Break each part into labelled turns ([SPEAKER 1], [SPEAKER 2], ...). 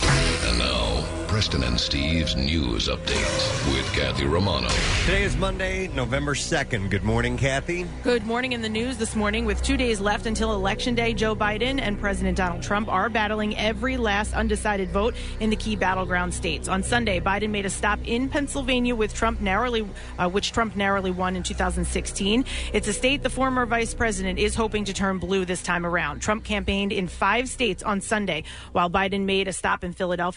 [SPEAKER 1] And now, Preston and Steve's news update with Kathy Romano.
[SPEAKER 2] Today is Monday, November 2nd. Good morning, Kathy.
[SPEAKER 3] Good morning in the news this morning. With two days left until Election Day, Joe Biden and President Donald Trump are battling every last undecided vote in the key battleground states. On Sunday, Biden made a stop in Pennsylvania with Trump narrowly, uh, which Trump narrowly won in 2016. It's a state the former vice president is hoping to turn blue this time around. Trump campaigned in five states on Sunday, while Biden made a stop in Philadelphia.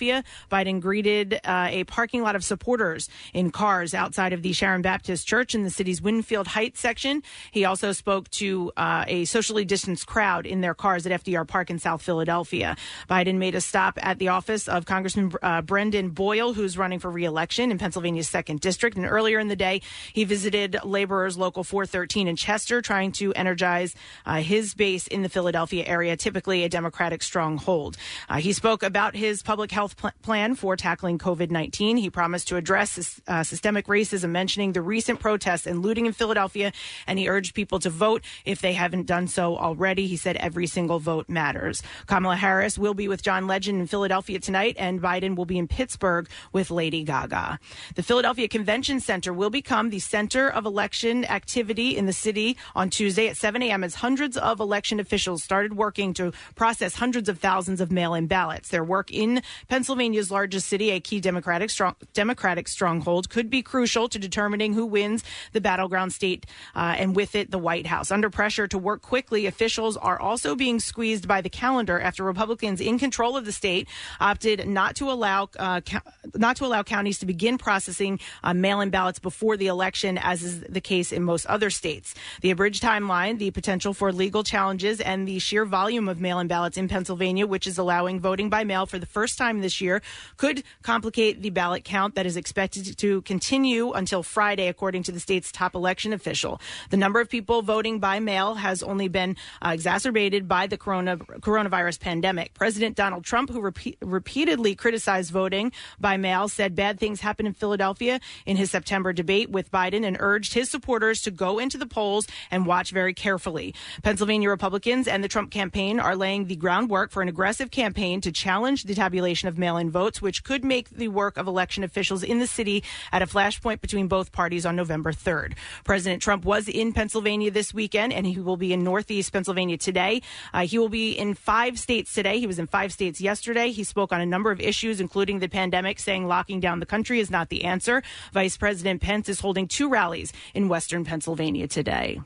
[SPEAKER 3] Biden greeted uh, a parking lot of supporters in cars outside of the Sharon Baptist Church in the city's Winfield Heights section. He also spoke to uh, a socially distanced crowd in their cars at FDR Park in South Philadelphia. Biden made a stop at the office of Congressman uh, Brendan Boyle, who's running for reelection in Pennsylvania's second district. And earlier in the day, he visited laborers local 413 in Chester, trying to energize uh, his base in the Philadelphia area, typically a Democratic stronghold. Uh, he spoke about his public health pl- plan for tackling COVID 19. He promised to address uh, systemic racism, mentioning the recent protests and looting in Philadelphia, and he urged people to vote if they haven't done so already. He said every single vote matters. Kamala Harris will be with John Legend in Philadelphia tonight, and Biden will be in Pittsburgh with Lady Gaga. The Philadelphia Convention Center will become the center of election activity in the city on Tuesday at 7 a.m. as hundreds of election officials started working to process hundreds of thousands of mail-in ballots. Their work in Pennsylvania's largest city, a key Democratic strong, Democratic stronghold, could be crucial to determining who wins the battleground state uh, and with it the White House. Under pressure to work quickly, officials are also being squeezed by the calendar after Republicans in control of the state opted not to allow uh, co- not to allow counties to begin processing uh, mail-in ballots before the election, as is the case in most other states. The abridged timeline, the potential for legal challenges, and the sheer volume of mail-in ballots in Pennsylvania, which is allowing voting by mail for the first time this year, could complicate the ballot count that is expected to continue until Friday, according to the state's top election official. The number of people voting by mail has only been uh, exacerbated by the corona, coronavirus pandemic. President Donald Trump, who repe- repeatedly criticized voting by mail, said bad things happened in Philadelphia in his September debate with Biden and urged his supporters to go into the polls and watch very carefully. Pennsylvania Republicans and the Trump campaign are laying the groundwork for an aggressive campaign to challenge the tabulation of mail in votes, which could make the work of election officials in the city at a flashpoint between both parties on November 3rd. President Trump was in Pennsylvania this weekend, and he will be in Northeast Pennsylvania today. Uh, he will be in five states today. He was in five states yesterday. He spoke on a number of issues, including the pandemic, saying locking down the country is not the answer. Vice President Pence is holding two rallies in Western Pennsylvania today.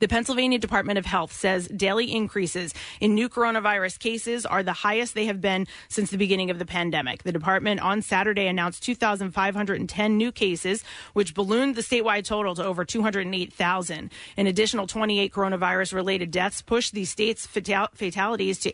[SPEAKER 3] The Pennsylvania Department of Health says daily increases in new coronavirus cases are the highest they have been since the beginning of the pandemic. The department on Saturday announced 2,510 new cases, which ballooned the statewide total to over 208,000. An additional 28 coronavirus related deaths pushed the state's fatal- fatalities to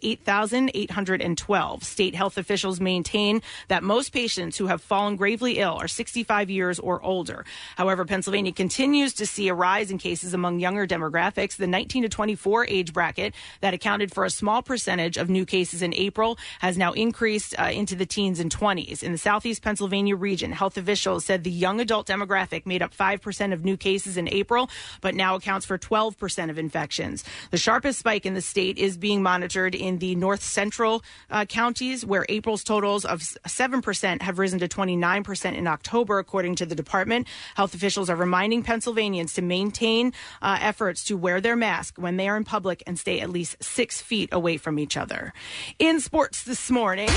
[SPEAKER 3] 8,812. State health officials maintain that most patients who have fallen gravely ill are 65 years or older. However, Pennsylvania continues to see a rise in cases among younger demographics demographics, the 19 to 24 age bracket that accounted for a small percentage of new cases in April has now increased uh, into the teens and 20s. In the Southeast Pennsylvania region, health officials said the young adult demographic made up 5% of new cases in April, but now accounts for 12% of infections. The sharpest spike in the state is being monitored in the north central uh, counties, where April's totals of 7% have risen to 29% in October, according to the department. Health officials are reminding Pennsylvanians to maintain uh, efforts to wear their mask when they are in public and stay at least six feet away from each other. In sports this morning.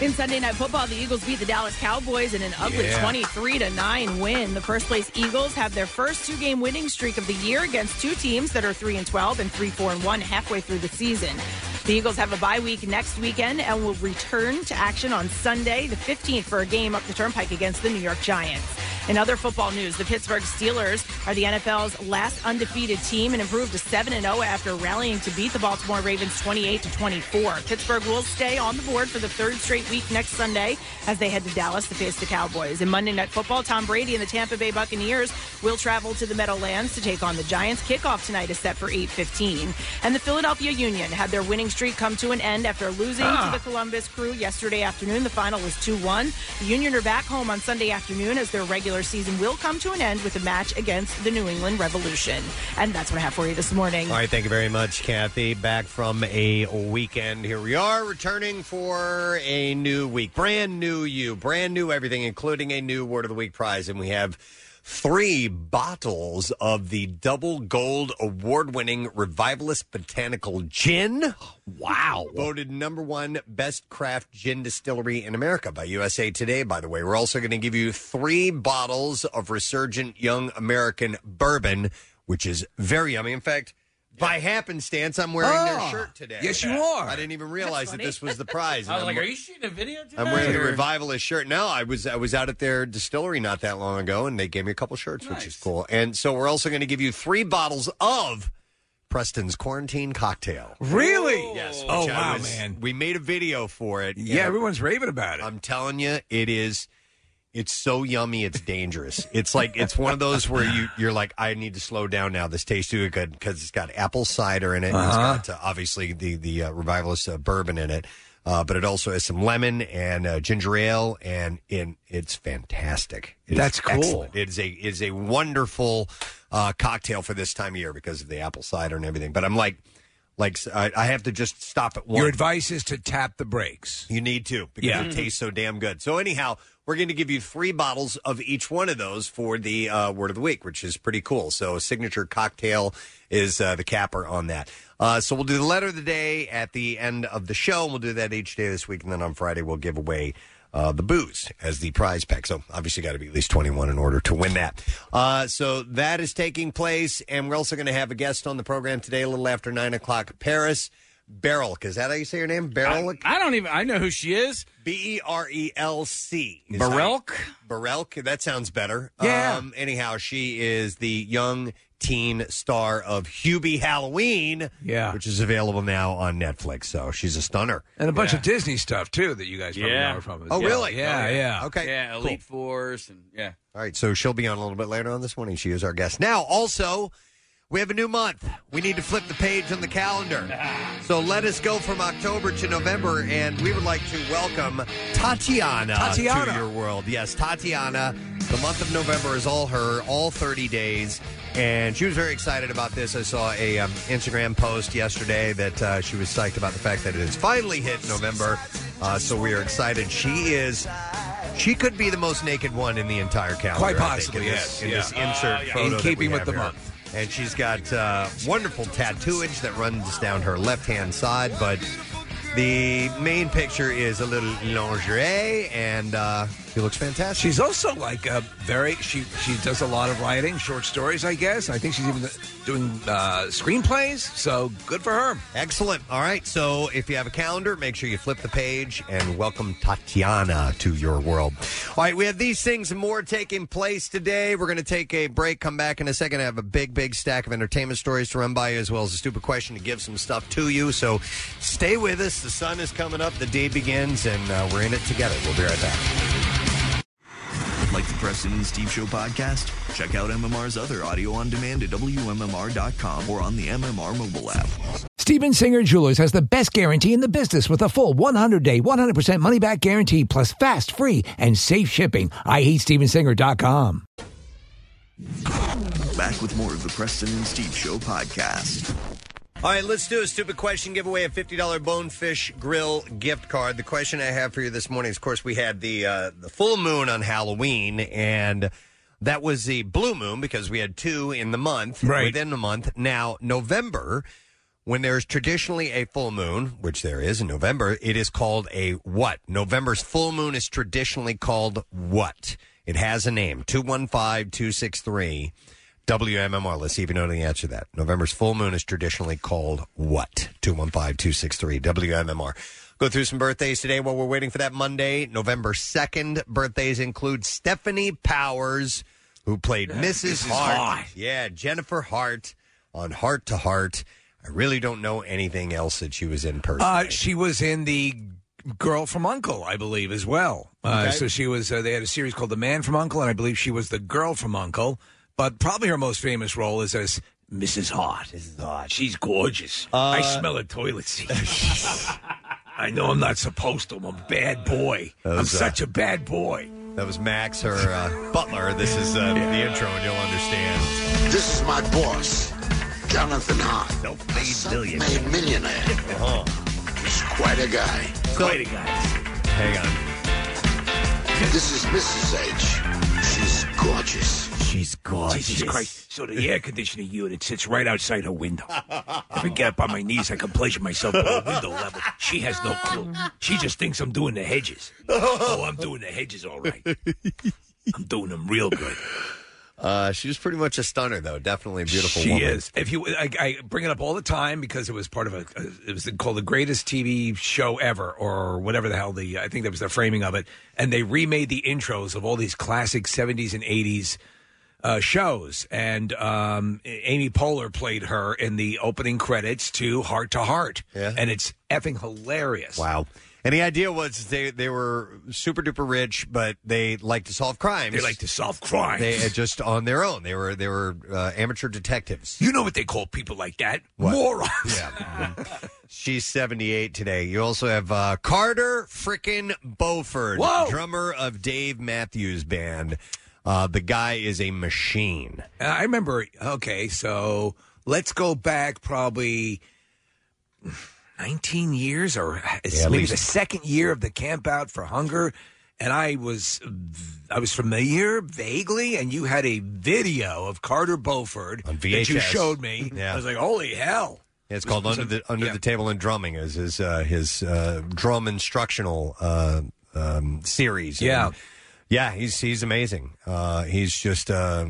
[SPEAKER 3] In Sunday Night Football, the Eagles beat the Dallas Cowboys in an ugly
[SPEAKER 4] Yeah.
[SPEAKER 3] 23 to 9 win. The first place Eagles have their first two game winning streak of the year against two teams that are 3 and 12 and 3 4 and 1 halfway through the season. The Eagles have a bye week next weekend and will return to action on Sunday, the 15th, for a game up the turnpike against the New York Giants.
[SPEAKER 5] In other football news, the Pittsburgh Steelers are the NFL's last undefeated team and improved to 7 0 after rallying to beat the Baltimore Ravens 28 24. Pittsburgh will stay on the board for the third straight week next Sunday as they head to Dallas to face the Cowboys. In Monday Night Football, Tom Brady and the Tampa Bay Buccaneers will travel to the Meadowlands to take on the Giants. Kickoff tonight is set for 8:15. And the Philadelphia Union had their winning streak come to an end after losing to the Columbus Crew yesterday afternoon. The final was 2-1. The Union are back home on Sunday afternoon as their regular season will come to an end with a match against the New England Revolution. And that's what I have for you this morning.
[SPEAKER 2] All right, thank you very much, Kathy. Back from a weekend. Here we are, returning for a new week. Brand new you, brand new everything, including a new Word of the Week prize. And we have three bottles of the double gold award winning Revivalist Botanical Gin. Wow. Voted number one best craft gin distillery in America by USA Today, by the way. We're also going to give you three bottles of Resurgent Young American Bourbon, which is very yummy. In fact, by happenstance, I'm wearing their
[SPEAKER 6] Ah,
[SPEAKER 2] shirt today.
[SPEAKER 6] yes, you are.
[SPEAKER 2] I didn't even realize that this was the prize.
[SPEAKER 7] I was
[SPEAKER 2] And
[SPEAKER 7] like,
[SPEAKER 2] I'm-
[SPEAKER 7] "Are you shooting a video?" Today?
[SPEAKER 2] I'm wearing the
[SPEAKER 7] or-
[SPEAKER 2] revivalist shirt. No, I was I was out at their distillery not that long ago, and they gave me a couple shirts, which is cool. And so we're also going to give you three bottles of Preston's quarantine cocktail.
[SPEAKER 6] Really?
[SPEAKER 2] Yes.
[SPEAKER 6] Oh
[SPEAKER 2] which I
[SPEAKER 6] wow,
[SPEAKER 2] was-
[SPEAKER 6] man.
[SPEAKER 2] We made a video for it.
[SPEAKER 6] Yeah, everyone's raving about it.
[SPEAKER 2] I'm telling you, it is. It's so yummy. It's dangerous. It's like it's one of those where you you're like, I need to slow down now. This tastes too good because it's got apple cider in it. and It's
[SPEAKER 6] Uh-huh.
[SPEAKER 2] got uh, obviously the the uh, revivalist uh, bourbon in it, uh, but it also has some lemon and uh, ginger ale, and in it's fantastic. It is
[SPEAKER 6] That's cool.
[SPEAKER 2] excellent. It is a it is a wonderful uh, cocktail for this time of year because of the apple cider and everything. But I'm like, like I, I have to just stop at one.
[SPEAKER 6] Your advice is to tap the brakes.
[SPEAKER 2] You need to because
[SPEAKER 6] Yeah.
[SPEAKER 2] it tastes so damn good. So anyhow, we're going to give you three bottles of each one of those for the uh, word of the week, which is pretty cool. So signature cocktail is uh, the capper on that. Uh, so we'll do the letter of the day at the end of the show. We'll do that each day this week, and then on Friday we'll give away. Uh, the booze as the prize pack. So obviously, got to be at least 21 in order to win that. Uh, so that is taking place, and we're also going to have a guest on the program today, a little after nine o'clock. Paris Berelk. Is that how you say your name? Berelk.
[SPEAKER 7] I don't even. I know who she is.
[SPEAKER 2] B E R E L C. is
[SPEAKER 7] Barelk.
[SPEAKER 2] how- Barelk. That sounds better.
[SPEAKER 6] Yeah.
[SPEAKER 2] Um, anyhow, she is the young teen star of Hubie Halloween,
[SPEAKER 6] Yeah.
[SPEAKER 2] which is available now on Netflix. So she's a stunner.
[SPEAKER 6] And a bunch
[SPEAKER 7] Yeah.
[SPEAKER 6] of Disney stuff too that you guys probably
[SPEAKER 7] Yeah.
[SPEAKER 6] know her from. as
[SPEAKER 2] Oh,
[SPEAKER 6] well.
[SPEAKER 2] really?
[SPEAKER 6] Yeah,
[SPEAKER 2] Oh,
[SPEAKER 6] yeah.
[SPEAKER 2] Okay.
[SPEAKER 7] Yeah,
[SPEAKER 2] cool.
[SPEAKER 7] Elite Force, and yeah.
[SPEAKER 2] All right. So she'll be on a little bit later on this morning. She is our guest. Now, also, we have a new month. We need to flip the page on the calendar. So let us go from October to November, and we would like to welcome Tatiana,
[SPEAKER 6] Tatiana.
[SPEAKER 2] to your world. Yes, Tatiana. The month of November is all her, all 30 days. And she was very excited about this. I saw a um, Instagram post yesterday that uh, she was psyched about the fact that it has finally hit November. Uh, so we are excited. She is, she could be the most naked one in the entire calendar.
[SPEAKER 6] Quite
[SPEAKER 2] I think,
[SPEAKER 6] possibly,
[SPEAKER 2] in this-
[SPEAKER 6] yes.
[SPEAKER 2] In
[SPEAKER 6] Yeah.
[SPEAKER 2] this insert photo
[SPEAKER 6] In
[SPEAKER 2] that
[SPEAKER 6] keeping
[SPEAKER 2] we
[SPEAKER 6] with
[SPEAKER 2] have
[SPEAKER 6] the
[SPEAKER 2] here.
[SPEAKER 6] month.
[SPEAKER 2] And she's got uh, wonderful tattooage that runs down her left hand side, but the main picture is a little lingerie, and uh, she looks fantastic.
[SPEAKER 6] She's also like a very she she does a lot of writing, short stories, I guess. I think she's even doing uh, screenplays. So good for her.
[SPEAKER 2] excellent. All right, so if you have a calendar, make sure you flip the page and welcome Tatiana to your world. All right, we have these things and more taking place today. We're going to take a break, come back in a second. I have a big, big stack of entertainment stories to run by you, as well as a stupid question to give some stuff to you. So stay with us. The sun is coming up, the day begins, and uh, we're in it together. We'll be right back.
[SPEAKER 8] Like the Preston and Steve Show podcast? Check out MMR's other audio on demand at WMMR.com or on the MMR mobile app.
[SPEAKER 9] Steven Singer Jewelers has the best guarantee in the business with a full 100 day, 100% money back guarantee plus fast, free, and safe shipping. I E hate StevenSinger.com.
[SPEAKER 8] Back with more of the Preston and Steve Show podcast.
[SPEAKER 2] All right, let's do a stupid question giveaway a $50 Bonefish Grill gift card. The question I have for you this morning is of course we had the uh, the full moon on Halloween and that was the blue moon because we had two in the month
[SPEAKER 6] Right.
[SPEAKER 2] within the month. Now, November when there's traditionally a full moon, which there is in November, it is called a what? November's full moon is traditionally called what? It has a name. 215 263 WMMR. Let's see if you know the answer to that. November's full moon is traditionally called what? 215 263 WMMR. Go through some birthdays today while we're waiting for that Monday, November 2nd. Birthdays include Stephanie Powers, who played Mrs.
[SPEAKER 10] Mrs.
[SPEAKER 2] Hart.
[SPEAKER 10] Hart.
[SPEAKER 2] Yeah, Jennifer Hart on Heart to Heart. I really don't know anything else that she was in person.
[SPEAKER 6] Uh, she was in the Girl from Uncle, I believe, as well. Uh,
[SPEAKER 2] Okay.
[SPEAKER 6] So she was. Uh, they had a series called The Man from Uncle, and I believe she was the girl from Uncle. But probably her most famous role is as Mrs. Hart. Mrs. Hart. She's gorgeous.
[SPEAKER 2] Uh,
[SPEAKER 6] I smell a toilet seat. I know I'm not supposed to. I'm a bad boy.
[SPEAKER 2] That
[SPEAKER 6] I'm
[SPEAKER 2] was, uh,
[SPEAKER 6] such a bad boy.
[SPEAKER 2] That was Max, her uh, butler. This is uh, the intro, and you'll understand.
[SPEAKER 11] This is my boss, Jonathan Hart. Self-made millionaire.
[SPEAKER 2] Uh-huh.
[SPEAKER 11] He's quite a guy.
[SPEAKER 2] Quite a guy. Hang on.
[SPEAKER 11] This is Mrs. H. She's gorgeous.
[SPEAKER 2] She's gorgeous.
[SPEAKER 6] Jesus Christ. So the air conditioning unit sits right outside her window. If I get up on my knees, I can pleasure myself below window level. She has no clue. She just thinks I'm doing the hedges. Oh, I'm doing the hedges all right. I'm doing them real good.
[SPEAKER 2] Uh, she was pretty much a stunner, though. Definitely a beautiful
[SPEAKER 6] she
[SPEAKER 2] woman.
[SPEAKER 6] is. If you, I, I bring it up all the time because it was part of a. It was called the greatest TV show ever, or whatever the hell the. I think that was the framing of it, and they remade the intros of all these classic '70s and '80s uh, shows, and um, Amy Poehler played her in the opening credits to Heart to Heart, yeah. and it's effing hilarious.
[SPEAKER 2] Wow. And the idea was they, they were super duper rich, but they like to solve crimes.
[SPEAKER 6] They like to solve crimes.
[SPEAKER 2] They uh, just on their own. They were they were uh, amateur detectives.
[SPEAKER 6] You know what they call people like that?
[SPEAKER 2] What? Mm-hmm.
[SPEAKER 6] Morons.
[SPEAKER 2] She's seventy eight today. You also have uh, Carter frickin' Beauford,
[SPEAKER 6] Whoa!
[SPEAKER 2] drummer of Dave Matthews Band. Uh, the guy is a machine.
[SPEAKER 6] Uh, I remember. Okay, so let's go back probably nineteen years, or uh, it's
[SPEAKER 2] Yeah, at
[SPEAKER 6] maybe
[SPEAKER 2] least.
[SPEAKER 6] the second year of the camp out for hunger. And I was, I was familiar vaguely, and you had a video of Carter Beauford on that you
[SPEAKER 2] VHS.
[SPEAKER 6] showed me.
[SPEAKER 2] Yeah.
[SPEAKER 6] I was like, holy hell!
[SPEAKER 2] Yeah, It's
[SPEAKER 6] It was-
[SPEAKER 2] called
[SPEAKER 6] it was
[SPEAKER 2] under
[SPEAKER 6] a-
[SPEAKER 2] the under the table and drumming is his uh, his uh, drum instructional uh, um, series.
[SPEAKER 6] Yeah.
[SPEAKER 2] And, yeah, he's he's amazing. Uh, he's just uh,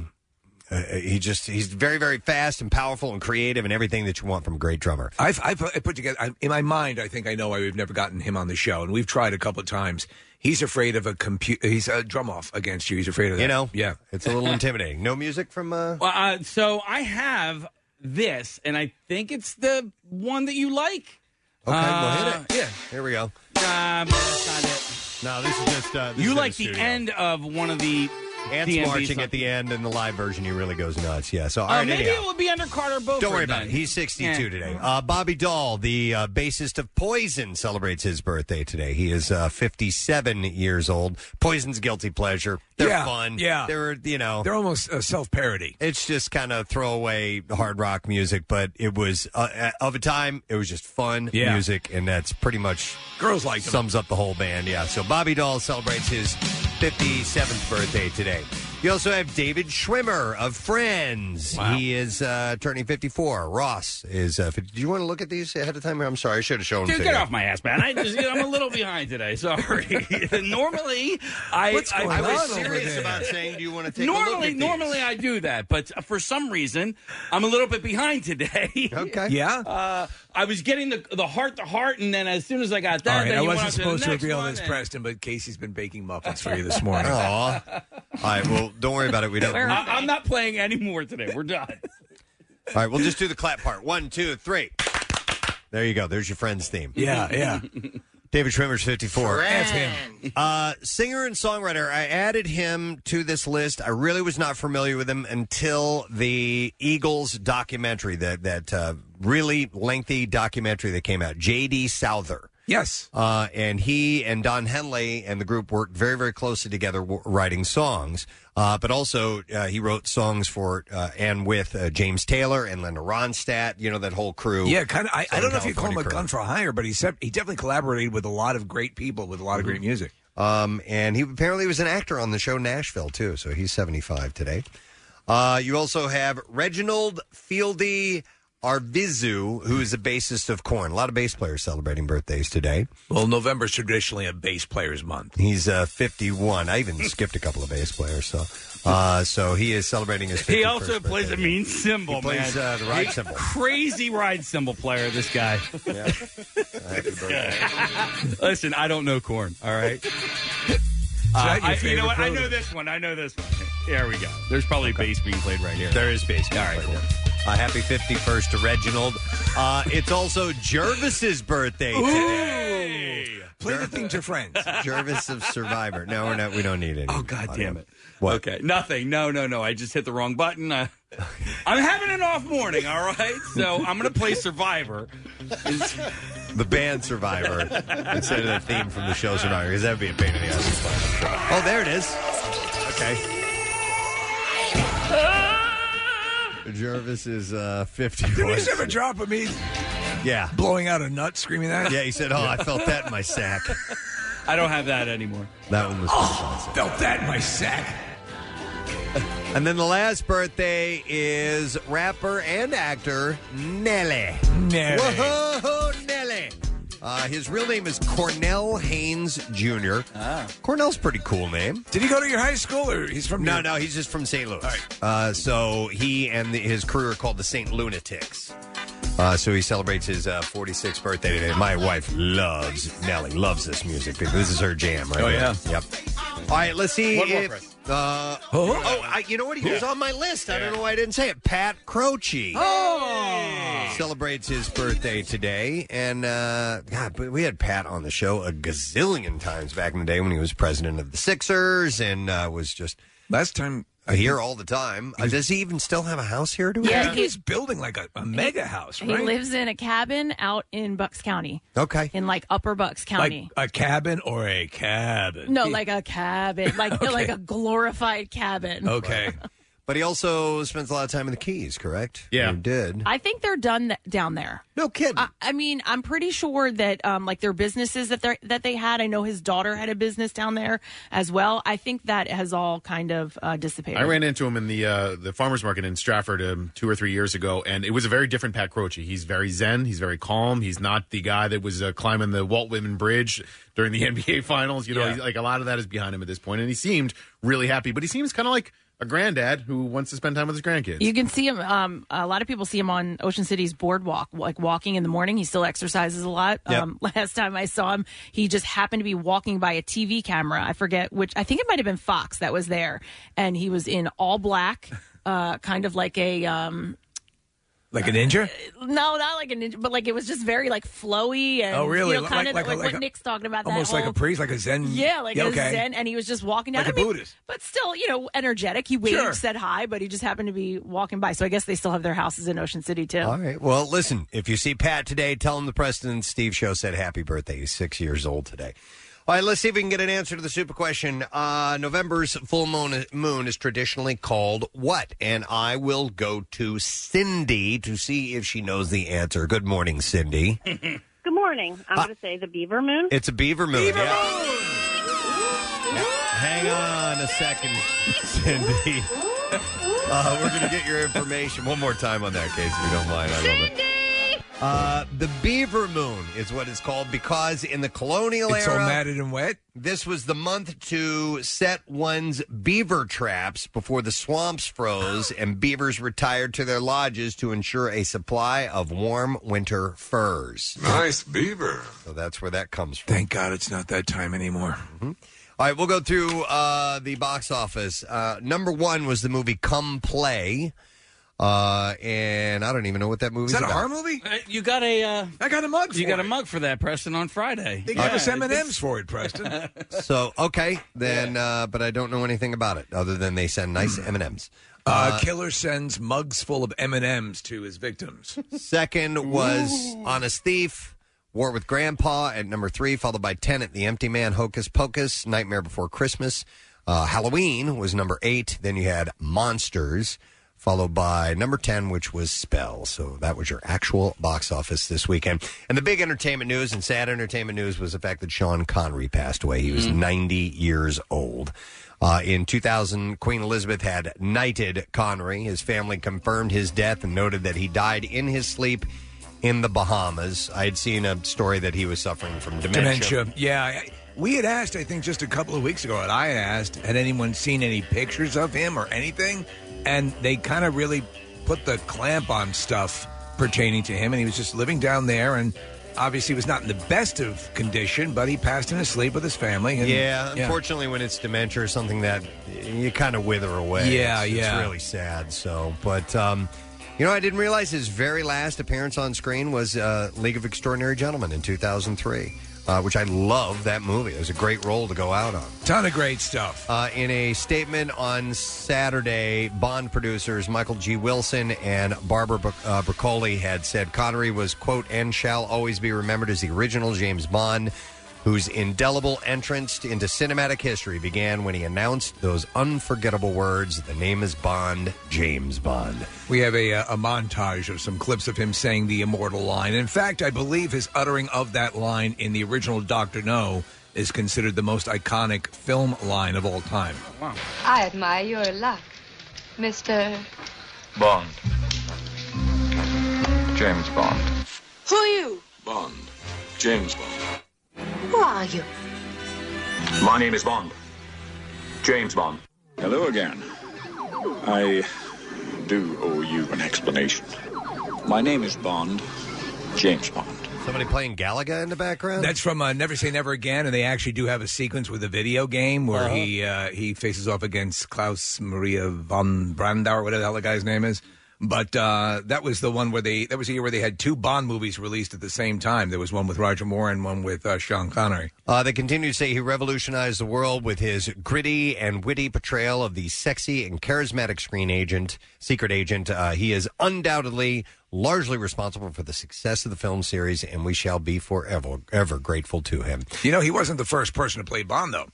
[SPEAKER 2] uh, he just he's very very fast and powerful and creative and everything that you want from a great drummer.
[SPEAKER 6] I've, I've I put together I, in my mind. I think I know why we've never gotten him on the show, and we've tried a couple of times. He's afraid of a computer. He's a drum off against you. He's afraid of that.
[SPEAKER 2] You know,
[SPEAKER 6] yeah,
[SPEAKER 2] it's a little intimidating. No music from uh,
[SPEAKER 7] Well, uh, so I have this, and I think it's the one that you like.
[SPEAKER 2] Okay, well,
[SPEAKER 7] hit it. Yeah.
[SPEAKER 2] Here we go.
[SPEAKER 7] Um, that's
[SPEAKER 2] not it. No, this is just. Uh,
[SPEAKER 7] you like the end of one of the
[SPEAKER 2] ants
[SPEAKER 7] DMV
[SPEAKER 2] marching
[SPEAKER 7] songs.
[SPEAKER 2] at the end and the live version. He really goes nuts. Yeah. So all
[SPEAKER 7] Uh,
[SPEAKER 2] right,
[SPEAKER 7] maybe
[SPEAKER 2] anyhow.
[SPEAKER 7] it would be under Carter Beauford.
[SPEAKER 2] Don't worry about
[SPEAKER 7] then.
[SPEAKER 2] it. He's 62
[SPEAKER 7] Yeah.
[SPEAKER 2] today. Uh, Bobby Dahl, the uh, bassist of Poison, celebrates his birthday today. He is uh, 57 years old. Poison's guilty pleasure. They're
[SPEAKER 6] Yeah,
[SPEAKER 2] fun.
[SPEAKER 6] yeah.
[SPEAKER 2] They're, you know.
[SPEAKER 6] They're almost uh, self parody.
[SPEAKER 2] It's just kind of throwaway hard rock music, but it was uh, uh, of a time. It was just fun
[SPEAKER 6] Yeah.
[SPEAKER 2] music, and that's pretty much
[SPEAKER 6] girls like
[SPEAKER 2] sums up the whole band. Yeah. So Bobby Dahl celebrates his 57th birthday today. You also have David Schwimmer of Friends. He is uh, turning 54. Ross is. Uh, 50. Do you want to look at these ahead of time? here? I'm sorry, I should have shown them.
[SPEAKER 7] Dude,
[SPEAKER 2] to
[SPEAKER 7] get
[SPEAKER 2] you.
[SPEAKER 7] off my ass, man! I just, I'm a little behind today. Sorry. normally, I,
[SPEAKER 2] What's
[SPEAKER 7] I,
[SPEAKER 2] going
[SPEAKER 7] I was
[SPEAKER 2] on over
[SPEAKER 7] serious
[SPEAKER 2] there?
[SPEAKER 7] about
[SPEAKER 2] saying, do you want to
[SPEAKER 10] take a look
[SPEAKER 7] normally,
[SPEAKER 10] at these?
[SPEAKER 7] normally I do that, but for some reason, I'm a little bit behind today.
[SPEAKER 2] Okay.
[SPEAKER 6] Yeah?
[SPEAKER 7] Uh, I was getting the the heart to heart, and then as soon as I got that,
[SPEAKER 6] All right,
[SPEAKER 7] then
[SPEAKER 6] I
[SPEAKER 7] you went
[SPEAKER 6] wasn't
[SPEAKER 7] on to the
[SPEAKER 6] supposed to
[SPEAKER 7] next
[SPEAKER 6] reveal
[SPEAKER 7] one,
[SPEAKER 6] this,
[SPEAKER 7] and-
[SPEAKER 6] Preston, but Casey's been baking muffins for you this morning.
[SPEAKER 2] Aw. All right. Well, don't worry about it. We don't.
[SPEAKER 7] I- I'm not playing anymore today. We're done.
[SPEAKER 2] All right. We'll just do the clap part. One, two, three. There you go. There's your Friends theme.
[SPEAKER 6] Yeah, yeah.
[SPEAKER 2] David Schwimmer's 54.
[SPEAKER 10] That's
[SPEAKER 6] him.
[SPEAKER 2] Uh, singer and songwriter. I added him to this list. I really was not familiar with him until the Eagles documentary, that, that uh, really lengthy documentary that came out. J.D. Souther.
[SPEAKER 6] Yes.
[SPEAKER 2] Uh, and he and Don Henley and the group worked very, very closely together w- writing songs. Uh, but also, uh, he wrote songs for uh, and with uh, James Taylor and Linda Ronstadt, you know, that whole crew.
[SPEAKER 6] Yeah, kind of. I, I don't know if you call him
[SPEAKER 2] California
[SPEAKER 6] a
[SPEAKER 2] crew.
[SPEAKER 6] gun for hire, but he said he definitely collaborated with a lot of great people with a lot of great music.
[SPEAKER 2] Mm-hmm. Um, and he apparently was an actor on the show Nashville too, so he's 75 today. Uh, you also have Reginald Fieldy Arvizu, who is the bassist of Corn. A lot of bass players celebrating birthdays today.
[SPEAKER 6] Well, November is traditionally a bass players month.
[SPEAKER 2] He's uh, 51. I even skipped a couple of bass players, so uh, so he is celebrating his. 51st
[SPEAKER 7] He also
[SPEAKER 2] birthday.
[SPEAKER 7] plays a mean cymbal,
[SPEAKER 2] He plays,
[SPEAKER 7] man.
[SPEAKER 2] uh, the ride
[SPEAKER 7] A
[SPEAKER 2] cymbal.
[SPEAKER 7] Crazy ride cymbal player, this guy. This guy. Listen, I don't know corn, all right? Uh,
[SPEAKER 12] your
[SPEAKER 7] I, you know
[SPEAKER 12] favorite
[SPEAKER 7] what? I know
[SPEAKER 12] program?
[SPEAKER 7] this one. I know this one. There we go. There's probably bass being played right here.
[SPEAKER 2] There is bass.
[SPEAKER 7] All right. cool.
[SPEAKER 2] Uh, happy 51st to Reginald. Uh, it's also Jervis's birthday today.
[SPEAKER 6] Play the thing to friends.
[SPEAKER 2] Jervis of Survivor. No, we're not. We don't need it. Oh
[SPEAKER 7] God damn it.
[SPEAKER 2] What?
[SPEAKER 7] Okay. Nothing. No, no, no. I just hit the wrong button. I, I'm having an off morning, all right? So I'm going to play Survivor.
[SPEAKER 2] The band Survivor instead of the theme from the show Survivor because that'd be a pain in the ass. to find, I'm sure. Oh, there it is. Okay. Jervis is uh, 50.
[SPEAKER 6] Did he ever drop a me
[SPEAKER 2] Yeah.
[SPEAKER 6] blowing out a nut, screaming that?
[SPEAKER 2] Yeah, he said, "Oh, I felt that in my sack."
[SPEAKER 7] I don't have that anymore.
[SPEAKER 2] That one was.
[SPEAKER 6] Felt that in my sack.
[SPEAKER 2] And then the last birthday is rapper and actor Nelly.
[SPEAKER 6] Nelly.
[SPEAKER 2] Whoa, Nelly. Uh, his real name is Cornell Haynes Jr.
[SPEAKER 6] Ah.
[SPEAKER 2] Cornell's a pretty cool name.
[SPEAKER 6] Did he go to your high school, or he's from?
[SPEAKER 2] No,
[SPEAKER 6] your-
[SPEAKER 2] no, he's just from St. Louis. Uh, so he and the, his crew are called the St. Lunatics. Uh, so he celebrates his uh, 46th birthday today. My wife loves Nelly, loves this music. This is her jam, right?
[SPEAKER 7] Oh,
[SPEAKER 2] here.
[SPEAKER 7] yeah.
[SPEAKER 2] Yep. All right, let's see
[SPEAKER 7] One more,
[SPEAKER 2] if-
[SPEAKER 7] Chris.
[SPEAKER 2] uh,
[SPEAKER 6] Oh.
[SPEAKER 2] oh, I, you know what? He was on my list. I don't
[SPEAKER 7] Yeah.
[SPEAKER 2] know why Oh, I didn't say it. Pat Croce. Oh. Celebrates his birthday today. And, uh, God, but we had Pat on the show a gazillion times back in the day when he was president of the Sixers and uh, was just
[SPEAKER 6] Last time
[SPEAKER 2] here all the time. Uh, does he even still have a house here? Do we
[SPEAKER 6] I
[SPEAKER 2] know?
[SPEAKER 6] think he's building like a, a mega house,
[SPEAKER 3] He
[SPEAKER 6] right?
[SPEAKER 3] lives in a cabin out in Bucks County,
[SPEAKER 2] Okay.
[SPEAKER 3] in like Upper Bucks County.
[SPEAKER 6] like a cabin or a cabin.
[SPEAKER 3] no, like a cabin, like like a glorified cabin.
[SPEAKER 6] okay.
[SPEAKER 2] But he also spends a lot of time in the Keys, correct?
[SPEAKER 7] Yeah.
[SPEAKER 2] Or did.
[SPEAKER 3] I think they're done th- down there.
[SPEAKER 2] No kidding.
[SPEAKER 3] I, I mean, I'm pretty sure that um, like their businesses that they that they had. I know his daughter had a business down there as well. I think that has all kind of uh, dissipated.
[SPEAKER 13] I ran into him in the uh, the farmers market in Stratford um, two or three years ago, and it was a very different Pat Croce. He's very zen. He's very calm. He's not the guy that was uh, climbing the Walt Whitman Bridge during the NBA Finals. You know,
[SPEAKER 6] Yeah.
[SPEAKER 13] he's, like a lot of that is behind him at this point, and he seemed really happy. But he seems kind of like a granddad who wants to spend time with his grandkids.
[SPEAKER 3] You can see him. Um, a lot of people see him on Ocean City's boardwalk, like walking in the morning. He still exercises a lot.
[SPEAKER 2] Yep.
[SPEAKER 3] Um, last time I saw him, he just happened to be walking by a TV camera. I forget which. I think it might have been Fox that was there, and he was in all black, uh, kind of like a um,
[SPEAKER 6] Like a
[SPEAKER 3] Uh,
[SPEAKER 6] ninja?
[SPEAKER 3] no, not like a ninja, but like it was just very like flowy and
[SPEAKER 6] Oh, really?
[SPEAKER 3] you know,
[SPEAKER 6] Like-
[SPEAKER 3] kind of
[SPEAKER 6] like
[SPEAKER 3] like,
[SPEAKER 6] a- like
[SPEAKER 3] what
[SPEAKER 6] a-
[SPEAKER 3] Nick's talking about.
[SPEAKER 6] Almost
[SPEAKER 3] that
[SPEAKER 6] like
[SPEAKER 3] whole,
[SPEAKER 6] a priest, like a zen.
[SPEAKER 3] yeah, like
[SPEAKER 6] okay.
[SPEAKER 3] a zen, and he was just walking down.
[SPEAKER 6] Like
[SPEAKER 3] I
[SPEAKER 6] a
[SPEAKER 3] mean,
[SPEAKER 6] Buddhist.
[SPEAKER 3] but still, you know, energetic. He waved,
[SPEAKER 6] Sure.
[SPEAKER 3] said hi, but he just happened to be walking by. So I guess they still have their houses in Ocean City too.
[SPEAKER 2] all right. Well, listen, if you see Pat today, tell him the Preston and Steve show said happy birthday. He's six years old today. All right, let's see if we can get an answer to the super question. Uh, November's full moon, moon is traditionally called what? And I will go to Cindy to see if she knows the answer. Good morning, Cindy.
[SPEAKER 14] Good morning. I'm going to say the beaver moon.
[SPEAKER 2] Uh, It's a beaver moon. yeah. Yeah. Hang on a second, Cindy. Uh, we're going to get your information one more time on that case, if you don't mind. I love it. Uh, the beaver moon is what it's called because in the colonial
[SPEAKER 6] It's all
[SPEAKER 2] era,
[SPEAKER 6] matted and wet.
[SPEAKER 2] this was the month to set one's beaver traps before the swamps froze and beavers retired to their lodges to ensure a supply of warm winter furs.
[SPEAKER 12] Nice beaver.
[SPEAKER 2] So that's where that comes from.
[SPEAKER 6] Thank God it's not that time anymore.
[SPEAKER 2] All right, we'll go through uh, the box office. Uh, number one was the movie Come Play. Uh, and I don't even know what that movie
[SPEAKER 6] Is
[SPEAKER 2] is.
[SPEAKER 6] that a horror movie?
[SPEAKER 7] Uh, You got a uh,
[SPEAKER 6] I got a mug.
[SPEAKER 7] you
[SPEAKER 6] for
[SPEAKER 7] got a
[SPEAKER 6] it.
[SPEAKER 7] mug for that, Preston, on Friday.
[SPEAKER 6] They gave us M and M's for it, Preston.
[SPEAKER 2] So okay, then, uh, but I don't know anything about it other than they send nice M and M's.
[SPEAKER 6] Uh, killer sends mugs full of M and M's to his victims.
[SPEAKER 2] Second was Honest Thief, War with Grandpa at number three, followed by Tenet, The Empty Man, Hocus Pocus, Nightmare Before Christmas. Uh, Halloween was number eight. Then you had Monsters. followed by number 10, which was Spell. So that was your actual box office this weekend. And the big entertainment news and sad entertainment news was the fact that Sean Connery passed away. He was 90 years old. Uh, in 2000, Queen Elizabeth had knighted Connery. His family confirmed his death and noted that he died in his sleep in the Bahamas. I had seen a story that he was suffering from
[SPEAKER 6] dementia. Yeah, I- we had asked, I think, just a couple of weeks ago, and I had asked, had anyone seen any pictures of him or anything? And they kind of really put the clamp on stuff pertaining to him, and he was just living down there, and obviously was not in the best of condition, but he passed in his sleep with his family. And,
[SPEAKER 2] yeah, unfortunately, when it's dementia or something that you kind of wither away.
[SPEAKER 6] Yeah,
[SPEAKER 2] it's,
[SPEAKER 6] yeah.
[SPEAKER 2] It's really sad. So, but um, you know, I didn't realize his very last appearance on screen was uh, League of Extraordinary Gentlemen in 2003, uh, which I love that movie. It was a great role to go out on.
[SPEAKER 6] Ton of great stuff.
[SPEAKER 2] Uh, in a statement on Saturday, Bond producers Michael G. Wilson and Barbara Br- uh, Broccoli had said Connery was, quote, and shall always be remembered as the original James Bond, whose indelible entrance into cinematic history began when he announced those unforgettable words, the name is Bond, James Bond.
[SPEAKER 6] We have a, uh, a montage of some clips of him saying the immortal line. In fact, I believe his uttering of that line in the original Doctor No is considered the most iconic film line of all time.
[SPEAKER 10] I admire your luck, Mr.
[SPEAKER 15] Bond. James Bond.
[SPEAKER 10] Who are you?
[SPEAKER 15] Bond. James Bond.
[SPEAKER 10] Who are you?
[SPEAKER 15] My name is Bond. James Bond. Hello again. I do owe you an explanation. My name is Bond. James Bond.
[SPEAKER 2] Somebody playing Galaga in the background?
[SPEAKER 6] That's from uh, Never Say Never Again, and they actually do have a sequence with a video game where
[SPEAKER 2] Uh-huh.
[SPEAKER 6] he uh, he faces off against Klaus Maria von Brandau or whatever the hell the guy's name is. But uh, that was the one where they that was the year where they had two Bond movies released at the same time. There was one with Roger Moore and one with uh, Sean Connery.
[SPEAKER 2] Uh, they continue to say he revolutionized the world with his gritty and witty portrayal of the sexy and charismatic screen agent, secret agent. Uh, he is undoubtedly largely responsible for the success of the film series, and we shall be forever ever grateful to him.
[SPEAKER 6] You know, he wasn't the first person to play Bond, though.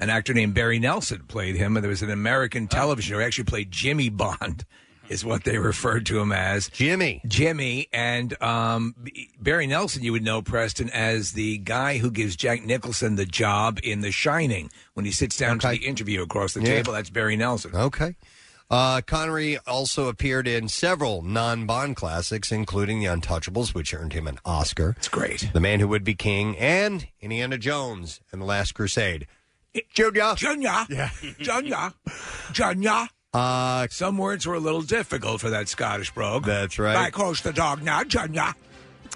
[SPEAKER 6] An actor named Barry Nelson played him, and there was an American television who actually played Jimmy Bond, is what they referred to him as.
[SPEAKER 2] Jimmy.
[SPEAKER 6] Jimmy. And um, B- Barry Nelson, you would know, Preston, as the guy who gives Jack Nicholson the job in The Shining. When he sits down to the interview across the
[SPEAKER 2] Yeah.
[SPEAKER 6] table, that's Barry Nelson.
[SPEAKER 2] Okay. Uh, Connery also appeared in several non Bond classics, including The Untouchables, which earned him an Oscar. It's
[SPEAKER 6] great.
[SPEAKER 2] The Man Who Would Be King and Indiana Jones and The Last Crusade. Junior.
[SPEAKER 6] Junior. Yeah. Junior. Junior.
[SPEAKER 2] Uh,
[SPEAKER 6] Some words were a little difficult for that Scottish brogue. That's
[SPEAKER 2] right.
[SPEAKER 6] Back horse the dog now, Junior.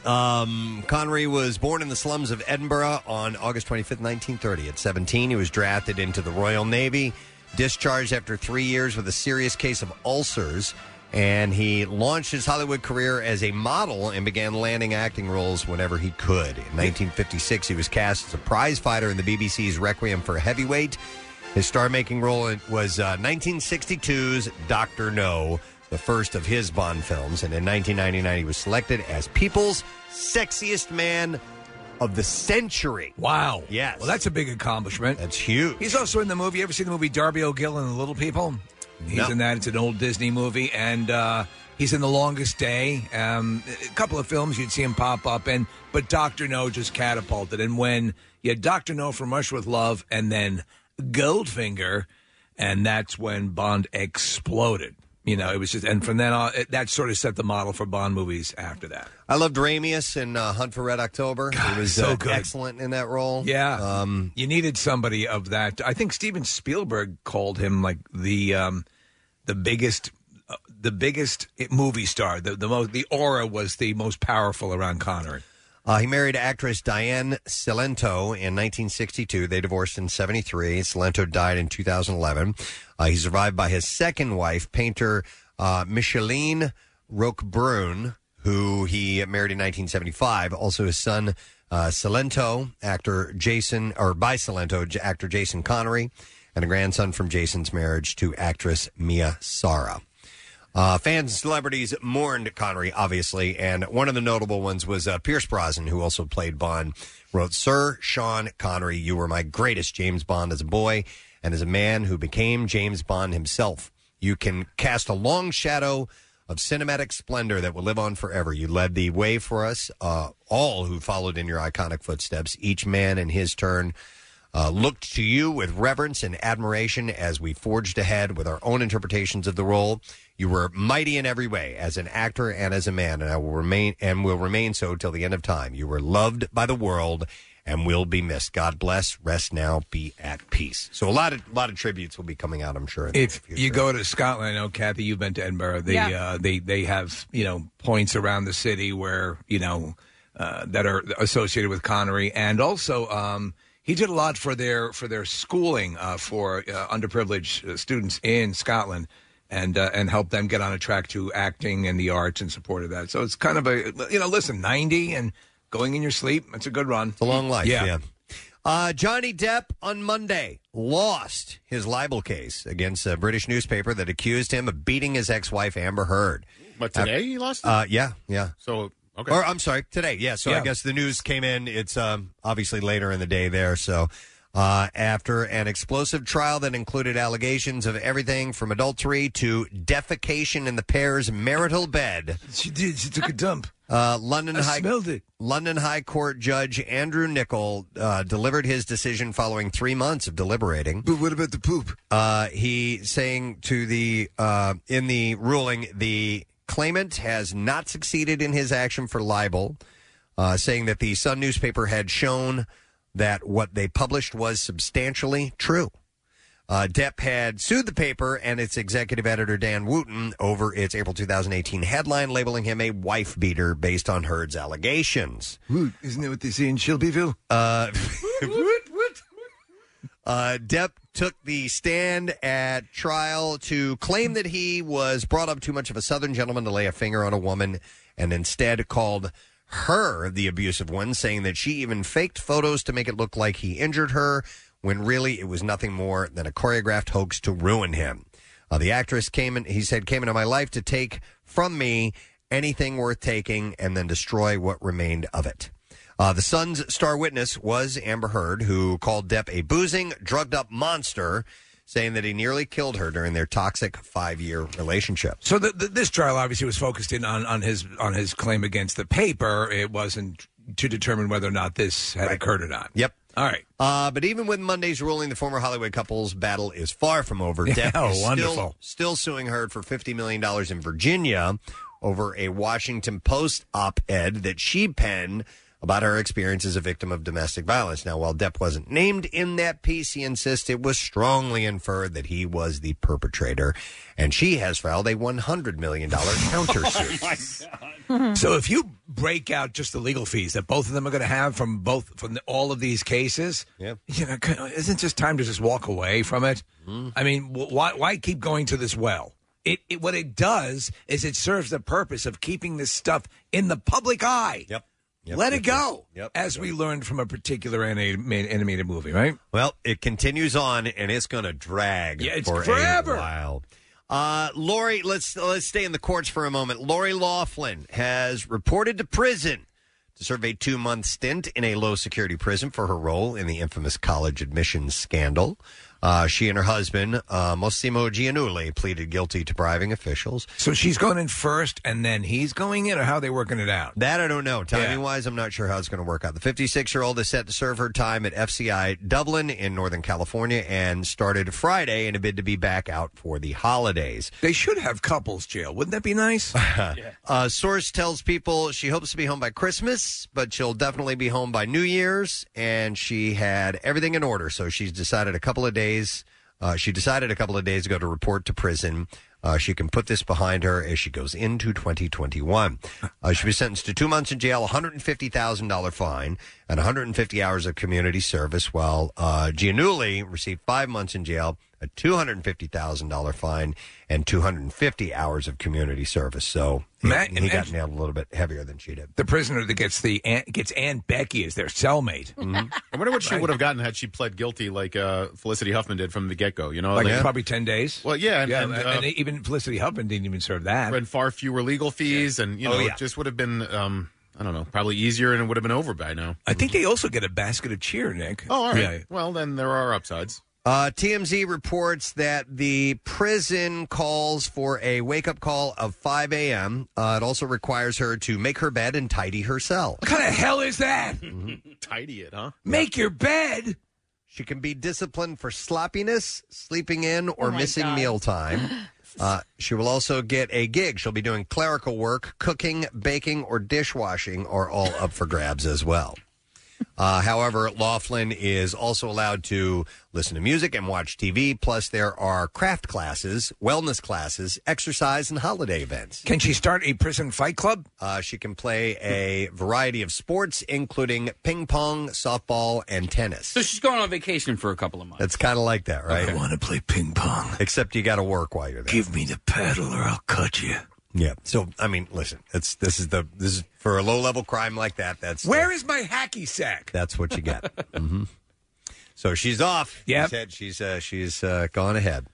[SPEAKER 2] Um, Connery was born in the slums of Edinburgh on August 25th, 1930. At 17, he was drafted into the Royal Navy, discharged after three years with a serious case of ulcers, and he launched his Hollywood career as a model and began landing acting roles whenever he could. In 1956, he was cast as a prize fighter in the BBC's Requiem for a Heavyweight. His star making role was uh, 1962's Dr. No, the first of his Bond films. And in 1999, he was selected as People's Sexiest Man of the Century.
[SPEAKER 6] Wow.
[SPEAKER 2] Yes.
[SPEAKER 6] Well, that's a big accomplishment.
[SPEAKER 2] That's huge.
[SPEAKER 6] He's also in the movie. You ever seen the movie Darby O'Gill and the Little People? He's
[SPEAKER 2] No.
[SPEAKER 6] in that. It's an old Disney movie, and uh, he's in The Longest Day. Um, a couple of films you'd see him pop up in, but Doctor No just catapulted. And when you had Doctor No from Rush with Love, and then Goldfinger, and that's when Bond exploded. You know, it was just, and from then on, it, that sort of set the model for Bond movies after that.
[SPEAKER 2] I loved Ramius in uh, Hunt for Red October. he was
[SPEAKER 6] so
[SPEAKER 2] uh,
[SPEAKER 6] good.
[SPEAKER 2] excellent in that role. Um,
[SPEAKER 6] Yeah, you needed somebody of that. I think Steven Spielberg called him like the um, the biggest uh, the biggest movie star. The the most the aura was the most powerful around Connery.
[SPEAKER 2] Uh, he married actress Diane Cilento in 1962. They divorced in 73. Cilento died in 2011. Uh, he's survived by his second wife, painter uh, Micheline Roquebrune, who he married in 1975. Also, his son uh, Cilento, actor Jason, or by Cilento, j- actor Jason Connery, and a grandson from Jason's marriage to actress Mia Sara. Uh, fans and celebrities mourned Connery, obviously, and one of the notable ones was uh, Pierce Brosnan, who also played Bond, wrote, Sir Sean Connery, you were my greatest James Bond as a boy and as a man who became James Bond himself. You can cast a long shadow of cinematic splendor that will live on forever. You led the way for us, uh, all who followed in your iconic footsteps, each man in his turn. Uh, looked to you with reverence and admiration as we forged ahead with our own interpretations of the role. You were mighty in every way as an actor and as a man, and I will remain and will remain so till the end of time. You were loved by the world and will be missed. God bless. Rest now. Be at peace. So a lot of lot of tributes will be coming out, I'm sure. in the
[SPEAKER 6] If you go to Scotland, I know Kathy, you've been to Edinburgh. They
[SPEAKER 2] Yeah.
[SPEAKER 6] uh, they they have you know points around the city where you know uh, that are associated with Connery, and also um, he did a lot for their for their schooling uh, for uh, underprivileged uh, students in Scotland. And uh, and helped them get on a track to acting and the arts and support of that. So it's kind of a you know listen ninety and going in your sleep. It's a good run. It's
[SPEAKER 2] a long life. yeah. Uh, Johnny Depp on Monday lost his libel case against a British newspaper that accused him of beating his ex-wife Amber Heard.
[SPEAKER 13] But today he lost it?
[SPEAKER 2] Uh, yeah, yeah.
[SPEAKER 13] So okay.
[SPEAKER 2] Or I'm sorry, today. Yeah. So I
[SPEAKER 13] Yeah.
[SPEAKER 2] guess the news came in. It's um, obviously later in the day there. So uh, after an explosive trial that included allegations of everything from adultery to defecation in the pair's marital bed,
[SPEAKER 6] she did. She took a dump.
[SPEAKER 2] Uh, London
[SPEAKER 6] I
[SPEAKER 2] High
[SPEAKER 6] smelled it.
[SPEAKER 2] London High Court Judge Andrew Nichol uh, delivered his decision following three months of deliberating.
[SPEAKER 6] But what about the poop?
[SPEAKER 2] Uh, he saying to the uh, in the ruling the claimant has not succeeded in his action for libel, uh, saying that the Sun newspaper had shown that what they published was substantially true. Uh, Depp had sued the paper and its executive editor Dan Wooten over its April 2018 headline labeling him a wife beater based on Heard's allegations.
[SPEAKER 6] Woot, isn't that what they say in Shelbyville?
[SPEAKER 2] Uh, Uh, Depp took the stand at trial to claim that he was brought up too much of a Southern gentleman to lay a finger on a woman and instead called her the abusive one, saying that she even faked photos to make it look like he injured her when really it was nothing more than a choreographed hoax to ruin him. Uh, the actress came in, he said, came into my life to take from me anything worth taking and then destroy what remained of it. Uh, the Sun's star witness was Amber Heard, who called Depp a boozing, drugged up monster, saying that he nearly killed her during their toxic five year relationship.
[SPEAKER 6] So the, the, this trial obviously was focused in on, on his on his claim against the paper. It wasn't to determine whether or not this had occurred or not.
[SPEAKER 2] Yep.
[SPEAKER 6] All right.
[SPEAKER 2] Uh, but even with Monday's ruling, the former Hollywood couple's battle is far from over.
[SPEAKER 6] Yeah,
[SPEAKER 2] Depp is
[SPEAKER 6] wonderful.
[SPEAKER 2] Still, still suing Heard for $50 million in Virginia over a Washington Post op ed that she penned about her experience as a victim of domestic violence. Now, while Depp wasn't named in that piece, he insists it was strongly inferred that he was the perpetrator, and she has filed a $100 million countersuit.
[SPEAKER 7] Uh,
[SPEAKER 6] So if you break out just the legal fees that both of them are going to have from both from the, all of these cases,
[SPEAKER 2] yeah.
[SPEAKER 6] you know, c- isn't it just time to just walk away from it?
[SPEAKER 2] Mm-hmm.
[SPEAKER 6] I mean, wh- why why keep going to this well? It, it what it does is it serves the purpose of keeping this stuff in the public eye.
[SPEAKER 2] Yep.
[SPEAKER 6] Let it go.
[SPEAKER 2] Yep.
[SPEAKER 6] As we learned from a particular anim- animated movie, right?
[SPEAKER 2] Well, it continues on, and it's going to drag
[SPEAKER 6] Yeah, it's
[SPEAKER 2] for
[SPEAKER 6] forever.
[SPEAKER 2] a while. Uh, Lori, let's let's stay in the courts for a moment. Lori Laughlin has reported to prison to serve a two month stint in a low security prison for her role in the infamous college admissions scandal. Uh, she and her husband uh, Massimo Gianulli pleaded guilty to bribing officials.
[SPEAKER 6] So she's going in first, and then he's going in, or how are they working it out?
[SPEAKER 2] That I don't know. Timing wise, I'm not sure how it's going to work out. The 56 year old is set to serve her time at FCI Dublin in Northern California and started Friday in a bid to be back out for the holidays.
[SPEAKER 6] They should have couples jail. Wouldn't that be nice?
[SPEAKER 2] Uh, source tells people she hopes to be home by Christmas, but she'll definitely be home by New Year's. And she had everything in order, so she's decided a couple of days. Uh, she decided a couple of days ago to report to prison. Uh, she can put this behind her as she goes into 2021. Uh, she was sentenced to two months in jail, $150,000 fine, and 150 hours of community service, while uh, Gianulli received five months in jail, a $250,000 fine, and 250 hours of community service. So
[SPEAKER 6] Matt,
[SPEAKER 2] he got
[SPEAKER 6] imagine-
[SPEAKER 2] nailed a little bit heavier than she did.
[SPEAKER 6] The prisoner that gets the aunt, gets Aunt Becky as their cellmate.
[SPEAKER 2] Mm-hmm.
[SPEAKER 13] I wonder what she would have gotten had she pled guilty like uh, Felicity Huffman did from the get go. You know,
[SPEAKER 6] Like probably ten days.
[SPEAKER 13] Well, yeah, and,
[SPEAKER 6] yeah,
[SPEAKER 13] and,
[SPEAKER 6] and,
[SPEAKER 13] uh,
[SPEAKER 6] even Felicity Huffman didn't even serve that.
[SPEAKER 13] and far fewer legal fees, and you know,
[SPEAKER 6] Oh, yeah.
[SPEAKER 13] it just would have been. Um, I don't know, probably easier, and it would have been over by now.
[SPEAKER 6] I think they also get a basket of cheer, Nick.
[SPEAKER 13] Oh, all right.
[SPEAKER 6] Yeah.
[SPEAKER 13] Well, then there are upsides.
[SPEAKER 2] Uh, TMZ reports that the prison calls for a wake up call of 5 a.m. Uh, it also requires her to make her bed and tidy her cell.
[SPEAKER 6] What kind of hell is that?
[SPEAKER 13] Tidy it, huh?
[SPEAKER 6] Make your bed.
[SPEAKER 2] She can be disciplined for sloppiness, sleeping in, or
[SPEAKER 13] Oh my
[SPEAKER 2] missing
[SPEAKER 13] God.
[SPEAKER 2] mealtime. Uh, she will also get a gig. She'll be doing clerical work, cooking, baking, or dishwashing are all up for grabs as well. Uh, however, Laughlin is also allowed to listen to music and watch TV. Plus, there are craft classes, wellness classes, exercise, and holiday events.
[SPEAKER 6] Can she start a prison fight club?
[SPEAKER 2] Uh, she can play a variety of sports, including ping pong, softball, and tennis.
[SPEAKER 7] So she's going on vacation for a couple of months.
[SPEAKER 2] It's kind of like that, right? I want
[SPEAKER 6] to play ping pong.
[SPEAKER 2] Except you got to work while you're there.
[SPEAKER 6] Give me the paddle or I'll cut you.
[SPEAKER 2] Yeah. So I mean, listen, it's this is the this is for a low level crime like that. That's
[SPEAKER 6] Where is my hacky sack?
[SPEAKER 2] that's what you get. hmm So she's off. Yeah. She's uh, she's uh, gone ahead.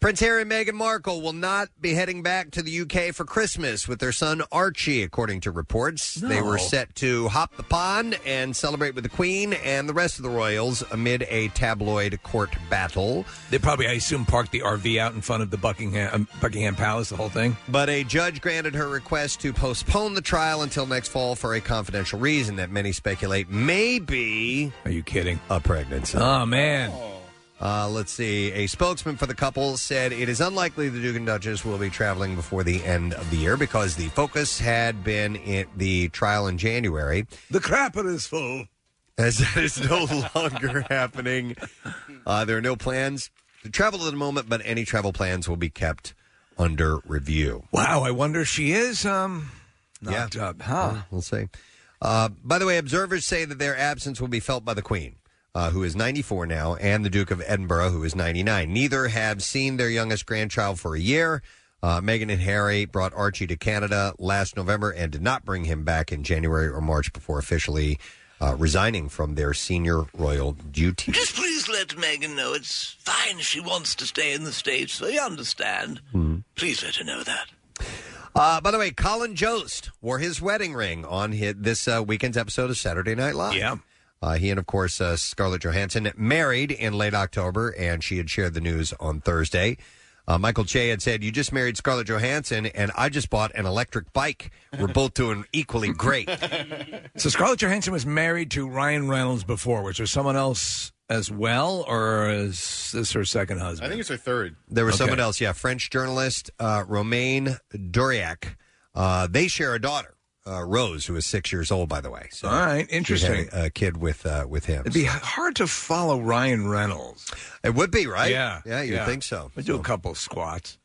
[SPEAKER 2] Prince Harry and Meghan Markle will not be heading back to the UK for Christmas with their son Archie, according to reports. They were
[SPEAKER 16] No.
[SPEAKER 2] set to hop the pond and celebrate with the Queen and the rest of the royals amid a tabloid court battle.
[SPEAKER 6] They probably, I assume, parked the RV out in front of the Buckingham um, Buckingham Palace. The whole thing.
[SPEAKER 2] But a judge granted her request to postpone the trial until next fall for a confidential reason that many speculate may be.
[SPEAKER 6] Are you kidding?
[SPEAKER 2] A pregnancy.
[SPEAKER 6] Oh man.
[SPEAKER 2] Uh, let's see. A spokesman for the couple said it is unlikely the Duke and Duchess will be traveling before the end of the year because the focus had been in the trial in January.
[SPEAKER 6] The crapper is full.
[SPEAKER 2] As that is no longer happening, uh, there are no plans to travel at the moment, but any travel plans will be kept under review.
[SPEAKER 6] Wow. I wonder if she is um knocked up, huh?
[SPEAKER 2] We'll- We'll see. Uh, by the way, observers say that their absence will be felt by the Queen, uh, who is 94 now, and the Duke of Edinburgh, who is 99. Neither have seen their youngest grandchild for a year. Uh, Meghan and Harry brought Archie to Canada last November and did not bring him back in January or March before officially uh, resigning from their senior royal duties.
[SPEAKER 17] Just please let Megan know it's fine. She wants to stay in the States. I understand.
[SPEAKER 2] Mm-hmm.
[SPEAKER 17] Please let her know that.
[SPEAKER 2] Uh, by the way, Colin Jost wore his wedding ring on his, this uh, weekend's episode of Saturday Night Live. Yeah. Uh, he and, of course, uh, Scarlett Johansson married in late October, and she had shared the news on Thursday. Uh, Michael Che had said, You just married Scarlett Johansson, and I just bought an electric bike. We're both doing equally great.
[SPEAKER 6] So Scarlett Johansson was married to Ryan Reynolds before. Was there someone else as well, or is this her second husband?
[SPEAKER 13] I think it's her third.
[SPEAKER 2] There was
[SPEAKER 6] Okay.
[SPEAKER 2] someone else, yeah, French journalist uh, Romain Duriak. Uh, they share a daughter, uh, Rose, who is six years old, by the way. So
[SPEAKER 6] All right,
[SPEAKER 2] she had
[SPEAKER 6] interesting.
[SPEAKER 2] A, a kid with uh, with him.
[SPEAKER 6] It'd be hard to follow Ryan Reynolds.
[SPEAKER 2] It would be, right?
[SPEAKER 6] Yeah,
[SPEAKER 2] Yeah, you'd think so.
[SPEAKER 6] I do a couple squats.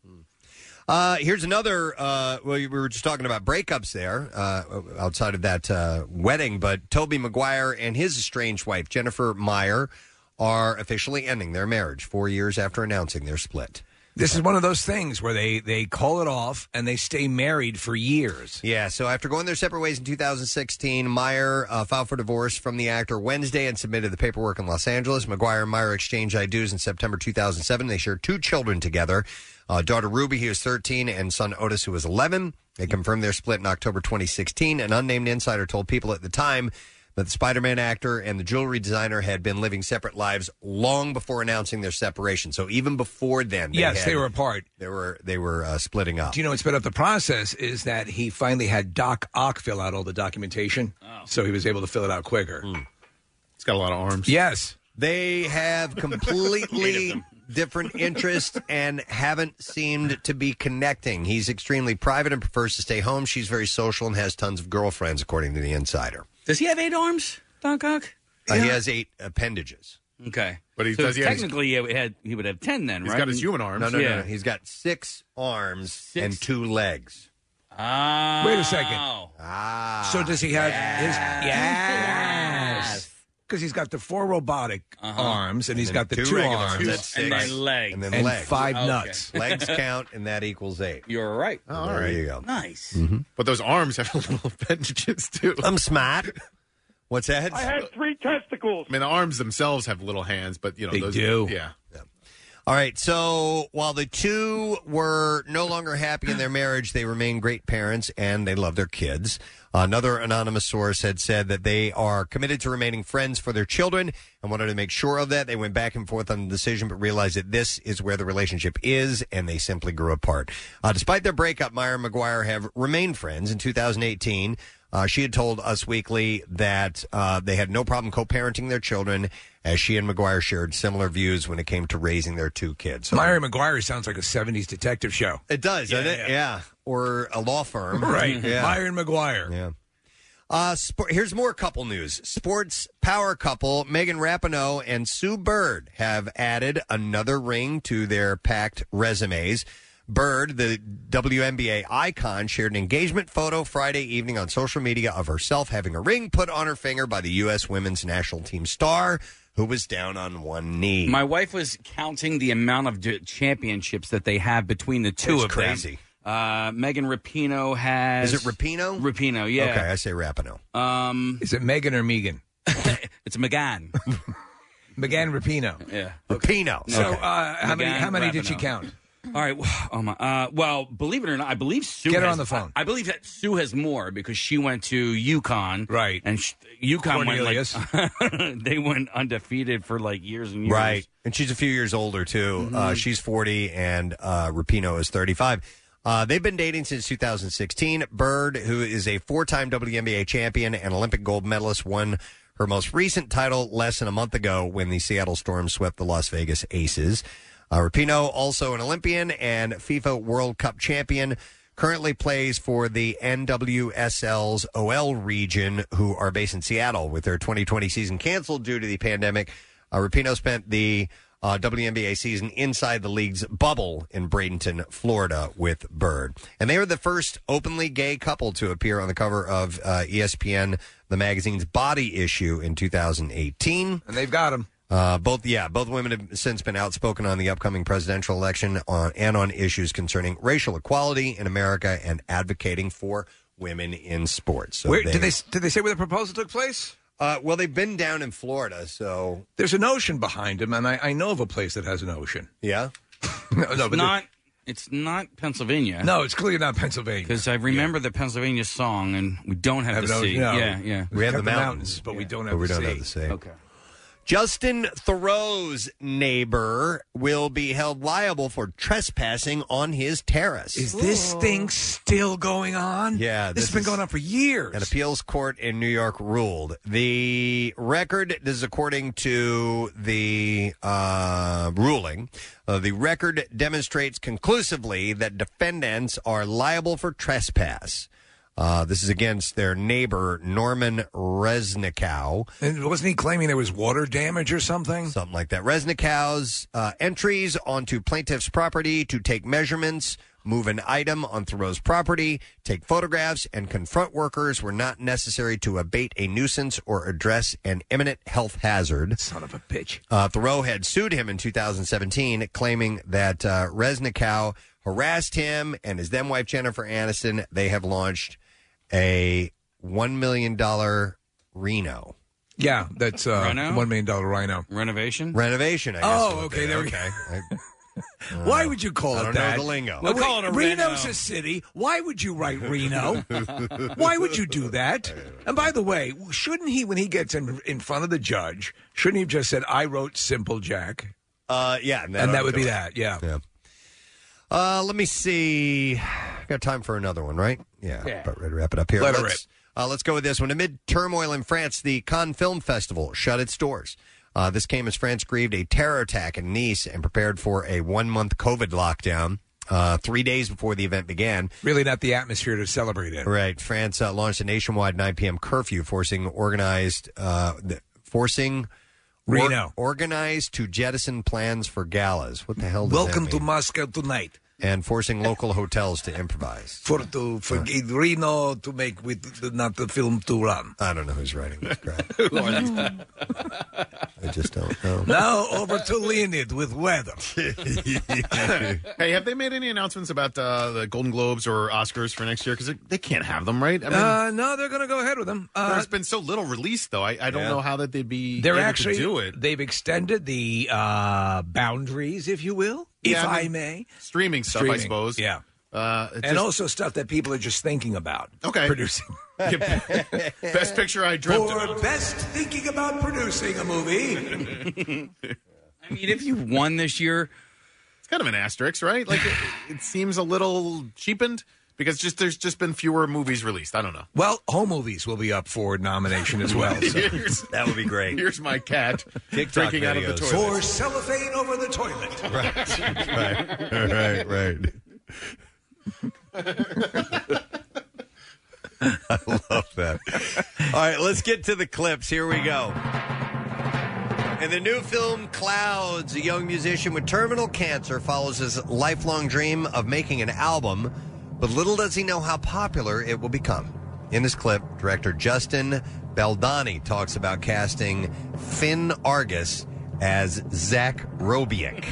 [SPEAKER 2] Uh, here's another. Uh, well, we were just talking about breakups there uh, outside of that uh, wedding, but Toby Maguire and his estranged wife Jennifer Meyer are officially ending their marriage four years after announcing their split.
[SPEAKER 6] This is one of those things where they they call it off and they stay married for years.
[SPEAKER 2] Yeah, so after going their separate ways in 2016, Meyer uh, filed for divorce from the actor Wednesday and submitted the paperwork in Los Angeles. McGuire and Meyer exchanged I do's in September 2007. They share two children together uh, daughter Ruby, who is 13, and son Otis, who is 11. They confirmed their split in October 2016. An unnamed insider told people at the time that the Spider Man actor and the jewelry designer had been living separate lives long before announcing their separation. So even before then, they
[SPEAKER 6] yes,
[SPEAKER 2] had-
[SPEAKER 6] they were apart.
[SPEAKER 2] They were they were uh, splitting up.
[SPEAKER 6] Do you know what sped up the process is that he finally had Doc Ock fill out all the documentation, so he was able to fill it out quicker.
[SPEAKER 2] Hmm.
[SPEAKER 13] It's got a lot of arms.
[SPEAKER 6] Yes,
[SPEAKER 2] They have completely different interests and haven't seemed to be connecting. He's extremely private and prefers to stay home. She's very social and has tons of girlfriends, according to the insider.
[SPEAKER 7] Does he have eight arms, Doc Ock?
[SPEAKER 2] Uh, he has eight appendages.
[SPEAKER 7] Okay,
[SPEAKER 13] But he
[SPEAKER 7] so
[SPEAKER 13] does- yeah, he's-
[SPEAKER 7] technically he had he would have ten then,
[SPEAKER 13] He's
[SPEAKER 7] right?
[SPEAKER 13] got his human arms.
[SPEAKER 2] No, no,
[SPEAKER 7] yeah.
[SPEAKER 2] no, no. He's got six arms and two legs.
[SPEAKER 7] Ah.
[SPEAKER 6] Wait a second.
[SPEAKER 2] Ah.
[SPEAKER 6] So does he have his? Yes. Because he's got the four robotic arms, and, he's
[SPEAKER 2] Uh-huh. then
[SPEAKER 6] got the two,
[SPEAKER 2] regular
[SPEAKER 6] arms,
[SPEAKER 2] That's six.
[SPEAKER 7] legs.
[SPEAKER 2] And then
[SPEAKER 6] And
[SPEAKER 2] legs.
[SPEAKER 6] five Okay. nuts.
[SPEAKER 2] legs count, and that equals eight.
[SPEAKER 7] You're right.
[SPEAKER 13] Oh,
[SPEAKER 2] there
[SPEAKER 13] all right.
[SPEAKER 2] you go.
[SPEAKER 7] Nice.
[SPEAKER 13] Mm-hmm. But those arms have little appendages too.
[SPEAKER 2] I'm smart. What's that?
[SPEAKER 18] I had three testicles.
[SPEAKER 13] I mean, the arms themselves have little hands, but you know
[SPEAKER 2] They
[SPEAKER 13] those,
[SPEAKER 2] do.
[SPEAKER 13] Yeah.
[SPEAKER 2] All right. So while the two were no longer happy in their marriage, they remain great parents and they love their kids. Another anonymous source had said that they are committed to remaining friends for their children and wanted to make sure of that. They went back and forth on the decision, but realized that this is where the relationship is and they simply grew apart. Uh, despite their breakup, Meyer and McGuire have remained friends in 2018. Uh, she had told Us Weekly that uh, they had no problem co-parenting their children, as she and McGuire shared similar views when it came to raising their two kids. So
[SPEAKER 6] Myra McGuire sounds like a 70s detective show.
[SPEAKER 2] it does, doesn't it? Yeah. or a law firm,
[SPEAKER 6] Right.
[SPEAKER 2] Yeah.
[SPEAKER 6] Myron McGuire.
[SPEAKER 2] Yeah. Uh, sport, here's more couple news. Sports power couple Megan Rapinoe and Sue Bird have added another ring to their packed resumes. Bird, the WNBA icon, shared an engagement photo Friday evening on social media of herself having a ring put on her finger by the U.S. women's national team star, who was down on one knee.
[SPEAKER 7] My wife was counting the amount of d- championships that they have between the two
[SPEAKER 2] It's
[SPEAKER 7] of
[SPEAKER 2] crazy.
[SPEAKER 7] them. Uh, Megan Rapino has.
[SPEAKER 2] Is it Rapino?
[SPEAKER 7] Rapino, yeah.
[SPEAKER 2] Okay, I say Rapinoe.
[SPEAKER 7] Um,
[SPEAKER 6] is it Megan or Megan?
[SPEAKER 7] it's Megan.
[SPEAKER 6] Megan Rapino.
[SPEAKER 7] Yeah.
[SPEAKER 2] Rapino.
[SPEAKER 6] So, uh, how many- how many did she count?
[SPEAKER 7] All right. well, Oh my. Uh, well, believe it or not, I believe Sue.
[SPEAKER 6] Get her
[SPEAKER 7] has,
[SPEAKER 6] on the phone.
[SPEAKER 7] I, I believe that Sue has more because she went to UConn. Right. And sh- UConn went like they went undefeated for like years and years.
[SPEAKER 2] Right. And she's a few years older, too. Uh, she's 40, and uh, Rapino is 35. Uh, they've been dating since 2016. Bird, who is a four time WNBA champion and Olympic gold medalist, won her most recent title less than a month ago when the Seattle Storm swept the Las Vegas Aces. Uh, Rapino, also an Olympian and FIFA World Cup champion, currently plays for the NWSL's OL region, who are based in Seattle, with their 2020 season canceled due to the pandemic. Uh, Rapino spent the uh, WNBA season inside the league's bubble in Bradenton, Florida, with Bird. And they were the first openly gay couple to appear on the cover of uh, ESPN, the magazine's body issue in 2018.
[SPEAKER 6] And they've got him.
[SPEAKER 2] Uh, both, yeah, both women have since been outspoken on the upcoming presidential election on, and on issues concerning racial equality in America and advocating for women in sports. So
[SPEAKER 6] Where, did they did they say where the proposal took place?
[SPEAKER 2] Uh, well, they've been down in Florida, so
[SPEAKER 6] there's an ocean behind them, and I, I know of a place that has an ocean.
[SPEAKER 2] Yeah,
[SPEAKER 6] no,
[SPEAKER 7] It's
[SPEAKER 6] no, but
[SPEAKER 7] not. It's not Pennsylvania.
[SPEAKER 6] No, it's clearly not Pennsylvania.
[SPEAKER 7] Because I remember the Pennsylvania song, and we don't have,
[SPEAKER 6] Have
[SPEAKER 7] the
[SPEAKER 6] no-
[SPEAKER 7] sea.
[SPEAKER 6] no.
[SPEAKER 7] Yeah, yeah.
[SPEAKER 2] We have the mountains,
[SPEAKER 6] but we don't
[SPEAKER 2] have we the don't sea. have the sea.
[SPEAKER 7] Okay.
[SPEAKER 2] Justin Thoreau's neighbor will be held liable for trespassing on his terrace.
[SPEAKER 6] Is this thing still going on?
[SPEAKER 2] Yeah,
[SPEAKER 6] this, has
[SPEAKER 2] this
[SPEAKER 6] been
[SPEAKER 2] is-
[SPEAKER 6] going on for years.
[SPEAKER 2] An appeals court in New York ruled the record. This is according to the uh, ruling. Uh, the record demonstrates conclusively that defendants are liable for trespass. Uh, this is against their neighbor Norman Reznikow.
[SPEAKER 6] And wasn't he claiming there was water damage or something?
[SPEAKER 2] Something like that. Reznikow's uh, entries onto plaintiff's property to take measurements, move an item on Thoreau's property, take photographs, and confront workers were not necessary to abate a nuisance or address an imminent health hazard.
[SPEAKER 6] Son of a bitch.
[SPEAKER 2] Uh, Thoreau had sued him in 2017, claiming that uh, Reznikow harassed him and his then wife Jennifer Aniston. They have launched a one million dollar Reno.
[SPEAKER 6] Yeah, that's uh,
[SPEAKER 2] Rhino?
[SPEAKER 6] one million dollar rhino
[SPEAKER 7] renovation.
[SPEAKER 2] Renovation. I guess
[SPEAKER 6] Oh,
[SPEAKER 2] it would
[SPEAKER 6] okay,
[SPEAKER 2] be.
[SPEAKER 6] there we go.
[SPEAKER 2] I-
[SPEAKER 6] Why would you call
[SPEAKER 2] I
[SPEAKER 6] it
[SPEAKER 2] don't know
[SPEAKER 6] that?
[SPEAKER 2] the lingo.
[SPEAKER 6] Well,
[SPEAKER 2] We'll call
[SPEAKER 6] wait,
[SPEAKER 2] it a
[SPEAKER 6] Reno's
[SPEAKER 2] Reno.
[SPEAKER 6] a city. Why would you write Reno? Why would you do that? And by the way, shouldn't he, when he gets in in front of the judge, shouldn't he have just said, "I wrote Simple Jack"?
[SPEAKER 2] Uh, yeah,
[SPEAKER 6] and that, would be that. Yeah.
[SPEAKER 2] Uh, let me see. Got time for another one, right? Yeah,
[SPEAKER 6] Yeah.
[SPEAKER 2] about ready to wrap it up here.
[SPEAKER 6] Let her
[SPEAKER 2] let's, uh, let's go with this one. Amid turmoil in France, the Cannes Film Festival shut its doors. Uh, this came as France grieved a terror attack in Nice and prepared for a one month COVID lockdown uh, three days before the event began.
[SPEAKER 6] Really, not the atmosphere to celebrate it.
[SPEAKER 2] Right. France uh, launched a nationwide 9 p.m. curfew, forcing organized, uh, th- forcing or-
[SPEAKER 6] Reno.
[SPEAKER 2] organized to jettison plans for galas. What the hell? Does that
[SPEAKER 6] Welcome
[SPEAKER 2] mean?
[SPEAKER 6] to Moscow tonight.
[SPEAKER 2] and forcing local hotels to improvise.
[SPEAKER 6] For to forget Reno to make with the, not the film to run.
[SPEAKER 2] I don't know who's writing this crap. I just don't know.
[SPEAKER 6] now over to Leonid with weather.
[SPEAKER 13] hey, have they made any announcements about uh, the Golden Globes or Oscars for next year? Because they can't have them, right? I mean,
[SPEAKER 6] uh, no, they're going to go ahead with them. Uh,
[SPEAKER 13] there's been so little released, though. I, I don't
[SPEAKER 6] Yeah.
[SPEAKER 13] know how that they'd be.
[SPEAKER 6] They're
[SPEAKER 13] able to
[SPEAKER 6] actually
[SPEAKER 13] do it.
[SPEAKER 6] They've extended the uh, boundaries, if you will,
[SPEAKER 13] Yeah,
[SPEAKER 6] if
[SPEAKER 13] I
[SPEAKER 6] I,
[SPEAKER 13] mean,
[SPEAKER 6] may.
[SPEAKER 13] Streaming stuff, I
[SPEAKER 6] Streaming,
[SPEAKER 13] suppose.
[SPEAKER 6] Yeah.
[SPEAKER 13] Uh, it
[SPEAKER 6] And
[SPEAKER 13] just-
[SPEAKER 6] also stuff that people are just thinking about.
[SPEAKER 13] Okay.
[SPEAKER 6] Producing.
[SPEAKER 13] Best picture I dreamt
[SPEAKER 6] For best thinking about producing a movie.
[SPEAKER 7] I mean, if you won this year,
[SPEAKER 13] it's kind of an asterisk, right? Like it, it seems a little cheapened because just there's just been fewer movies released. I don't know.
[SPEAKER 6] Well, home movies will be up for nomination as well. So.
[SPEAKER 2] that would be great.
[SPEAKER 13] Here's my cat
[SPEAKER 6] TikTok
[SPEAKER 13] drinking out of the
[SPEAKER 6] videos.
[SPEAKER 13] toilet.
[SPEAKER 6] For cellophane over the toilet.
[SPEAKER 2] right, right. I love that. All right, let's get to the clips. Here we go. In the new film Clouds, a young musician with terminal cancer follows his lifelong dream of making an album, but little does he know how popular it will become. In this clip, director Justin Baldoni talks about casting Finn Argus as Zach Robiak.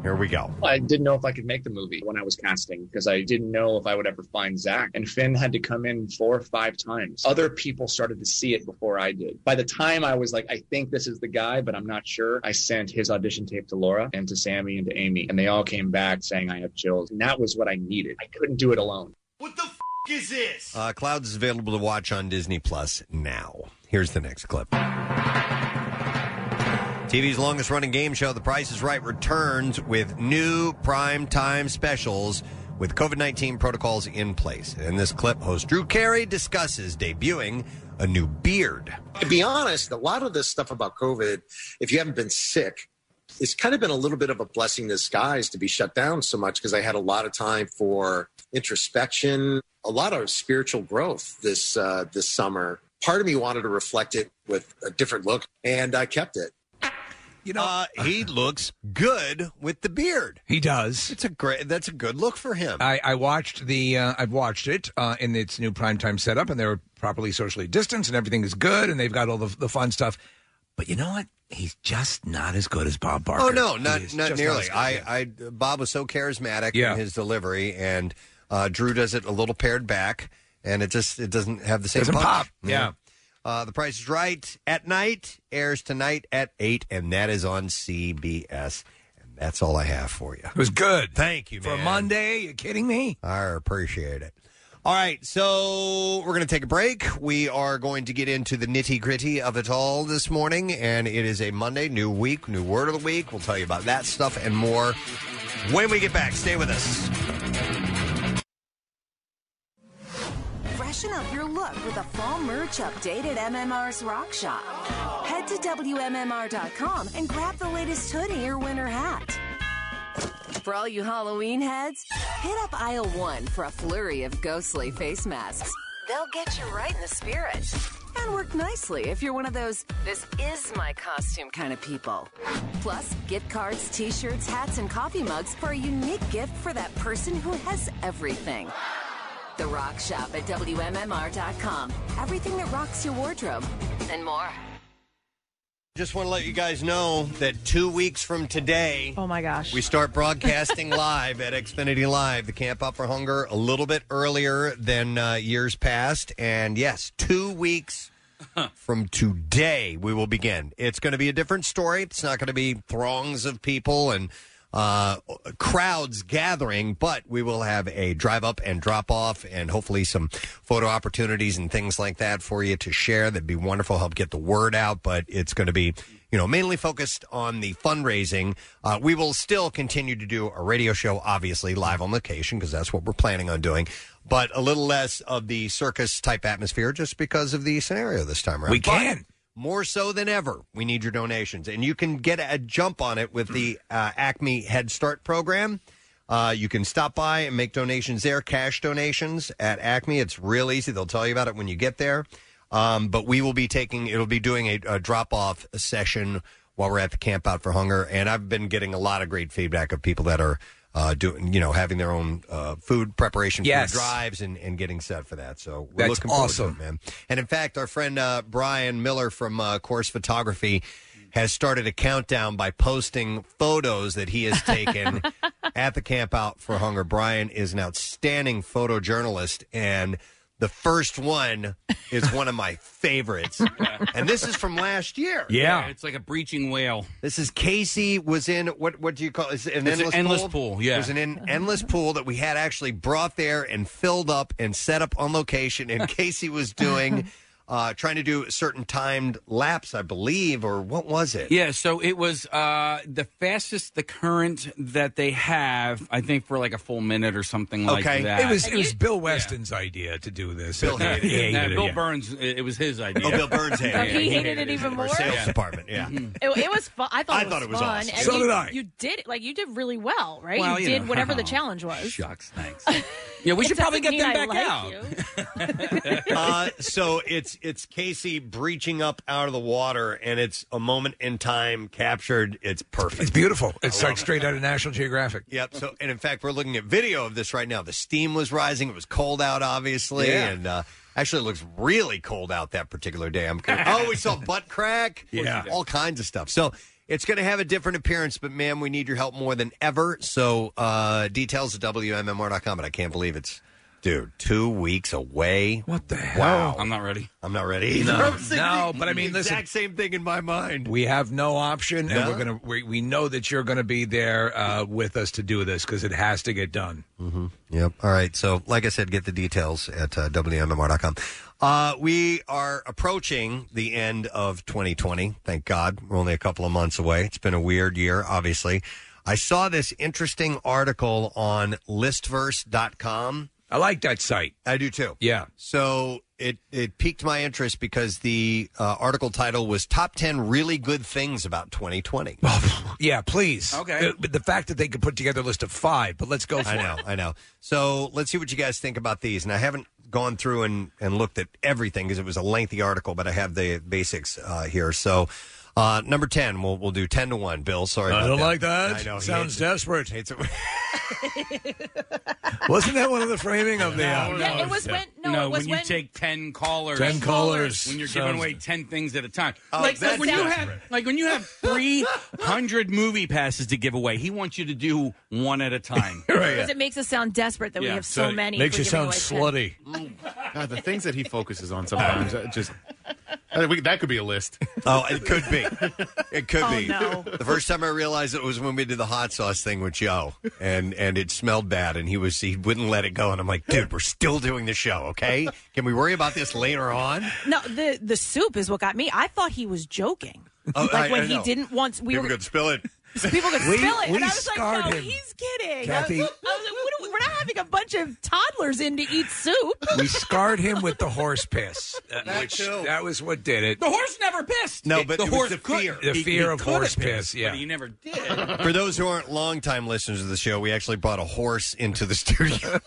[SPEAKER 2] Here we go.
[SPEAKER 16] I didn't know if I could make the movie when I was casting because I didn't know if I would ever find Zach. And Finn had to come in four or five times. Other people started to see it before I did. By the time I was like, I think this is the guy, but I'm not sure, I sent his audition tape to Laura and to Sammy and to Amy. And they all came back saying, I have chills. And that was what I needed. I couldn't do it alone.
[SPEAKER 11] Is this?
[SPEAKER 2] Uh, Clouds is available to watch on Disney Plus now. Here's the next clip. TV's longest running game show, The Price is Right, returns with new primetime specials with COVID 19 protocols in place. In this clip, host Drew Carey discusses debuting a new beard.
[SPEAKER 18] To be honest, a lot of this stuff about COVID, if you haven't been sick, it's kind of been a little bit of a blessing in disguise to be shut down so much because I had a lot of time for introspection, a lot of spiritual growth this uh, this summer. Part of me wanted to reflect it with a different look, and I kept it.
[SPEAKER 6] You know,
[SPEAKER 2] uh, he looks good with the beard.
[SPEAKER 6] He does.
[SPEAKER 2] It's a great. That's a good look for him.
[SPEAKER 6] I, I watched the. Uh, I've watched it uh, in its new primetime setup, and they're properly socially distanced, and everything is good, and they've got all the, the fun stuff. But you know what? He's just not as good as Bob Barker.
[SPEAKER 2] Oh no,
[SPEAKER 6] He
[SPEAKER 2] not
[SPEAKER 6] is
[SPEAKER 2] not
[SPEAKER 6] just
[SPEAKER 2] nearly.
[SPEAKER 6] as good.
[SPEAKER 2] I, I Bob was so charismatic
[SPEAKER 6] Yeah.
[SPEAKER 2] in his delivery, and uh, Drew does it a little pared back, and it just it doesn't have the same
[SPEAKER 6] Doesn't
[SPEAKER 2] punch.
[SPEAKER 6] pop. Yeah.
[SPEAKER 2] Uh, the Price is Right at night airs tonight at eight, and that is on CBS. And that's all I have for you. It
[SPEAKER 6] was good.
[SPEAKER 2] Thank you,
[SPEAKER 6] for
[SPEAKER 2] man.
[SPEAKER 6] Monday. You kidding me?
[SPEAKER 2] I appreciate it. All right, so we're going to take a break. We are going to get into the nitty gritty of it all this morning, and it is a Monday, new week, new word of the week. We'll tell you about that stuff and more when we get back. Stay with us.
[SPEAKER 19] Freshen up your look with a fall merch update at MMR's Rock Shop. Head to WMMR.com and grab the latest hoodie or winter hat. For all you Halloween heads, hit up aisle one for a flurry of ghostly face masks. They'll get you right in the spirit and work nicely if you're one of those this is my costume kind of people. Plus, gift cards, t shirts, hats, and coffee mugs for a unique gift for that person who has everything. The Rock Shop at WMMR.com. Everything that rocks your wardrobe and more.
[SPEAKER 2] Just want to let you guys know that two weeks from today,
[SPEAKER 5] Oh my gosh.
[SPEAKER 2] we start broadcasting live at Xfinity Live, the Camp Out for Hunger, a little bit earlier than uh, years past. And yes, two weeks from today, we will begin. It's going to be a different story. It's not going to be throngs of people and uh, crowds gathering, but we will have a drive up and drop off and hopefully some photo opportunities and things like that for you to share. That'd be wonderful. Help get the word out, but it's going to be. You know, mainly focused on the fundraising. Uh, we will still continue to do a radio show, obviously live on location, because that's what we're planning on doing. But a little less of the circus type atmosphere, just because of the scenario this time around.
[SPEAKER 6] We
[SPEAKER 2] But-
[SPEAKER 6] can.
[SPEAKER 2] more so than ever, we need your donations. And you can get a jump on it with the uh, Acme Head Start program. Uh, you can stop by and make donations there, cash donations at Acme. It's real easy. They'll tell you about it when you get there. Um, but we will be taking, it'll be doing a, a drop off session while we're at the Camp Out for Hunger. And I've been getting a lot of great feedback of people that are. uh, uh, doing, you know, having their own uh, food preparation,
[SPEAKER 6] Yes.
[SPEAKER 2] food drives, and, and getting set for that. So we're
[SPEAKER 6] That's
[SPEAKER 2] looking forward to
[SPEAKER 6] awesome.
[SPEAKER 2] it, man. And in fact, our friend uh, Brian Miller from uh, Course Photography has started a countdown by posting photos that he has taken at the Camp Out for Hunger. Brian is an outstanding photojournalist and. The first one is one of my favorites. and this is from last year.
[SPEAKER 7] it's like a breaching whale.
[SPEAKER 2] This is Casey was in what what do you call it? Is it an
[SPEAKER 7] It's an
[SPEAKER 2] endless,
[SPEAKER 7] endless
[SPEAKER 2] pool?
[SPEAKER 7] pool, yeah.
[SPEAKER 2] There's an en- endless pool that we had actually brought there and filled up and set up on location. And Casey was doing, uh, trying to do a certain timed lapse, I believe, or what was it?
[SPEAKER 7] Yeah, so it was uh, the fastest the current that they have, I think, for like a full minute or something like that.
[SPEAKER 6] It was it was Bill Weston's idea to do this.
[SPEAKER 7] Bill
[SPEAKER 6] Yeah,
[SPEAKER 7] hated it.
[SPEAKER 6] he hated
[SPEAKER 7] Yeah,
[SPEAKER 6] it,
[SPEAKER 7] Bill
[SPEAKER 6] yeah.
[SPEAKER 7] Burns, it it was his idea.
[SPEAKER 2] Oh, Bill Burns
[SPEAKER 7] hated
[SPEAKER 2] hated
[SPEAKER 7] it.
[SPEAKER 2] it.
[SPEAKER 7] Yeah, Mm-hmm.
[SPEAKER 3] he hated it even more.
[SPEAKER 2] Sales department, yeah.
[SPEAKER 3] It, it was fun. I thought
[SPEAKER 2] I
[SPEAKER 3] it was
[SPEAKER 2] thought it was
[SPEAKER 3] fun.
[SPEAKER 2] awesome.
[SPEAKER 3] And
[SPEAKER 2] So
[SPEAKER 3] you,
[SPEAKER 2] did I.
[SPEAKER 3] You did like you did really well, right?
[SPEAKER 7] Well,
[SPEAKER 3] you,
[SPEAKER 7] you
[SPEAKER 3] did
[SPEAKER 7] know,
[SPEAKER 3] whatever the
[SPEAKER 7] oh,
[SPEAKER 3] challenge was.
[SPEAKER 7] Shucks, thanks. Yeah, we
[SPEAKER 3] It
[SPEAKER 7] should probably
[SPEAKER 3] doesn't
[SPEAKER 7] get them
[SPEAKER 3] mean I
[SPEAKER 7] back
[SPEAKER 3] like
[SPEAKER 7] out.
[SPEAKER 3] you.
[SPEAKER 2] uh, so it's it's Casey breaching up out of the water, and it's a moment in time captured. It's perfect. It's
[SPEAKER 6] beautiful. It's like straight out of National Geographic.
[SPEAKER 2] Yep. So, and in fact, we're looking at video of this right now. The steam was rising. It was cold out, obviously,
[SPEAKER 6] Yeah.
[SPEAKER 2] and uh, actually, it looks really cold out that particular day. I'm. cur- oh, we saw butt crack.
[SPEAKER 6] Yeah.
[SPEAKER 2] All kinds of stuff. So. It's going to have a different appearance, but man, we need your help more than ever. So, uh, details at WMMR.com, but I can't believe it's, dude, two weeks away. What the hell? Wow. I'm
[SPEAKER 7] not ready.
[SPEAKER 2] I'm not ready either.
[SPEAKER 6] No,
[SPEAKER 2] I'm thinking
[SPEAKER 6] no,
[SPEAKER 2] the
[SPEAKER 6] but I mean, listen,
[SPEAKER 2] exact same thing in my mind.
[SPEAKER 6] We have no option, and
[SPEAKER 2] No?
[SPEAKER 6] we're gonna. We, we know that you're gonna be there uh, with us to do this because it has to get done.
[SPEAKER 2] Mm-hmm. Yep. All right. So, like I said, get the details at uh, WMMR.com. Uh, we are approaching the end of 2020. Thank God. We're only a couple of months away. It's been a weird year, obviously. I saw this interesting article on listverse.com.
[SPEAKER 6] I like that site.
[SPEAKER 2] I do too.
[SPEAKER 6] Yeah.
[SPEAKER 2] So it, it piqued my interest because the uh, article title was Top 10 Really Good Things About 2020.
[SPEAKER 6] Yeah, please. Okay. But the fact that they could put together a list of five, but let's go for
[SPEAKER 2] I know,
[SPEAKER 6] it.
[SPEAKER 2] I know. So let's see what you guys think about these. And I haven't gone through and, and looked at everything because it was a lengthy article, but I have the basics uh, here. So uh, number 10, we'll, we'll do 10 to 1. Bill, sorry.
[SPEAKER 6] I
[SPEAKER 2] about
[SPEAKER 6] don't like that.
[SPEAKER 2] I know. he hates
[SPEAKER 6] Sounds desperate.
[SPEAKER 2] Hates it.
[SPEAKER 6] Wasn't that one of the framing of the?
[SPEAKER 7] No,
[SPEAKER 6] uh,
[SPEAKER 7] no,
[SPEAKER 3] was
[SPEAKER 7] no.
[SPEAKER 3] when- no, it was
[SPEAKER 7] when you
[SPEAKER 3] when-
[SPEAKER 7] take ten callers,
[SPEAKER 6] 10 callers.
[SPEAKER 7] when you're
[SPEAKER 6] Sounds-
[SPEAKER 7] giving away ten things at a time.
[SPEAKER 6] Oh,
[SPEAKER 7] like,
[SPEAKER 6] that's
[SPEAKER 7] like when you
[SPEAKER 6] desperate.
[SPEAKER 7] have, like when you have three hundred movie passes to give away, he wants you to do one at a time.
[SPEAKER 3] Because it makes us sound desperate that we
[SPEAKER 7] Yeah,
[SPEAKER 3] have so,
[SPEAKER 7] so
[SPEAKER 3] many. Mm.
[SPEAKER 7] makes
[SPEAKER 3] if
[SPEAKER 7] you
[SPEAKER 3] we're giving
[SPEAKER 7] sound
[SPEAKER 3] away 10.
[SPEAKER 13] God, the things that he focuses on sometimes uh, just I think we- that could be a list.
[SPEAKER 2] Oh, it could be. It could
[SPEAKER 13] Oh,
[SPEAKER 2] be.
[SPEAKER 13] no.
[SPEAKER 2] The first time I realized it was when we did the hot sauce thing with Joe, and and it smelled bad, and he was he wouldn't let it go, and I'm like, dude, we're still doing the show, okay? Can we worry about this later on?
[SPEAKER 3] No, the the soup is what got me. I thought he was joking.
[SPEAKER 2] Oh, I-
[SPEAKER 3] like when
[SPEAKER 2] I
[SPEAKER 3] he
[SPEAKER 2] know.
[SPEAKER 3] didn't once we
[SPEAKER 2] People
[SPEAKER 3] were
[SPEAKER 2] could spill it.
[SPEAKER 3] people could
[SPEAKER 2] We-
[SPEAKER 3] spill it,
[SPEAKER 2] we
[SPEAKER 3] and I was like,
[SPEAKER 2] scarred
[SPEAKER 3] no,
[SPEAKER 2] him.
[SPEAKER 3] he's kidding.
[SPEAKER 6] Kathy.
[SPEAKER 3] I was, I was like, what are we, we're not having a bunch of toddlers in to eat soup.
[SPEAKER 6] we scarred him with the horse piss, uh, which that was what did it.
[SPEAKER 7] The horse never pissed.
[SPEAKER 6] No,
[SPEAKER 7] It-
[SPEAKER 6] but
[SPEAKER 7] the
[SPEAKER 6] it was
[SPEAKER 7] horse
[SPEAKER 6] the
[SPEAKER 7] could-
[SPEAKER 6] fear. The
[SPEAKER 7] he- he
[SPEAKER 6] fear of
[SPEAKER 7] could have
[SPEAKER 6] horse piss,
[SPEAKER 7] pissed,
[SPEAKER 6] yeah.
[SPEAKER 7] but he never did.
[SPEAKER 2] For those who aren't longtime listeners of the show, we actually brought a horse into the studio.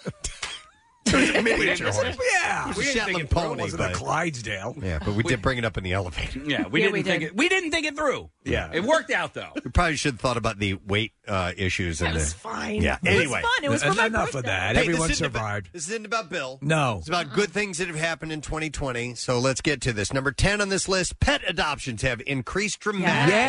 [SPEAKER 2] Miniature horse.
[SPEAKER 6] Yeah,
[SPEAKER 2] It was a Shetland pony,
[SPEAKER 6] wasn't a
[SPEAKER 2] but-
[SPEAKER 6] Clydesdale.
[SPEAKER 2] Yeah, but we did bring it up in the elevator.
[SPEAKER 7] Yeah, we didn't think it. We didn't think it through.
[SPEAKER 2] Yeah.
[SPEAKER 7] it worked out though.
[SPEAKER 2] We probably should have thought about the weight uh, issues. That
[SPEAKER 7] was
[SPEAKER 3] fine.
[SPEAKER 2] Yeah.
[SPEAKER 6] It was
[SPEAKER 2] anyway,
[SPEAKER 6] fun. It was for En- my enough of birthday. that.
[SPEAKER 2] Hey,
[SPEAKER 6] Everyone
[SPEAKER 2] this isn't about-
[SPEAKER 6] survived.
[SPEAKER 2] this isn't about Bill.
[SPEAKER 6] No.
[SPEAKER 2] it's about good things that have happened in 2020. So let's get to this. Number 10 on this list: pet adoptions have increased dramatically.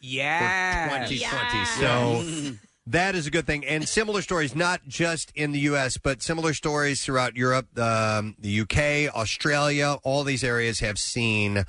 [SPEAKER 6] Yay! Yeah.
[SPEAKER 2] 2020. So that is a good thing. And similar stories, not just in the U.S., but similar stories throughout Europe, um, the U.K., Australia, all these areas have seen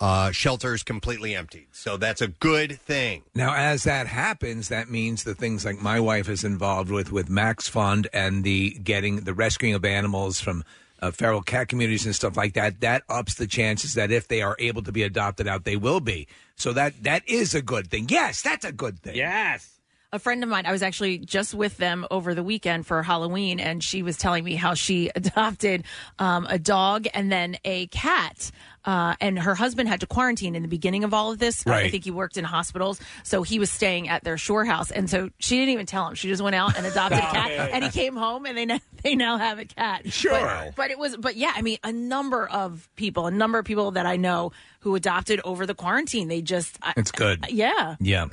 [SPEAKER 2] uh, shelters completely emptied. So that's a good thing.
[SPEAKER 6] Now, as that happens, that means the things like my wife is involved with, with Max Fund and the getting the rescuing of animals from uh, feral cat communities and stuff like that. That ups the chances that if they are able to be adopted out, they will be. So that that is a good thing. Yes, that's a good thing.
[SPEAKER 7] Yes.
[SPEAKER 3] a friend of mine, I was actually just with them over the weekend for Halloween, and she was telling me how she adopted um, a dog and then a cat. Uh, and her husband had to quarantine in the beginning of all of this. Uh, I
[SPEAKER 4] Right.
[SPEAKER 3] think he worked in hospitals. So he was staying at their shore house. And so she didn't even tell him. She just went out and adopted a cat. And he came home and they, now- they now have a cat.
[SPEAKER 6] Sure.
[SPEAKER 3] But, but it was, but yeah, I mean, a number of people, a number of people that I know who adopted over the quarantine. They just, I,
[SPEAKER 6] It's good.
[SPEAKER 3] yeah.
[SPEAKER 6] Yeah.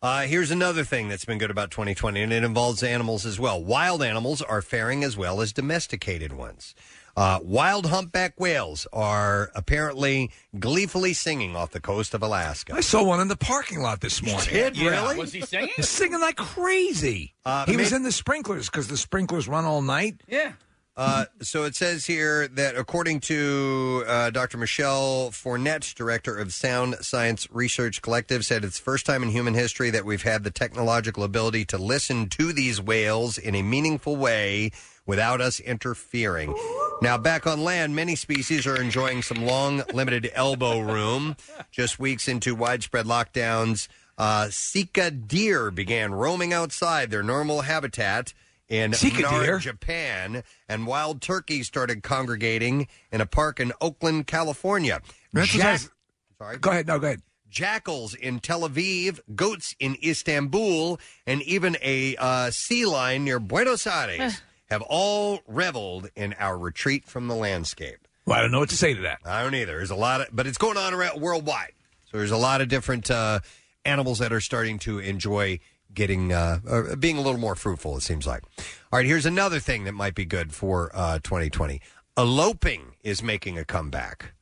[SPEAKER 2] Uh, here's another thing that's been good about 2020, and it involves animals as well. Wild animals are faring as well as domesticated ones. Uh, wild humpback whales are apparently gleefully singing off the coast of Alaska.
[SPEAKER 6] I saw one in the parking lot this morning.
[SPEAKER 2] did, Yeah. really?
[SPEAKER 7] Was he singing?
[SPEAKER 6] He's singing like crazy.
[SPEAKER 2] Uh,
[SPEAKER 6] he was
[SPEAKER 2] may-
[SPEAKER 6] in the sprinklers because the sprinklers run all night.
[SPEAKER 7] Yeah.
[SPEAKER 2] Uh, so it says here that according to uh, Dr. Michelle Fournette, director of Sound Science Research Collective, said it's the first time in human history that we've had the technological ability to listen to these whales in a meaningful way without us interfering. Now, back on land, many species are enjoying some long, limited elbow room. Just weeks into widespread lockdowns, uh, Sika deer began roaming outside their normal habitat in
[SPEAKER 6] Sika
[SPEAKER 2] Nara,
[SPEAKER 6] deer?
[SPEAKER 2] Japan, and wild turkeys started congregating in a park in Oakland, California.
[SPEAKER 6] That's what I was-
[SPEAKER 2] Sorry.
[SPEAKER 6] Go ahead. No, go ahead.
[SPEAKER 2] Jackals in Tel Aviv, goats in Istanbul, and even a uh, sea lion near Buenos Aires have all reveled in our retreat from the landscape.
[SPEAKER 6] Well, I don't know what to say to that.
[SPEAKER 2] I don't either. There's a lot of, but it's going on around worldwide. So there's a lot of different uh, animals that are starting to enjoy getting, uh, uh, being a little more fruitful. It seems like. All right, here's another thing that might be good for uh, 2020. Eloping is making a comeback.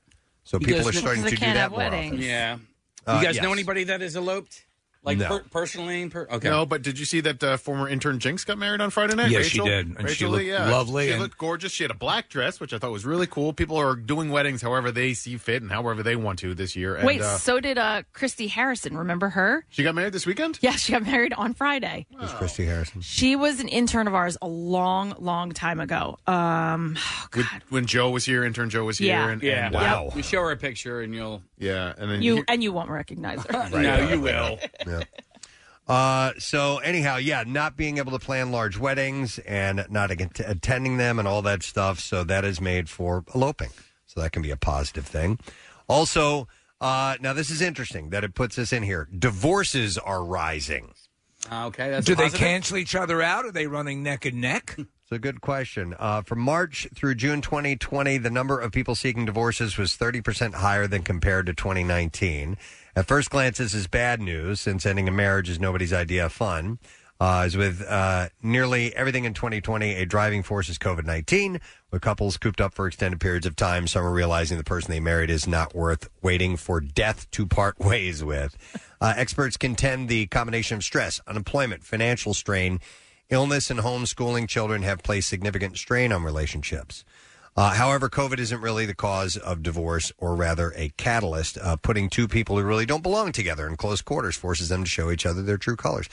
[SPEAKER 2] So
[SPEAKER 7] You
[SPEAKER 2] people
[SPEAKER 7] guys
[SPEAKER 2] are
[SPEAKER 7] know-
[SPEAKER 2] starting to do that more often.
[SPEAKER 7] Yeah.
[SPEAKER 2] Uh,
[SPEAKER 7] you guys
[SPEAKER 2] yes.
[SPEAKER 7] know anybody that is eloped? Like
[SPEAKER 2] No.
[SPEAKER 7] per- personally? Per- okay.
[SPEAKER 13] No, but did you see that uh, former intern Jinx got married on Friday night?
[SPEAKER 6] Yes, she
[SPEAKER 13] Rachel?
[SPEAKER 6] did, and she
[SPEAKER 13] Rachel
[SPEAKER 6] looked
[SPEAKER 13] Lee, yeah.
[SPEAKER 6] lovely
[SPEAKER 13] She
[SPEAKER 6] and-
[SPEAKER 13] looked gorgeous. She had a black dress, which I thought was really cool. People are doing weddings however they see fit and however they want to this year. And,
[SPEAKER 3] Wait,
[SPEAKER 13] uh,
[SPEAKER 3] so did uh, Christy Harrison. Remember her?
[SPEAKER 13] she got married this weekend.
[SPEAKER 3] Yeah, she got married on Friday.
[SPEAKER 2] Who's Christy Harrison?
[SPEAKER 3] She was an intern of ours a long, long time ago. Um,
[SPEAKER 13] With- when Joe was here, intern Joe was here.
[SPEAKER 3] Yeah.
[SPEAKER 13] And,
[SPEAKER 7] Yeah.
[SPEAKER 13] and,
[SPEAKER 7] Yep. You show her a picture and you'll.
[SPEAKER 13] Yeah, and then
[SPEAKER 3] you and you won't recognize her.
[SPEAKER 2] Right.
[SPEAKER 7] No, you will.
[SPEAKER 2] Yeah. Uh, so anyhow, yeah, not being able to plan large weddings and not at- attending them and all that stuff. So that is made for eloping. So that can be a positive thing. Also, uh, now this is interesting that it puts this in here. Divorces are rising.
[SPEAKER 7] Ah, Okay. That's
[SPEAKER 6] do
[SPEAKER 7] a
[SPEAKER 6] they
[SPEAKER 7] positive.
[SPEAKER 6] cancel each other out? Are they running neck and neck?
[SPEAKER 2] It's a good question. Uh, from March through June 2020, the number of people seeking divorces was 30% higher than compared to 2019. At first glance, this is bad news since ending a marriage is nobody's idea of fun. Uh, as with uh, nearly everything in 2020, a driving force is COVID 19, with couples cooped up for extended periods of time. Some are realizing the person they married is not worth waiting for death to part ways with. Uh, experts contend the combination of stress, unemployment, financial strain, Illness and homeschooling children have placed significant strain on relationships. Uh, however, COVID isn't really the cause of divorce, or rather a catalyst. Uh, putting two people who really don't belong together in close quarters forces them to show each other their true colors.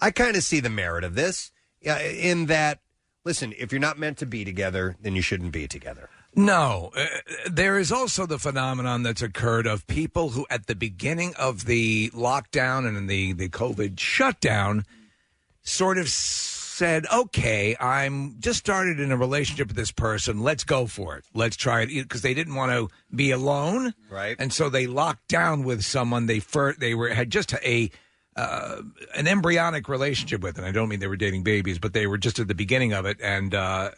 [SPEAKER 2] I kind of see the merit of this uh, in that, listen, if you're not meant to be together, then you shouldn't be together.
[SPEAKER 6] No, uh, there is also the phenomenon that's occurred of people who, at the beginning of the lockdown and in the the COVID shutdown, sort of said, "Okay, I'm just started in a relationship with this person. Let's go for it. Let's try it," because they didn't want to be alone,
[SPEAKER 2] right?
[SPEAKER 6] And so they locked down with someone they fir- they were had just a. Uh, an embryonic relationship with, and I don't mean they were dating babies, but they were just at the beginning of it, and uh,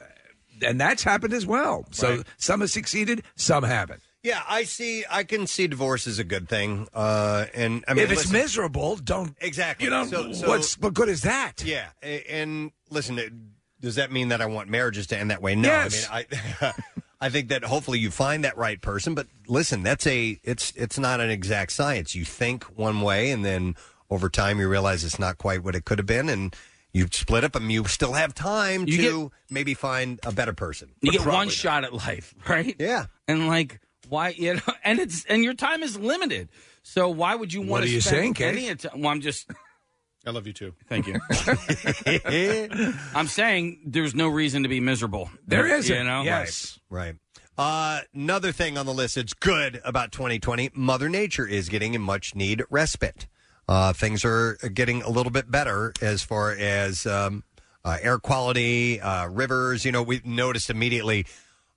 [SPEAKER 6] and that's happened as well. So some have succeeded, some haven't.
[SPEAKER 2] Yeah, I see. I can see divorce is a good thing. Uh, and I mean,
[SPEAKER 6] if it's
[SPEAKER 2] listen-
[SPEAKER 6] miserable, don't
[SPEAKER 2] exactly.
[SPEAKER 6] You know
[SPEAKER 2] So- so-
[SPEAKER 6] what's what good is that?
[SPEAKER 2] Yeah, a- and listen, it- does that mean that I want marriages to end that way? No,
[SPEAKER 6] Yes.
[SPEAKER 2] I mean I. I think that hopefully you find that right person, but listen, that's a it's it's not an exact science. You think one way, and then over time you realize it's not quite what it could have been, and you split up, and you still have time
[SPEAKER 7] You
[SPEAKER 2] to maybe find a better person.
[SPEAKER 7] You
[SPEAKER 2] But
[SPEAKER 7] get
[SPEAKER 2] probably
[SPEAKER 7] one
[SPEAKER 2] not.
[SPEAKER 7] shot at life, right?
[SPEAKER 2] Yeah.
[SPEAKER 7] And like, why? You know, and it's and your time is limited. So why would you want
[SPEAKER 6] What
[SPEAKER 7] to
[SPEAKER 6] are you
[SPEAKER 7] spend
[SPEAKER 6] saying, Keith?
[SPEAKER 7] any of time? Well, I'm just.
[SPEAKER 13] I love you too.
[SPEAKER 7] Thank you. I'm saying there's no reason to be miserable.
[SPEAKER 2] There isn't,
[SPEAKER 7] You know.
[SPEAKER 2] yes. Right. Uh, another thing on the list that's good about 2020 Mother Nature is getting a much need respite. Uh, things are getting a little bit better as far as um, uh, air quality, uh, rivers. You know, we noticed immediately.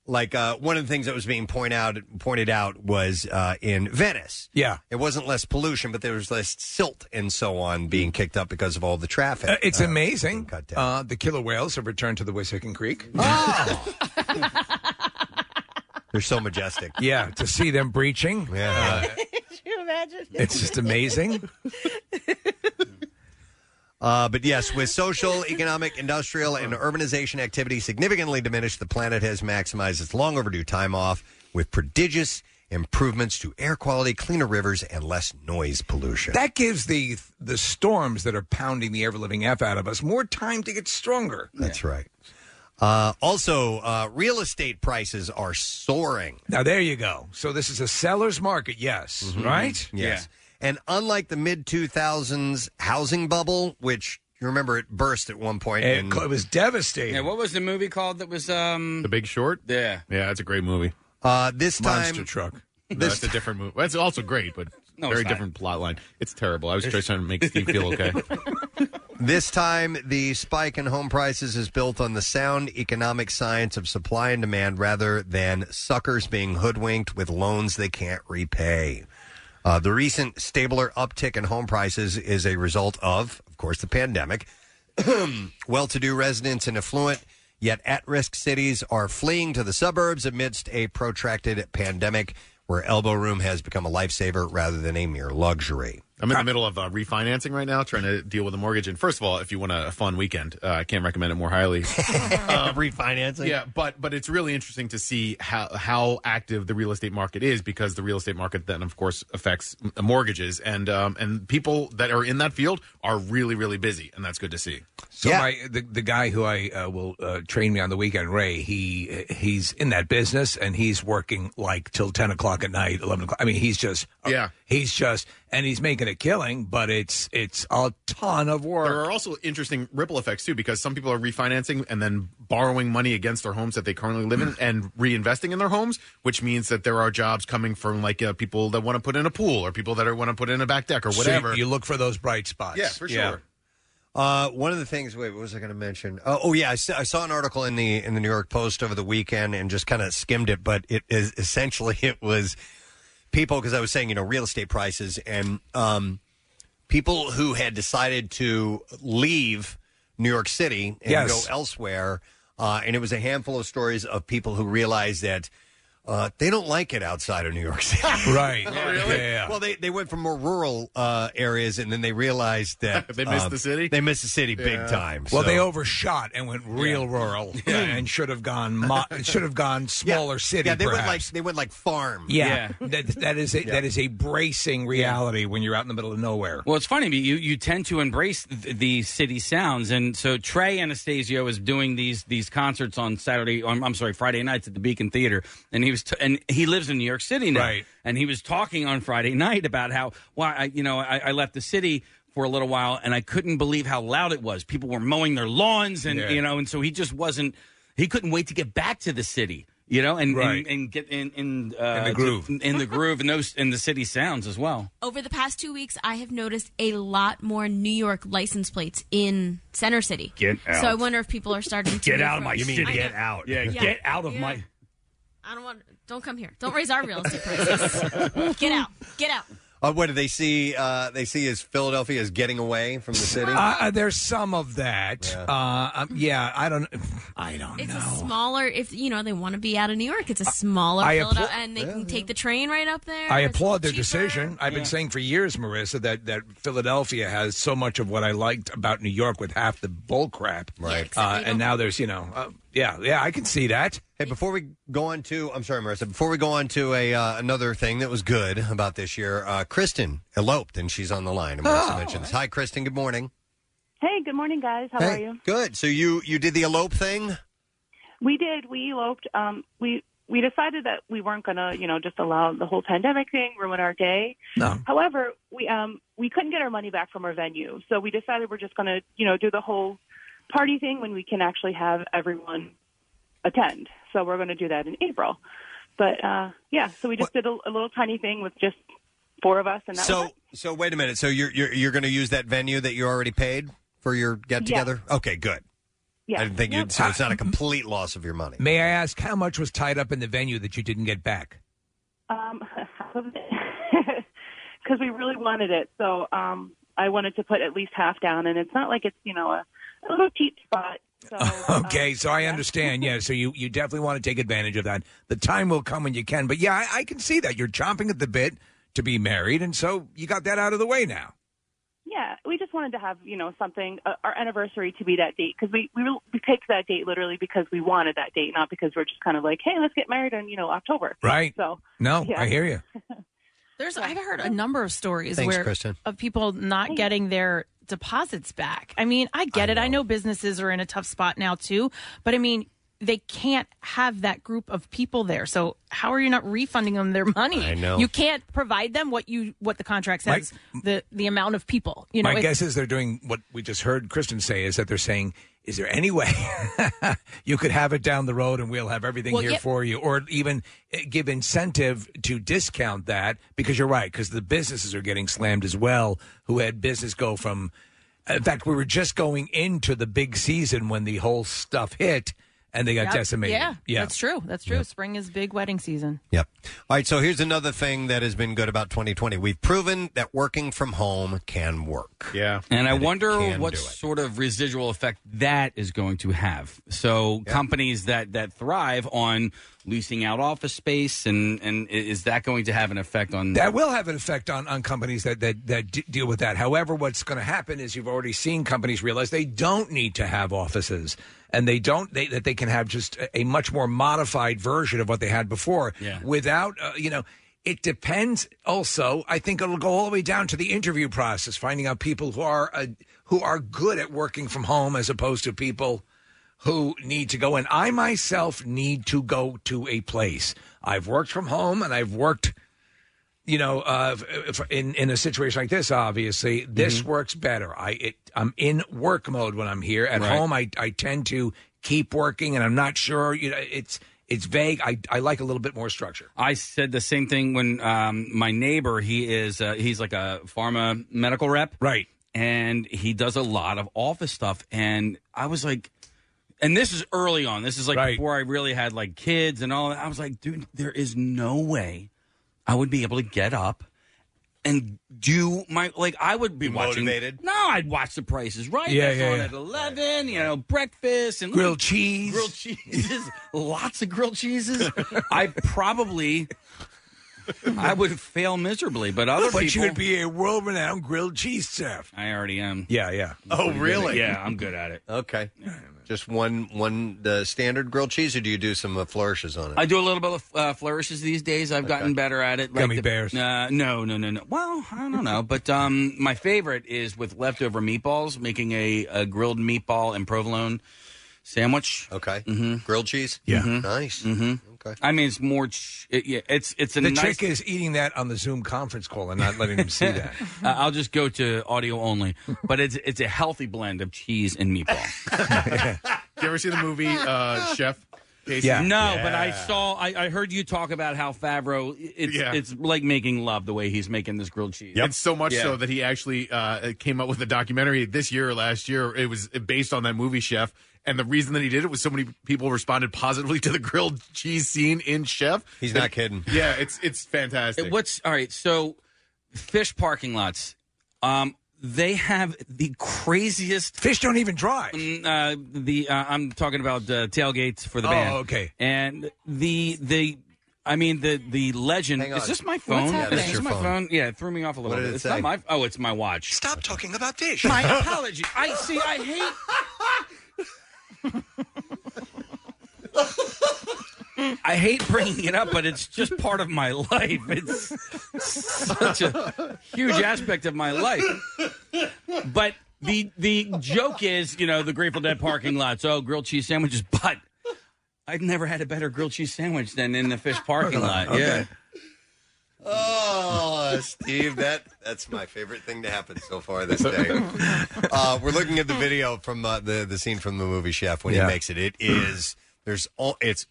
[SPEAKER 2] Like uh, one of the things that was being point out, pointed out was uh, in Venice.
[SPEAKER 6] Yeah.
[SPEAKER 2] It wasn't less pollution, but there was less silt and so on being kicked up because of all the traffic.
[SPEAKER 6] Uh, it's
[SPEAKER 2] uh,
[SPEAKER 6] amazing. Uh, the killer whales have returned to the Wissahickon Creek.
[SPEAKER 2] Oh. They're so majestic.
[SPEAKER 6] yeah, to see them breaching.
[SPEAKER 2] Yeah.
[SPEAKER 6] it's just amazing.
[SPEAKER 2] Uh, but yes, with social, economic, industrial, and urbanization activity significantly diminished, the planet has maximized its long overdue time off with prodigious improvements to air quality, cleaner rivers, and less noise pollution.
[SPEAKER 6] That gives the the storms that are pounding the ever living f out of us more time to get stronger.
[SPEAKER 2] That's right. Uh, also, uh, real estate prices are soaring.
[SPEAKER 6] Now there you go. So this is a seller's market, yes, right?
[SPEAKER 2] Mm-hmm. Yes. And unlike the mid 2000s housing bubble, which you remember it burst at one point,
[SPEAKER 6] It
[SPEAKER 2] and
[SPEAKER 6] cl- it was devastating.
[SPEAKER 7] Yeah, what was the movie called that was um
[SPEAKER 13] The Big Short.
[SPEAKER 7] Yeah,
[SPEAKER 13] yeah, it's a great movie.
[SPEAKER 2] Uh, this
[SPEAKER 13] Monster
[SPEAKER 2] time-
[SPEAKER 13] Truck.
[SPEAKER 2] This
[SPEAKER 13] That's a different movie. That's also great, but
[SPEAKER 2] No, it's
[SPEAKER 13] very
[SPEAKER 2] not.
[SPEAKER 13] different plot line. It's terrible. I was just trying to make Steve feel okay.
[SPEAKER 2] This time, the spike in home prices is built on the sound economic science of supply and demand rather than suckers being hoodwinked with loans they can't repay. Uh, the recent stabler uptick in home prices is a result of, of course, the pandemic. well to do residents in affluent yet at risk cities are fleeing to the suburbs amidst a protracted pandemic where elbow room has become a lifesaver rather than a mere luxury.
[SPEAKER 13] I'm in the middle of uh, refinancing right now, trying to deal with a mortgage. And first of all, if you want a fun weekend, uh, I can't recommend it more highly. Um,
[SPEAKER 2] refinancing.
[SPEAKER 13] Yeah, but but it's really interesting to see how how active the real estate market is because the real estate market then of course affects m- mortgages and um, and people that are in that field are really really busy and that's good to see.
[SPEAKER 6] So my the, the guy who I uh, will uh, train me on the weekend, Ray, he he's in that business and he's working like till ten o'clock at night, eleven o'clock. I mean, he's just yeah, he's just and he's making a killing, but it's it's a ton of work.
[SPEAKER 13] There are also interesting ripple effects too, because some people are refinancing and then borrowing money against their homes that they currently live in and reinvesting in their homes, which means that there are jobs coming from like uh, people that want to put in a pool or people that want to put in a back deck or
[SPEAKER 6] So
[SPEAKER 13] whatever.
[SPEAKER 6] you look for those bright spots.
[SPEAKER 13] Yeah, for sure.
[SPEAKER 2] Uh, one of the things. Wait, what was I going to mention? Oh, oh yeah, I saw, I saw an article in the in the New York Post over the weekend and just kind of skimmed it, but it is essentially it was people because I was saying you know real estate prices and um, people who had decided to leave New York City and
[SPEAKER 6] Yes.
[SPEAKER 2] go elsewhere, uh, and it was a handful of stories of people who realized that. Uh, they don't like it outside of New York City,
[SPEAKER 6] Right. Oh, really? Yeah.
[SPEAKER 2] Well, they, they went from more rural uh, areas, and then they realized that um,
[SPEAKER 6] They missed the
[SPEAKER 13] city.
[SPEAKER 2] They missed the city big time.
[SPEAKER 6] Well,
[SPEAKER 2] so-
[SPEAKER 6] they overshot and went real rural yeah, and should have gone mo- should have gone smaller city.
[SPEAKER 2] Yeah, they went like
[SPEAKER 6] perhaps.
[SPEAKER 2] they went like farm.
[SPEAKER 6] Yeah, that that is a, that is a bracing reality when you're out in the middle of nowhere.
[SPEAKER 7] Well, it's funny. but You you tend to embrace th- the city sounds, and so Trey Anastasio is doing these these concerts on Saturday. I'm, I'm sorry, Friday nights at the Beacon Theater, and he was t- and he lives in New York City now,
[SPEAKER 6] Right.
[SPEAKER 7] and he was talking on Friday night about how why I, you know I, I left the city for a little while, and I couldn't believe how loud it was. People were mowing their lawns, and
[SPEAKER 6] Yeah.
[SPEAKER 7] you know, and so he just wasn't he couldn't wait to get back to the city. You know, and,
[SPEAKER 6] Right.
[SPEAKER 7] and, and get in in, uh,
[SPEAKER 6] the groove.
[SPEAKER 7] in the groove, and those in the city sounds as well.
[SPEAKER 4] Over the past two weeks, I have noticed a lot more New York license plates in Center City.
[SPEAKER 7] Get out.
[SPEAKER 4] So I wonder if people are starting to
[SPEAKER 7] Get
[SPEAKER 4] move
[SPEAKER 7] out
[SPEAKER 4] from-
[SPEAKER 7] of my You mean city. get
[SPEAKER 4] I know.
[SPEAKER 7] out. Yeah, get out of my-
[SPEAKER 4] I don't want. Don't come here. Don't raise our real estate prices. get out. Get out.
[SPEAKER 2] Uh, what do they see? Uh, they see as Philadelphia is getting away from the city.
[SPEAKER 6] Uh, uh, there's some of that. Yeah. Uh, um, yeah, I don't. I
[SPEAKER 7] Oh,
[SPEAKER 6] don't
[SPEAKER 4] It's
[SPEAKER 6] know.
[SPEAKER 4] a smaller. If you know they want to be out of New York, it's a smaller.
[SPEAKER 6] I
[SPEAKER 4] Philadelphia,
[SPEAKER 6] appla-
[SPEAKER 4] and they can take the train right up there.
[SPEAKER 6] I
[SPEAKER 4] It's
[SPEAKER 6] applaud their
[SPEAKER 4] cheaper.
[SPEAKER 6] decision. I've been saying for years, Marissa, that, that Philadelphia has so much of what I liked about New York with half the bull crap. Right. Uh, and now there's, you know, uh, yeah, yeah, I can see that.
[SPEAKER 2] Hey, before we go on to, I'm sorry, Marissa. Before we go on to a uh, another thing that was good about this year, uh, Kristen eloped and she's on the line. And Marissa
[SPEAKER 14] Oh.
[SPEAKER 2] mentioned this. Hi, Kristen. Good morning.
[SPEAKER 14] Hey, good morning, guys. How
[SPEAKER 2] Hey,
[SPEAKER 14] are you?
[SPEAKER 2] Good. So you you did the elope thing.
[SPEAKER 14] We did. We eloped. Um, we we decided that we weren't gonna, you know, just allow the whole pandemic thing ruin our day.
[SPEAKER 6] No.
[SPEAKER 14] However, we um we couldn't get our money back from our venue, so we decided we're just gonna, you know, do the whole party thing when we can actually have everyone attend. So we're gonna do that in April. But uh, yeah, so we just did a, a little tiny thing with just four of us, and that was
[SPEAKER 2] So so wait a minute. So you're you're, you're going to use that venue that you already paid for your get together? Okay, good.
[SPEAKER 14] Yeah.
[SPEAKER 2] I didn't think you'd. So it's not a complete loss of your money.
[SPEAKER 6] May I ask how much was tied up in the venue that you didn't get back?
[SPEAKER 14] Um, half of it, because we really wanted it. So um, I wanted to put at least half down, and it's not like it's you know a, a little cheap spot. So
[SPEAKER 6] Uh. Okay, so I understand. Yeah, so you, you definitely want to take advantage of that. The time will come when you can. But yeah, I, I can see that. You're chomping at the bit to be married, and so you got that out of the way now.
[SPEAKER 14] yeah, yeah, we just wanted to have you know something uh, our anniversary to be that date because we we, re- we picked that date literally because we wanted that date, not because we're just kind of like, hey, let's get married in you know October.
[SPEAKER 6] Right.
[SPEAKER 14] So
[SPEAKER 6] No,
[SPEAKER 14] yeah.
[SPEAKER 6] I hear you.
[SPEAKER 3] There's I've heard a number of stories
[SPEAKER 6] Thanks,
[SPEAKER 3] where
[SPEAKER 6] Kristen.
[SPEAKER 3] of people not getting their deposits back. I mean, I get it. I know businesses are in a tough spot now too, but I mean, they can't have that group of people there. So how are you not refunding them their money?
[SPEAKER 6] I know.
[SPEAKER 3] You can't provide them what you what the contract
[SPEAKER 6] Mike-
[SPEAKER 3] says, the the amount of people. You know,
[SPEAKER 6] My
[SPEAKER 3] it's-
[SPEAKER 6] guess is they're doing what we just heard Kristen say is that they're saying, is there any way you could have it down the road and we'll have everything
[SPEAKER 3] Well,
[SPEAKER 6] here
[SPEAKER 3] yeah.
[SPEAKER 6] for you? Or even eh, give incentive to discount that because you're right, because the businesses are getting slammed as well, who had business go from. In fact, we were just going into the big season when the whole stuff hit and they got
[SPEAKER 3] Yep.
[SPEAKER 6] decimated.
[SPEAKER 3] Yeah, that's true. That's true.
[SPEAKER 2] Yeah.
[SPEAKER 3] Spring is big wedding season.
[SPEAKER 2] Yep. All right. So here's another thing that has been good about 2020. We've proven that working from home can work.
[SPEAKER 13] Yeah.
[SPEAKER 7] And I wonder
[SPEAKER 2] can
[SPEAKER 7] what
[SPEAKER 2] do it.
[SPEAKER 7] sort of residual effect that is going to have. So companies that that thrive on leasing out office space and and i- is that going to have an effect on
[SPEAKER 6] That will have an effect on, on companies that that, that d- deal with that. However, what's going to happen is you've already seen companies realize they don't need to have offices, and they don't they, that they can have just a, a much more modified version of what they had before.
[SPEAKER 7] Yeah.
[SPEAKER 6] Without uh, you know, it depends. Also, I think it'll go all the way down to the interview process, finding out people who are uh, who are good at working from home as opposed to people who need to go and I myself need to go to a place. I've worked from home and I've worked you know, uh, if, if- in in a situation like this, obviously, this
[SPEAKER 2] Mm-hmm.
[SPEAKER 6] works better. I it, I'm in work mode when I'm here. At
[SPEAKER 7] Right.
[SPEAKER 6] home, I I tend to keep working, and I'm not sure. You know, it's it's vague. I I like a little bit more structure.
[SPEAKER 7] I said the same thing when um, my neighbor. He is uh, he's like a pharma medical rep,
[SPEAKER 6] right?
[SPEAKER 7] And he does a lot of office stuff. And I was like, and this is early on. This is like before I really had like kids and all. that. I was like, dude, there is no way I would be able to get up and do my like. I would be watching.
[SPEAKER 2] Motivated?
[SPEAKER 7] No, I'd watch The Price is Right.
[SPEAKER 6] Yeah,
[SPEAKER 7] That's
[SPEAKER 6] yeah,
[SPEAKER 7] on
[SPEAKER 6] yeah.
[SPEAKER 7] at eleven. You know, breakfast and
[SPEAKER 6] Grilled cheese.
[SPEAKER 7] grilled cheeses, lots of grilled cheeses. I probably I would fail miserably, but other
[SPEAKER 6] but
[SPEAKER 7] people.
[SPEAKER 6] you would be a world renowned grilled cheese chef.
[SPEAKER 7] I already am.
[SPEAKER 6] Yeah, yeah.
[SPEAKER 2] Oh, really?
[SPEAKER 7] Yeah, I'm good at it.
[SPEAKER 2] Okay. Just one one the standard grilled cheese, or do you do some uh, flourishes on it?
[SPEAKER 7] I do a little bit of uh, flourishes these days. I've gotten
[SPEAKER 2] Okay.
[SPEAKER 7] better at it.
[SPEAKER 2] Gummy
[SPEAKER 7] the-
[SPEAKER 2] bears.
[SPEAKER 7] Uh, no, no, no, no. Well, I don't know, but um, my favorite is with leftover meatballs, making a, a grilled meatball and provolone sandwich.
[SPEAKER 2] Okay.
[SPEAKER 7] Mm-hmm.
[SPEAKER 2] Grilled cheese.
[SPEAKER 7] Yeah.
[SPEAKER 2] Nice.
[SPEAKER 7] Mm-hmm.
[SPEAKER 2] Okay.
[SPEAKER 7] I mean, it's more. Ch- it, yeah, it's it's a
[SPEAKER 6] the
[SPEAKER 7] nice
[SPEAKER 6] trick is eating that on the Zoom conference call and not letting them see that.
[SPEAKER 7] Uh, I'll just go to audio only, but it's it's a healthy blend of cheese and meatball.
[SPEAKER 13] Did you ever see the movie uh, Chef? Casey?
[SPEAKER 7] No, but I saw I, I heard you talk about how Favreau it's
[SPEAKER 13] Yeah.
[SPEAKER 7] it's like making love the way he's making this grilled cheese.
[SPEAKER 13] It's so much
[SPEAKER 7] Yeah.
[SPEAKER 13] so that he actually uh, came up with a documentary this year or last year. It was based on that movie, Chef. And the reason that he did it was so many people responded positively to the grilled cheese scene in Chef.
[SPEAKER 2] He's
[SPEAKER 13] That-
[SPEAKER 2] not kidding.
[SPEAKER 13] Yeah, it's it's fantastic.
[SPEAKER 7] What's all right? So, fish parking lots, um, they have the craziest.
[SPEAKER 6] Fish don't even drive.
[SPEAKER 7] uh, the uh, I'm talking about uh, tailgates for the
[SPEAKER 6] Oh,
[SPEAKER 7] band.
[SPEAKER 6] okay.
[SPEAKER 7] And the the. I mean the the legend.
[SPEAKER 6] Hang on.
[SPEAKER 7] Is this my
[SPEAKER 6] What's
[SPEAKER 7] phone?
[SPEAKER 6] happening?
[SPEAKER 7] Is
[SPEAKER 6] That's your
[SPEAKER 7] this my
[SPEAKER 6] phone.
[SPEAKER 7] phone? Yeah, it threw me off a little bit.
[SPEAKER 6] What did it
[SPEAKER 7] it's
[SPEAKER 6] say?
[SPEAKER 7] not my. Oh, it's my watch.
[SPEAKER 6] Stop talking about fish.
[SPEAKER 7] My apology. I see. I hate. I hate bringing it up, but it's just part of my life. It's such a huge aspect of my life. But the the joke is, you know, the Grateful Dead parking lots. Oh, grilled cheese sandwiches, but I've never had a better grilled cheese sandwich than in the fish parking lot. Yeah.
[SPEAKER 2] Oh, Steve, that that's my favorite thing to happen so far this day. Uh, we're looking at the video from uh, the the scene from the movie Chef when he
[SPEAKER 6] Yeah.
[SPEAKER 2] makes it. It is there's all it's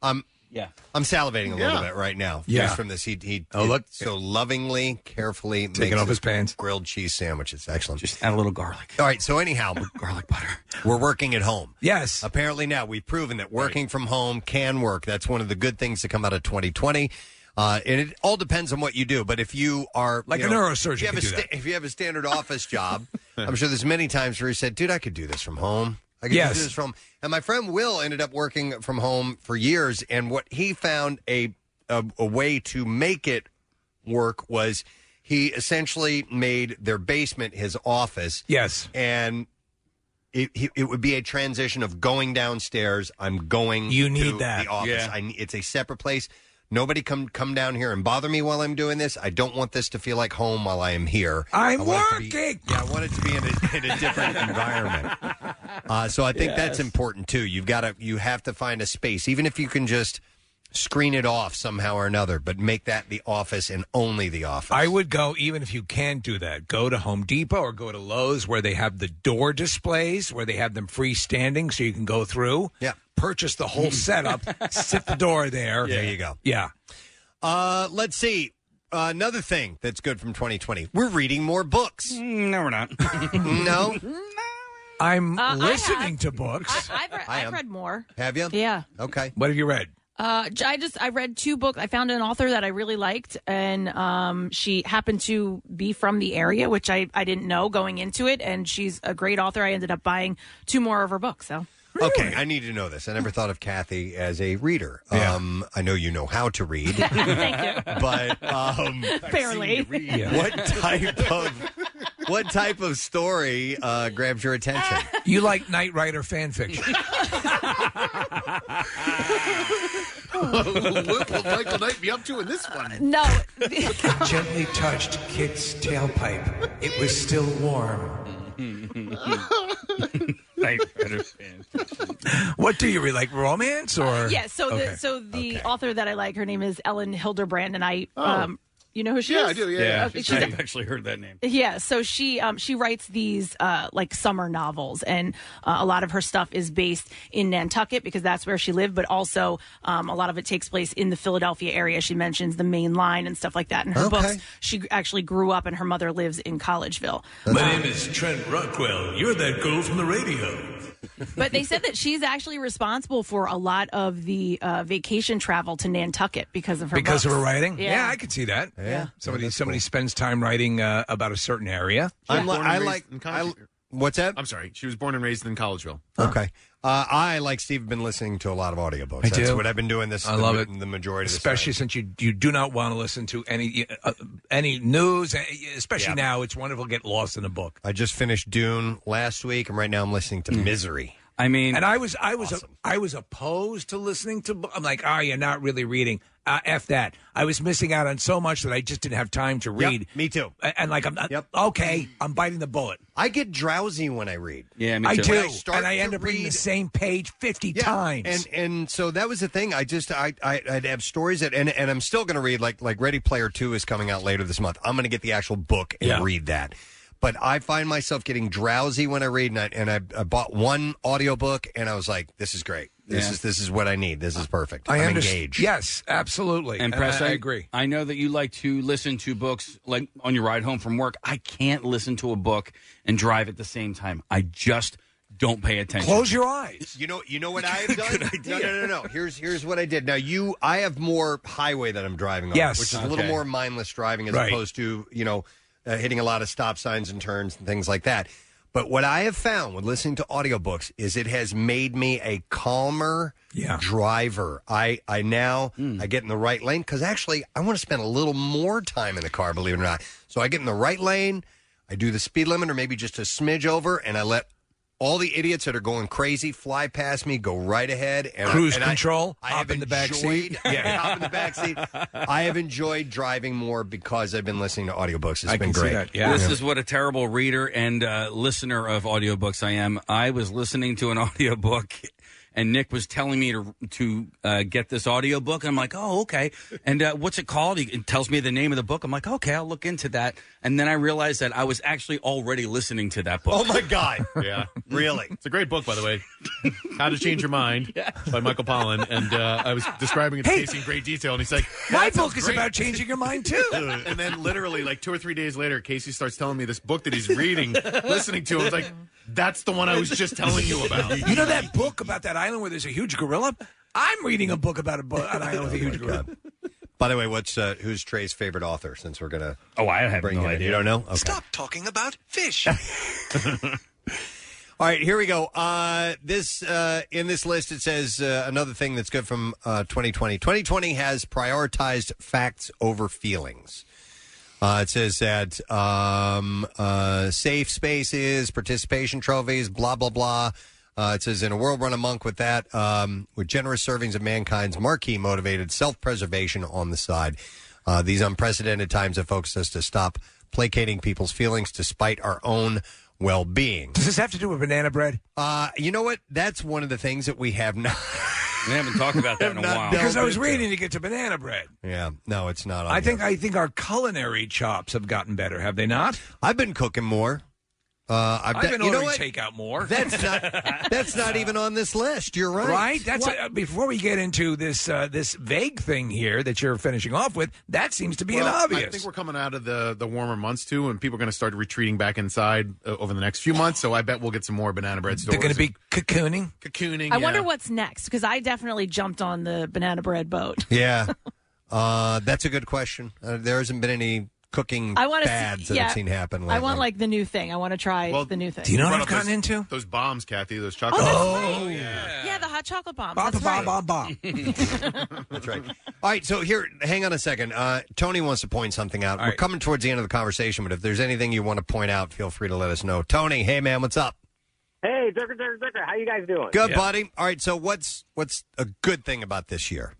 [SPEAKER 2] I'm
[SPEAKER 7] yeah
[SPEAKER 2] I'm salivating a
[SPEAKER 6] Yeah.
[SPEAKER 2] little bit right now.
[SPEAKER 6] Yeah.
[SPEAKER 2] just from this he he
[SPEAKER 6] Oh,
[SPEAKER 2] he
[SPEAKER 6] look.
[SPEAKER 2] so lovingly carefully
[SPEAKER 6] Taking
[SPEAKER 2] makes
[SPEAKER 6] off his
[SPEAKER 2] this
[SPEAKER 6] pants.
[SPEAKER 2] grilled cheese sandwiches excellent. Just
[SPEAKER 7] add a little garlic.
[SPEAKER 2] All right, so anyhow,
[SPEAKER 7] garlic butter.
[SPEAKER 2] We're working at home.
[SPEAKER 6] Yes.
[SPEAKER 2] Apparently now we've proven that working from home can work. That's one of the good things to come out of 2020. Uh, and it all depends on what you do. But if you are
[SPEAKER 6] Like
[SPEAKER 2] you
[SPEAKER 6] a neurosurgeon
[SPEAKER 2] if you, have
[SPEAKER 6] could
[SPEAKER 2] a
[SPEAKER 6] do that.
[SPEAKER 2] if you have a standard office job, I'm sure there's many times where he said, "Dude, I could do this from home. I could
[SPEAKER 6] Yes.
[SPEAKER 2] do this from." And my friend Will ended up working from home for years, and what he found a a, a way to make it work was He essentially made their basement his office.
[SPEAKER 6] Yes.
[SPEAKER 2] And it, he- it would be a transition of going downstairs. I'm going.
[SPEAKER 6] You need
[SPEAKER 2] to
[SPEAKER 6] that.
[SPEAKER 2] The office.
[SPEAKER 6] Yeah.
[SPEAKER 2] I, ne- it's a separate place. Nobody come come down here and bother me while I'm doing this. I don't want this to feel like home while I am here.
[SPEAKER 6] I'm
[SPEAKER 2] I want it to be-
[SPEAKER 6] working.
[SPEAKER 2] yeah, I want it to be in a, in a different environment. Uh, so I think that's
[SPEAKER 6] Yes.
[SPEAKER 2] important too. You've got to you have to find a space, even if you can just screen it off somehow or another, but make that the office and only the office.
[SPEAKER 6] I would go even if you can't do that. Go to Home Depot or go to Lowe's where they have the door displays where they have them freestanding, so you can go through. Yeah. Purchase the whole setup. sit the door there.
[SPEAKER 2] There you go.
[SPEAKER 6] Yeah.
[SPEAKER 2] Uh, let's see. another thing that's good from 2020. We're reading more books.
[SPEAKER 7] Mm, No, we're not.
[SPEAKER 2] no.
[SPEAKER 6] I'm
[SPEAKER 3] Uh, I have.
[SPEAKER 6] listening to books.
[SPEAKER 3] I, have re-
[SPEAKER 6] I
[SPEAKER 3] I've
[SPEAKER 6] am.
[SPEAKER 3] read more.
[SPEAKER 2] Have you?
[SPEAKER 3] Yeah.
[SPEAKER 2] Okay.
[SPEAKER 6] What have you read?
[SPEAKER 3] Uh, j- I just I read two books. I found an author that I really liked, and um, she happened to be from the area, which I I didn't know going into it. And she's a great author. I ended up buying two more of her books. So
[SPEAKER 2] Okay, I need to know this. I never thought of Kathy as a reader. Um, I know you know how to read.
[SPEAKER 3] Thank
[SPEAKER 2] you. But um,
[SPEAKER 3] barely.
[SPEAKER 2] what type of what type of story uh, grabs your attention?
[SPEAKER 6] You like Knight Rider fan fiction?
[SPEAKER 13] what will Michael Knight be up to in this one?
[SPEAKER 3] No.
[SPEAKER 6] Gently touched Kit's tailpipe. It was still warm. what do you read? Like romance or?
[SPEAKER 3] yeah. So
[SPEAKER 6] Okay.
[SPEAKER 3] the so the author that I like, her name is Ellen Hildebrand, and I
[SPEAKER 6] Oh.
[SPEAKER 3] um, you know who she
[SPEAKER 6] Yeah,
[SPEAKER 3] is?
[SPEAKER 6] I do, yeah, yeah.
[SPEAKER 3] Okay,
[SPEAKER 6] She's
[SPEAKER 3] she's
[SPEAKER 7] I've actually heard that name.
[SPEAKER 3] Yeah, so she um, she writes these uh, like summer novels, and uh, a lot of her stuff is based in Nantucket because that's where she lived. But also, um, a lot of it takes place in the Philadelphia area. She mentions the main line and stuff like that in her
[SPEAKER 6] Okay.
[SPEAKER 3] books. She actually grew up, and her mother lives in Collegeville.
[SPEAKER 6] My name is Trent Rockwell. You're that girl from the radio.
[SPEAKER 3] but they said that she's actually responsible for a lot of the uh, vacation travel to Nantucket because of her
[SPEAKER 6] because of
[SPEAKER 3] books.
[SPEAKER 6] her writing.
[SPEAKER 3] Yeah.
[SPEAKER 6] Yeah, I could see that.
[SPEAKER 3] Yeah.
[SPEAKER 6] somebody somebody spends time writing uh, about a certain area.
[SPEAKER 2] I'm li- I like. I, what's that?
[SPEAKER 13] I'm sorry. She was born and raised in Collegeville.
[SPEAKER 2] Okay. Uh, I, like Steve, have been listening to a lot of audiobooks.
[SPEAKER 6] I
[SPEAKER 2] That's
[SPEAKER 6] do.
[SPEAKER 2] what I've been doing this
[SPEAKER 6] I
[SPEAKER 2] the,
[SPEAKER 6] love
[SPEAKER 2] ma-
[SPEAKER 6] it.
[SPEAKER 2] the majority of the time.
[SPEAKER 6] especially since you you do not want to listen to any uh, any news, uh, especially now. It's wonderful to get lost in a book.
[SPEAKER 2] I just finished Dune last week, and right now I'm listening to Misery.
[SPEAKER 7] I mean,
[SPEAKER 6] and Mm. I was I was I was opposed to listening to. bo- I'm like, oh, you're not really reading. Uh, F that. I was missing out on so much that I just didn't have time to read.
[SPEAKER 2] me too.
[SPEAKER 6] And, like, I'm not, okay. I'm biting the bullet.
[SPEAKER 2] I get drowsy when I read.
[SPEAKER 7] Yeah,
[SPEAKER 6] I do,
[SPEAKER 2] When I start
[SPEAKER 6] and I
[SPEAKER 2] to
[SPEAKER 6] end up reading the
[SPEAKER 2] read-
[SPEAKER 6] same page fifty times.
[SPEAKER 2] And and so that was the thing. I just I, I I'd have stories that and and I'm still going to read like like Ready Player Two is coming out later this month. I'm going to get the actual book and
[SPEAKER 6] Yeah.
[SPEAKER 2] read that. But I find myself getting drowsy when I read, and I, and I, I bought one audiobook, and I was like, "This is great. This
[SPEAKER 7] Yeah.
[SPEAKER 2] is this is what I need. This is perfect. I'm
[SPEAKER 6] underst-
[SPEAKER 2] engaged."
[SPEAKER 6] Yes, absolutely.
[SPEAKER 7] And press, I, agree. I know that you like to listen to books like on your ride home from work. I can't listen to a book and drive at the same time. I just don't pay attention.
[SPEAKER 6] Close your eyes.
[SPEAKER 2] You know, you know what I've done. No, no, no, no. Here's here's what I did. Now you, I have more highway that I'm driving on,
[SPEAKER 6] Yes.
[SPEAKER 2] which is a little
[SPEAKER 6] Okay.
[SPEAKER 2] more mindless driving as
[SPEAKER 6] Right.
[SPEAKER 2] opposed to you know uh, hitting a lot of stop signs and turns and things like that. But what I have found when listening to audiobooks is it has made me a calmer driver. I I now
[SPEAKER 6] Hmm.
[SPEAKER 2] I get in the right lane because actually I want to spend a little more time in the car, believe it or not. So I get in the right lane. I do the speed limit or maybe just a smidge over, and I let all the idiots that are going crazy fly past me, go right ahead. And
[SPEAKER 6] Cruise
[SPEAKER 2] and
[SPEAKER 6] control,
[SPEAKER 2] I
[SPEAKER 6] hop
[SPEAKER 2] have
[SPEAKER 6] in the back
[SPEAKER 2] enjoyed-
[SPEAKER 6] seat.
[SPEAKER 2] Yeah, hop in the back seat. I have enjoyed driving more because I've been listening to audiobooks. It's
[SPEAKER 7] I
[SPEAKER 2] been
[SPEAKER 7] can see
[SPEAKER 2] great.
[SPEAKER 7] that, This is what a terrible reader and uh, listener of audiobooks I am. I was listening to an audiobook and Nick was telling me to to uh, get this audiobook. I'm like, "Oh, okay." And uh, what's it called? He tells me the name of the book. I'm like, "Okay, I'll look into that." And then I realized that I was actually already listening to that book.
[SPEAKER 2] Oh my god.
[SPEAKER 13] Yeah,
[SPEAKER 2] really.
[SPEAKER 13] It's a great book, by the way. How to Change Your Mind by Michael Pollan. And uh, I was describing it to
[SPEAKER 6] Hey.
[SPEAKER 13] Casey in great detail, and he's like,
[SPEAKER 6] My
[SPEAKER 13] "That sounds
[SPEAKER 6] book is
[SPEAKER 13] great."
[SPEAKER 6] about changing your mind, too.
[SPEAKER 13] and then literally, like two or three days later, Casey starts telling me this book that he's reading, listening to. I was like, "That's the one I was just telling you about."
[SPEAKER 6] You know that book about that island where there's a huge gorilla? I'm reading a book about a bo- an island with a
[SPEAKER 2] Oh
[SPEAKER 6] huge gorilla.
[SPEAKER 2] By the way, what's uh, who's Trey's favorite author? Since we're gonna
[SPEAKER 7] oh, I have
[SPEAKER 2] bring
[SPEAKER 7] no
[SPEAKER 2] him in.
[SPEAKER 7] idea.
[SPEAKER 2] You don't know? Okay.
[SPEAKER 6] Stop talking about fish.
[SPEAKER 2] All right, here we go. Uh, this uh, in this list, it says uh, another thing that's good from uh, 2020. 2020 has prioritized facts over feelings. Uh, it says that um, uh, safe spaces, participation trophies, blah blah blah. Uh, it says in a world run amok with that, um, with generous servings of mankind's marquee motivated self preservation on the side. Uh, these unprecedented times have focused us to stop placating people's feelings despite our own well being.
[SPEAKER 6] Does this have to do with banana bread?
[SPEAKER 2] Uh, you know what? That's one of the things that we have not.
[SPEAKER 7] we haven't talked about that in a while.
[SPEAKER 6] Because I was reading to get to banana bread.
[SPEAKER 2] Yeah, no, it's not. On
[SPEAKER 6] I
[SPEAKER 2] here.
[SPEAKER 6] think I think our culinary chops have gotten better, have they not?
[SPEAKER 2] I've been cooking more. Uh,
[SPEAKER 6] I've,
[SPEAKER 2] I've,
[SPEAKER 6] been
[SPEAKER 2] done- you know
[SPEAKER 6] ordering
[SPEAKER 2] what?
[SPEAKER 6] takeout more.
[SPEAKER 2] That's not that's not even on this list. You're right.
[SPEAKER 6] Right. That's uh, before we get into this uh, this vague thing here that you're finishing off with. That seems to be
[SPEAKER 13] Well,
[SPEAKER 6] an
[SPEAKER 13] I
[SPEAKER 6] obvious.
[SPEAKER 13] think we're coming out of the, the warmer months too, and people are going to start retreating back inside uh, over the next few months. So I bet we'll get some more banana bread stores.
[SPEAKER 6] They're going to be cocooning.
[SPEAKER 13] Cocooning.
[SPEAKER 3] I
[SPEAKER 13] yeah.
[SPEAKER 3] wonder what's next because I definitely jumped on the banana bread boat.
[SPEAKER 2] Yeah, uh, that's a good question. Uh, there hasn't been any cooking
[SPEAKER 3] I want to
[SPEAKER 2] bads that
[SPEAKER 3] see. Yeah,
[SPEAKER 2] I've seen happen. Lately.
[SPEAKER 3] I want like the new thing. I want to try the new thing.
[SPEAKER 13] Brought up those- Those bombs, Kathy. Those chocolate.
[SPEAKER 3] Oh, yeah. the hot chocolate bomb. That's right.
[SPEAKER 2] That's right. All right, so here, hang on a second. Uh, Tony wants to point something out. We're coming towards the end of the conversation, but if there's anything you want to point out, feel free to let us know. Tony, hey man, what's up?
[SPEAKER 20] Hey, Zucker, Zucker, Zucker, how you guys doing?
[SPEAKER 2] Good, buddy. All right, so what's what's a good thing about this year?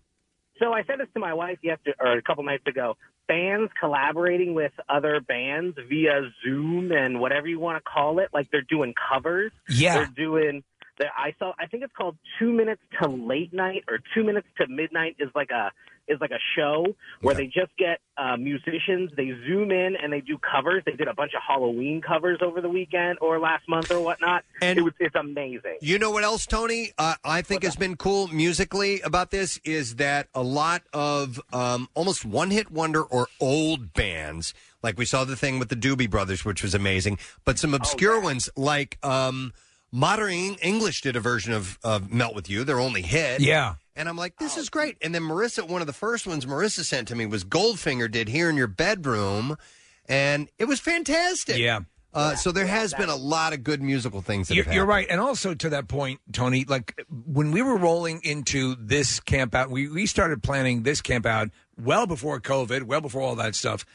[SPEAKER 20] So I said this to my wife yesterday, or a couple nights ago. Bands collaborating with other bands via Zoom and whatever you want to call it, like they're doing covers.
[SPEAKER 21] Yeah.
[SPEAKER 20] they're doing. They're, I saw. I think it's called Two Minutes to Late Night or Two Minutes to Midnight is like a is like a show where they just get uh, musicians. They zoom in and they do covers. They did a bunch of Halloween covers over the weekend or last month or whatnot. And it was, it's amazing.
[SPEAKER 2] You know what else, Tony? Uh, I think has been cool musically about this is that a lot of um, almost one hit wonder or old bands, like we saw the thing with the Doobie Brothers, which was amazing, but
[SPEAKER 6] Oh,
[SPEAKER 2] some obscure ones like um, Modern Eng- English did a version of, of Melt With You, their only hit.
[SPEAKER 6] Yeah. Oh,
[SPEAKER 2] And I'm like, this is great. And then Marissa, one of the first ones Marissa sent to me was Goldfinger did Here in Your Bedroom. And it was fantastic.
[SPEAKER 6] Yeah.
[SPEAKER 2] Uh, so there has been a lot of good musical things that
[SPEAKER 6] You're,
[SPEAKER 2] have
[SPEAKER 6] you're
[SPEAKER 2] happened.
[SPEAKER 6] right, and also to that point, Tony. Like when we were rolling into this camp out, we, we started planning this camp out well before COVID, well before all that stuff.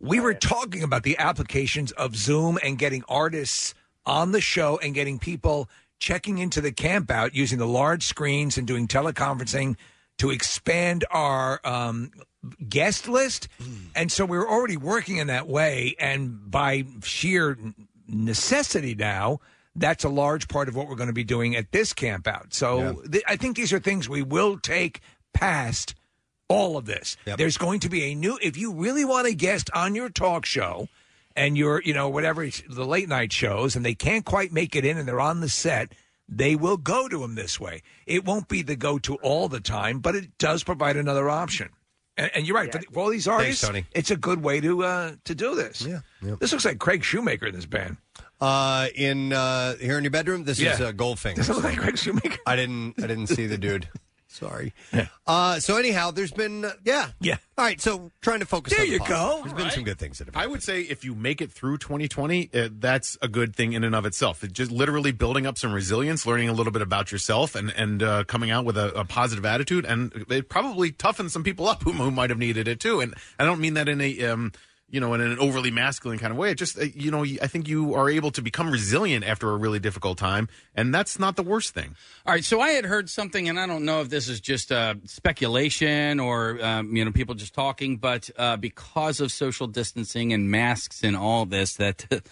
[SPEAKER 6] We were talking about the applications of Zoom and getting artists on the show and getting people checking into the camp out using the large screens and doing teleconferencing to expand our um, guest list. And so we were already working in that way. And by sheer necessity now, that's a large part of what we're going to be doing at this camp out. So th- I think these are things we will take past all of this. There's going to be a new, if you really want a guest on your talk show and your, you know, whatever, it's- the late night shows, and they can't quite make it in and they're on the set, they will go to him this way. It won't be the go to all the time, but it does provide another option. And, and you're right. For, the- for all these
[SPEAKER 2] Thanks,
[SPEAKER 6] artists,
[SPEAKER 2] Tony.
[SPEAKER 6] it's a good way to uh, to do this. Yeah, This looks like Craig Shoemaker in this band.
[SPEAKER 2] Uh, in uh, here in your bedroom, this is
[SPEAKER 6] Yeah.
[SPEAKER 2] uh, Goldfinger.
[SPEAKER 6] Doesn't look like Craig Shoemaker.
[SPEAKER 2] I didn't. I didn't see the dude. Sorry. Uh, so anyhow, there's been uh, yeah
[SPEAKER 6] yeah.
[SPEAKER 2] All right, so trying to focus.
[SPEAKER 13] There
[SPEAKER 2] on the
[SPEAKER 13] you
[SPEAKER 2] pos-
[SPEAKER 13] go.
[SPEAKER 2] There's been some good things that have.
[SPEAKER 13] I would say if you make it through 2020, uh, that's a good thing in and of itself. It just literally building up some resilience, learning a little bit about yourself, and and uh, coming out with a, a positive attitude, and it probably toughened some people up who, who might have needed it too. And I don't mean that in a um, you know in an overly masculine kind of way. It just uh, you know I think you are able to become resilient after a really difficult time, and that's not the worst thing.
[SPEAKER 7] All right, so I had heard something, and I don't know if this is just uh, speculation or um, you know people just talking, but uh, because of social distancing and masks and all this, that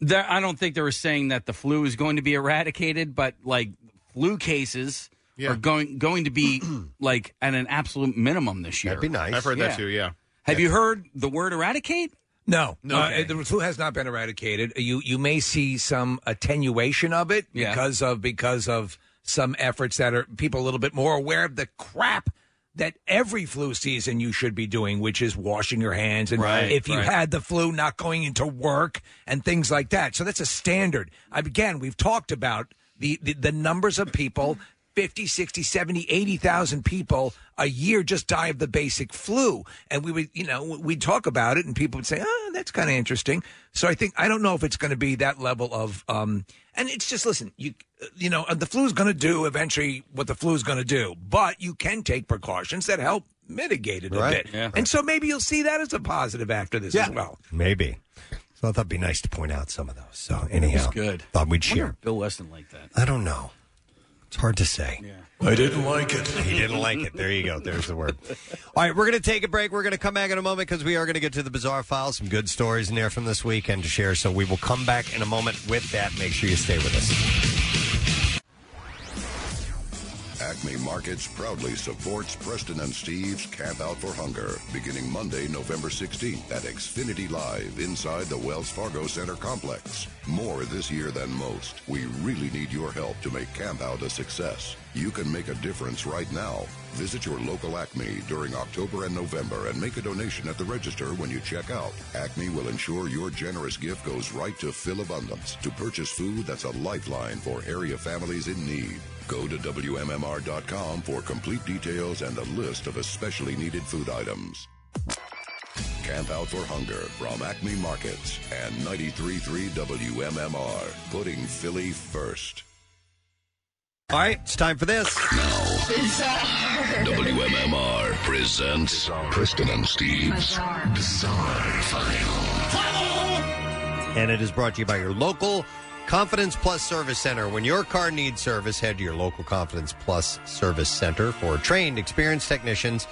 [SPEAKER 7] there, I don't think they were saying that the flu is going to be eradicated, but like flu cases are going going to be like at an absolute minimum this year.
[SPEAKER 2] That'd be nice. I've heard that too,
[SPEAKER 13] yeah.
[SPEAKER 7] Have you heard the word eradicate?
[SPEAKER 6] No, no.
[SPEAKER 7] Okay.
[SPEAKER 6] the flu has not been eradicated. You you may see some attenuation of it
[SPEAKER 7] Yeah.
[SPEAKER 6] because of because of some efforts that are people a little bit more aware of the crap that every flu season you should be doing, which is washing your hands and
[SPEAKER 7] Right,
[SPEAKER 6] if you
[SPEAKER 7] right.
[SPEAKER 6] had the flu, not going into work and things like that. So that's a standard. Again, we've talked about the the, the numbers of people. 50, 60, 70, 80,000 people a year just die of the basic flu. And we would, you know, we'd talk about it and people would say, oh, that's kind of interesting. So I think, I don't know if it's going to be that level of, um, and it's just, listen, you, you know, the flu is going to do eventually what the flu is going to do, but you can take precautions that help mitigate it a
[SPEAKER 2] Right.
[SPEAKER 6] bit.
[SPEAKER 2] Yeah.
[SPEAKER 6] And so maybe you'll see that as a positive after this as well.
[SPEAKER 2] Maybe. So I thought it'd be nice to point out some of those. So anyhow,
[SPEAKER 7] It's good.
[SPEAKER 2] Thought we'd share.
[SPEAKER 7] Bill Weston like that.
[SPEAKER 2] I don't know. It's hard to say.
[SPEAKER 6] I didn't like it.
[SPEAKER 2] He didn't like it. There you go. There's the word. All right, we're going to take a break. We're going to come back in a moment because we are going to get to the bizarre file. Some good stories in there from this weekend to share. So we will come back in a moment with that. Make sure you stay with us.
[SPEAKER 1] Acme Markets proudly supports Preston and Steve's Camp Out for Hunger beginning Monday, November 16th at Xfinity Live inside the Wells Fargo Center complex. More this year than most. We really need your help to make Camp Out a success. You can make a difference right now. Visit your local Acme during October and November and make a donation at the register when you check out. Acme will ensure your generous gift goes right to Phil Abundance to purchase food that's a lifeline for area families in need. Go to WMMR.com for complete details and a list of especially needed food items. Camp Out for Hunger from Acme Markets and 93.3 WMMR, putting Philly first.
[SPEAKER 2] All right, it's time for this.
[SPEAKER 1] WMMR presents Preston and Steve's Bizarre, Final.
[SPEAKER 2] And it is brought to you by your local Confidence Plus Service Center. When your car needs service, head to your local Confidence Plus Service Center for trained, experienced technicians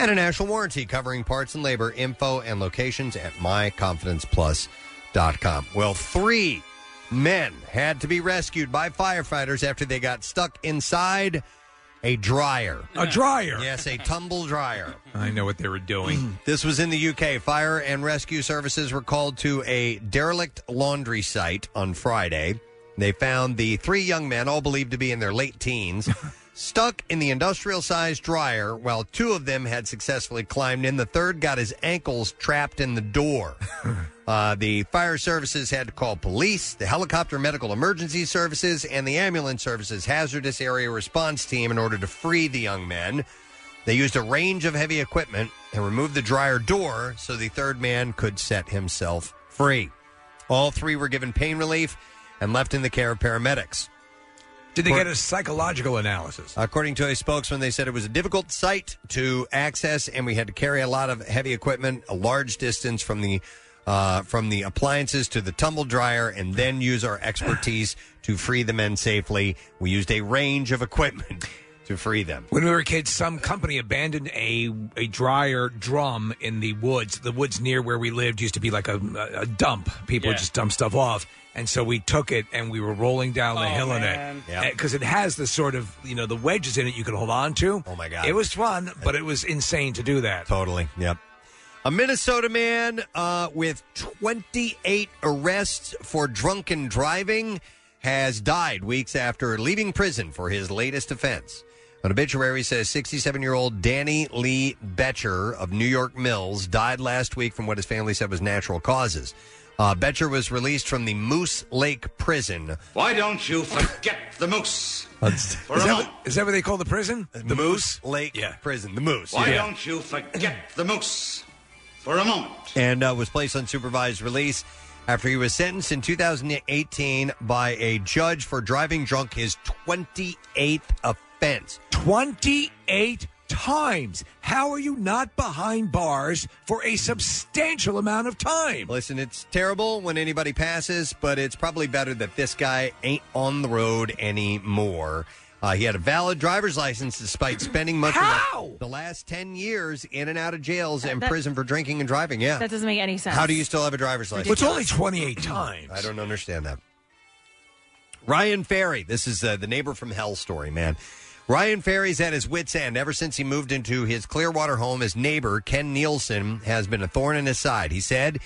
[SPEAKER 2] and a national warranty covering parts and labor. Info and locations at myconfidenceplus.com. Well, three men had to be rescued by firefighters after they got stuck inside a dryer.
[SPEAKER 6] A dryer?
[SPEAKER 2] Yes, a tumble dryer.
[SPEAKER 6] I know what they were doing.
[SPEAKER 2] This was in the UK. Fire and rescue services were called to a derelict laundry site on Friday. They found the three young men, all believed to be in their late teens, stuck in the industrial sized dryer while two of them had successfully climbed in. The third got his ankles trapped in the door. Uh, the fire services had to call police, the helicopter medical emergency services, and the ambulance services hazardous area response team in order to free the young men. They used a range of heavy equipment and removed the dryer door so the third man could set himself free. All three were given pain relief and left in the care of paramedics.
[SPEAKER 6] Did they get a psychological analysis?
[SPEAKER 2] According to a spokesman, they said it was a difficult site to access, and we had to carry a lot of heavy equipment a large distance from the uh, from the appliances to the tumble dryer, and then use our expertise to free the men safely. We used a range of equipment to free them.
[SPEAKER 6] When we were kids, some company abandoned a a dryer drum in the woods. The woods near where we lived used to be like a, a dump. People would
[SPEAKER 7] Yeah.
[SPEAKER 6] just dump stuff off, and so we took it and we were rolling down the
[SPEAKER 7] Oh,
[SPEAKER 6] hill
[SPEAKER 7] man.
[SPEAKER 6] in it because it has the sort of you know the wedges in it you can hold on to. Oh my god, it was fun, but it was insane to do that.
[SPEAKER 2] Totally. Yep. A Minnesota man uh, with 28 arrests for drunken driving has died weeks after leaving prison for his latest offense. An obituary says 67 year old Danny Lee Betcher of New York Mills died last week from what his family said was natural causes. Uh, Betcher was released from the Moose Lake Prison.
[SPEAKER 21] Why don't you forget the moose?
[SPEAKER 2] Is
[SPEAKER 21] For a moment.
[SPEAKER 6] Is that what they call the prison? The
[SPEAKER 2] Moose, Lake Prison. The Moose.
[SPEAKER 21] Why
[SPEAKER 2] yeah.
[SPEAKER 21] don't you forget the moose? For a moment.
[SPEAKER 2] and uh, was placed on supervised release after he was sentenced in 2018 by a judge for driving drunk his 28th offense.
[SPEAKER 6] 28 times. How are you not behind bars for a substantial amount of time?
[SPEAKER 2] Listen, it's terrible when anybody passes, but it's probably better that this guy ain't on the road anymore. Uh, he had a valid driver's license despite spending much of the, the last 10 years in and out of jails and
[SPEAKER 3] That-
[SPEAKER 2] prison for drinking and driving. Yeah.
[SPEAKER 3] That doesn't make any sense.
[SPEAKER 2] How do you still have a driver's license?
[SPEAKER 3] It's only
[SPEAKER 6] 28 times.
[SPEAKER 2] I don't understand that. Ryan Ferry. This is uh, the neighbor from hell story, man. Ryan Ferry's at his wits' end. Ever since he moved into his Clearwater home, his neighbor, Ken Nielsen, has been a thorn in his side. He said,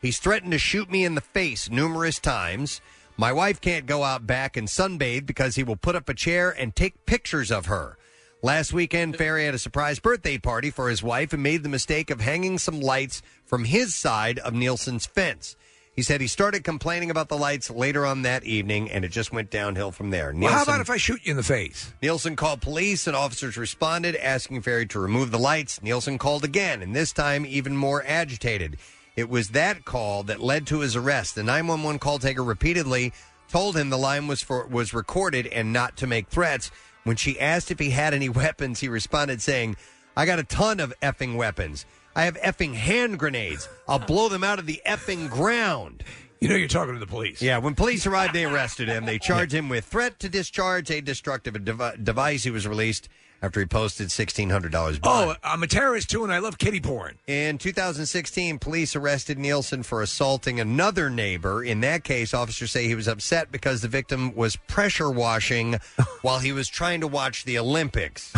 [SPEAKER 2] He's threatened to shoot me in the face numerous times. My wife can't go out back and sunbathe because he will put up a chair and take pictures of her. Last weekend, Ferry had a surprise birthday party for his wife and made the mistake of hanging some lights from his side of Nielsen's fence. He said he started complaining about the lights later on that evening, and it just went downhill from there.
[SPEAKER 6] Well, how
[SPEAKER 2] Nielsen-
[SPEAKER 6] about if I shoot you in the face?
[SPEAKER 2] Nielsen called police and officers responded, asking Ferry to remove the lights. Nielsen called again, and this time even more agitated. It was that call that led to his arrest. The 911 call taker repeatedly told him the line was for was recorded and not to make threats. When she asked if he had any weapons, he responded saying, "I got a ton of effing weapons. I have effing hand grenades. I'll blow them out of the effing ground."
[SPEAKER 6] You know you're talking to the police.
[SPEAKER 2] Yeah, when police arrived, they arrested him. They charged him with threat to discharge a destructive devi- device. He was released after he posted $1,600 bond.
[SPEAKER 6] Oh, I'm a terrorist too, and I love kitty porn.
[SPEAKER 2] In 2016, police arrested Nielsen for assaulting another neighbor. In that case, officers say he was upset because the victim was pressure washing while he was trying to watch the Olympics.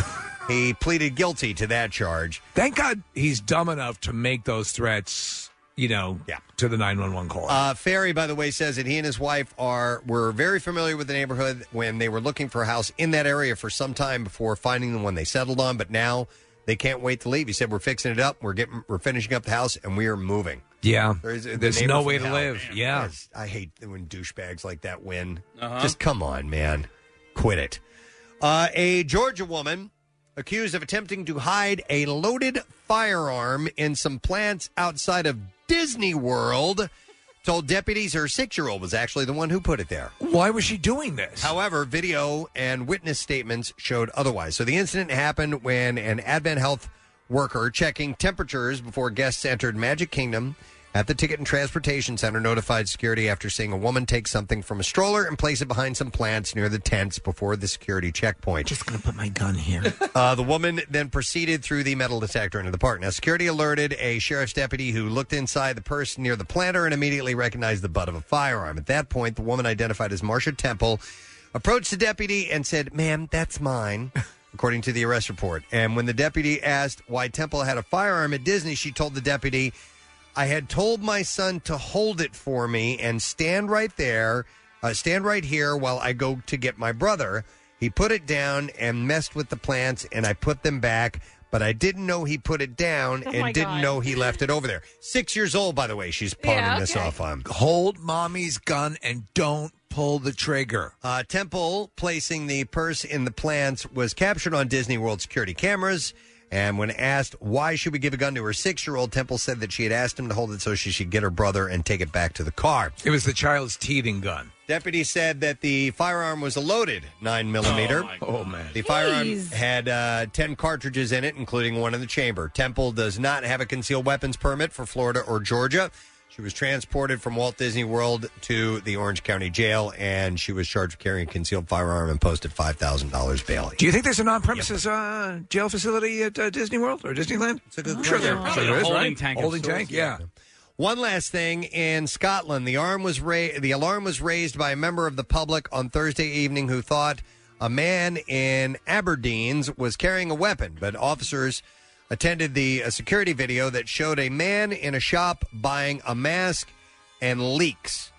[SPEAKER 2] He pleaded guilty to that charge.
[SPEAKER 6] Thank God he's dumb enough to make those threats. You know, yeah. to the 911 call.
[SPEAKER 2] Uh, Ferry, by the way, says that he and his wife are were very familiar with the neighborhood when they were looking for a house in that area for some time before finding the one they settled on. But now they can't wait to leave. He said, "We're fixing it up. We're getting. We're finishing up the house, and we are moving."
[SPEAKER 6] Yeah.
[SPEAKER 2] the
[SPEAKER 6] There's no
[SPEAKER 2] neighbors
[SPEAKER 6] way
[SPEAKER 2] in
[SPEAKER 6] to
[SPEAKER 2] town.
[SPEAKER 6] live. Yeah.
[SPEAKER 2] Yes. I hate when douchebags like that win.
[SPEAKER 6] Uh-huh.
[SPEAKER 2] Just come on, man. Quit it. Uh, a Georgia woman accused of attempting to hide a loaded firearm in some plants outside of Disney World told deputies her six year old was actually the one who put it there.
[SPEAKER 6] Why was she doing this?
[SPEAKER 2] However, video and witness statements showed otherwise. So the incident happened when an Advent Health worker checking temperatures before guests entered Magic Kingdom at the Ticket and Transportation Center notified security after seeing a woman take something from a stroller and place it behind some plants near the tents before the security checkpoint. Just
[SPEAKER 6] going to put my gun here.
[SPEAKER 2] uh, the woman then proceeded through the metal detector into the park. Now, security alerted a sheriff's deputy who looked inside the purse near the planter and immediately recognized the butt of a firearm. At that point, the woman identified as Marsha Temple approached the deputy and said, Ma'am, that's mine, according to the arrest report. And when the deputy asked why Temple had a firearm at Disney, she told the deputy, I had told my son to hold it for me and stand right there, uh, stand right here while I go to get my brother. He put it down and messed with the plants, and I put them back. But I didn't know he put it down
[SPEAKER 6] Oh,
[SPEAKER 2] and
[SPEAKER 6] my
[SPEAKER 2] didn't
[SPEAKER 6] God.
[SPEAKER 2] know he left it over there. Six years old, by the way, she's pawning
[SPEAKER 6] Yeah,
[SPEAKER 2] this
[SPEAKER 6] okay.
[SPEAKER 2] off Um, on.
[SPEAKER 6] Hold mommy's gun and don't pull the trigger.
[SPEAKER 2] Uh, Temple placing the purse in the plants was captured on Disney World security cameras. And when asked why she would give a gun to her six year old, Temple said that she had asked him to hold it so she should get her brother and take it back to the car.
[SPEAKER 6] It was the child's teething gun.
[SPEAKER 2] Deputies said that the firearm was a loaded 9 millimeter.
[SPEAKER 6] Oh, man.
[SPEAKER 2] The firearm
[SPEAKER 6] Jeez.
[SPEAKER 2] had uh, 10 cartridges in it, including one in the chamber. Temple does not have a concealed weapons permit for Florida or Georgia. She was transported from Walt Disney World to the Orange County Jail, and she was charged with carrying a concealed firearm and posted $5,000 bail.
[SPEAKER 6] Do you think there's an on-premises uh, jail facility at uh, Disney World or Disneyland? It's a good sure there,
[SPEAKER 7] Probably
[SPEAKER 6] sure
[SPEAKER 7] a
[SPEAKER 6] there is,
[SPEAKER 7] holding
[SPEAKER 6] right?
[SPEAKER 7] tank of
[SPEAKER 6] Holding
[SPEAKER 7] sorts,
[SPEAKER 6] tank, yeah.
[SPEAKER 2] One last thing in Scotland, the arm was ra- the alarm was raised by a member of the public on Thursday evening who thought a man in Aberdeen's was carrying a weapon, but officers attended the uh, security video that showed a man in a shop buying a mask and leaks.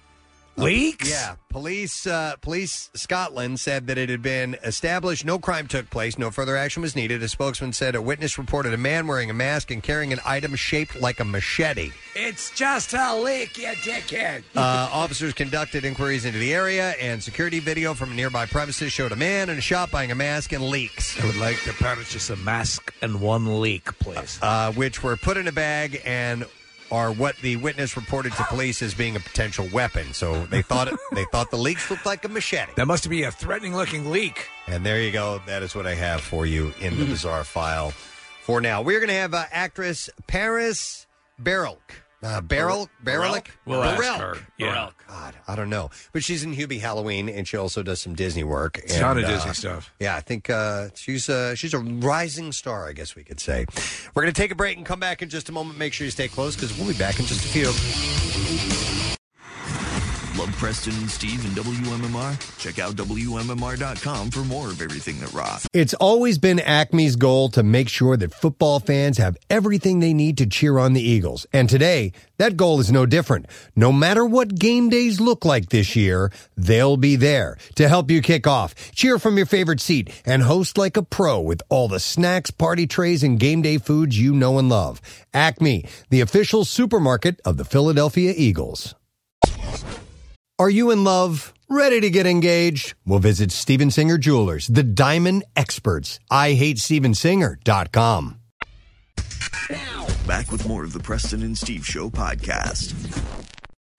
[SPEAKER 6] Leaks?
[SPEAKER 2] Uh, yeah. Police uh, Police Scotland said that it had been established no crime took place, no further action was needed. A spokesman said a witness reported a man wearing a mask and carrying an item shaped like a machete.
[SPEAKER 6] It's just a leak, you dickhead.
[SPEAKER 2] Uh, officers conducted inquiries into the area, and security video from nearby premises showed a man in a shop buying a mask and leaks,
[SPEAKER 6] I would like to purchase a mask and one leak, please.
[SPEAKER 2] uh, which were put in a bag and are what the witness reported to police as being a potential weapon. So they thought it, they thought the leaks looked like a machete.
[SPEAKER 6] That must be a threatening-looking leak. Hmm.
[SPEAKER 2] And there you go. That is what I have for you in the bizarre file for now. We're going to have uh, actress Paris Barrelk. Uh, Barrel, Barrelick,
[SPEAKER 6] We'll ask her.
[SPEAKER 2] Barrelk.
[SPEAKER 6] Yeah.
[SPEAKER 2] God, I don't know, but she's in Hubie Halloween, and she also does some Disney work.
[SPEAKER 6] It's not a
[SPEAKER 2] and, uh,
[SPEAKER 6] Disney stuff.
[SPEAKER 2] Yeah, I think uh, she's uh, she's a rising star, I guess we could say. We're going to take a break and come back in just a moment. Make sure you stay close because we'll be back in just a few.
[SPEAKER 8] Love Preston and Steve and WMMR? Check out WMMR.com for more of everything that rocks.
[SPEAKER 2] It's always been Acme's goal to make sure that football fans have everything they need to cheer on the Eagles. And today, that goal is no different. No matter what game days look like this year, they'll be there to help you kick off, cheer from your favorite seat, and host like a pro with all the snacks, party trays, and game day foods you know and love. Acme, the official supermarket of the Philadelphia Eagles. Are you in love? Ready to get engaged? Well, visit Steven Singer Jewelers, the diamond experts. I hate Stevensinger.com.
[SPEAKER 8] Back with more of the Preston and Steve Show podcast.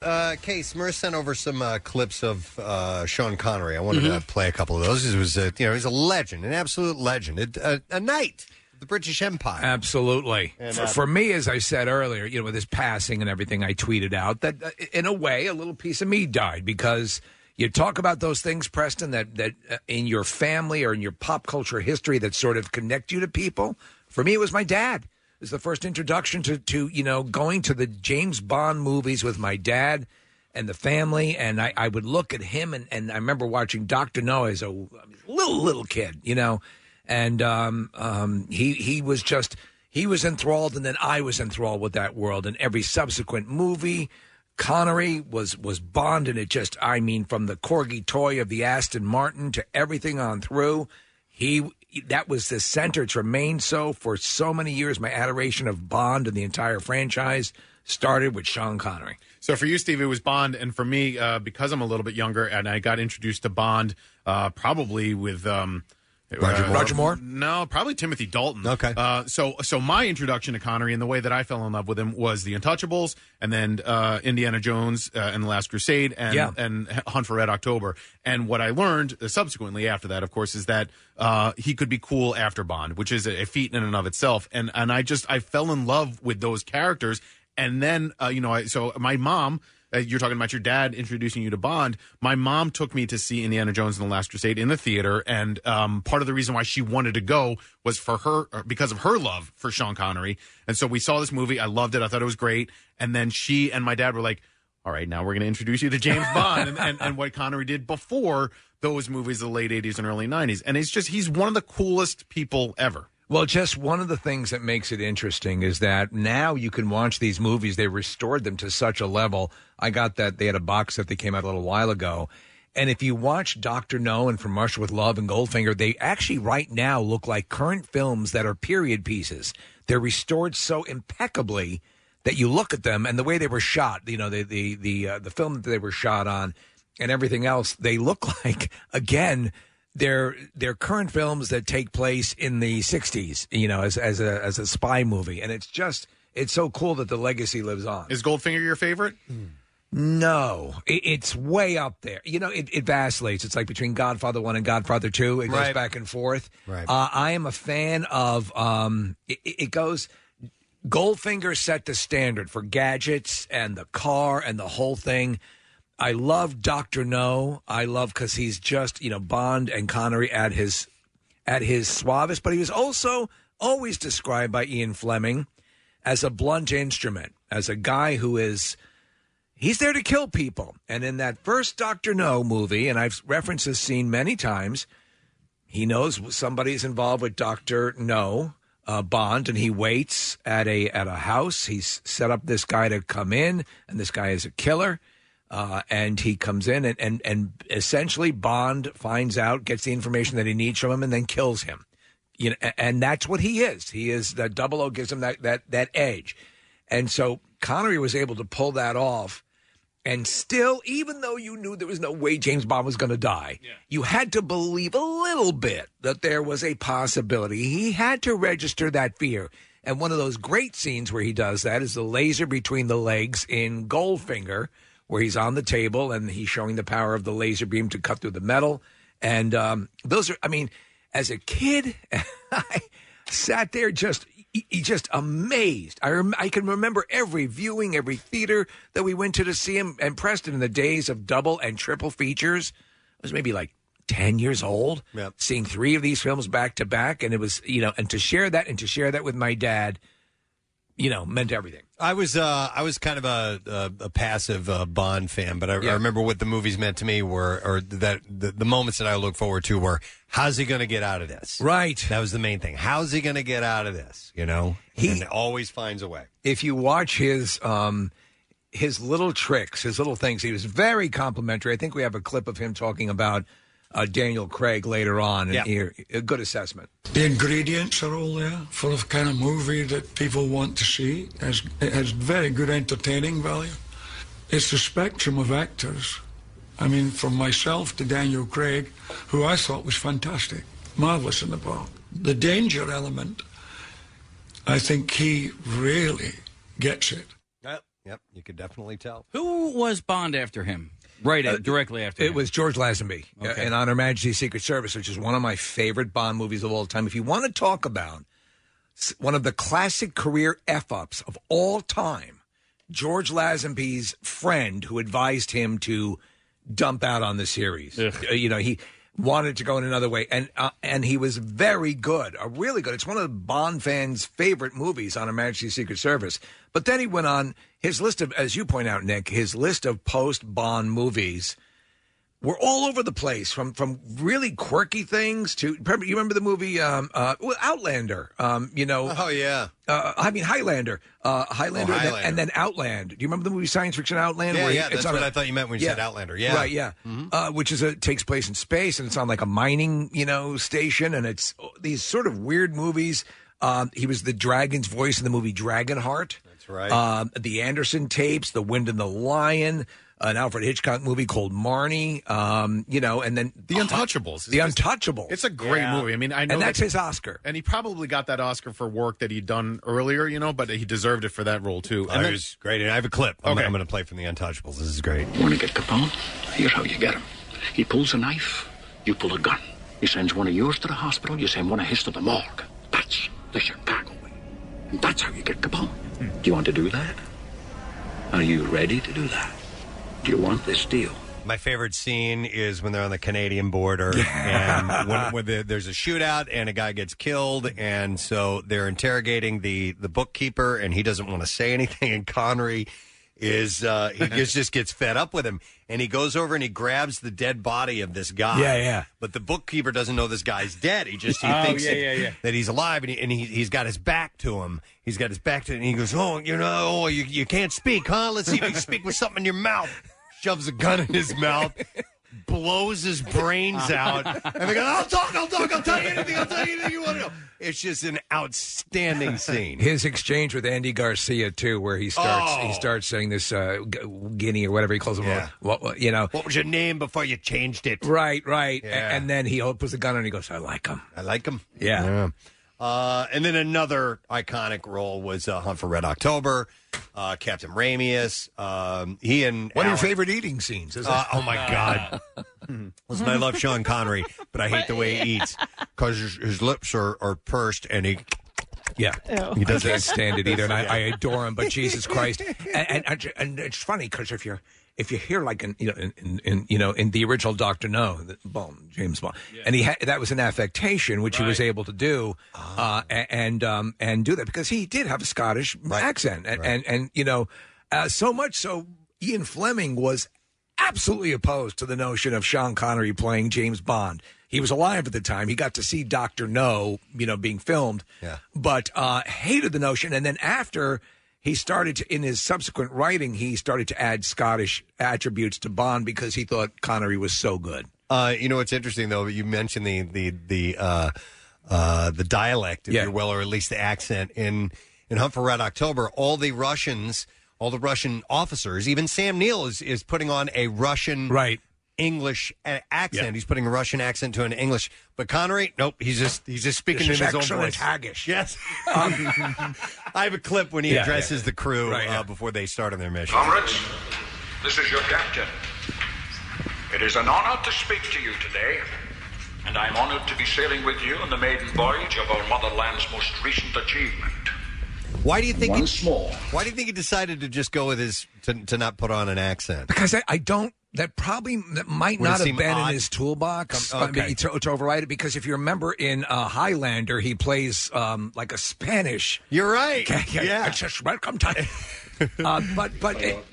[SPEAKER 2] Uh, Case, Smurf sent over some uh, clips of uh, Sean Connery. I wanted
[SPEAKER 8] Mhm.
[SPEAKER 2] to play a couple of those. He was, a, you know, he's a legend, an absolute legend, a, a, a knight of the British Empire.
[SPEAKER 6] Absolutely.
[SPEAKER 2] And,
[SPEAKER 6] for,
[SPEAKER 2] uh,
[SPEAKER 6] for me, as I said earlier, you know, with his passing and everything, I tweeted out that uh, in a way, a little piece of me died because you talk about those things, Preston, that that uh, in your family or in your pop culture history that sort of connect you to people. For me, it was my dad. It was the first introduction to to you know going to the James Bond movies with my dad. And the family, and I, I would look at him, and, and I remember watching Doctor No as a little little kid, you know, and um, um, he he was just he was enthralled, and then I was enthralled with that world. And every subsequent movie, Connery was was Bond, and it just I mean, from the corgi toy of the Aston Martin to everything on through, he that was the center. It's remained so for so many years. My adoration of Bond and the entire franchise started with Sean Connery.
[SPEAKER 13] So for you, Steve, it was Bond, and for me, uh, because I'm a little bit younger, and I got introduced to Bond uh, probably with um,
[SPEAKER 6] Roger
[SPEAKER 13] uh,
[SPEAKER 6] Moore? Roger Moore?
[SPEAKER 13] No, probably Timothy Dalton.
[SPEAKER 2] Okay.
[SPEAKER 13] Uh, so so my introduction to Connery and the way that I fell in love with him was The Untouchables, and then uh, Indiana Jones uh, and the Last Crusade, and
[SPEAKER 6] Yeah.
[SPEAKER 13] and Hunt for Red October. And what I learned uh, subsequently after that, of course, is that uh, he could be cool after Bond, which is a a feat in and of itself. And and I just I fell in love with those characters. And then uh, you know, I, so my mom. Uh, you're talking about your dad introducing you to Bond. My mom took me to see Indiana Jones and the Last Crusade in the theater, and um, part of the reason why she wanted to go was for her or because of her love for Sean Connery. And so we saw this movie. I loved it. I thought it was great. And then she and my dad were like, all right, now we're going to introduce you to James Bond and, and, and what Connery did before those movies, of the late 80s and early 90s. And it's just, he's one of the coolest people ever.
[SPEAKER 6] Well, just one of the things that makes it interesting is that now you can watch these movies. They restored them to such a level. I got that they had a box set that came out a little while ago. And if you watch Doctor No and From Russia with Love and Goldfinger, they actually right now look like current films that are period pieces. They're restored so impeccably that you look at them and the way they were shot, you know, the the the uh, the film that they were shot on and everything else, they look like again their their current films that take place in the 60s, you know, as as a as a spy movie and it's just it's so cool that the legacy lives on.
[SPEAKER 13] Is Goldfinger your favorite?
[SPEAKER 6] No, it, it's way up there. You know, it, it vacillates. It's like between Godfather One and Godfather Two. It goes
[SPEAKER 13] Right.
[SPEAKER 6] back and forth.
[SPEAKER 13] Right.
[SPEAKER 6] Uh, I am a fan of. Um, it, it it goes. Goldfinger set the standard for gadgets and the car and the whole thing. I love Doctor No. I love because he's just you know Bond and Connery at his at his suavest, but he was also always described by Ian Fleming as a blunt instrument, as a guy who is he's there to kill people. And in that first Doctor No movie, and I've referenced this scene many times, he knows somebody's involved with Doctor No uh, Bond, and he waits at a at a house. He's set up this guy to come in, and this guy is a killer. Uh, and he comes in, and, and and essentially Bond finds out, gets the information that he needs from him, and then kills him. You know, a- and that's what he is. He is that Double O gives him that that that edge, and so Connery was able to pull that off. And still, even though you knew there was no way James Bond was going to die, you had to believe a little bit that there was a possibility. He had to register that fear. And one of those great scenes where he does that is the laser between the legs in Goldfinger, where he's on the table and he's showing the power of the laser beam to cut through the metal. And um, those are, I mean, as a kid, sat there just y- y- just amazed. I rem- I can remember every viewing, every theater that we went to to see him. And Preston, in the days of double and triple features, I was maybe like ten years old, seeing three of these films back to back, and it was you know, and to share that and to share that with my dad, you know, meant everything.
[SPEAKER 2] I was uh, I was kind of a a, a passive uh, Bond fan, but I, I remember what the movies meant to me were, or that the, the moments that I look forward to were, how's he going to get out of this?
[SPEAKER 6] Right,
[SPEAKER 2] that was the main thing. How's he going to get out of this? You know, he always finds a way.
[SPEAKER 6] if you watch his um his little tricks, his little things, he was very complimentary. I think we have a clip of him talking about uh, Daniel Craig later on. And
[SPEAKER 22] Yeah.
[SPEAKER 6] here, a good assessment.
[SPEAKER 22] The ingredients are all there for the kind of movie that people want to see. It has, it has very good entertaining value. It's the spectrum of actors I mean, from myself to Daniel Craig, who I thought was fantastic, marvelous in the part. The danger element, I think he really gets it.
[SPEAKER 2] Yep, yep, you could definitely tell.
[SPEAKER 7] Who was Bond after him? Right, uh, directly after
[SPEAKER 6] It
[SPEAKER 7] him.
[SPEAKER 6] was George Lazenby uh,
[SPEAKER 7] Okay.
[SPEAKER 6] in Honor Majesty's Secret Service, which is one of my favorite Bond movies of all time. If you want to talk about s- one of the classic career f ups of all time, George Lazenby's friend who advised him to dump out on the series. Uh, You know, he wanted to go in another way, and uh, and he was very good, uh, really good. It's one of Bond fans' favorite movies on Her Majesty's Secret Service. But then he went on his list of, as you point out, Nick, his list of post Bond movies were all over the place from from really quirky things to remember, you remember the movie um uh well, Outlander um you know
[SPEAKER 2] oh yeah
[SPEAKER 6] uh, I mean Highlander uh Highlander,
[SPEAKER 2] Oh,
[SPEAKER 6] and then-
[SPEAKER 2] Highlander.
[SPEAKER 6] And, then, Outland do you remember the movie science fiction Outland
[SPEAKER 2] Yeah,
[SPEAKER 6] where
[SPEAKER 2] yeah,
[SPEAKER 6] it's
[SPEAKER 2] that's
[SPEAKER 6] on
[SPEAKER 2] what
[SPEAKER 6] a-
[SPEAKER 2] I thought you meant when you said Outlander. Yeah. Mm-hmm.
[SPEAKER 6] right yeah uh which is a takes place in space and it's on like a mining you know station and it's uh, these sort of weird movies um he was the dragon's voice in the movie Dragonheart
[SPEAKER 2] That's right.
[SPEAKER 6] um, the Anderson tapes, The Wind and the Lion, an Alfred Hitchcock movie called Marnie. Um, you know, and then The
[SPEAKER 13] Untouchables.
[SPEAKER 6] The Untouchables.
[SPEAKER 13] It's a great movie. I mean, I know
[SPEAKER 6] and that's
[SPEAKER 13] that-
[SPEAKER 6] his Oscar.
[SPEAKER 13] and he probably got that Oscar for work that he'd done earlier, you know, but he deserved it for that role too.
[SPEAKER 2] Oh, it was great. And I have a clip. I'm, I'm going to play from The Untouchables. This is great.
[SPEAKER 9] Want to get Capone? Here's how you get him. He pulls a knife, you pull a gun. He sends one of yours to the hospital, you send one of his to the morgue. That's the Chicago way. And that's how you get Capone.
[SPEAKER 2] Hmm.
[SPEAKER 9] Do you want to do that? Are you ready to do that? Do you want this deal?
[SPEAKER 2] My favorite scene is when they're on the Canadian border and when, when the, there's a shootout and a guy gets killed, and so they're interrogating the the bookkeeper, and he doesn't want to say anything, and Connery is uh, he just, just gets fed up with him, and he goes over and he grabs the dead body of this guy.
[SPEAKER 6] Yeah, yeah.
[SPEAKER 2] But the bookkeeper doesn't know this guy's dead. He just he
[SPEAKER 7] Oh,
[SPEAKER 2] thinks
[SPEAKER 7] yeah,
[SPEAKER 2] that,
[SPEAKER 7] yeah, yeah.
[SPEAKER 2] that he's alive, and, he, and he, he's got his back to him. He's got his back to it, and he goes, "Oh, you know, oh, you, you can't speak, huh? Let's see if you can speak with something in your mouth." Shoves a gun in his mouth, blows his brains out, and they go, "I'll talk, I'll talk, I'll tell you anything, I'll tell you anything you want to know." It's just an outstanding scene.
[SPEAKER 6] His exchange with Andy Garcia too, where he starts
[SPEAKER 2] Oh.
[SPEAKER 6] he starts saying this uh, G- Guinea or whatever he calls him,
[SPEAKER 2] Yeah.
[SPEAKER 6] what, what- you know,
[SPEAKER 2] What was your name before you changed it?
[SPEAKER 6] Right, right. A-
[SPEAKER 2] Yeah.
[SPEAKER 6] And then he puts the gun on and he goes, "I like him."
[SPEAKER 2] I like him.
[SPEAKER 6] Yeah.
[SPEAKER 2] Uh, and then another iconic role was uh, Hunt for Red October, uh, Captain Ramius. Um, he and
[SPEAKER 6] One of your
[SPEAKER 2] Alan-
[SPEAKER 6] favorite eating scenes. Isn't
[SPEAKER 2] Uh,
[SPEAKER 6] it?
[SPEAKER 2] oh my God! Listen, I love Sean Connery, but I hate the way he eats because his, his lips are, are pursed and he
[SPEAKER 6] Yeah,
[SPEAKER 2] Ew.
[SPEAKER 6] he doesn't stand it either, and I,
[SPEAKER 2] Yeah.
[SPEAKER 6] I adore him. But Jesus Christ, and and, and it's funny because if you're if you hear like an you know in, in, in you know in the original Doctor No, the Bond, James Bond, and he had that was an affectation which he was able to do, uh, a- and um and do that because he did have a Scottish accent, and and, and you know, uh, so much so Ian Fleming was absolutely opposed to the notion of Sean Connery playing James Bond. He was alive at the time. He got to see Doctor No, you know, being filmed. Yeah. But uh, hated the notion. And then after he started to, in his subsequent writing, he started to add Scottish attributes to Bond because he thought Connery was so good.
[SPEAKER 2] Uh, you know what's interesting though? You mentioned the the the uh, uh, the dialect, if you will, or at least the accent in in Hunt for Red October. All the Russians, all the Russian officers, even Sam Neill is is putting on a Russian
[SPEAKER 6] right.
[SPEAKER 2] English a- accent. He's putting a Russian accent to an English. But Connery, nope, he's just he's just speaking
[SPEAKER 6] This is
[SPEAKER 2] in his own
[SPEAKER 6] excellent
[SPEAKER 2] voice.
[SPEAKER 6] Haggish. Um,
[SPEAKER 2] Yes. I have a clip when he
[SPEAKER 6] Yeah,
[SPEAKER 2] addresses
[SPEAKER 6] yeah.
[SPEAKER 2] the crew
[SPEAKER 6] Right, yeah.
[SPEAKER 2] uh, before they start on their mission.
[SPEAKER 12] Comrades, this is your captain. It is an honor to speak to you today, and I'm honored to be sailing with you on the maiden voyage of our motherland's most recent achievement.
[SPEAKER 2] Why do you think
[SPEAKER 12] Once
[SPEAKER 2] he, Why do you think he decided to just go with his to, to not put on an accent?
[SPEAKER 6] Because I, I don't. That probably that might
[SPEAKER 2] Would it
[SPEAKER 6] not
[SPEAKER 2] seem
[SPEAKER 6] have been
[SPEAKER 2] odd?
[SPEAKER 6] in his toolbox.
[SPEAKER 2] Come-
[SPEAKER 6] I mean,
[SPEAKER 2] okay.
[SPEAKER 6] to, to override it, because if you remember in uh, Highlander, he plays um, like a Spanish.
[SPEAKER 2] You're right.
[SPEAKER 6] yeah, it's just welcome time. uh, but but it-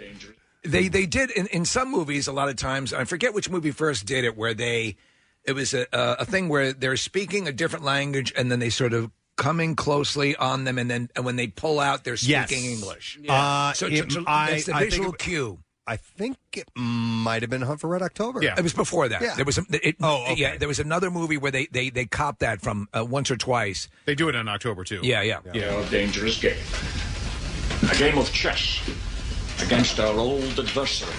[SPEAKER 6] they they did in, in some movies a lot of times. I forget which movie first did it, where they it was a a a thing where they're speaking a different language and then they sort of coming closely on them, and then and when they pull out, they're speaking
[SPEAKER 2] Yes.
[SPEAKER 6] English.
[SPEAKER 2] Uh,
[SPEAKER 6] so
[SPEAKER 2] it-
[SPEAKER 6] so
[SPEAKER 2] I-
[SPEAKER 6] that's the
[SPEAKER 2] I think
[SPEAKER 6] visual
[SPEAKER 2] it-
[SPEAKER 6] cue.
[SPEAKER 2] I think it might have been Hunt for Red October.
[SPEAKER 6] It was before that.
[SPEAKER 2] Yeah.
[SPEAKER 6] There was a, it, oh yeah. There was another movie where they they they copped that from uh, once or twice.
[SPEAKER 13] They do it in October too.
[SPEAKER 6] Yeah, yeah.
[SPEAKER 12] Yeah, a dangerous game. A game of chess against our old adversary,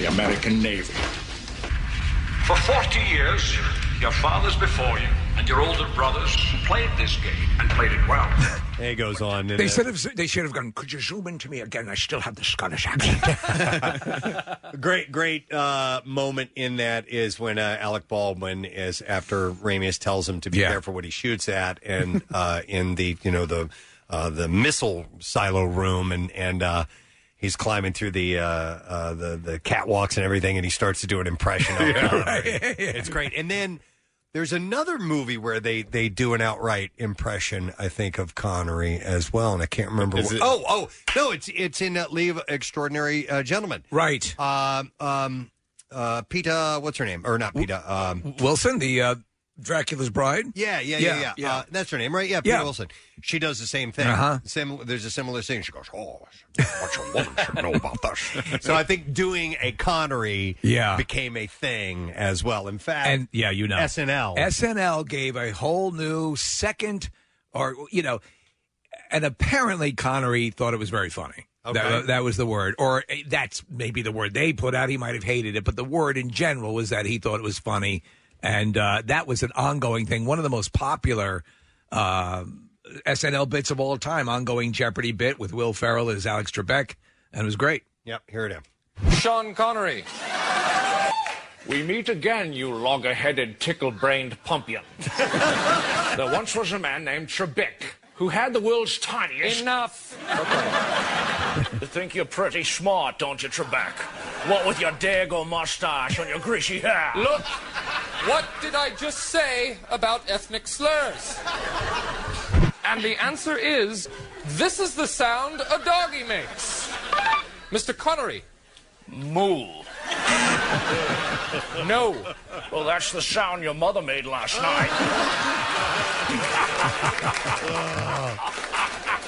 [SPEAKER 12] the American Navy. For 40 years, your fathers before you and your older brothers played this game and played it well.
[SPEAKER 2] And He goes on. and,
[SPEAKER 6] They
[SPEAKER 2] uh,
[SPEAKER 6] should have. They should have gone. Could you zoom into me again? I still have the Scottish accent.
[SPEAKER 2] great, great uh, moment in that is when uh, Alec Baldwin is after Ramius tells him to be careful what he shoots at, and uh, in the you know the uh, the missile silo room, and and uh, he's climbing through the uh, uh, the the catwalks and everything, and he starts to do an impression. of Tom Brady. It's great, and then. There's another movie where they, they do an outright impression, I think, of Connery as well, and I can't remember.
[SPEAKER 13] Is
[SPEAKER 2] what,
[SPEAKER 13] it-
[SPEAKER 2] oh, oh, no, it's it's in uh, Leave Extraordinary uh, Gentlemen,
[SPEAKER 6] right?
[SPEAKER 2] Um, um, uh, Peta, what's her name? Or not Peta? Um,
[SPEAKER 6] Wilson, the uh, Dracula's bride.
[SPEAKER 2] Yeah, yeah, yeah, yeah. Uh, that's her name, right? Yeah, Peta
[SPEAKER 6] Yeah.
[SPEAKER 2] Wilson. She does the same thing.
[SPEAKER 6] Uh-huh.
[SPEAKER 2] Sim- there's a similar thing. She goes, "Oh, what your woman should know about this." so I think doing a Connery,
[SPEAKER 6] Yeah.
[SPEAKER 2] became a thing as well. In fact,
[SPEAKER 6] and yeah, you know,
[SPEAKER 2] SNL.
[SPEAKER 6] SNL gave a whole new second, or you know, and apparently Connery thought it was very funny.
[SPEAKER 2] Okay.
[SPEAKER 6] That, that was the word, or eh, that's maybe the word they put out. He might have hated it, but the word in general was that he thought it was funny, and uh, that was an ongoing thing. One of the most popular uh, SNL bits of all time, ongoing Jeopardy bit with Will Ferrell as Alex Trebek, and it was great.
[SPEAKER 2] Yep, here it is.
[SPEAKER 10] Sean Connery. We meet again, you logger-headed, tickle-brained pumpion. there once was a man named Trebek who had the world's tiniest. Enough. Okay. you think you're pretty smart, don't you, Trebek? What with your Dago mustache and your greasy hair?
[SPEAKER 15] Look, what did I just say about ethnic slurs? And the answer is this is the sound a doggy makes. Mr. Connery.
[SPEAKER 10] Moo. no. Well, that's the sound your mother made last night.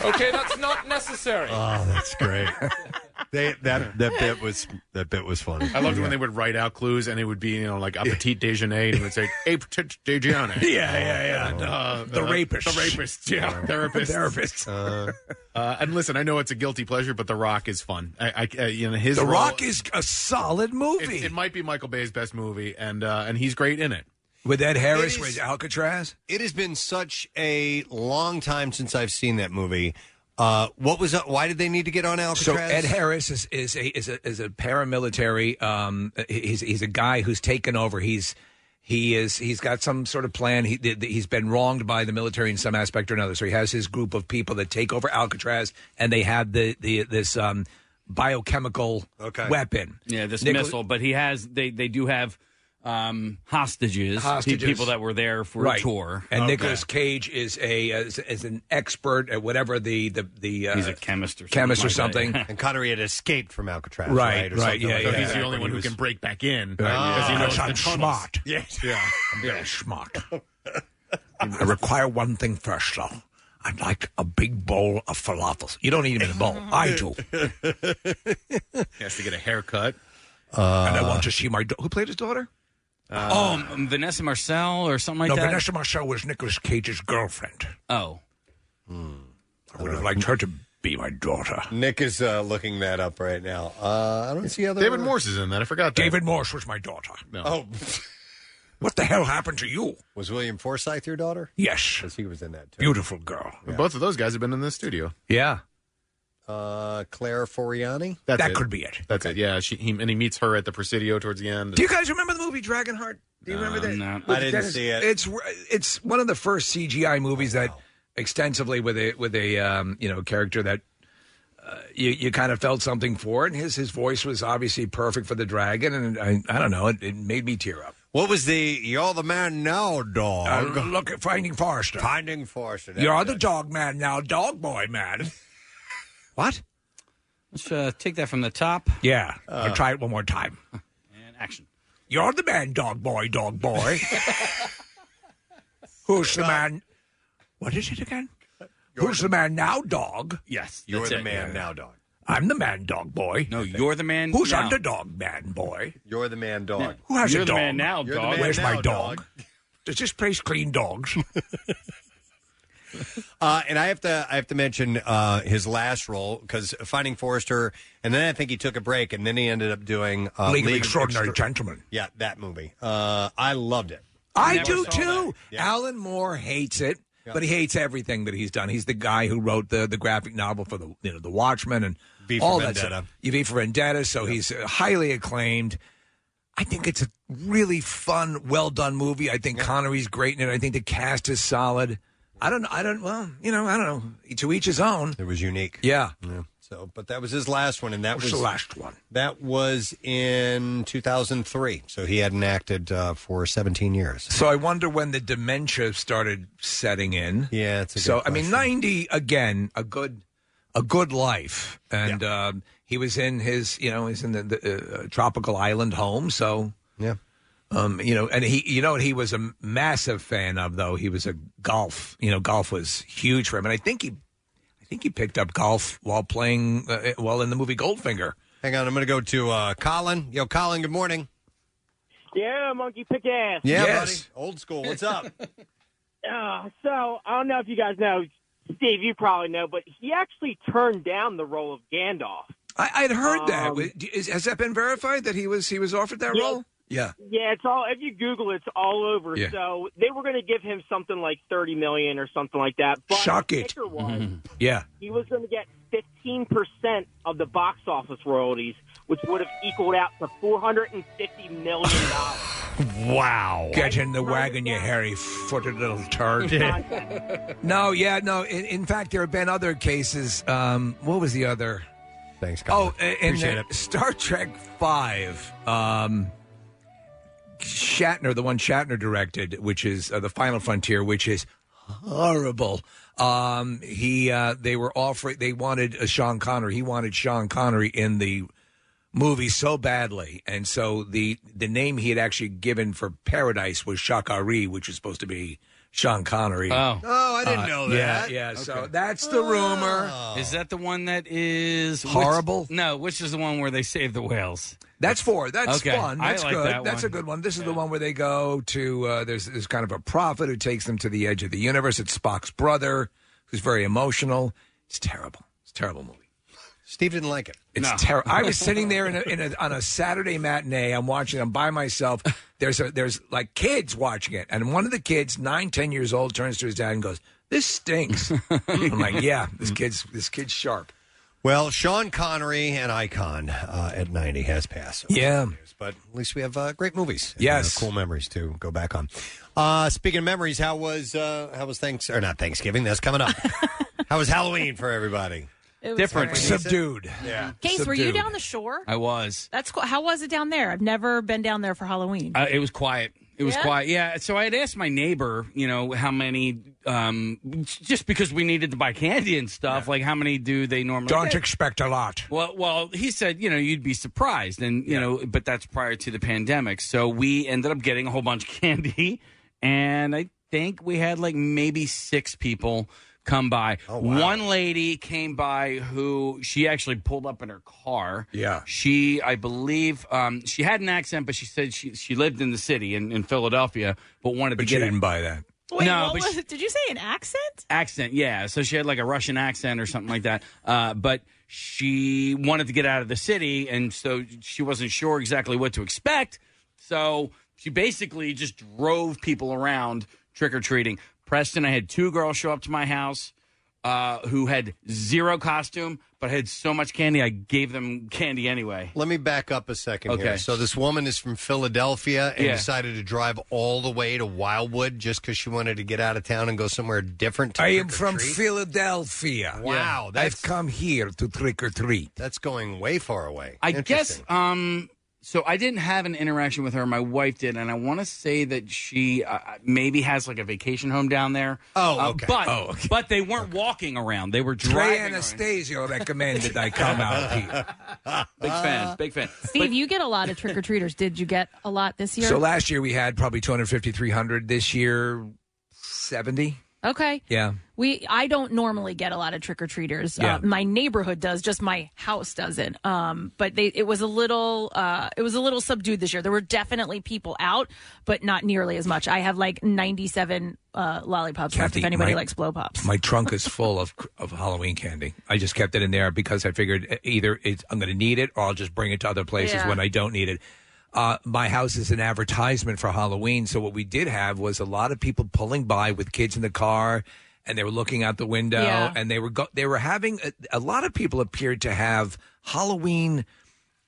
[SPEAKER 15] Okay, that's not necessary.
[SPEAKER 2] Oh, that's great. they that that bit was that bit was funny.
[SPEAKER 13] I loved when they would write out clues and it would be, you know, like a petit déjeuner and it would say, a petit déjeuner. Uh,
[SPEAKER 6] Yeah, yeah, yeah. The rapist.
[SPEAKER 13] The rapist, yeah. Therapist.
[SPEAKER 6] Therapist.
[SPEAKER 13] Uh, uh, and listen, I know it's a guilty pleasure, but The Rock is fun. I, I, uh, you know, his
[SPEAKER 6] The
[SPEAKER 13] role-
[SPEAKER 6] Rock is a solid movie.
[SPEAKER 13] It, it might be Michael Bay's best movie, and uh, and he's great in it.
[SPEAKER 6] With Ed Harris,
[SPEAKER 2] It is-
[SPEAKER 6] with Alcatraz.
[SPEAKER 2] It has been such a long time since I've seen that movie. Uh, what was that? Why did they need to get on
[SPEAKER 6] So
[SPEAKER 2] Alcatraz?
[SPEAKER 6] Ed Harris is, is a is a is a paramilitary. Um, he's he's a guy who's taken over. He's he is he's got some sort of plan. He th- he's been wronged by the military in some aspect or another. So he has his group of people that take over Alcatraz, and they have the the this um, biochemical weapon.
[SPEAKER 7] Yeah, this
[SPEAKER 6] Nicola-
[SPEAKER 7] missile. But he has. They they do have um, hostages, pe-
[SPEAKER 6] Hostages.
[SPEAKER 7] people that were there for
[SPEAKER 6] Right.
[SPEAKER 7] a tour.
[SPEAKER 6] And Nicolas Cage is a is, is an expert at whatever the the the uh,
[SPEAKER 7] He's a chemist or something
[SPEAKER 6] chemist or
[SPEAKER 7] like that.
[SPEAKER 6] something.
[SPEAKER 2] and Connery had escaped from Alcatraz,
[SPEAKER 6] Right,
[SPEAKER 2] right?
[SPEAKER 6] right, yeah, yeah.
[SPEAKER 13] He's the only one who can break back in. because
[SPEAKER 7] Ah.
[SPEAKER 13] he knows the tunnels.
[SPEAKER 6] smart.
[SPEAKER 13] Yes.
[SPEAKER 6] Yeah. I'm very smart. I require one thing first, though. I'd like a big bowl of falafels. You don't eat them in a bowl. I do.
[SPEAKER 13] He has to get a haircut.
[SPEAKER 6] and I want to see my... Da- who played his daughter? Uh,
[SPEAKER 7] oh, M- M- Vanessa Marcel or something like
[SPEAKER 6] no,
[SPEAKER 7] that.
[SPEAKER 6] Vanessa Marcel was Nicolas Cage's girlfriend.
[SPEAKER 7] Oh,
[SPEAKER 6] I would have liked her to be my daughter.
[SPEAKER 2] Nick is uh, looking that up right now. Uh, I don't see other.
[SPEAKER 13] David Morse is in that. I forgot. That.
[SPEAKER 6] David Morse was my daughter.
[SPEAKER 2] Oh,
[SPEAKER 6] What the hell happened to you?
[SPEAKER 2] was William Forsythe your daughter?
[SPEAKER 6] Yes,
[SPEAKER 2] because he was in that. Too.
[SPEAKER 6] Beautiful girl.
[SPEAKER 13] Both of those guys have been in the studio.
[SPEAKER 6] Yeah.
[SPEAKER 2] Uh, Claire Foriani.
[SPEAKER 13] That's
[SPEAKER 6] That
[SPEAKER 13] it.
[SPEAKER 6] could be it.
[SPEAKER 13] That's it. Yeah. She, he, and he meets her at the Presidio towards the end.
[SPEAKER 6] Do you guys remember the movie Dragonheart? Do you remember that? With
[SPEAKER 13] Um, I didn't
[SPEAKER 6] Dennis-
[SPEAKER 13] see it.
[SPEAKER 6] It's it's one of the first CGI movies that extensively with a with a um, you know character that uh, you you kind of felt something for, and his his voice was obviously perfect for the dragon, and I I don't know, it, it made me tear up.
[SPEAKER 2] What was the "You're the man now" dog?
[SPEAKER 6] Uh, look at Finding Forrester.
[SPEAKER 2] Finding Forrester.
[SPEAKER 6] You're the dog man now, dog boy man. what?
[SPEAKER 7] Let's uh, take that from the top.
[SPEAKER 6] Yeah,
[SPEAKER 7] Uh.
[SPEAKER 6] I'll try it one more time.
[SPEAKER 7] And action.
[SPEAKER 6] You're the man, dog boy, dog boy. Who's the man? What is it again? Who's the man now, dog?
[SPEAKER 7] Yes,
[SPEAKER 2] You're the man now, dog.
[SPEAKER 6] I'm the man, dog boy.
[SPEAKER 7] No, you're the man.
[SPEAKER 6] Who's
[SPEAKER 7] now.
[SPEAKER 6] underdog man, boy?
[SPEAKER 2] You're the man, dog.
[SPEAKER 6] Who has
[SPEAKER 7] You're
[SPEAKER 6] a
[SPEAKER 7] the
[SPEAKER 6] dog?
[SPEAKER 7] man now, You're the dog. man
[SPEAKER 6] Where's
[SPEAKER 7] now,
[SPEAKER 6] my dog? Does this place clean dogs?
[SPEAKER 2] Uh, and I have to I have to mention uh, his last role because Finding Forrester, and then I think he took a break, and then he ended up doing uh,
[SPEAKER 6] League of Extraordinary
[SPEAKER 2] Extra-
[SPEAKER 6] Gentlemen.
[SPEAKER 2] Yeah, that movie. Uh, I loved it.
[SPEAKER 6] I
[SPEAKER 2] Never
[SPEAKER 6] do
[SPEAKER 2] saw
[SPEAKER 6] too.
[SPEAKER 2] that. Yeah.
[SPEAKER 6] Alan Moore hates it,
[SPEAKER 2] Yeah.
[SPEAKER 6] but he hates everything that he's done. He's the guy who wrote the the graphic novel for the you know the Watchmen and
[SPEAKER 2] V for
[SPEAKER 6] all that
[SPEAKER 2] Vendetta.
[SPEAKER 6] stuff. You V for Vendetta, so he's uh, highly acclaimed. I think it's a really fun, well done movie. I think Connery's great in it. I think the cast is solid. I don't. I don't. Well, you know, I don't know. To each his own.
[SPEAKER 2] It was unique.
[SPEAKER 6] Yeah.
[SPEAKER 2] So, but that was his last one, and that
[SPEAKER 6] What
[SPEAKER 2] was,
[SPEAKER 6] was the last one?
[SPEAKER 2] That was in 2003. So he hadn't acted uh, for 17 years.
[SPEAKER 6] So I wonder when the dementia started setting in.
[SPEAKER 2] Yeah, it's a good
[SPEAKER 6] so I mean ninety again a good a good life, and um, he was in his you know he's in the, the uh, tropical island home. So
[SPEAKER 2] Yeah.
[SPEAKER 6] um, you know, and he you know what he was a massive fan of though he was a golf you know golf was huge for him, and I think he I think he picked up golf while playing uh, while in the movie Goldfinger.
[SPEAKER 2] Hang on, I'm going to go to uh, Colin. Yo, Colin, good morning.
[SPEAKER 16] Yeah, monkey pick ass.
[SPEAKER 2] Yeah, buddy. Old school. What's up?
[SPEAKER 16] uh, so I don't know if you guys know, Steve. You probably know, but he actually turned down the role of Gandalf.
[SPEAKER 6] I, I'd heard that.
[SPEAKER 16] Um,
[SPEAKER 6] Was- Is, has that been verified that he was he was offered that
[SPEAKER 16] Yeah.
[SPEAKER 6] role? Yeah.
[SPEAKER 16] Yeah, it's all. If you Google, it, it's all over.
[SPEAKER 6] Yeah.
[SPEAKER 16] So they were going to give him something like thirty million or something like that. But
[SPEAKER 6] Shock
[SPEAKER 16] the
[SPEAKER 6] it.
[SPEAKER 16] kicker was,
[SPEAKER 6] Yeah.
[SPEAKER 16] he was going to get fifteen percent of the box office royalties, which would have equaled out to four hundred and fifty million dollars.
[SPEAKER 6] Wow. Get in the wagon, you hairy footed little turd. no, yeah, no. In, in fact, there have been other cases. Um, what was the other?
[SPEAKER 2] Thanks,
[SPEAKER 6] Colin. Oh, and
[SPEAKER 2] Appreciate it.
[SPEAKER 6] Star Trek Five. Um, Shatner, the one Shatner directed, which is uh, the Final Frontier, which is horrible. Um, he, uh, they were offering, they wanted uh, Sean Connery. He wanted Sean Connery in the movie so badly, and so the the name he had actually given for Paradise was Shakari, which is supposed to be Sean Connery.
[SPEAKER 2] Oh, I didn't
[SPEAKER 6] Uh,
[SPEAKER 2] know
[SPEAKER 6] yeah,
[SPEAKER 2] that.
[SPEAKER 6] yeah. So that's the rumor.
[SPEAKER 7] Is that the one that is which-
[SPEAKER 6] Horrible?
[SPEAKER 7] no, which is the one where they save the whales?
[SPEAKER 6] That's four. That's
[SPEAKER 7] Okay,
[SPEAKER 6] fun.
[SPEAKER 7] I
[SPEAKER 6] That's
[SPEAKER 7] like
[SPEAKER 6] good.
[SPEAKER 7] that
[SPEAKER 6] That's
[SPEAKER 7] one.
[SPEAKER 6] a good one. This is the one where they go to. Uh, there's there's kind of a prophet who takes them to the edge of the universe. It's Spock's brother, who's very emotional. It's terrible. It's a terrible movie.
[SPEAKER 2] Steve didn't like it.
[SPEAKER 6] It's
[SPEAKER 2] No.
[SPEAKER 6] terrible. I was sitting there in a, in a, on a Saturday matinee. I'm watching. I'm by myself. There's a, there's like kids watching it, and one of the kids, nine, ten years old, turns to his dad and goes, "This stinks." I'm like, "Yeah, this kid's this kid's sharp."
[SPEAKER 2] Well, Sean Connery, an icon uh, at 90, has passed.
[SPEAKER 6] Yeah.
[SPEAKER 2] But at least we have uh, great movies. and,
[SPEAKER 6] Yes.
[SPEAKER 2] uh, cool memories to go back on. Uh, speaking of memories, how was uh, how was thanks or not Thanksgiving? That's coming up. how was Halloween for everybody?
[SPEAKER 3] It was
[SPEAKER 7] Different.
[SPEAKER 3] very-
[SPEAKER 6] Subdued.
[SPEAKER 2] Yeah.
[SPEAKER 3] Case, were you down the shore?
[SPEAKER 7] I was.
[SPEAKER 3] That's cool. How was it down there? I've never been down there for Halloween.
[SPEAKER 7] Uh, it was quiet. It was
[SPEAKER 3] Yeah?
[SPEAKER 7] quiet. Yeah. So I had asked my neighbor, you know, how many, um, just because we needed to buy candy and stuff, like how many do they normally
[SPEAKER 6] Don't
[SPEAKER 7] get?
[SPEAKER 6] expect a lot.
[SPEAKER 7] Well, well, he said, you know, you'd be surprised, and you know, but that's prior to the pandemic. So we ended up getting a whole bunch of candy, and I think we had like maybe six people come by. One lady came by who she actually pulled up in her car.
[SPEAKER 6] Yeah.
[SPEAKER 7] She, I believe, um, she had an accent, but she said she she lived in the city in, in Philadelphia, but wanted
[SPEAKER 6] But
[SPEAKER 7] to
[SPEAKER 6] you
[SPEAKER 7] get
[SPEAKER 6] didn't buy that.
[SPEAKER 3] Wait,
[SPEAKER 7] no,
[SPEAKER 3] what
[SPEAKER 7] but
[SPEAKER 3] was, did you say an accent?
[SPEAKER 7] accent. Yeah, so she had like a Russian accent or something like that. Uh, but she wanted to get out of the city, and so she wasn't sure exactly what to expect. So she basically just drove people around trick or treating. Preston, I had two girls show up to my house uh, who had zero costume, but had so much candy, I gave them candy anyway.
[SPEAKER 2] Let me back up a second here.
[SPEAKER 7] Okay.
[SPEAKER 2] So this woman is from Philadelphia and
[SPEAKER 7] Yeah.
[SPEAKER 2] decided to drive all the way to Wildwood just because she wanted to get out of town and go somewhere different. To
[SPEAKER 6] I am
[SPEAKER 2] trick or
[SPEAKER 6] from
[SPEAKER 2] treat?
[SPEAKER 6] Philadelphia.
[SPEAKER 2] Wow, that's-
[SPEAKER 6] I've come here to trick or treat.
[SPEAKER 2] That's going way far away.
[SPEAKER 7] I guess um so I didn't have an interaction with her. My wife did, and I want to say that she uh, maybe has like a vacation home down there.
[SPEAKER 6] Oh,
[SPEAKER 7] Uh,
[SPEAKER 6] okay.
[SPEAKER 7] but
[SPEAKER 6] Oh, okay.
[SPEAKER 7] but they weren't walking around; they were
[SPEAKER 6] Trey
[SPEAKER 7] driving. around.
[SPEAKER 6] Anastasio recommended I come out here.
[SPEAKER 7] Big fan, big fan.
[SPEAKER 3] Steve, you get a lot of trick or treaters. Did you get a lot this year?
[SPEAKER 6] So last year we had probably 250, 300. This year, 70.
[SPEAKER 3] Okay.
[SPEAKER 6] Yeah.
[SPEAKER 3] We I don't normally get a lot of trick or treaters.
[SPEAKER 6] Yeah.
[SPEAKER 3] Uh, my neighborhood does, just my house doesn't. Um, but they it was a little uh, it was a little subdued this year. There were definitely people out, but not nearly as much. I have like ninety seven uh, lollipops left.
[SPEAKER 6] Kathy,
[SPEAKER 3] If anybody
[SPEAKER 6] my-
[SPEAKER 3] likes blow pops,
[SPEAKER 6] My trunk is full of of Halloween candy. I just kept it in there because I figured uh, either it's, I'm going to need it or I'll just bring it to other places
[SPEAKER 11] Yeah.
[SPEAKER 6] when I don't need it. Uh, my house is an advertisement for Halloween, so what we did have was a lot of people pulling by with kids in the car, and they were looking out the window,
[SPEAKER 11] Yeah.
[SPEAKER 6] and they were go- they were having a, a lot of people appeared to have Halloween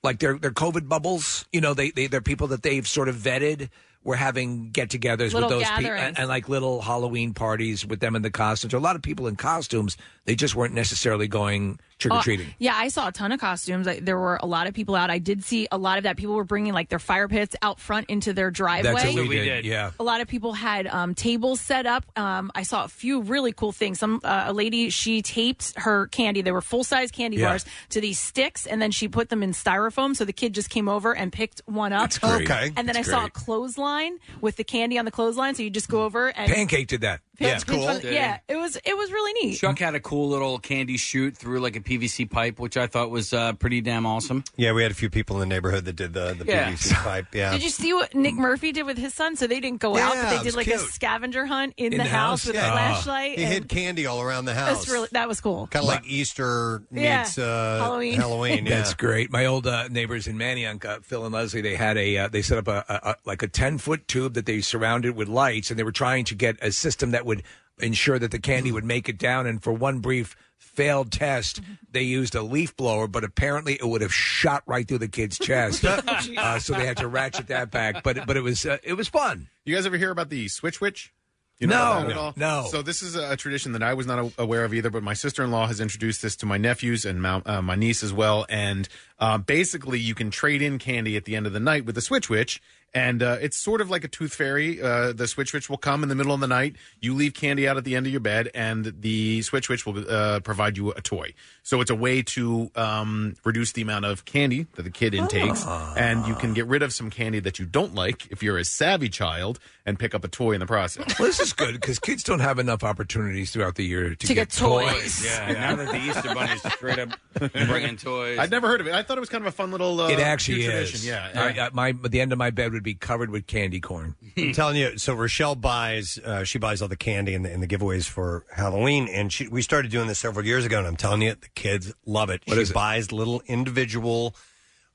[SPEAKER 6] like their their COVID bubbles. You know, they they they're people that they've sort of vetted. We're having get-togethers
[SPEAKER 11] Little
[SPEAKER 6] with those people
[SPEAKER 11] gatherings.
[SPEAKER 6] and, and like little Halloween parties with them in the costumes. There are a lot of people in costumes. They just weren't necessarily going trick or treating.
[SPEAKER 3] Oh, yeah, I saw a ton of costumes. I, there were a lot of people out. I did see a lot of that. People were bringing like their fire pits out front into their driveway.
[SPEAKER 6] That's what we, did. Yeah.
[SPEAKER 3] A lot of people had um, tables set up. Um, I saw a few really cool things. Some uh, a lady she taped her candy. They were full size candy
[SPEAKER 2] Yeah.
[SPEAKER 3] bars to these sticks, and then she put them in styrofoam. So the kid just came over and picked one up.
[SPEAKER 6] That's great. Okay.
[SPEAKER 3] And then
[SPEAKER 6] That's
[SPEAKER 3] I saw a
[SPEAKER 6] great.
[SPEAKER 3] clothesline with the candy on the clothesline. So you just go over and
[SPEAKER 6] Pancake did that.
[SPEAKER 3] Pancake from- Yeah, it was it was really neat.
[SPEAKER 7] Chuck had a cool little candy shoot through like a PVC pipe, which I thought was uh, pretty damn awesome.
[SPEAKER 2] Yeah, we had a few people in the neighborhood that did the, the
[SPEAKER 7] Yeah.
[SPEAKER 2] PVC pipe. Yeah.
[SPEAKER 3] Did you see what Nick Murphy did with his son? So they didn't go
[SPEAKER 2] Yeah,
[SPEAKER 3] out, but
[SPEAKER 2] it
[SPEAKER 3] they
[SPEAKER 2] was
[SPEAKER 3] did like a
[SPEAKER 2] cute.
[SPEAKER 3] scavenger hunt in, the, house, with
[SPEAKER 2] Yeah.
[SPEAKER 3] a flashlight.
[SPEAKER 2] He
[SPEAKER 3] and
[SPEAKER 2] hid candy all around the house.
[SPEAKER 3] that's really that was cool.
[SPEAKER 2] kind of like Easter
[SPEAKER 3] Yeah.
[SPEAKER 2] meets uh,
[SPEAKER 3] Oh, Halloween.
[SPEAKER 2] Halloween. Yeah.
[SPEAKER 6] That's great. My old uh, neighbors in Manioc, uh, Phil and Leslie, they had a uh, they set up a, a, a like a ten foot tube that they surrounded with lights, and they were trying to get a system that would ensure that the candy would make it down. And for one brief failed test, they used a leaf blower, but apparently it would have shot right through the kid's chest. uh, so they had to ratchet that back. But but it was uh, it was fun.
[SPEAKER 13] You guys ever hear about the Switch Witch?
[SPEAKER 6] No,
[SPEAKER 13] about that at all?
[SPEAKER 6] no.
[SPEAKER 13] So this is a tradition that I was not a- aware of either, but my sister-in-law has introduced this to my nephews and my, uh, my niece as well. And uh, basically, you can trade in candy at the end of the night with the Switch Witch, and uh, it's sort of like a tooth fairy. Uh, the Switch Witch will come in the middle of the night. You leave candy out at the end of your bed, and the Switch Witch will uh, provide you a toy. So it's a way to um, reduce the amount of candy that the kid intakes,
[SPEAKER 6] Ah.
[SPEAKER 13] and you can get rid of some candy that you don't like if you're a savvy child and pick up a toy in the process.
[SPEAKER 6] Well, this is good because kids don't have enough opportunities throughout the year to,
[SPEAKER 13] To get toys.
[SPEAKER 7] Yeah, now that the Easter Bunny is straight up bringing toys.
[SPEAKER 13] I'd never heard of it. I thought it was kind of a fun little. Uh,
[SPEAKER 6] it actually
[SPEAKER 13] new
[SPEAKER 6] is.
[SPEAKER 13] tradition. Yeah.
[SPEAKER 6] I- I- my the end of my bed would be covered with candy corn.
[SPEAKER 11] Hmm.
[SPEAKER 2] I'm telling you. So Rochelle buys, uh, she buys all the candy and the, and the giveaways for Halloween, and she, we started doing this several years ago. And I'm telling you, the kids love it. she buys little individual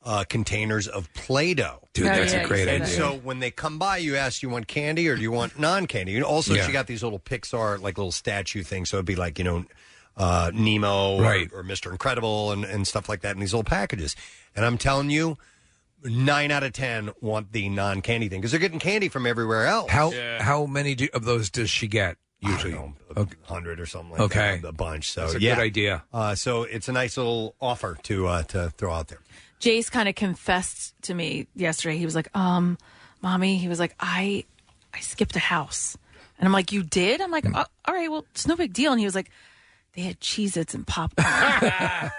[SPEAKER 2] uh, containers of Play-Doh.
[SPEAKER 6] Dude,
[SPEAKER 11] Oh, that's a yeah, you great said
[SPEAKER 2] And
[SPEAKER 11] idea.
[SPEAKER 2] So when they come by, you ask, you want candy or do you want non-candy? And also,
[SPEAKER 11] Yeah.
[SPEAKER 2] she got these little Pixar like little statue things, so it'd be like you know. Uh, Nemo
[SPEAKER 11] Right.
[SPEAKER 2] or, or Mr. Incredible and, and stuff like that in these little packages. And I'm telling you, nine out of ten want the non-candy thing because they're getting candy from everywhere else.
[SPEAKER 6] How how many do, of those does she get usually?
[SPEAKER 2] hundred or something. like
[SPEAKER 6] Okay,
[SPEAKER 2] that, a bunch. So
[SPEAKER 6] That's a
[SPEAKER 2] yeah,
[SPEAKER 6] good idea.
[SPEAKER 2] Uh, so it's a nice little offer to uh, to throw out there.
[SPEAKER 3] Jace kind of confessed to me yesterday. He was like, "Um, mommy," he was like, "I, I skipped a house," and I'm like, "You did?" I'm like,
[SPEAKER 2] Hmm.
[SPEAKER 3] oh, "All right, well, it's no big deal." And he was like, "They had Cheez-Its and popcorn."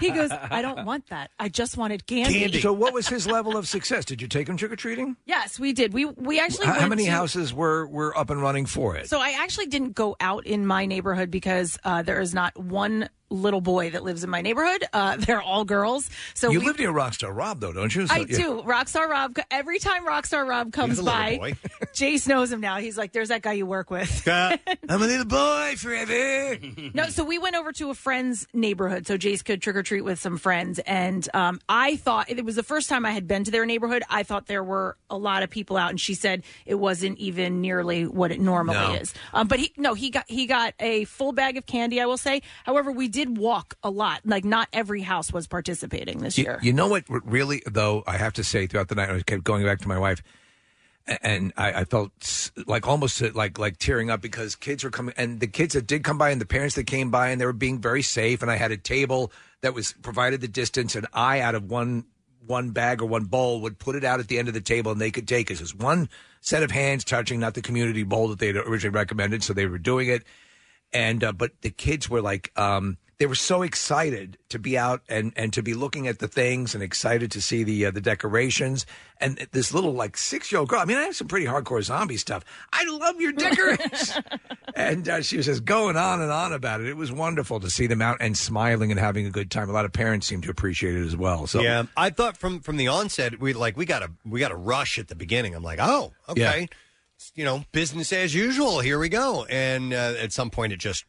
[SPEAKER 3] he goes, "I don't want that. I just wanted candy."
[SPEAKER 6] So what was his level of success? Did you take him trick or treating?
[SPEAKER 3] Yes, we did. We we actually
[SPEAKER 6] How, how
[SPEAKER 3] went
[SPEAKER 6] many
[SPEAKER 3] to-
[SPEAKER 6] houses were were up and running for it?
[SPEAKER 3] So I actually didn't go out in my neighborhood because uh, there is not one little boy that lives in my neighborhood. Uh, they're all girls. So
[SPEAKER 6] you
[SPEAKER 3] we,
[SPEAKER 6] live near Rockstar Rob though, don't you? So-
[SPEAKER 3] I
[SPEAKER 6] yeah.
[SPEAKER 3] do. Rockstar Rob. Every time Rockstar Rob comes
[SPEAKER 6] a little
[SPEAKER 3] by,
[SPEAKER 6] boy.
[SPEAKER 3] Jace knows him now. He's like, "There's that guy you work with."
[SPEAKER 6] I'm a little boy forever.
[SPEAKER 3] no, so we went over to a friend's neighborhood so Jace could trick or treat with some friends, and um, I thought it was the first time I had been to their neighborhood. I thought there were a lot of people out, and she said it wasn't even nearly what it normally
[SPEAKER 17] No.
[SPEAKER 3] is. Um, but he no, he got he got a full bag of candy. I will say, however, we did walk a lot. Like not every house was participating this
[SPEAKER 6] You-
[SPEAKER 3] year.
[SPEAKER 6] You know what? Really, though, I have to say, throughout the night, I kept going back to my wife, a- and I, I felt s- like almost uh, like like tearing up because kids were coming, and the kids that did come by, and the parents that came by, and they were being very safe. And I had a table that was provided the distance, and I out of one one bag or one bowl would put it out at the end of the table, and they could take it. It was one set of hands touching, not the community bowl that they would originally recommended, so they were doing it and uh, but the kids were like um they were so excited to be out and and to be looking at the things and excited to see the uh, the decorations and this little like six year old girl. I mean, I have some pretty hardcore zombie stuff. I love your decorations. and uh, she was just going on and on about it. It was wonderful to see them out and smiling and having a good time. A lot of parents seem to appreciate it as well. So
[SPEAKER 2] yeah, I thought from from the onset we like we got to we got to rush at the beginning. I'm like, oh, okay,
[SPEAKER 6] Yeah.
[SPEAKER 2] It's, you know, business as usual. Here we go. And uh, at some point, it just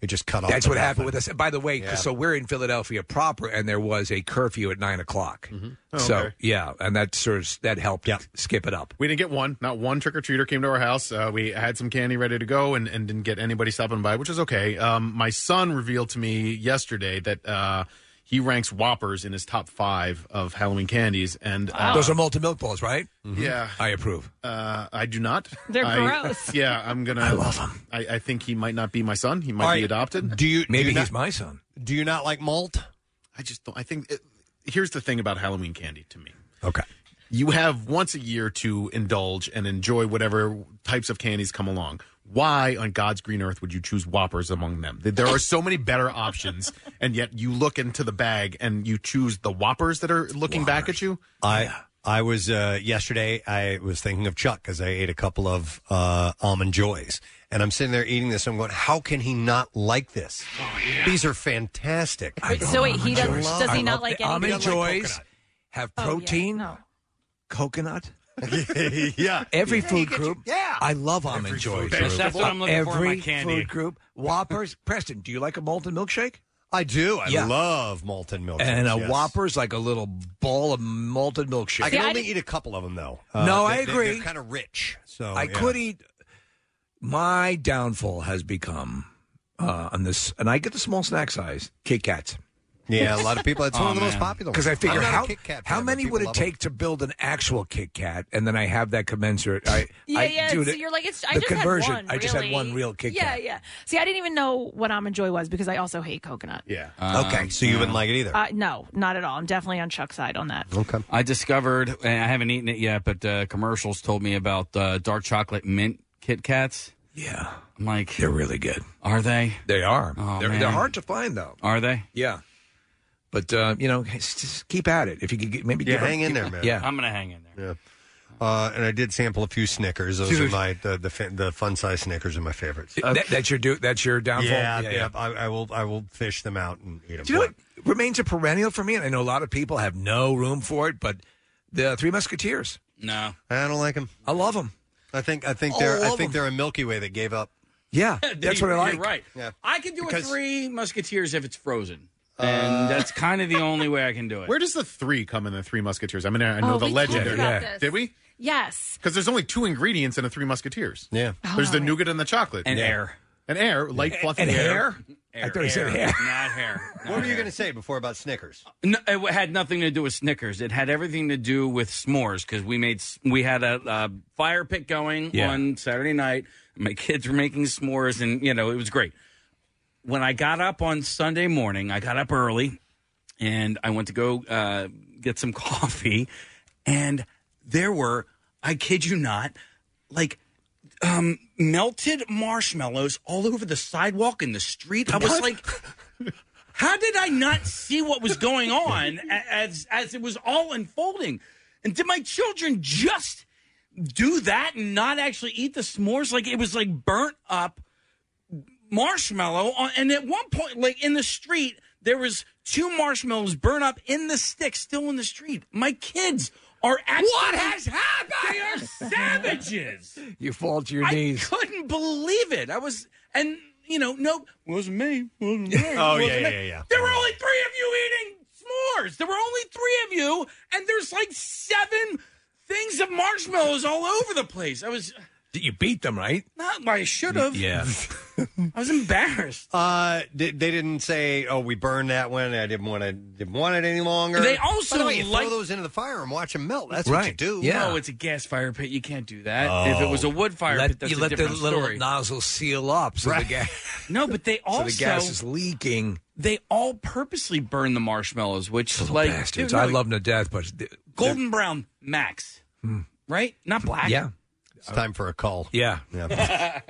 [SPEAKER 2] it just cut off.
[SPEAKER 6] That's
[SPEAKER 2] the
[SPEAKER 6] what
[SPEAKER 2] whole
[SPEAKER 6] happened
[SPEAKER 2] thing.
[SPEAKER 6] with us. By the way, 'cause-
[SPEAKER 2] Yeah.
[SPEAKER 6] so we're in Philadelphia proper, and there was a curfew at nine o'clock.
[SPEAKER 2] Mm-hmm.
[SPEAKER 13] Oh,
[SPEAKER 6] so
[SPEAKER 13] okay.
[SPEAKER 6] yeah, and that sort of that helped skip it up.
[SPEAKER 13] We didn't get one. Not one trick or treater came to our house. Uh, we had some candy ready to go and, and didn't get anybody stopping by, which is okay. Um, my son revealed to me yesterday that uh, he ranks Whoppers in his top five of Halloween candies, and uh,
[SPEAKER 6] Those are malted milk balls, right?
[SPEAKER 13] Yeah.
[SPEAKER 6] I approve.
[SPEAKER 13] Uh, I do not.
[SPEAKER 6] They're
[SPEAKER 13] I-
[SPEAKER 6] gross.
[SPEAKER 13] Yeah, I'm gonna. I love him. I, I think he might not be my son. He might
[SPEAKER 2] All
[SPEAKER 13] be
[SPEAKER 2] right.
[SPEAKER 13] adopted.
[SPEAKER 2] Do you? do you not-
[SPEAKER 6] my son.
[SPEAKER 2] Do you not like malt?
[SPEAKER 13] I just don't. I think it, here's the thing about Halloween candy to me.
[SPEAKER 6] Okay.
[SPEAKER 13] You have once a year to indulge and enjoy whatever types of candies come along. Why on God's green earth would you choose Whoppers among them? There are so many better options, and yet you look into the bag and you choose the Whoppers that are looking back at you.
[SPEAKER 2] I I was uh, yesterday. I was thinking of Chuck because I ate a couple of uh, almond joys, and I'm sitting there eating this. I'm going, how can he not like this? These are fantastic.
[SPEAKER 3] so wait, he doesn't.
[SPEAKER 2] Joys.
[SPEAKER 3] Does
[SPEAKER 2] I
[SPEAKER 3] he not
[SPEAKER 2] love
[SPEAKER 3] like
[SPEAKER 2] the
[SPEAKER 3] anything?
[SPEAKER 2] almond joys.
[SPEAKER 6] Have
[SPEAKER 3] Oh, yeah,
[SPEAKER 6] protein,
[SPEAKER 3] no.
[SPEAKER 6] coconut.
[SPEAKER 2] yeah, Yeah,
[SPEAKER 6] every
[SPEAKER 2] you get
[SPEAKER 6] food group.
[SPEAKER 2] your- yeah.
[SPEAKER 6] I love almond
[SPEAKER 2] Every
[SPEAKER 6] joy.
[SPEAKER 2] food That's- group. that's what I'm looking
[SPEAKER 6] every
[SPEAKER 2] for in my candy.
[SPEAKER 6] food group. Whoppers. Preston, do you like a molten milkshake?
[SPEAKER 2] I do. I love malted milk.
[SPEAKER 6] And a
[SPEAKER 2] yes.
[SPEAKER 6] Whopper's like a little ball of malted milkshake.
[SPEAKER 2] I can only eat a couple of them though.
[SPEAKER 7] Uh,
[SPEAKER 6] no,
[SPEAKER 2] they-
[SPEAKER 6] I
[SPEAKER 2] they-
[SPEAKER 6] agree.
[SPEAKER 2] They're kind of rich, so
[SPEAKER 6] I
[SPEAKER 2] yeah.
[SPEAKER 6] could eat. My downfall has become uh, on this, and I get the small snack size Kit Kats.
[SPEAKER 2] Yeah, a lot of people- that's
[SPEAKER 6] one
[SPEAKER 2] one of the most popular ones.
[SPEAKER 6] Because I figure
[SPEAKER 2] I'm not a
[SPEAKER 6] how
[SPEAKER 2] Kit Kat
[SPEAKER 6] how
[SPEAKER 2] fan, but
[SPEAKER 6] many
[SPEAKER 2] people
[SPEAKER 6] would it
[SPEAKER 2] love
[SPEAKER 6] take to build an actual Kit Kat, and then I have that commensurate. I,
[SPEAKER 3] Yeah,
[SPEAKER 6] I,
[SPEAKER 3] yeah.
[SPEAKER 6] dude,
[SPEAKER 3] so
[SPEAKER 6] it-
[SPEAKER 3] you're like, it's. I
[SPEAKER 6] the
[SPEAKER 3] just
[SPEAKER 6] conversion.
[SPEAKER 3] Had one,
[SPEAKER 6] I just had
[SPEAKER 3] really.
[SPEAKER 6] one real Kit
[SPEAKER 3] Yeah,
[SPEAKER 6] Kat.
[SPEAKER 3] yeah. See, I didn't even know what almond joy was because I also hate coconut.
[SPEAKER 13] Yeah.
[SPEAKER 7] Um,
[SPEAKER 2] okay, so you wouldn't like it either.
[SPEAKER 3] Uh, no, not at all. I'm definitely on Chuck's side on that.
[SPEAKER 2] Okay.
[SPEAKER 7] I discovered, and I haven't eaten it yet, but uh, commercials told me about uh, dark chocolate mint Kit Kats.
[SPEAKER 6] Yeah.
[SPEAKER 7] I'm like,
[SPEAKER 6] they're really good.
[SPEAKER 7] Are they?
[SPEAKER 6] They are.
[SPEAKER 7] Oh,
[SPEAKER 6] they're,
[SPEAKER 7] man.
[SPEAKER 6] they're hard to find though.
[SPEAKER 7] Are they?
[SPEAKER 6] Yeah. But uh, you know, just just keep at it. If you could get, maybe
[SPEAKER 2] Yeah,
[SPEAKER 6] give a-
[SPEAKER 2] hang in there,
[SPEAKER 6] give-
[SPEAKER 2] man.
[SPEAKER 6] Yeah,
[SPEAKER 7] I'm gonna hang in
[SPEAKER 2] there. Yeah. Uh, and I did sample a few Snickers. Those
[SPEAKER 6] Dude. Uh,
[SPEAKER 2] are my the the, fa- the fun size Snickers are my favorites.
[SPEAKER 6] That- that's your do. That's your downfall.
[SPEAKER 2] Yeah, yeah. I, I will. I will fish them out and eat them.
[SPEAKER 6] Do you know what remains a perennial for me? And I know a lot of people have no room for it, but the Three Musketeers.
[SPEAKER 7] No,
[SPEAKER 2] I don't like them.
[SPEAKER 6] I love them.
[SPEAKER 2] I think. I think
[SPEAKER 6] Oh,
[SPEAKER 2] they're. I
[SPEAKER 6] love
[SPEAKER 2] think
[SPEAKER 6] 'em.
[SPEAKER 2] they're a Milky Way that gave up.
[SPEAKER 6] Yeah,
[SPEAKER 7] That's what I like. right. I can do a three Musketeers if it's frozen.
[SPEAKER 13] Uh,
[SPEAKER 7] and that's kind of the only way I can do it.
[SPEAKER 13] Where does the three come in the Three Musketeers? I mean, I know
[SPEAKER 3] Oh,
[SPEAKER 13] the
[SPEAKER 3] we talked
[SPEAKER 13] legendary.
[SPEAKER 3] about this.
[SPEAKER 13] Did we?
[SPEAKER 3] Yes.
[SPEAKER 13] Because there's only two ingredients in a Three Musketeers.
[SPEAKER 2] Yeah.
[SPEAKER 13] There's
[SPEAKER 3] Oh.
[SPEAKER 13] the nougat and the chocolate.
[SPEAKER 7] And
[SPEAKER 13] Yeah.
[SPEAKER 7] air.
[SPEAKER 13] And air, light
[SPEAKER 7] And-
[SPEAKER 13] fluffy
[SPEAKER 7] and
[SPEAKER 13] air.
[SPEAKER 7] Air. Air. Not hair.
[SPEAKER 2] What were you going to say before about Snickers?
[SPEAKER 7] No, it had nothing to do with Snickers. It had everything to do with s'mores because we made s- we had a, uh fire pit going
[SPEAKER 11] Yeah.
[SPEAKER 7] on Saturday night. My kids were making s'mores, and you know it was great. When I got up on Sunday morning, I got up early, and I went to go uh, get some coffee, and there were I kid you not, like. Um, melted marshmallows all over the sidewalk in the street. I was like, how did I not see what was going on a- as as it was all unfolding? And did my children just do that and not actually eat the s'mores? Like it was like burnt up marshmallow on, and at one point like in the street there was two marshmallows burnt up in the stick still in the street. My kids are actually
[SPEAKER 11] What has happened?
[SPEAKER 7] They are savages.
[SPEAKER 6] You fall to your
[SPEAKER 7] I
[SPEAKER 6] knees.
[SPEAKER 7] couldn't believe it. I was, and you know, nope, wasn't me. Wasn't me.
[SPEAKER 11] Oh,
[SPEAKER 7] wasn't
[SPEAKER 11] yeah,
[SPEAKER 7] me.
[SPEAKER 11] yeah, yeah.
[SPEAKER 7] There were only three of you eating s'mores. There were only three of you, and there's like seven things of marshmallows all over the place. I was
[SPEAKER 6] You beat them, right?
[SPEAKER 7] not. I should have.
[SPEAKER 6] Yeah.
[SPEAKER 7] I was embarrassed.
[SPEAKER 2] Uh, they, they didn't say, "Oh, we burned that one. I didn't want to. Didn't want it any longer."
[SPEAKER 7] They also
[SPEAKER 2] By the way, you
[SPEAKER 7] like-
[SPEAKER 2] throw those into the fire and watch them melt. That's what you do.
[SPEAKER 7] No, it's a gas fire pit. You can't do that. If it was
[SPEAKER 2] Oh.
[SPEAKER 7] a wood fire
[SPEAKER 6] Oh. let,
[SPEAKER 7] pit, that's
[SPEAKER 6] you
[SPEAKER 7] a
[SPEAKER 6] let the
[SPEAKER 7] different
[SPEAKER 6] little
[SPEAKER 7] story.
[SPEAKER 6] nozzle seal up, so
[SPEAKER 7] Right.
[SPEAKER 6] the gas.
[SPEAKER 7] No, but they
[SPEAKER 6] so
[SPEAKER 7] also
[SPEAKER 6] the gas is leaking.
[SPEAKER 7] They all purposely burn the marshmallows, which like dude,
[SPEAKER 6] Bastards,
[SPEAKER 7] no,
[SPEAKER 6] I love them to death, but th-
[SPEAKER 7] golden brown max, right? Not black.
[SPEAKER 6] yeah,
[SPEAKER 2] it's time for a call.
[SPEAKER 6] Yeah,
[SPEAKER 2] yeah.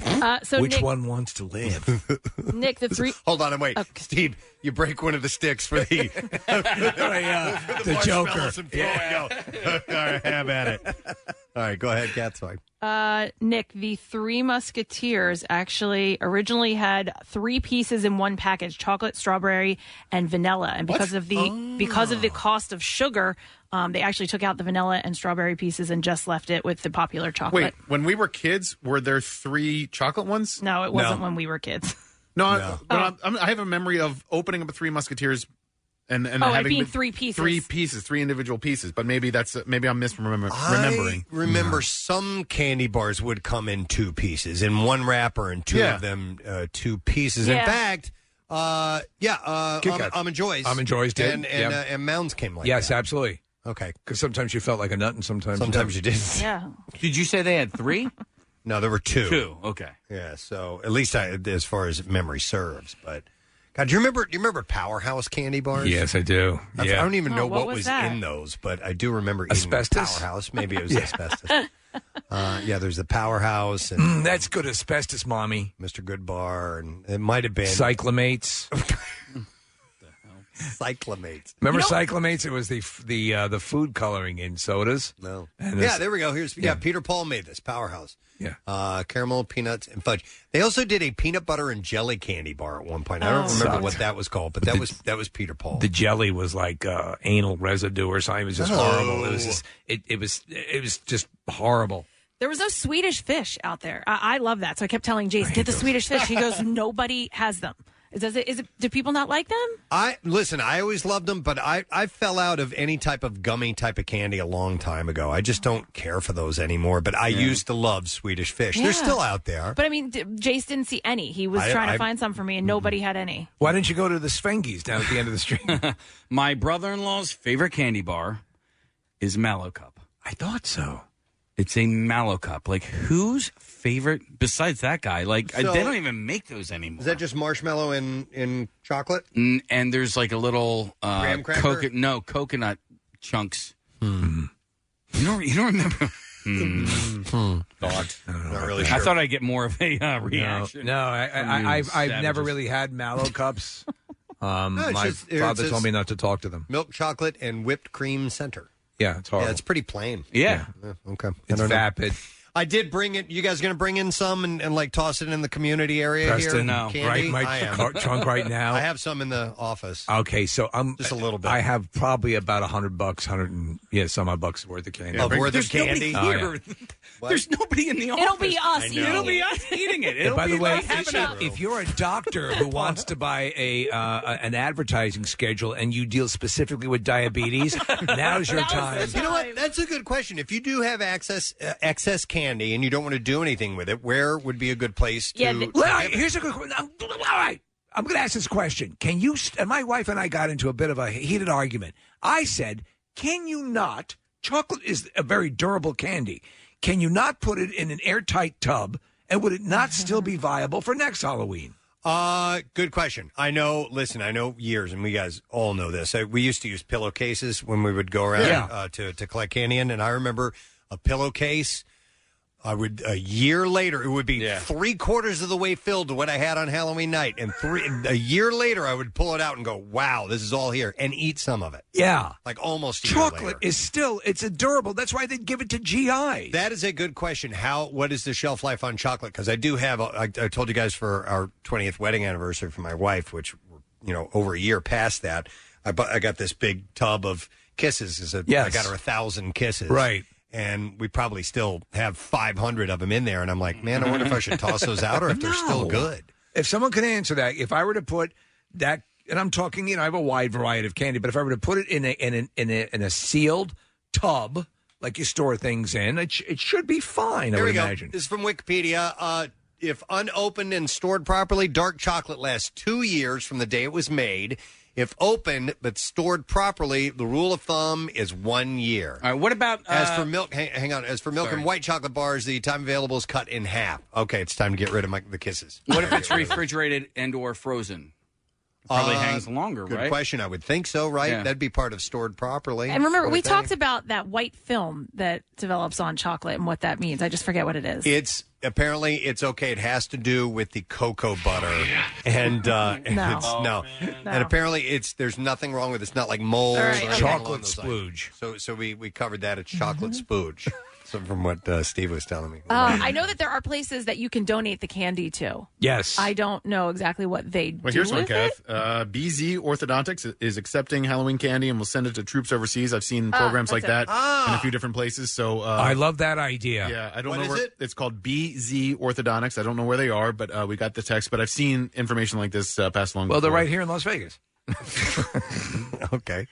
[SPEAKER 3] Uh, so
[SPEAKER 6] Which
[SPEAKER 3] Nick,
[SPEAKER 6] one wants to live?
[SPEAKER 3] Nick, the three.
[SPEAKER 2] Hold on and wait. Steve, you break one of the sticks for the, for the,
[SPEAKER 6] for the
[SPEAKER 2] marshmallows
[SPEAKER 6] Joker.
[SPEAKER 2] And yeah. All right, have at it. All right, go ahead, Cat's fine.
[SPEAKER 3] Uh, Nick, the Three Musketeers actually originally had three pieces in one package: chocolate, strawberry, and vanilla. And because
[SPEAKER 11] What?
[SPEAKER 3] of the
[SPEAKER 13] Oh.
[SPEAKER 3] because of the cost of sugar, um, they actually took out the vanilla and strawberry pieces and just left it with the popular chocolate.
[SPEAKER 13] Wait, when we were kids, were there three chocolate ones?
[SPEAKER 3] No, it wasn't when we were Oh. kids.
[SPEAKER 13] No, I- but I'm- I'm- I have a memory of opening up a Three Musketeers. And, and
[SPEAKER 3] Oh, it
[SPEAKER 13] having
[SPEAKER 3] being
[SPEAKER 13] the-
[SPEAKER 3] three pieces.
[SPEAKER 13] three pieces, three individual pieces. But maybe that's maybe I'm misremembering. remembering.
[SPEAKER 2] I remember some candy bars would come in two pieces, in one wrapper, and two
[SPEAKER 13] Yeah.
[SPEAKER 2] of them uh, two pieces.
[SPEAKER 13] Yeah.
[SPEAKER 2] In fact, uh, yeah, uh,
[SPEAKER 6] Kit
[SPEAKER 2] Almond
[SPEAKER 6] Kats.
[SPEAKER 2] Almond Joys,
[SPEAKER 6] Almond Joys did,
[SPEAKER 2] and and,
[SPEAKER 6] yeah.
[SPEAKER 2] uh, and Mounds came like
[SPEAKER 6] yes,
[SPEAKER 2] that.
[SPEAKER 6] absolutely.
[SPEAKER 2] Okay,
[SPEAKER 6] because sometimes you felt like a nut, and sometimes
[SPEAKER 2] Sometimes you didn't.
[SPEAKER 3] Yeah.
[SPEAKER 2] Did you say they had three? no, there were two.
[SPEAKER 7] Two, okay.
[SPEAKER 2] Yeah, so at least I, as far as memory serves, but. God, do you remember? Do you remember Powerhouse candy bars?
[SPEAKER 6] Yes, I do.
[SPEAKER 2] I,
[SPEAKER 6] Yeah.
[SPEAKER 2] I don't even
[SPEAKER 6] Oh,
[SPEAKER 2] know
[SPEAKER 6] what
[SPEAKER 2] what,
[SPEAKER 6] was
[SPEAKER 2] was,
[SPEAKER 6] that?
[SPEAKER 2] in those, but I do remember eating
[SPEAKER 6] Asbestos?
[SPEAKER 2] Powerhouse. Maybe it was
[SPEAKER 6] Yeah.
[SPEAKER 2] asbestos. Uh, yeah, there's the powerhouse and
[SPEAKER 6] Mm, that's good asbestos, mommy.
[SPEAKER 2] Mr. Goodbar, and it might have been
[SPEAKER 6] cyclamates.
[SPEAKER 2] cyclamates.
[SPEAKER 6] Remember cyclamates? It was the f- the uh, the food coloring in sodas.
[SPEAKER 2] No.
[SPEAKER 6] And
[SPEAKER 2] yeah,
[SPEAKER 6] this-
[SPEAKER 2] there we go. Here's yeah. Peter Paul made this powerhouse.
[SPEAKER 6] Yeah.
[SPEAKER 2] uh, caramel peanuts and fudge. They also did a peanut butter and jelly candy bar at one point. I
[SPEAKER 6] Oh.
[SPEAKER 2] don't remember
[SPEAKER 6] Sucked.
[SPEAKER 2] what that was called, but that was that was Peter Paul.
[SPEAKER 6] the jelly was like uh, anal residue or something. It was just
[SPEAKER 2] No.
[SPEAKER 6] horrible. It was just, it, it was it was just horrible.
[SPEAKER 3] There was no Swedish fish out there. I, I love that, so I kept telling Jason, "Get the Swedish fish." He goes, "Nobody has them." Is, does it, is it? Do people not like them?
[SPEAKER 2] I listen. I always loved them, but I I fell out of any type of gummy type of candy a long time ago. I just don't care for those anymore. But I used to love Swedish fish.
[SPEAKER 3] Yeah.
[SPEAKER 2] They're still out there.
[SPEAKER 3] But I mean, d- Jace didn't see any. He was
[SPEAKER 2] I-
[SPEAKER 3] trying
[SPEAKER 2] I-
[SPEAKER 3] to find some for me, and nobody had any.
[SPEAKER 6] Why didn't you go to the Svengies down at the end of the street?
[SPEAKER 7] My brother-in-law's favorite candy bar is Mallow Cup.
[SPEAKER 6] I thought so.
[SPEAKER 7] It's a Mallow Cup. Like whose favorite besides that guy? Like I,
[SPEAKER 2] So-
[SPEAKER 7] they don't even make those anymore.
[SPEAKER 2] Is that just marshmallow and in chocolate?
[SPEAKER 7] N- and there's like a little uh,
[SPEAKER 2] Graham cracker?
[SPEAKER 7] coco- no coconut chunks. You don't. You don't remember. Hmm.
[SPEAKER 6] Thought. Not
[SPEAKER 2] really
[SPEAKER 7] I
[SPEAKER 2] sure.
[SPEAKER 7] thought I'd get more of a uh, reaction.
[SPEAKER 6] No, I, I,
[SPEAKER 7] from
[SPEAKER 6] I,
[SPEAKER 7] you
[SPEAKER 6] I've, I've never
[SPEAKER 7] savages.
[SPEAKER 6] really had mallow cups. Um,
[SPEAKER 2] No, it's
[SPEAKER 6] my
[SPEAKER 2] just- it's
[SPEAKER 6] father told
[SPEAKER 2] just-
[SPEAKER 6] me not to talk to them.
[SPEAKER 2] Milk chocolate and whipped cream center.
[SPEAKER 6] Yeah, it's horrible.
[SPEAKER 2] Yeah, it's pretty plain.
[SPEAKER 7] Yeah.
[SPEAKER 2] okay.
[SPEAKER 6] It's
[SPEAKER 2] don't know.
[SPEAKER 6] vapid.
[SPEAKER 2] I did bring it. You guys going to bring in some and, and like toss it in the community area here?
[SPEAKER 6] Preston, no.
[SPEAKER 2] Candy?
[SPEAKER 6] right, my
[SPEAKER 2] I am.
[SPEAKER 6] car- trunk right now.
[SPEAKER 2] I have some in the office.
[SPEAKER 6] Okay, so I'm
[SPEAKER 2] Just a little bit.
[SPEAKER 6] I have probably about a hundred bucks, hundred and yeah, some odd bucks worth of candy.
[SPEAKER 2] Of worth of There's nobody candy?
[SPEAKER 6] Oh, yeah.
[SPEAKER 2] here.
[SPEAKER 7] There's nobody in the office.
[SPEAKER 3] It'll be us.
[SPEAKER 7] I
[SPEAKER 3] eating
[SPEAKER 7] know. It'll be
[SPEAKER 3] it.
[SPEAKER 7] us eating it.
[SPEAKER 6] And
[SPEAKER 7] It'll
[SPEAKER 6] by
[SPEAKER 7] be
[SPEAKER 6] the way,
[SPEAKER 7] us having
[SPEAKER 6] if,
[SPEAKER 7] it.
[SPEAKER 6] if you're a doctor who wants to buy a uh, a- an advertising schedule and you deal specifically with diabetes, now's your time.
[SPEAKER 2] You know what? That's a good question. If you do have access uh, excess candy and you don't want to do anything with it, where would be a good place to?
[SPEAKER 6] Yeah, th- Well, all right, here's a good question. All right. I'm going to ask this question. Can you, st- and my wife and I got into a bit of a heated argument. I said, can you not, chocolate is a very durable candy. Can you not put it in an airtight tub? And would it not still be viable for next Halloween?
[SPEAKER 2] Uh, good question. I know. Listen, I know years, and we guys all know this. I, we used to use pillowcases when we would go around
[SPEAKER 6] Yeah.
[SPEAKER 2] uh, to to collect candy, in, and I remember a pillowcase. I would a year later, it would be three quarters of the way filled to what I had on Halloween night, and three a year later, I would pull it out and go, "Wow, this is all here," and eat some of it.
[SPEAKER 6] Yeah.
[SPEAKER 2] like almost a year
[SPEAKER 6] Ah. Chocolate
[SPEAKER 2] later.
[SPEAKER 6] is still, it's a durable. That's why they give it to GI.
[SPEAKER 2] That is a good question. How? What is the shelf life on chocolate? Because I do have. I, I told you guys for our twentieth wedding anniversary for my wife, which you know over a year past that, I bu- I got this big tub of kisses. Is a, I
[SPEAKER 6] Yes.
[SPEAKER 2] got her a thousand kisses.
[SPEAKER 6] Right.
[SPEAKER 2] And we probably still have five hundred of them in there. And I'm like, man, I wonder if I should toss those out or if they're still
[SPEAKER 6] No.
[SPEAKER 2] good.
[SPEAKER 6] If someone could answer that, if I were to put that, and I'm talking, you know, I have a wide variety of candy, but if I were to put it in a in a, in a, in a sealed tub like you store things in, it, sh- it should be fine. I
[SPEAKER 2] Here
[SPEAKER 6] would
[SPEAKER 2] we go.
[SPEAKER 6] imagine.
[SPEAKER 2] This is from Wikipedia. Uh, if unopened and stored properly, dark chocolate lasts two years from the day it was made. If opened but stored properly, the rule of thumb is one year.
[SPEAKER 7] All right. What about
[SPEAKER 2] As
[SPEAKER 7] uh,
[SPEAKER 2] for milk, hang, hang on. As for milk
[SPEAKER 7] Sorry.
[SPEAKER 2] and white chocolate bars, the time available is cut in half. Okay, it's time to get rid of my, the kisses.
[SPEAKER 7] What if it's refrigerated and or frozen? Probably
[SPEAKER 2] Uh,
[SPEAKER 7] hangs longer,
[SPEAKER 2] Good
[SPEAKER 7] right?
[SPEAKER 2] question. I would think so, right?
[SPEAKER 7] Yeah.
[SPEAKER 2] That'd be part of stored properly.
[SPEAKER 3] And remember,
[SPEAKER 2] What
[SPEAKER 3] we
[SPEAKER 2] do you think?
[SPEAKER 3] talked about that white film that develops on chocolate and what that means. I just forget what it is.
[SPEAKER 2] It's apparently it's okay. It has to do with the cocoa butter, and uh, and
[SPEAKER 6] No.
[SPEAKER 2] it's no. and apparently it's there's nothing wrong with it. It's not like mold,
[SPEAKER 6] All
[SPEAKER 2] or
[SPEAKER 6] right.
[SPEAKER 2] anything
[SPEAKER 6] Chocolate
[SPEAKER 2] along those lines. So so we we covered that. It's chocolate spooge. So from what uh, Steve was telling me.
[SPEAKER 3] Uh, I know that there are places that you can donate the candy to.
[SPEAKER 2] Yes.
[SPEAKER 3] I don't know exactly what they do.
[SPEAKER 13] Well, here's one,
[SPEAKER 3] with it.
[SPEAKER 13] Kath. Uh, BZ Orthodontics is accepting Halloween candy and will send it to troops overseas. I've seen
[SPEAKER 3] Ah,
[SPEAKER 13] programs like
[SPEAKER 3] that's
[SPEAKER 13] that
[SPEAKER 3] it. Ah.
[SPEAKER 13] in a few different places. So uh,
[SPEAKER 6] I love that idea.
[SPEAKER 13] Yeah, I don't
[SPEAKER 6] What
[SPEAKER 13] know
[SPEAKER 6] is
[SPEAKER 13] where
[SPEAKER 6] it?
[SPEAKER 13] it's called. BZ Orthodontics. I don't know where they are, but uh, we got the text. But I've seen information like this uh, passed along.
[SPEAKER 6] Well, they're
[SPEAKER 13] before.
[SPEAKER 6] right here in Las Vegas.
[SPEAKER 2] okay.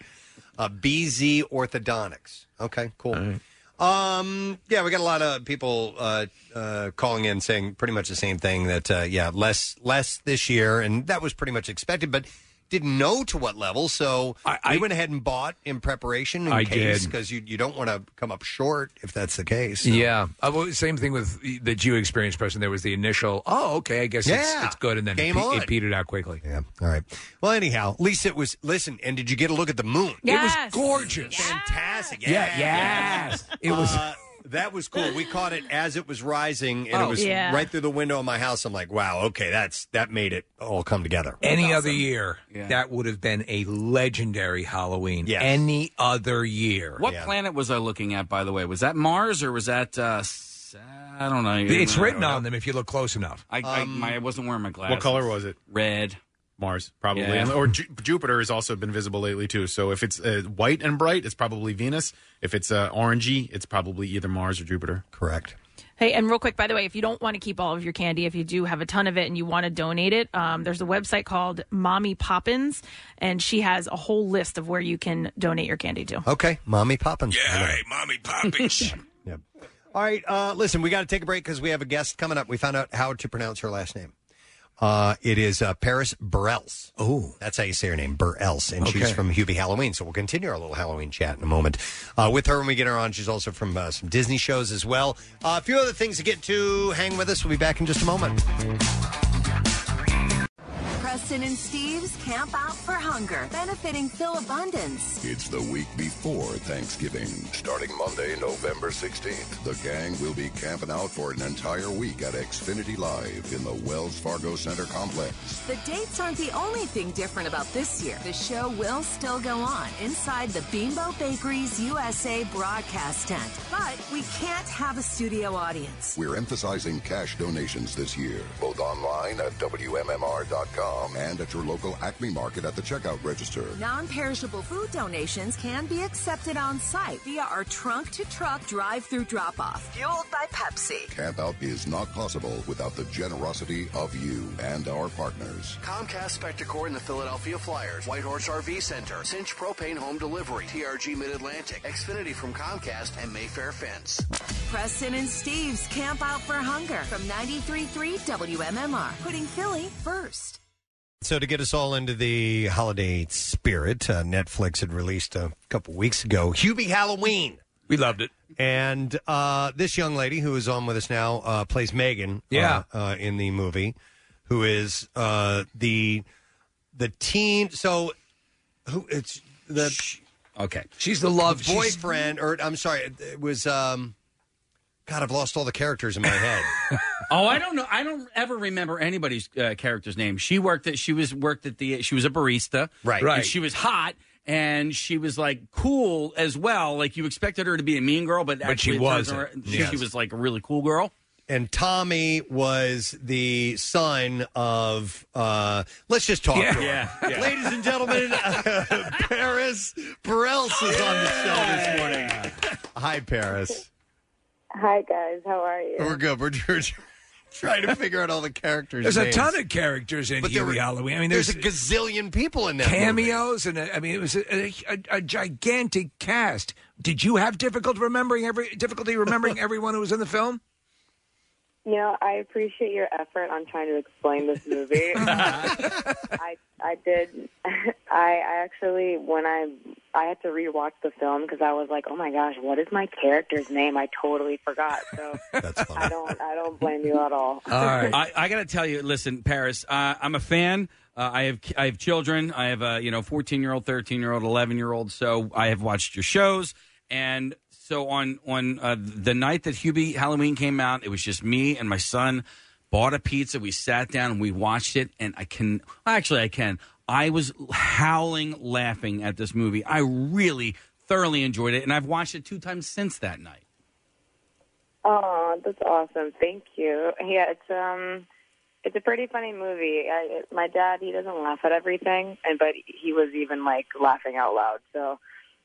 [SPEAKER 2] Uh, BZ Orthodontics. Okay, cool. Um, yeah, we got a lot of people uh, uh, calling in saying pretty much the same thing that uh, yeah, less less this year, and that was pretty much expected, but didn't know to what level. So I, went ahead and bought in preparation in
[SPEAKER 6] I
[SPEAKER 2] case
[SPEAKER 6] did.
[SPEAKER 2] because you you don't want to come up short if that's the case. So-
[SPEAKER 6] Yeah. Uh, well, same thing with the Geo experience person. There was the initial, oh, okay, I guess
[SPEAKER 2] Yeah.
[SPEAKER 6] it's, it's good. And then
[SPEAKER 2] Game
[SPEAKER 6] it, pe-
[SPEAKER 2] on.
[SPEAKER 6] it petered out quickly.
[SPEAKER 2] Yeah. All right. Well, anyhow, at least it was. Listen, and did you get a look at the moon?
[SPEAKER 6] It was gorgeous.
[SPEAKER 2] Fantastic.
[SPEAKER 6] Yeah, yes. It was.
[SPEAKER 2] Uh, that was cool. We caught it as it was rising, and
[SPEAKER 6] Oh.
[SPEAKER 2] it was
[SPEAKER 6] Yeah.
[SPEAKER 2] right through the window of my house. I'm like, wow, okay, that's that made it all come together.
[SPEAKER 6] Any other year, that would have been a legendary Halloween.
[SPEAKER 7] Yes.
[SPEAKER 6] Any other year.
[SPEAKER 7] What planet was I looking at, by the way? Was that Mars or was that? Uh, Sa- I don't know.
[SPEAKER 6] It's written on
[SPEAKER 7] them
[SPEAKER 6] if you look close enough.
[SPEAKER 7] uh, I, I,
[SPEAKER 13] Um,
[SPEAKER 7] my, I wasn't wearing my glasses.
[SPEAKER 13] What color was it?
[SPEAKER 7] Red.
[SPEAKER 13] Mars, probably.
[SPEAKER 7] Yeah.
[SPEAKER 13] And- Or Ju- Jupiter has also been visible lately, too. So if it's uh, white and bright, it's probably Venus. If it's uh, orangey, it's probably either Mars or Jupiter.
[SPEAKER 2] Correct.
[SPEAKER 3] Hey, and real quick, by the way, if you don't want to keep all of your candy, if you do have a ton of it and you want to donate it, um, there's a website called Mommy Poppins, and she has a whole list of where you can donate your candy to.
[SPEAKER 2] Okay, mommy Poppins.
[SPEAKER 3] Yeah,
[SPEAKER 2] hey,
[SPEAKER 6] mommy Poppins.
[SPEAKER 2] All right, uh, listen, we got to take a break because we have a guest coming up. We found out how to pronounce her last name. Uh, it is uh, Paris Burrells.
[SPEAKER 6] Oh,
[SPEAKER 2] that's how you say her name, Burrells, and she's
[SPEAKER 6] Okay.
[SPEAKER 2] from Hubie Halloween. So we'll continue our little Halloween chat in a moment uh, with her when we get her on. She's also from uh, some Disney shows as well. Uh, a few other things to get to. Hang with us. We'll be back in just a moment.
[SPEAKER 19] Preston and Steve's Camp Out for Hunger, benefiting Phil Abundance.
[SPEAKER 1] It's the week before Thanksgiving. Starting Monday, November 16th, the gang will be camping out for an entire week at Xfinity Live in the Wells Fargo Center complex.
[SPEAKER 19] The dates aren't the only thing different about this year. The show will still go on inside the Bimbo Bakeries USA broadcast tent, but we can't have a studio audience.
[SPEAKER 1] We're emphasizing cash donations this year, both online at WMMR.com and at your local Acme Market at the checkout register.
[SPEAKER 19] Non perishable food donations can be accepted on site via our trunk to truck drive through drop off, fueled by Pepsi.
[SPEAKER 1] Camp out is not possible without the generosity of you and our partners.
[SPEAKER 11] Comcast Spectacor and the Philadelphia Flyers, Whitehorse RV Center, Cinch Propane Home Delivery, TRG Mid Atlantic, Xfinity from Comcast, and Mayfair Fence.
[SPEAKER 19] Preston and Steve's Camp Out for Hunger from 93.3 WMMR, putting Philly first.
[SPEAKER 2] So, to get us all into the holiday spirit, uh, Netflix had released a couple weeks ago Hubie Halloween.
[SPEAKER 6] We loved it.
[SPEAKER 2] And uh, this young lady who is on with us now uh, plays Megan
[SPEAKER 6] Yeah.
[SPEAKER 2] uh, uh, in the movie, who is uh, the the teen. So, who it's the.
[SPEAKER 7] okay.
[SPEAKER 6] She's the love
[SPEAKER 2] the
[SPEAKER 6] she's-
[SPEAKER 2] boyfriend, or I'm sorry, it, it was. Um, God, I've lost all the characters in my head.
[SPEAKER 7] Oh, I don't know. I don't ever remember anybody's uh, character's name. She worked at. She was worked at the. She was a barista.
[SPEAKER 2] Right.
[SPEAKER 7] And
[SPEAKER 2] Right.
[SPEAKER 7] she was hot, and she was like cool as well. Like you expected her to be a mean girl, but
[SPEAKER 2] But she
[SPEAKER 7] actually it turns
[SPEAKER 2] wasn't.
[SPEAKER 7] out She,
[SPEAKER 2] Yes.
[SPEAKER 7] she was like a really cool girl.
[SPEAKER 2] and Tommy was the son of. Uh, let's just talk.
[SPEAKER 7] Yeah.
[SPEAKER 2] to her.
[SPEAKER 7] Yeah. Yeah.
[SPEAKER 2] ladies and gentlemen, uh, Paris Burrells is on the show this morning. Hi, Paris.
[SPEAKER 17] Hi guys, how are you?
[SPEAKER 2] We're good. We're tr- tr- trying to figure out all the characters.
[SPEAKER 6] There's a
[SPEAKER 2] names.
[SPEAKER 6] ton of characters in
[SPEAKER 2] But there
[SPEAKER 6] Huey
[SPEAKER 2] were-
[SPEAKER 6] Halloween. I mean,
[SPEAKER 2] there's
[SPEAKER 6] there's,
[SPEAKER 2] a gazillion people in that
[SPEAKER 6] cameos, and uh, I mean, it was a, a, a, a gigantic cast. Did you have difficulty remembering every difficulty remembering everyone who was in the film?
[SPEAKER 17] You know, I appreciate your effort on trying to explain this movie. I I did. I I actually when I I had to rewatch the film because I was like, oh my gosh, what is my character's name? I totally forgot. So I don't I don't blame you at all.
[SPEAKER 7] I, I got to tell you, listen, Paris, uh, I'm a fan. Uh, I have I have children. I have a you know 14 year old, 13 year old, 11 year old. So I have watched your shows, and So on on uh, the night that Hubie Halloween came out, it was just me and my son bought a pizza. We sat down and we watched it, and I can actually I can. I was howling laughing at this movie. I really thoroughly enjoyed it, and I've watched it two times since that night.
[SPEAKER 17] Oh, that's awesome. Thank you. Yeah, it's um it's a pretty funny movie. I, it- my dad, he doesn't laugh at everything, and but he was even like laughing out loud. So,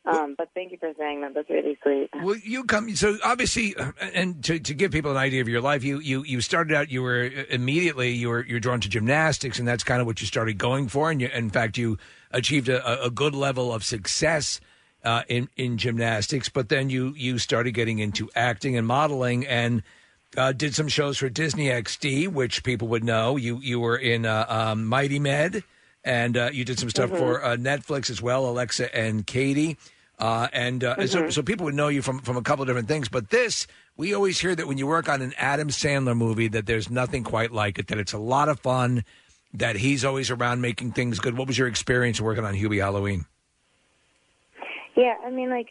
[SPEAKER 17] um but thank you for saying that. That's really sweet.
[SPEAKER 6] Well, you come so obviously, and to, to give people an idea of your life, you, you you started out. You were uh, immediately you were you're drawn to gymnastics, and that's kind of what you started going for. And you, in fact, you achieved a, a good level of success uh, in in gymnastics. But then you you started getting into acting and modeling, and uh, did some shows for Disney XD, which people would know. You you were in uh, um, Mighty Med, and uh, you did some stuff for uh, Netflix as well, Alexa and Katie. Uh, and uh, so, so people would know you from, from a couple of different things. But this, we always hear that when you work on an Adam Sandler movie, that there's nothing quite like it, that it's a lot of fun, that he's always around making things good. What was your experience working on Hubie Halloween?
[SPEAKER 17] Yeah, I mean, like,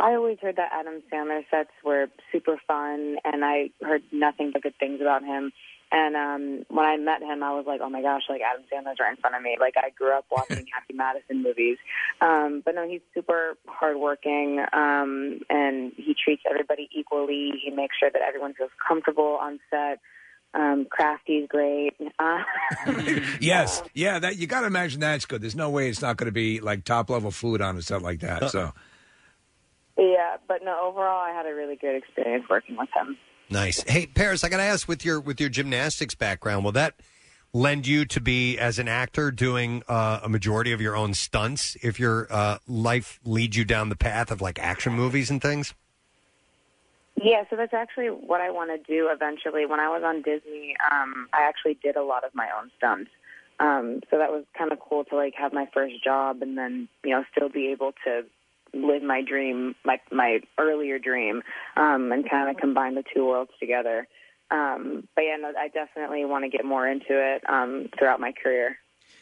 [SPEAKER 17] I always heard that Adam Sandler sets were super fun, and I heard nothing but good things about him. And um, when I met him, I was like, oh my gosh, like Adam Sandler's right in front of me. Like, I grew up watching Happy Madison movies. Um, but no, he's super hardworking, um, and he treats everybody equally. He makes sure that everyone feels comfortable on set. Um, Crafty's great. Uh,
[SPEAKER 6] Yes. Yeah, that you got to imagine that's good. There's no way it's not going to be like top level food on and stuff like that. So.
[SPEAKER 17] yeah, but no, overall, I had a really good experience working with him.
[SPEAKER 2] Nice. Hey, Paris, I got to ask with your with your gymnastics background, will that lend you to be as an actor doing uh, a majority of your own stunts if your uh, life leads you down the path of like action movies and things?
[SPEAKER 17] Yeah, so that's actually what I want to do eventually. When I was on Disney, um, I actually did a lot of my own stunts. Um, so that was kind of cool to like have my first job and then you know still be able to live my dream, my my earlier dream, um, and kind of combine the two worlds together. Um, but yeah, no, I definitely want to get more into it um, throughout my career.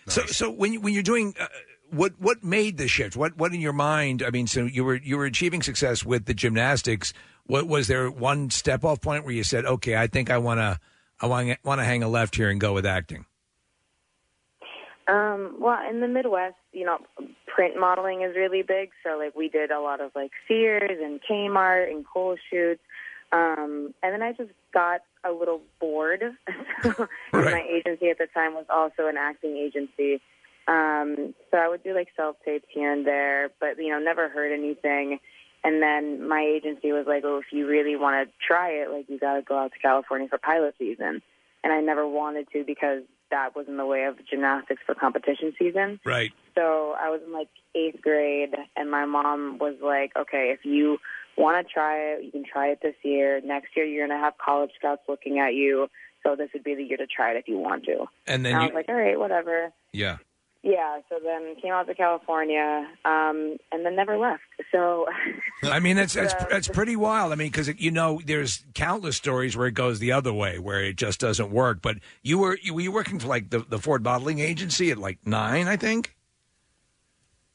[SPEAKER 6] So, so when you- when you're doing uh, what what made the shift? What what in your mind? I mean, so you were you were achieving success with the gymnastics. What was there one step off point where you said, okay, I think I want to I want want to hang a left here and go with acting?
[SPEAKER 17] Um, well, in the Midwest, you know, print modeling is really big. So, like, we did a lot of like Sears and Kmart and Kohl shoots. Um, and then I just got a little bored. So, My agency at the time was also an acting agency. Um, so I would do like self tapes here and there, but, you know, never heard anything. And then my agency was like, well, if you really want to try it, like, you got to go out to California for pilot season. And I never wanted to because that was in the way of gymnastics for competition season.
[SPEAKER 6] Right.
[SPEAKER 17] So I was in like eighth grade, and my mom was like, okay, if you want to try it, you can try it this year. Next year, you're going to have college scouts looking at you. So this would be the year to try it if you want to.
[SPEAKER 6] And then
[SPEAKER 17] I
[SPEAKER 6] you-
[SPEAKER 17] was like, all right, whatever.
[SPEAKER 6] Yeah.
[SPEAKER 17] Yeah, so then came out to California um, and then never left. So
[SPEAKER 6] I mean, that's that's that's pretty wild. I mean, because you know, there's countless stories where it goes the other way, where it just doesn't work. But you were you were you working for like the the Ford Bottling Agency at like nine, I think.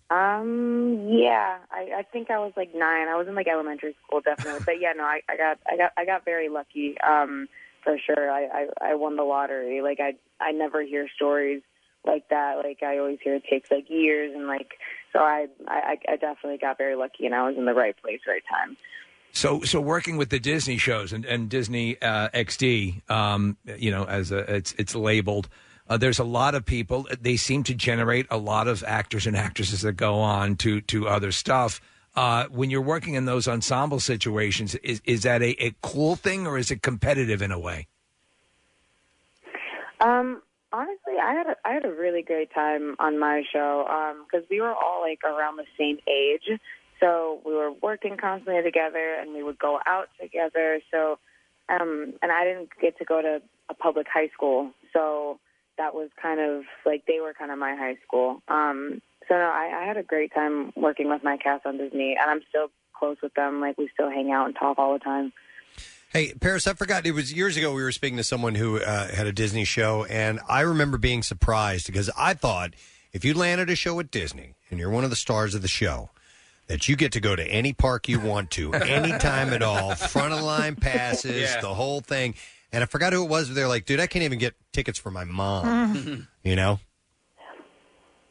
[SPEAKER 17] Um. Yeah. I, I think I was like nine. I was in like elementary school, definitely. but yeah, no. I, I got. I got. I got very lucky. Um. For sure. I, I. I won the lottery. Like I. I never hear stories like that. Like I always hear it takes like years and like. So I. I. I definitely got very lucky, and I was in the right place, right time.
[SPEAKER 6] So, so working with the Disney shows and, and Disney uh, XD, um, you know, as a, it's it's labeled, uh, there's a lot of people. They seem to generate a lot of actors and actresses that go on to to other stuff. Uh, when you're working in those ensemble situations, is is that a, a cool thing or is it competitive in a way?
[SPEAKER 17] Um, honestly, I had a, I had a really great time on my show because we were all like around the same age, so we were working constantly together, and we would go out together. So, um, and I didn't get to go to a public high school, so that was kind of like they were kind of my high school. Um, so no, I, I had a great time working with my cast on Disney, and I'm still close with them. Like we still hang out and talk all the time.
[SPEAKER 2] Hey, Paris, I forgot. It was years ago we were speaking to someone who uh, had a Disney show, and I remember being surprised because I thought if you landed a show at Disney and you're one of the stars of the show, that you get to go to any park you want to, anytime at all, front of the line passes,
[SPEAKER 5] Yeah.
[SPEAKER 2] the whole thing. And I forgot who it was. but They're like, dude, I can't even get tickets for my mom. you know?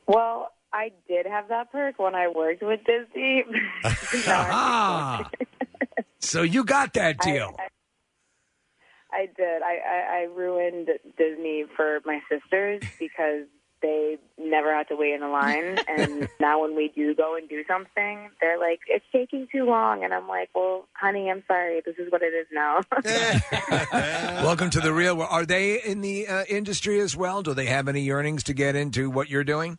[SPEAKER 17] Well, I did have that perk when I worked with Disney.
[SPEAKER 6] Ah. so you got that deal.
[SPEAKER 17] I did. I, I, I ruined Disney for my sisters because they never had to wait in a line. And now when we do go and do something, they're like, it's taking too long. And I'm like, well, honey, I'm sorry. This is what it is now.
[SPEAKER 6] Welcome to the real world. Are they in the uh, industry as well? Do they have any yearnings to get into what you're doing?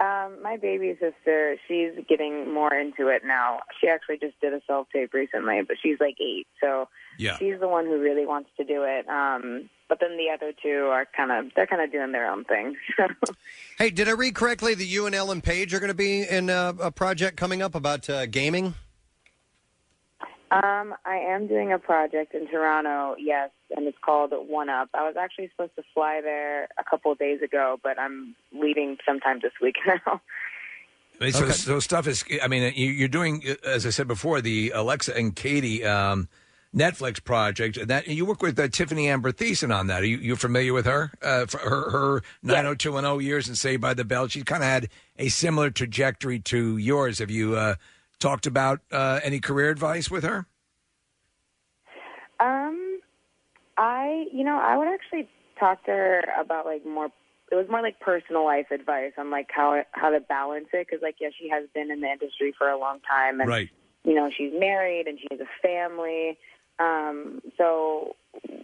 [SPEAKER 17] um, my baby sister, she's getting more into it now. She actually just did a self tape recently, but she's like eight. So
[SPEAKER 6] Yeah.
[SPEAKER 17] she's the one who really wants to do it. Um, but then the other two are kind of, they're kind of doing their own thing.
[SPEAKER 2] Hey, did I read correctly that you and Ellen Page are going to be in uh, a, a project coming up about uh, gaming?
[SPEAKER 17] Um, I am doing a project in Toronto, yes, and it's called One Up. I was actually supposed to fly there a couple of days ago, but I'm leaving sometime this week now.
[SPEAKER 6] I mean, So, so stuff is. I mean, you- you're doing, uh, as I said before, the Alexa and Katie um, Netflix project. and That you work with uh, Tiffany Amber Thiessen on that. Are you you familiar with her? Uh, for her her 90210 years and Saved by the Bell. She kind of had a similar trajectory to yours. Have you uh, talked about uh, any career advice with her?
[SPEAKER 17] Um, I, you know, I would actually talk to her about like more. It was more like personal life advice on like how how to balance it because like yeah, she has been in the industry for a long time and
[SPEAKER 18] Right.
[SPEAKER 17] you know she's married and she has a family. Um, so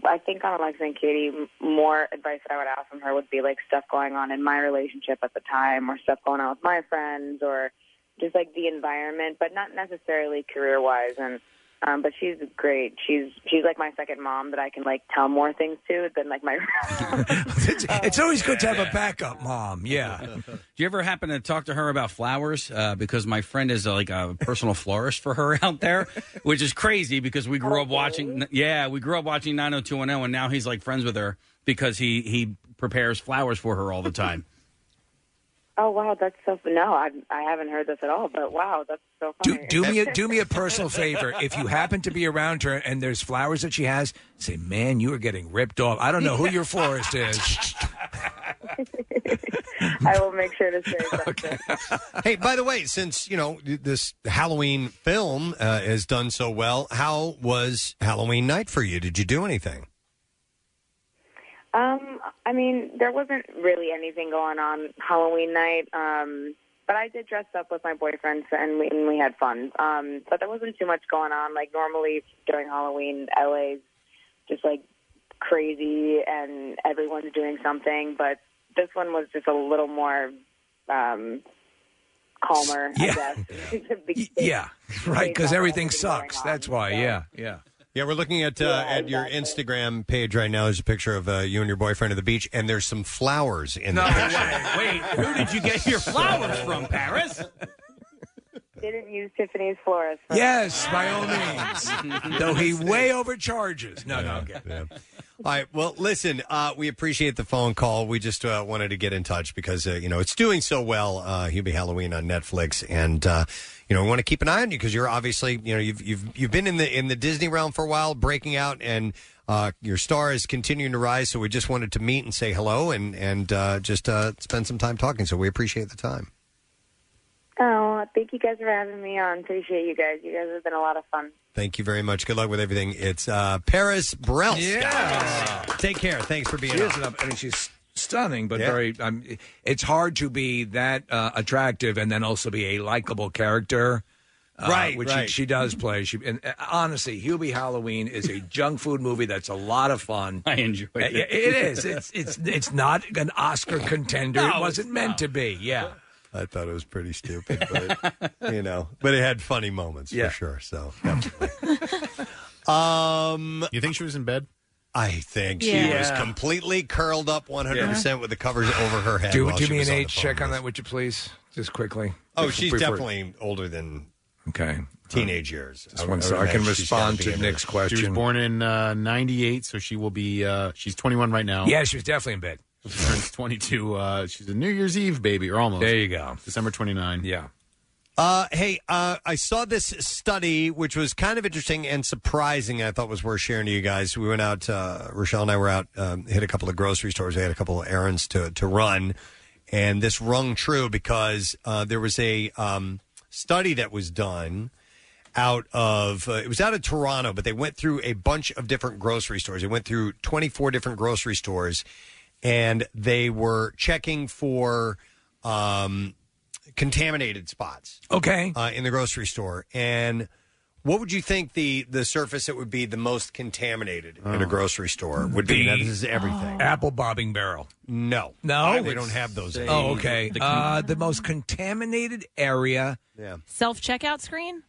[SPEAKER 17] I think on Alexa and Katie, m- more advice that I would ask from her would be like stuff going on in my relationship at the time, or stuff going on with my friends, or just like the environment, but not necessarily career wise. And um, but she's great. She's she's like my second mom that I can like tell more things to than like my.
[SPEAKER 6] It's, it's always good to have a backup mom. Yeah.
[SPEAKER 7] Do you ever happen to talk to her about flowers? Uh, because my friend is uh, like a personal florist for her out there, which is crazy because we grew up watching. Yeah, we grew up watching 90210, and now he's like friends with her because he he prepares flowers for her all the time.
[SPEAKER 17] oh wow, that's so no, I I haven't heard this at all. But wow, that's so funny.
[SPEAKER 6] do me a, do me a personal favor. If you happen to be around her and there's flowers that she has, say, "Man, you are getting ripped off." I don't know who your florist is.
[SPEAKER 17] I will make sure to say that.
[SPEAKER 2] hey, by the way, since you know this Halloween film uh, has done so well, how was Halloween night for you? Did you do anything?
[SPEAKER 17] Um, I mean, there wasn't really anything going on Halloween night. Um, but I did dress up with my boyfriend, so- and we, and we had fun. Um, but there wasn't too much going on. Like normally during Halloween, LA's just like crazy, and everyone's doing something. But this one was just a little more um, calmer,
[SPEAKER 6] Yeah.
[SPEAKER 17] I guess. Because-
[SPEAKER 6] Yeah, right. Because everything sucks. That's why. Yeah, yeah.
[SPEAKER 2] Yeah, we're looking at uh, at your Instagram page right now. There's a picture of uh, you and your boyfriend at the beach, and there's some flowers in the picture.
[SPEAKER 7] Wait, who did you get your flowers from, Paris?
[SPEAKER 17] Didn't use Tiffany's florist. for
[SPEAKER 6] Yes,
[SPEAKER 17] that.
[SPEAKER 6] by all means. Though he way overcharges. No, no. Okay.
[SPEAKER 2] All right. Well, listen, uh, we appreciate the phone call. We just uh, wanted to get in touch because, uh, you know, it's doing so well, uh, Hubie Halloween on Netflix. And, uh, you know, we want to keep an eye on you because you're obviously, you know, you've, you've, you've been in the, in the Disney realm for a while, breaking out, and uh, your star is continuing to rise. So we just wanted to meet and say hello and, and uh, just uh, spend some time talking. So we appreciate the time.
[SPEAKER 17] Oh, thank you guys for having me on. Appreciate you guys. You guys have been a lot of fun.
[SPEAKER 2] Thank you very much. Good luck with everything. It's uh, Paris Burrell.
[SPEAKER 6] Yeah.
[SPEAKER 2] Take care. Thanks for being
[SPEAKER 6] She
[SPEAKER 2] on.
[SPEAKER 6] is an up- I mean, she's stunning, but
[SPEAKER 2] Yeah.
[SPEAKER 6] very. Um, it's hard to be that uh, attractive and then also be a likable character. Uh,
[SPEAKER 2] Right,
[SPEAKER 6] which
[SPEAKER 2] right.
[SPEAKER 6] She, she does play. She and uh, honestly, Hubie Halloween is a junk food movie that's a lot of fun.
[SPEAKER 7] I enjoyed
[SPEAKER 6] Uh,
[SPEAKER 7] it.
[SPEAKER 6] yeah, it is. It's it's it's not an Oscar contender. it wasn't meant to be. Yeah.
[SPEAKER 2] I thought it was pretty stupid, but you know, but it had funny moments for sure. So, definitely. um,
[SPEAKER 13] you think she was in bed?
[SPEAKER 2] I think she
[SPEAKER 6] Yeah.
[SPEAKER 2] was
[SPEAKER 6] Yeah.
[SPEAKER 2] completely curled up 100 percent with the covers over her head.
[SPEAKER 6] Do,
[SPEAKER 2] while
[SPEAKER 6] do
[SPEAKER 2] she
[SPEAKER 6] me
[SPEAKER 2] was
[SPEAKER 6] an
[SPEAKER 2] on the
[SPEAKER 6] age
[SPEAKER 2] phone
[SPEAKER 6] check
[SPEAKER 2] with
[SPEAKER 6] on
[SPEAKER 2] us.
[SPEAKER 6] that, would you please, just quickly?
[SPEAKER 2] Oh,
[SPEAKER 6] Just
[SPEAKER 2] she's
[SPEAKER 6] before-
[SPEAKER 2] definitely older than
[SPEAKER 6] okay
[SPEAKER 2] teenage years.
[SPEAKER 6] Just one sec. I can respond to Nick's
[SPEAKER 13] She was
[SPEAKER 6] question.
[SPEAKER 13] born in uh, '98, so she will be. Uh, she's 21 right now.
[SPEAKER 6] Yeah, she was definitely in bed.
[SPEAKER 13] She turns 22. Uh, she's a New Year's Eve baby, or almost.
[SPEAKER 6] There you go.
[SPEAKER 13] December 29.
[SPEAKER 6] Yeah.
[SPEAKER 2] Uh, hey, uh, I saw this study, which was kind of interesting and surprising. I thought was worth sharing to you guys. We went out, uh, Rochelle and I were out, um, hit a couple of grocery stores. We had a couple of errands to to run, and this rung true because uh, there was a um, study that was done out of uh, it was out of Toronto, but they went through a bunch of different grocery stores. They went through 24 different grocery stores, and they were checking for um, contaminated spots.
[SPEAKER 6] Okay,
[SPEAKER 2] uh, in the grocery store, and what would you think the the surface that would be the most contaminated in a grocery store would be? Now, this is everything.
[SPEAKER 6] Apple bobbing barrel.
[SPEAKER 2] No,
[SPEAKER 6] No,
[SPEAKER 2] they don't have those.
[SPEAKER 6] Oh, okay. The, uh, the most contaminated area.
[SPEAKER 2] Yeah.
[SPEAKER 3] Self checkout screen?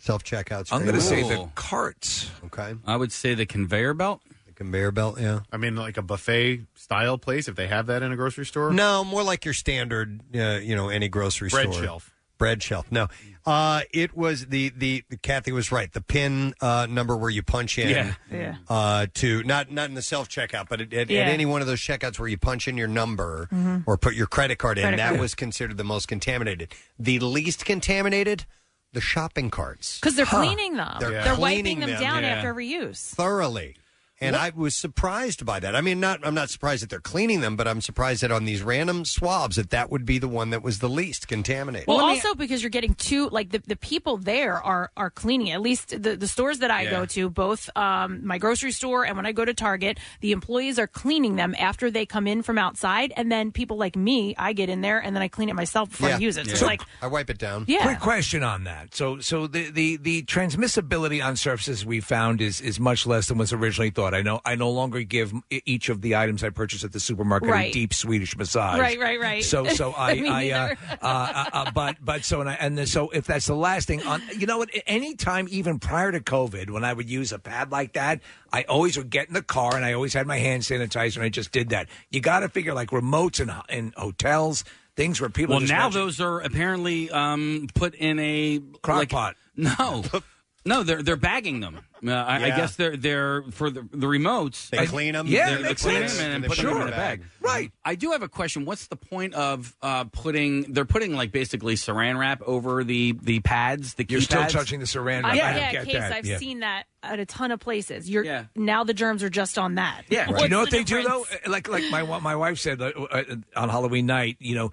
[SPEAKER 2] Self checkouts.
[SPEAKER 6] I'm going to say the
[SPEAKER 2] Ooh.
[SPEAKER 6] carts.
[SPEAKER 2] Okay.
[SPEAKER 7] I would say the conveyor belt.
[SPEAKER 2] The conveyor belt, yeah.
[SPEAKER 13] I mean, like a buffet style place, if they have that in a grocery store.
[SPEAKER 2] No, more like your standard, uh, you know, any grocery
[SPEAKER 13] Bread
[SPEAKER 2] store
[SPEAKER 13] shelf.
[SPEAKER 2] bread shelf. No, uh, it was the, the Kathy was right. The pin uh, number where you punch in,
[SPEAKER 5] Yeah. Yeah.
[SPEAKER 2] Uh, to not not in the self checkout, but at, at,
[SPEAKER 5] Yeah.
[SPEAKER 2] at any one of those checkouts where you punch in your number
[SPEAKER 3] Mm-hmm.
[SPEAKER 5] Mhm.
[SPEAKER 2] or put your credit card in,
[SPEAKER 5] Credit
[SPEAKER 2] that
[SPEAKER 5] card.
[SPEAKER 2] was considered the most contaminated. The least contaminated, the shopping carts,
[SPEAKER 3] Because they're cleaning them.
[SPEAKER 2] They're,
[SPEAKER 3] They're,
[SPEAKER 2] cleaning
[SPEAKER 3] wiping them, down after every use.
[SPEAKER 2] thoroughly. And I was surprised by that. I mean, not I'm not surprised that they're cleaning them, but I'm surprised that on these random swabs that that would be the one that was the least contaminated.
[SPEAKER 3] Well, also because you're getting two, like the, the people there are are cleaning. At least the, the stores that I
[SPEAKER 2] Yeah.
[SPEAKER 3] go to, both um, my grocery store and when I go to Target, the employees are cleaning them after they come in from outside. And then people like me, I get in there and then I clean it myself before I use it. So it's like,
[SPEAKER 2] I wipe it down.
[SPEAKER 3] Yeah.
[SPEAKER 6] Quick question on that. So, so the, the, the transmissibility on surfaces we found is, is much less than was originally thought. I know I no longer give e- each of the items I purchase at the supermarket a
[SPEAKER 3] Right.
[SPEAKER 6] deep Swedish massage.
[SPEAKER 3] Right, right, right.
[SPEAKER 6] So, so I,
[SPEAKER 3] Me
[SPEAKER 6] I, uh,
[SPEAKER 3] neither.
[SPEAKER 6] uh, uh, uh, but, but so, and I, and then, so if that's the last thing on, you know what? Any time, even prior to COVID, when I would use a pad like that, I always would get in the car and I always had my hand sanitizer and I just did that. You got to figure like remotes and in hotels, things where people.
[SPEAKER 7] well,
[SPEAKER 6] just
[SPEAKER 7] now
[SPEAKER 6] watch it.
[SPEAKER 7] those are apparently um, put in a like-
[SPEAKER 6] Crock pot.
[SPEAKER 7] No, no, they're they're bagging them. Uh, I, I
[SPEAKER 6] Yeah.
[SPEAKER 7] guess they're they're for the, the remotes.
[SPEAKER 2] They clean 'em,
[SPEAKER 7] Yeah,
[SPEAKER 2] they
[SPEAKER 7] they
[SPEAKER 2] make
[SPEAKER 7] clean
[SPEAKER 2] sense,
[SPEAKER 7] them and,
[SPEAKER 2] and they
[SPEAKER 7] put
[SPEAKER 2] put 'em
[SPEAKER 7] them
[SPEAKER 2] in
[SPEAKER 7] in
[SPEAKER 2] a
[SPEAKER 7] a
[SPEAKER 2] bag.
[SPEAKER 7] bag.
[SPEAKER 2] Mm-hmm.
[SPEAKER 6] Right.
[SPEAKER 7] I do have a question. What's the point of uh, putting? They're putting like basically Saran wrap over the the pads. The
[SPEAKER 6] You're still
[SPEAKER 7] keypads?
[SPEAKER 6] touching the Saran
[SPEAKER 3] I- yeah, case I've seen that at a ton of places. You're now the germs are just on that.
[SPEAKER 6] Yeah.
[SPEAKER 3] What's
[SPEAKER 6] Do you know
[SPEAKER 3] the
[SPEAKER 6] what they do though?
[SPEAKER 3] difference?
[SPEAKER 6] Uh, Like like my wa- my wife said uh, uh, on Halloween night, you know,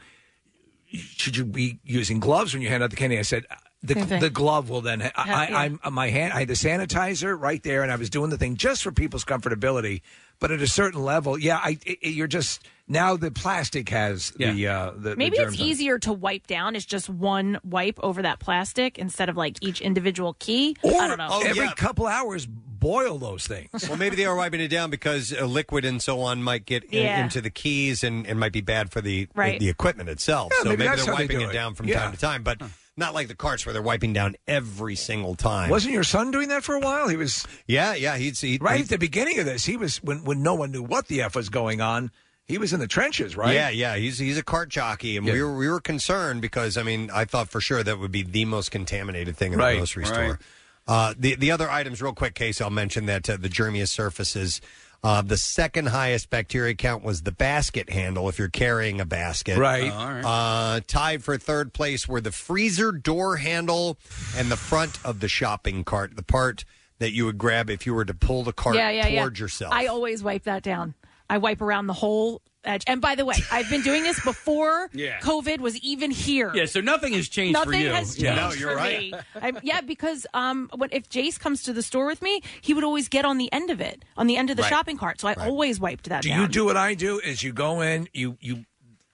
[SPEAKER 6] should you be using gloves when you hand out the candy? I said. uh, The,
[SPEAKER 5] Same thing.
[SPEAKER 6] the glove will then. I,
[SPEAKER 5] Yeah,
[SPEAKER 6] I,
[SPEAKER 5] yeah.
[SPEAKER 6] I'm uh, my hand. I had the sanitizer right there, and I was doing the thing just for people's comfortability. But at a certain level, yeah, I it, it- you're just now the plastic has the uh, the
[SPEAKER 3] Maybe
[SPEAKER 6] the
[SPEAKER 3] it's
[SPEAKER 6] germs on it.
[SPEAKER 3] easier to wipe down. It's just one wipe over that plastic instead of like each individual key. I don't know.
[SPEAKER 6] every couple hours, boil those things.
[SPEAKER 2] well, maybe they are wiping it down because uh, liquid and so on might get in-
[SPEAKER 3] Yeah.
[SPEAKER 2] into the keys and, and might be bad for the
[SPEAKER 3] Right.
[SPEAKER 2] the equipment itself.
[SPEAKER 6] Yeah,
[SPEAKER 2] so
[SPEAKER 6] maybe
[SPEAKER 2] maybe,
[SPEAKER 6] that's
[SPEAKER 2] they're
[SPEAKER 6] how they
[SPEAKER 2] wiping
[SPEAKER 6] do
[SPEAKER 2] it
[SPEAKER 6] it.
[SPEAKER 2] down from
[SPEAKER 6] Yeah.
[SPEAKER 2] time to time, but not like the carts where they're wiping down every single time.
[SPEAKER 6] Wasn't your son doing that for a while? He was.
[SPEAKER 2] Yeah, yeah. He's he,
[SPEAKER 6] right
[SPEAKER 2] he-
[SPEAKER 6] at the beginning of this. He was when when no one knew what the f was going on. He was in the trenches, right?
[SPEAKER 2] Yeah, yeah. He's he's a cart jockey, and we
[SPEAKER 6] Yeah.
[SPEAKER 2] were we were concerned because I mean I thought for sure that would be the most contaminated thing in
[SPEAKER 6] Right,
[SPEAKER 2] the grocery
[SPEAKER 6] right.
[SPEAKER 2] store. Uh, the the other items, real quick, case I'll mention that uh, the germiest surfaces. Uh, the second highest bacteria count was the basket handle. If you're carrying a basket,
[SPEAKER 6] Right. Oh, all right.
[SPEAKER 2] Uh, tied for third place were the freezer door handle and the front of the shopping cart, the part that you would grab if you were to pull the cart towards yourself.
[SPEAKER 3] I always wipe that down. I wipe around the whole edge. And by the way, I've been doing this before
[SPEAKER 7] Yeah.
[SPEAKER 3] COVID was even here.
[SPEAKER 7] Yeah, so nothing has changed
[SPEAKER 3] Nothing
[SPEAKER 7] for you.
[SPEAKER 3] has changed
[SPEAKER 7] Yeah.
[SPEAKER 3] for me. I'm, yeah, because um, when, if Jace comes to the store with me, he would always get on the end of it, on the end of the
[SPEAKER 6] Right.
[SPEAKER 3] shopping cart. So I always wiped that
[SPEAKER 6] Do
[SPEAKER 3] down.
[SPEAKER 6] you do what I do? Is you go in, you you,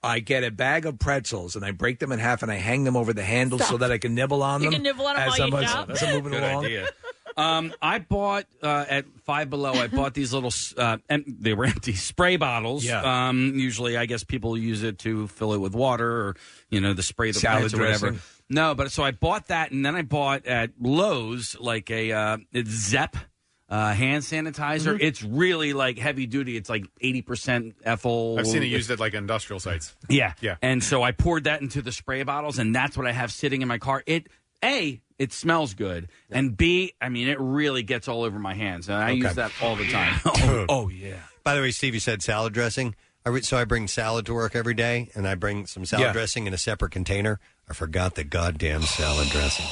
[SPEAKER 6] I get a bag of pretzels and I break them in half and I hang them over the handle so
[SPEAKER 7] Stop.
[SPEAKER 6] that I can nibble on
[SPEAKER 7] You
[SPEAKER 6] them.
[SPEAKER 7] can nibble on 'em
[SPEAKER 6] as
[SPEAKER 7] while you
[SPEAKER 6] I'm, as
[SPEAKER 7] shop.
[SPEAKER 6] I'm moving
[SPEAKER 7] Good
[SPEAKER 6] along.
[SPEAKER 7] idea. Um, I bought uh, at Five Below. I bought these little. Uh, em- they were empty spray bottles.
[SPEAKER 6] Yeah.
[SPEAKER 7] Um, usually, I guess people use it to fill it with water or you know the spray the
[SPEAKER 6] Salad
[SPEAKER 7] plants or whatever.
[SPEAKER 6] dressing.
[SPEAKER 7] No, but so I bought that, and then I bought at Lowe's like a uh, it's Zep. Uh, hand sanitizer.
[SPEAKER 13] Mhm.
[SPEAKER 7] It's really like heavy duty. It's like eighty percent ethyl.
[SPEAKER 13] I've seen it used at like industrial sites.
[SPEAKER 7] Yeah.
[SPEAKER 13] Yeah.
[SPEAKER 7] And so I poured that into the spray bottles, and that's what I have sitting in my car. It A, it smells good. And B, I mean, it really gets all over my hands. And I
[SPEAKER 2] Okay.
[SPEAKER 7] use that all the time.
[SPEAKER 2] oh,
[SPEAKER 7] yeah.
[SPEAKER 2] By the way, Steve, you said salad dressing. I re- so I bring salad to work every day, and I bring some salad
[SPEAKER 7] Yeah.
[SPEAKER 2] dressing in a separate container. I forgot the goddamn salad dressing.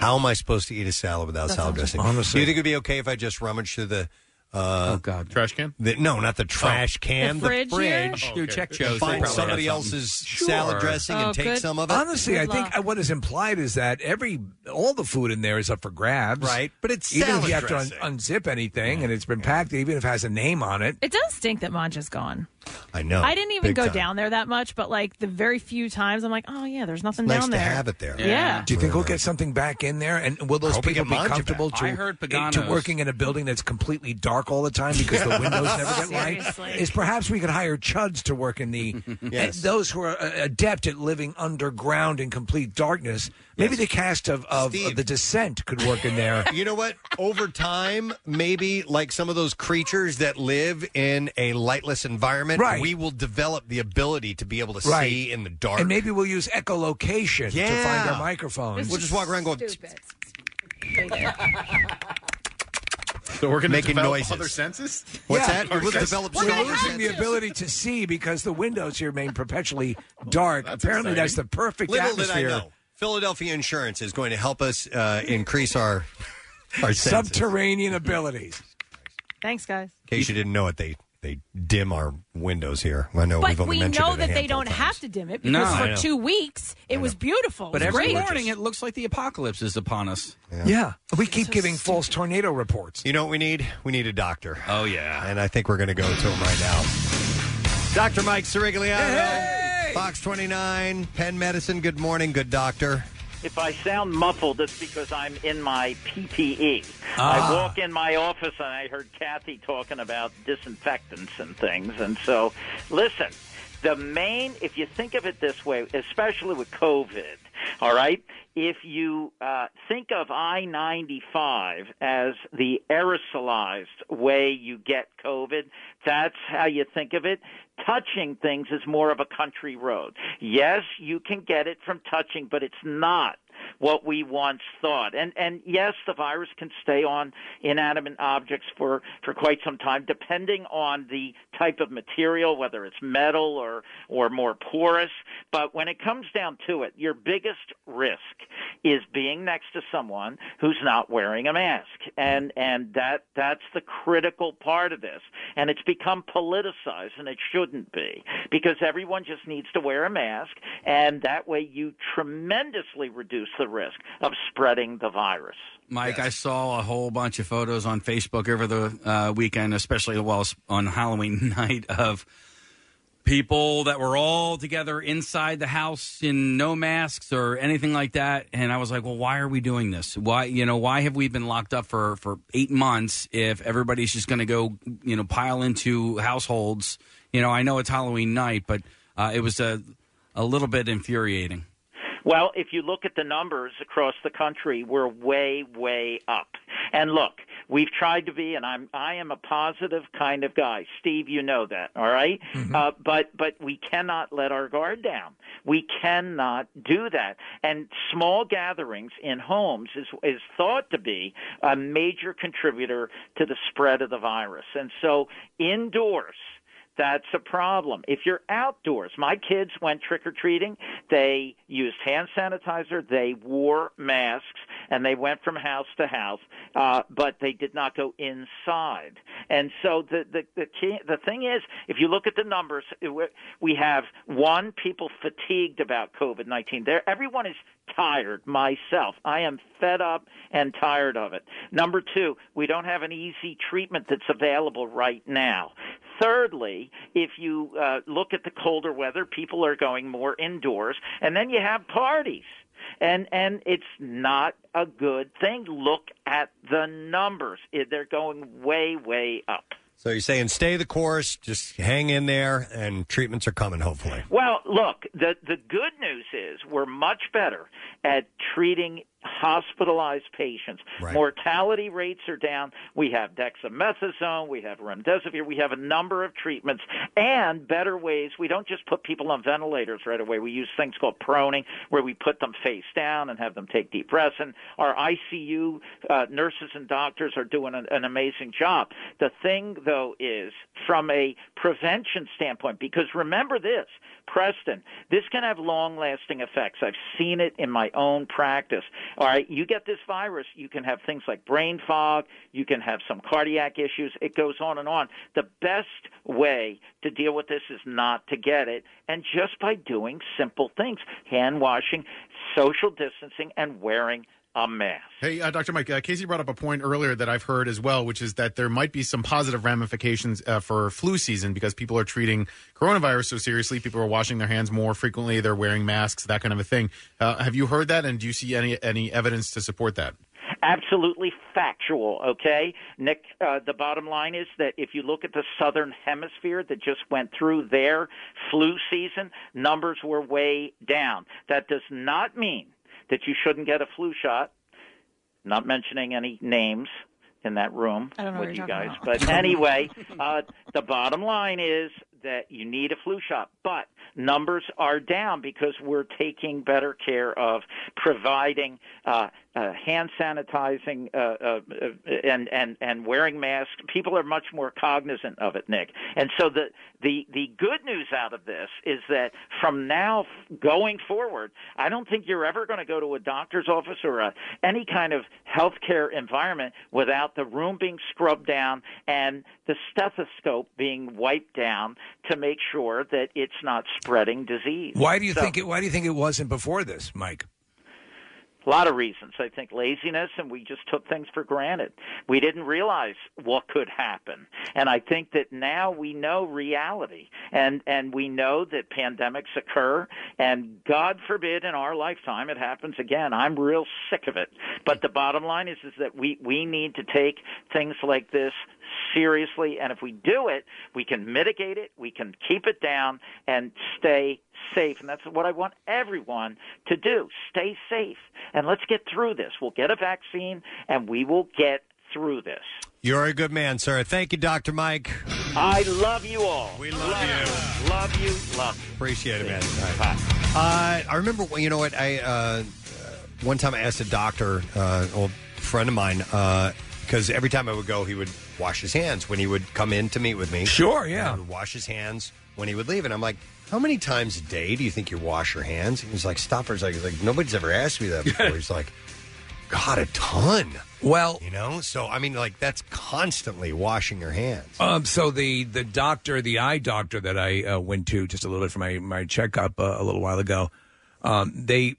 [SPEAKER 2] How am I supposed to eat a salad without
[SPEAKER 7] That
[SPEAKER 2] salad
[SPEAKER 7] sounds
[SPEAKER 2] dressing?
[SPEAKER 7] Honestly.
[SPEAKER 2] do you think it'd be okay if I just rummage through the? Uh,
[SPEAKER 7] oh God!
[SPEAKER 13] Trash can? Oh,
[SPEAKER 2] The, no, not the trash
[SPEAKER 7] The
[SPEAKER 2] can.
[SPEAKER 7] fridge here?
[SPEAKER 2] fridge.
[SPEAKER 7] Dude, check Joe's, they probably
[SPEAKER 2] Find
[SPEAKER 7] have
[SPEAKER 2] somebody
[SPEAKER 7] something.
[SPEAKER 2] else's
[SPEAKER 7] Sure.
[SPEAKER 2] salad dressing
[SPEAKER 6] Oh,
[SPEAKER 2] and take
[SPEAKER 6] good.
[SPEAKER 2] some of it.
[SPEAKER 6] Honestly, I think uh, what is implied is that every all the food in there is up for grabs,
[SPEAKER 2] Right, but it's
[SPEAKER 6] even if
[SPEAKER 2] salad
[SPEAKER 6] you have to un- unzip anything and it's been packed, even if it has a name on it.
[SPEAKER 3] It does stink that Manja's gone.
[SPEAKER 2] I know.
[SPEAKER 3] I didn't even
[SPEAKER 6] Big
[SPEAKER 3] go
[SPEAKER 6] time.
[SPEAKER 3] down there that much, but like the very few times, I'm like, oh yeah, there's nothing
[SPEAKER 6] Nice
[SPEAKER 3] down
[SPEAKER 6] to
[SPEAKER 3] there.
[SPEAKER 6] have it
[SPEAKER 2] there.
[SPEAKER 3] Yeah.
[SPEAKER 6] Do you think we'll get something back in there? And will
[SPEAKER 2] I
[SPEAKER 6] those
[SPEAKER 2] hope we
[SPEAKER 6] people
[SPEAKER 2] get
[SPEAKER 6] be
[SPEAKER 2] Mangia back.
[SPEAKER 6] comfortable to,
[SPEAKER 2] I heard
[SPEAKER 6] to
[SPEAKER 2] Pagano's.
[SPEAKER 6] working in a building that's completely dark all the time because the windows never get
[SPEAKER 2] Seriously.
[SPEAKER 6] light? Is perhaps we could hire chuds to work in the
[SPEAKER 2] Yes.
[SPEAKER 6] and those who are uh, adept at living underground in complete darkness. Maybe the cast of, of, of the Descent could work in there.
[SPEAKER 2] You know what? Over time, maybe like some of those creatures that live in a lightless environment,
[SPEAKER 6] Right.
[SPEAKER 2] we will develop the ability to be able to
[SPEAKER 6] Right.
[SPEAKER 2] see in the dark.
[SPEAKER 6] And maybe we'll use echolocation to find
[SPEAKER 2] Yeah.
[SPEAKER 6] our microphones.
[SPEAKER 2] We'll just walk around going.
[SPEAKER 13] So we're going to
[SPEAKER 2] Making
[SPEAKER 13] develop
[SPEAKER 2] noises.
[SPEAKER 13] other senses.
[SPEAKER 2] What's
[SPEAKER 6] Yeah.
[SPEAKER 2] that? We'll develop
[SPEAKER 6] We're
[SPEAKER 2] senses.
[SPEAKER 6] losing the ability to see because the windows here remain perpetually dark. Apparently, that's the perfect
[SPEAKER 2] Oh, Little
[SPEAKER 6] atmosphere.
[SPEAKER 2] Did I know, Philadelphia Insurance is going to help us uh, increase our our senses.
[SPEAKER 6] Subterranean abilities.
[SPEAKER 3] Thanks, guys.
[SPEAKER 2] In case you didn't know it, they they dim our windows here. I know we've
[SPEAKER 3] but
[SPEAKER 2] only
[SPEAKER 3] we
[SPEAKER 2] mentioned
[SPEAKER 3] know
[SPEAKER 2] it a
[SPEAKER 3] that they
[SPEAKER 2] handful
[SPEAKER 3] don't
[SPEAKER 2] of times.
[SPEAKER 3] have to dim it
[SPEAKER 2] No.
[SPEAKER 3] because
[SPEAKER 2] I
[SPEAKER 3] for
[SPEAKER 2] know.
[SPEAKER 3] two weeks it was beautiful.
[SPEAKER 7] But
[SPEAKER 3] it was
[SPEAKER 7] every
[SPEAKER 3] Oh, great.
[SPEAKER 7] morning it looks like the apocalypse is upon us.
[SPEAKER 2] Yeah.
[SPEAKER 6] we keep giving false tornado reports.
[SPEAKER 2] You know what we need? We need a doctor.
[SPEAKER 7] Oh yeah.
[SPEAKER 2] And I think we're going to go to him right now. Dr. Mike Sirigliano, Fox 29, Penn Medicine. Good morning, good doctor.
[SPEAKER 5] If I sound muffled, it's because I'm in my PPE.
[SPEAKER 2] Ah.
[SPEAKER 5] I walk in my office and I heard Kathy talking about disinfectants and things. And so, listen, the main, if you think of it this way, especially with COVID, all right, if you uh, think of I 95 as the aerosolized way you get COVID, that's how you think of it. Touching things is more of a country road. Yes, you can get it from touching, but it's not what we once thought. And and yes, the virus can stay on inanimate objects for for quite some time, depending on the type of material, whether it's metal or or more porous. But when it comes down to it, your biggest risk is being next to someone who's not wearing a mask, and and that that's the critical part of this. And it's become politicized, and it shouldn't be because everyone just needs to wear a mask, and that way you tremendously reduce the risk of spreading the virus.
[SPEAKER 7] Mike, I saw a whole bunch of photos on Facebook over the uh, weekend, especially while s- on Halloween night, of people that were all together inside the house in no masks or anything like that. And I was like, well, why are we doing this? Why, you know, why have we been locked up for, for eight months if everybody's just going to go, you know, pile into households? You know, I know it's Halloween night, but uh, it was a, a little bit infuriating.
[SPEAKER 5] Well, if you look at the numbers across the country, we're way, way up. And look, we've tried to be, and I'm, I am a positive kind of guy. Steve, you know that, all right? Uh, but, but we cannot let our guard down. We cannot do that. And small gatherings in homes is, is thought to be a major contributor to the spread of the virus. And so indoors, that's a problem. If you're outdoors, my kids went trick or treating. They used hand sanitizer. They wore masks and they went from house to house, uh, but they did not go inside. And so the, the, the, key, the thing is, if you look at the numbers, it- we- we have one, people fatigued about COVID 19. Everyone is tired, myself. I am fed up and tired of it. Number two, we don't have an easy treatment that's available right now. Thirdly, if you uh, look at the colder weather, people are going more indoors, and then you have parties. And and it's not a good thing. Look at the numbers; It- they're going way way up.
[SPEAKER 2] So you're saying stay the course, just hang in there, and treatments are coming, hopefully.
[SPEAKER 5] Well, look, the the good news is we're much better at treating hospitalized patients.
[SPEAKER 18] Right.
[SPEAKER 5] Mortality rates are down. We have dexamethasone, we have remdesivir, we have a number of treatments and better ways. We don't just put people on ventilators right away. We use things called proning, where we put them face down and have them take deep breaths. And our ICU uh, nurses and doctors are doing an, an amazing job. The thing, though, is from a prevention standpoint, because remember this, Preston, this can have long lasting effects. I've seen it in my own practice. All right, you get this virus, you can have things like brain fog, you can have some cardiac issues. It goes on and on. The best way to deal with this is not to get it, and just by doing simple things hand washing, social distancing, and wearing a mask.
[SPEAKER 13] Hey, uh, Dr. Mike, uh, Casey brought up a point earlier that I've heard as well, which is that there might be some positive ramifications uh, for flu season because people are treating coronavirus so seriously. People are washing their hands more frequently. They're wearing masks, that kind of a thing. Uh, have you heard that? And do you see any any evidence to support that?
[SPEAKER 5] absolutely factual, okay? Nick, uh, the bottom line is that if you look at the southern hemisphere that just went through their flu season, numbers were way down. That does not mean that you shouldn't get a flu shot. Not mentioning any names in that room
[SPEAKER 3] I don't know what
[SPEAKER 5] with
[SPEAKER 3] you're
[SPEAKER 5] you
[SPEAKER 3] talking
[SPEAKER 5] guys.
[SPEAKER 3] about.
[SPEAKER 5] But anyway, uh, the bottom line is that you need a flu shot, but numbers are down because we're taking better care of providing uh, uh, hand sanitizing uh, uh, uh, and and and wearing masks. People are much more cognizant of it, Nick. And so the the the good news out of this is that from now f- going forward, I don't think you're ever going to go to a doctor's office or a, any kind of healthcare environment without the room being scrubbed down and the stethoscope being wiped down to make sure that it's not spreading disease.
[SPEAKER 6] Why do you
[SPEAKER 5] So-
[SPEAKER 6] think it? Why do you think it wasn't before this, Mike?
[SPEAKER 5] a lot of reasons. I think laziness, and we just took things for granted. We didn't realize what could happen, and I think that now we know reality, and and we know that pandemics occur, and God forbid in our lifetime it happens again. I'm real sick of it. But the bottom line is is that we we need to take things like this seriously, and if we do it, we can mitigate it, we can keep it down, and stay safe. And that's what I want everyone to do stay safe. And let's get through this. We'll get a vaccine, and we will get through this.
[SPEAKER 2] You're a good man, sir. Thank you, Dr. Mike.
[SPEAKER 5] I love you all. We love, you. Love you. Love you.
[SPEAKER 2] Appreciate it, man. Uh, I remember, well, you know what? I uh, one time I asked a doctor, uh, old friend of mine, because every time I would go, he would wash his hands when he would come in to meet with me.
[SPEAKER 6] Sure,
[SPEAKER 2] And
[SPEAKER 6] yeah.
[SPEAKER 2] I would wash his hands when he would leave, and I'm like. How many times a day do you think you wash your hands? He was like, "Stop for a second. He's like, "Nobody's ever asked me that before." He's like, "God, a ton."
[SPEAKER 6] Well,
[SPEAKER 2] you know, so I mean, like that's constantly washing your hands.
[SPEAKER 6] Um, so the the doctor, the eye doctor that I uh, went to just a little bit for my my checkup uh, a little while ago, um, they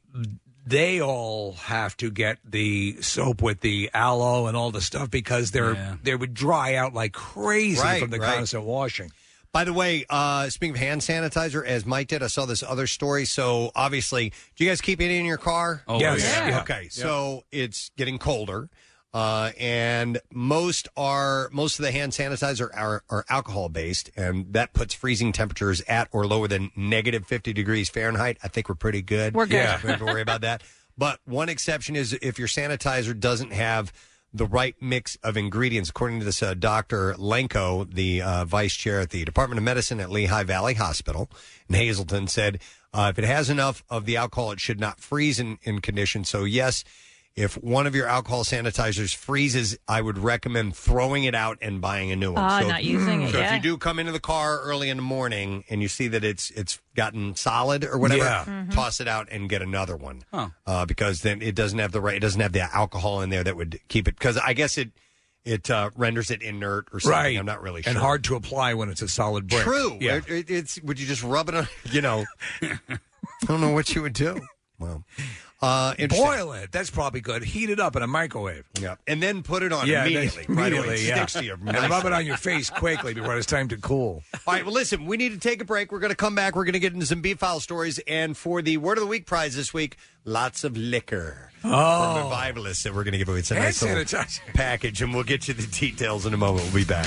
[SPEAKER 6] they all have to get the soap with the aloe and all the stuff because they're they would dry out like crazy
[SPEAKER 2] Right,
[SPEAKER 6] from the
[SPEAKER 2] right.
[SPEAKER 6] constant washing.
[SPEAKER 2] By the way, uh, speaking of hand sanitizer, as Mike did, I saw this other story. So obviously, do you guys keep it in your car?
[SPEAKER 6] Oh, Yes. yeah. Yeah.
[SPEAKER 2] Okay.
[SPEAKER 6] Yeah.
[SPEAKER 2] So it's getting colder, uh, and most are most of the hand sanitizer are, are alcohol based, and that puts freezing temperatures at or lower than negative fifty degrees Fahrenheit. I think we're pretty good.
[SPEAKER 4] We're good. Yeah.
[SPEAKER 2] We don't have to worry about that. But one exception is if your sanitizer doesn't have the right mix of ingredients, according to this uh, Dr. Lenko, the uh, vice chair at the Department of Medicine at Lehigh Valley Hospital in Hazleton, said uh, if it has enough of the alcohol, it should not freeze in, in condition. So, yes, if one of your alcohol sanitizers freezes, I would recommend throwing it out and buying a new one.
[SPEAKER 3] Ah, not using it,
[SPEAKER 2] So if
[SPEAKER 3] yeah.
[SPEAKER 2] you do come into the car early in the morning and you see that it's it's gotten solid or whatever,
[SPEAKER 6] Yeah. Mhm.
[SPEAKER 3] Mm-hmm.
[SPEAKER 2] toss it out and get another one uh, because then it doesn't have the right, it doesn't have the alcohol in there that would keep it. Because I guess it it uh, renders it inert or something.
[SPEAKER 6] Right.
[SPEAKER 2] I'm not really sure.
[SPEAKER 6] And hard to apply when it's a solid brick.
[SPEAKER 2] True.
[SPEAKER 6] Yeah.
[SPEAKER 2] It- it- it's would you just rub it on? You know, I don't know what you would do. Well, uh, interesting.
[SPEAKER 6] Boil it. That's probably good. Heat it up in a microwave.
[SPEAKER 2] Yeah, and then put it on
[SPEAKER 6] yeah,
[SPEAKER 2] immediately.
[SPEAKER 6] Then,
[SPEAKER 2] Right away. It
[SPEAKER 6] immediately, yeah.
[SPEAKER 2] sticks to you
[SPEAKER 6] and rub
[SPEAKER 2] nicely.
[SPEAKER 6] it on your face quickly before it's time to cool.
[SPEAKER 2] All right, well, listen, we need to take a break. We're going to come back. We're going to get into some beef file stories. And for the Word of the Week prize this week, lots of liquor.
[SPEAKER 6] Oh.
[SPEAKER 2] From revivalists that we're going to give away. It's a
[SPEAKER 6] And
[SPEAKER 2] nice little
[SPEAKER 6] sanitizer.
[SPEAKER 2] package, and we'll get you the details in a moment. We'll be back.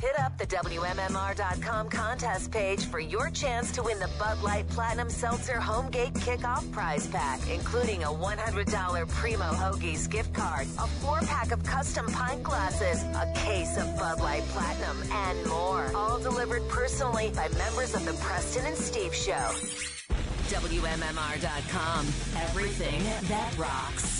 [SPEAKER 19] Hit up the the WMMR.com contest page for your chance to win the Bud Light Platinum Seltzer Homegate Kickoff Prize Pack, including a $100 Primo Hoagies gift card, a four pack of custom pint glasses, a case of Bud Light Platinum, and more. All delivered personally by members of the Preston and Steve Show. WMMR.com. Everything that rocks.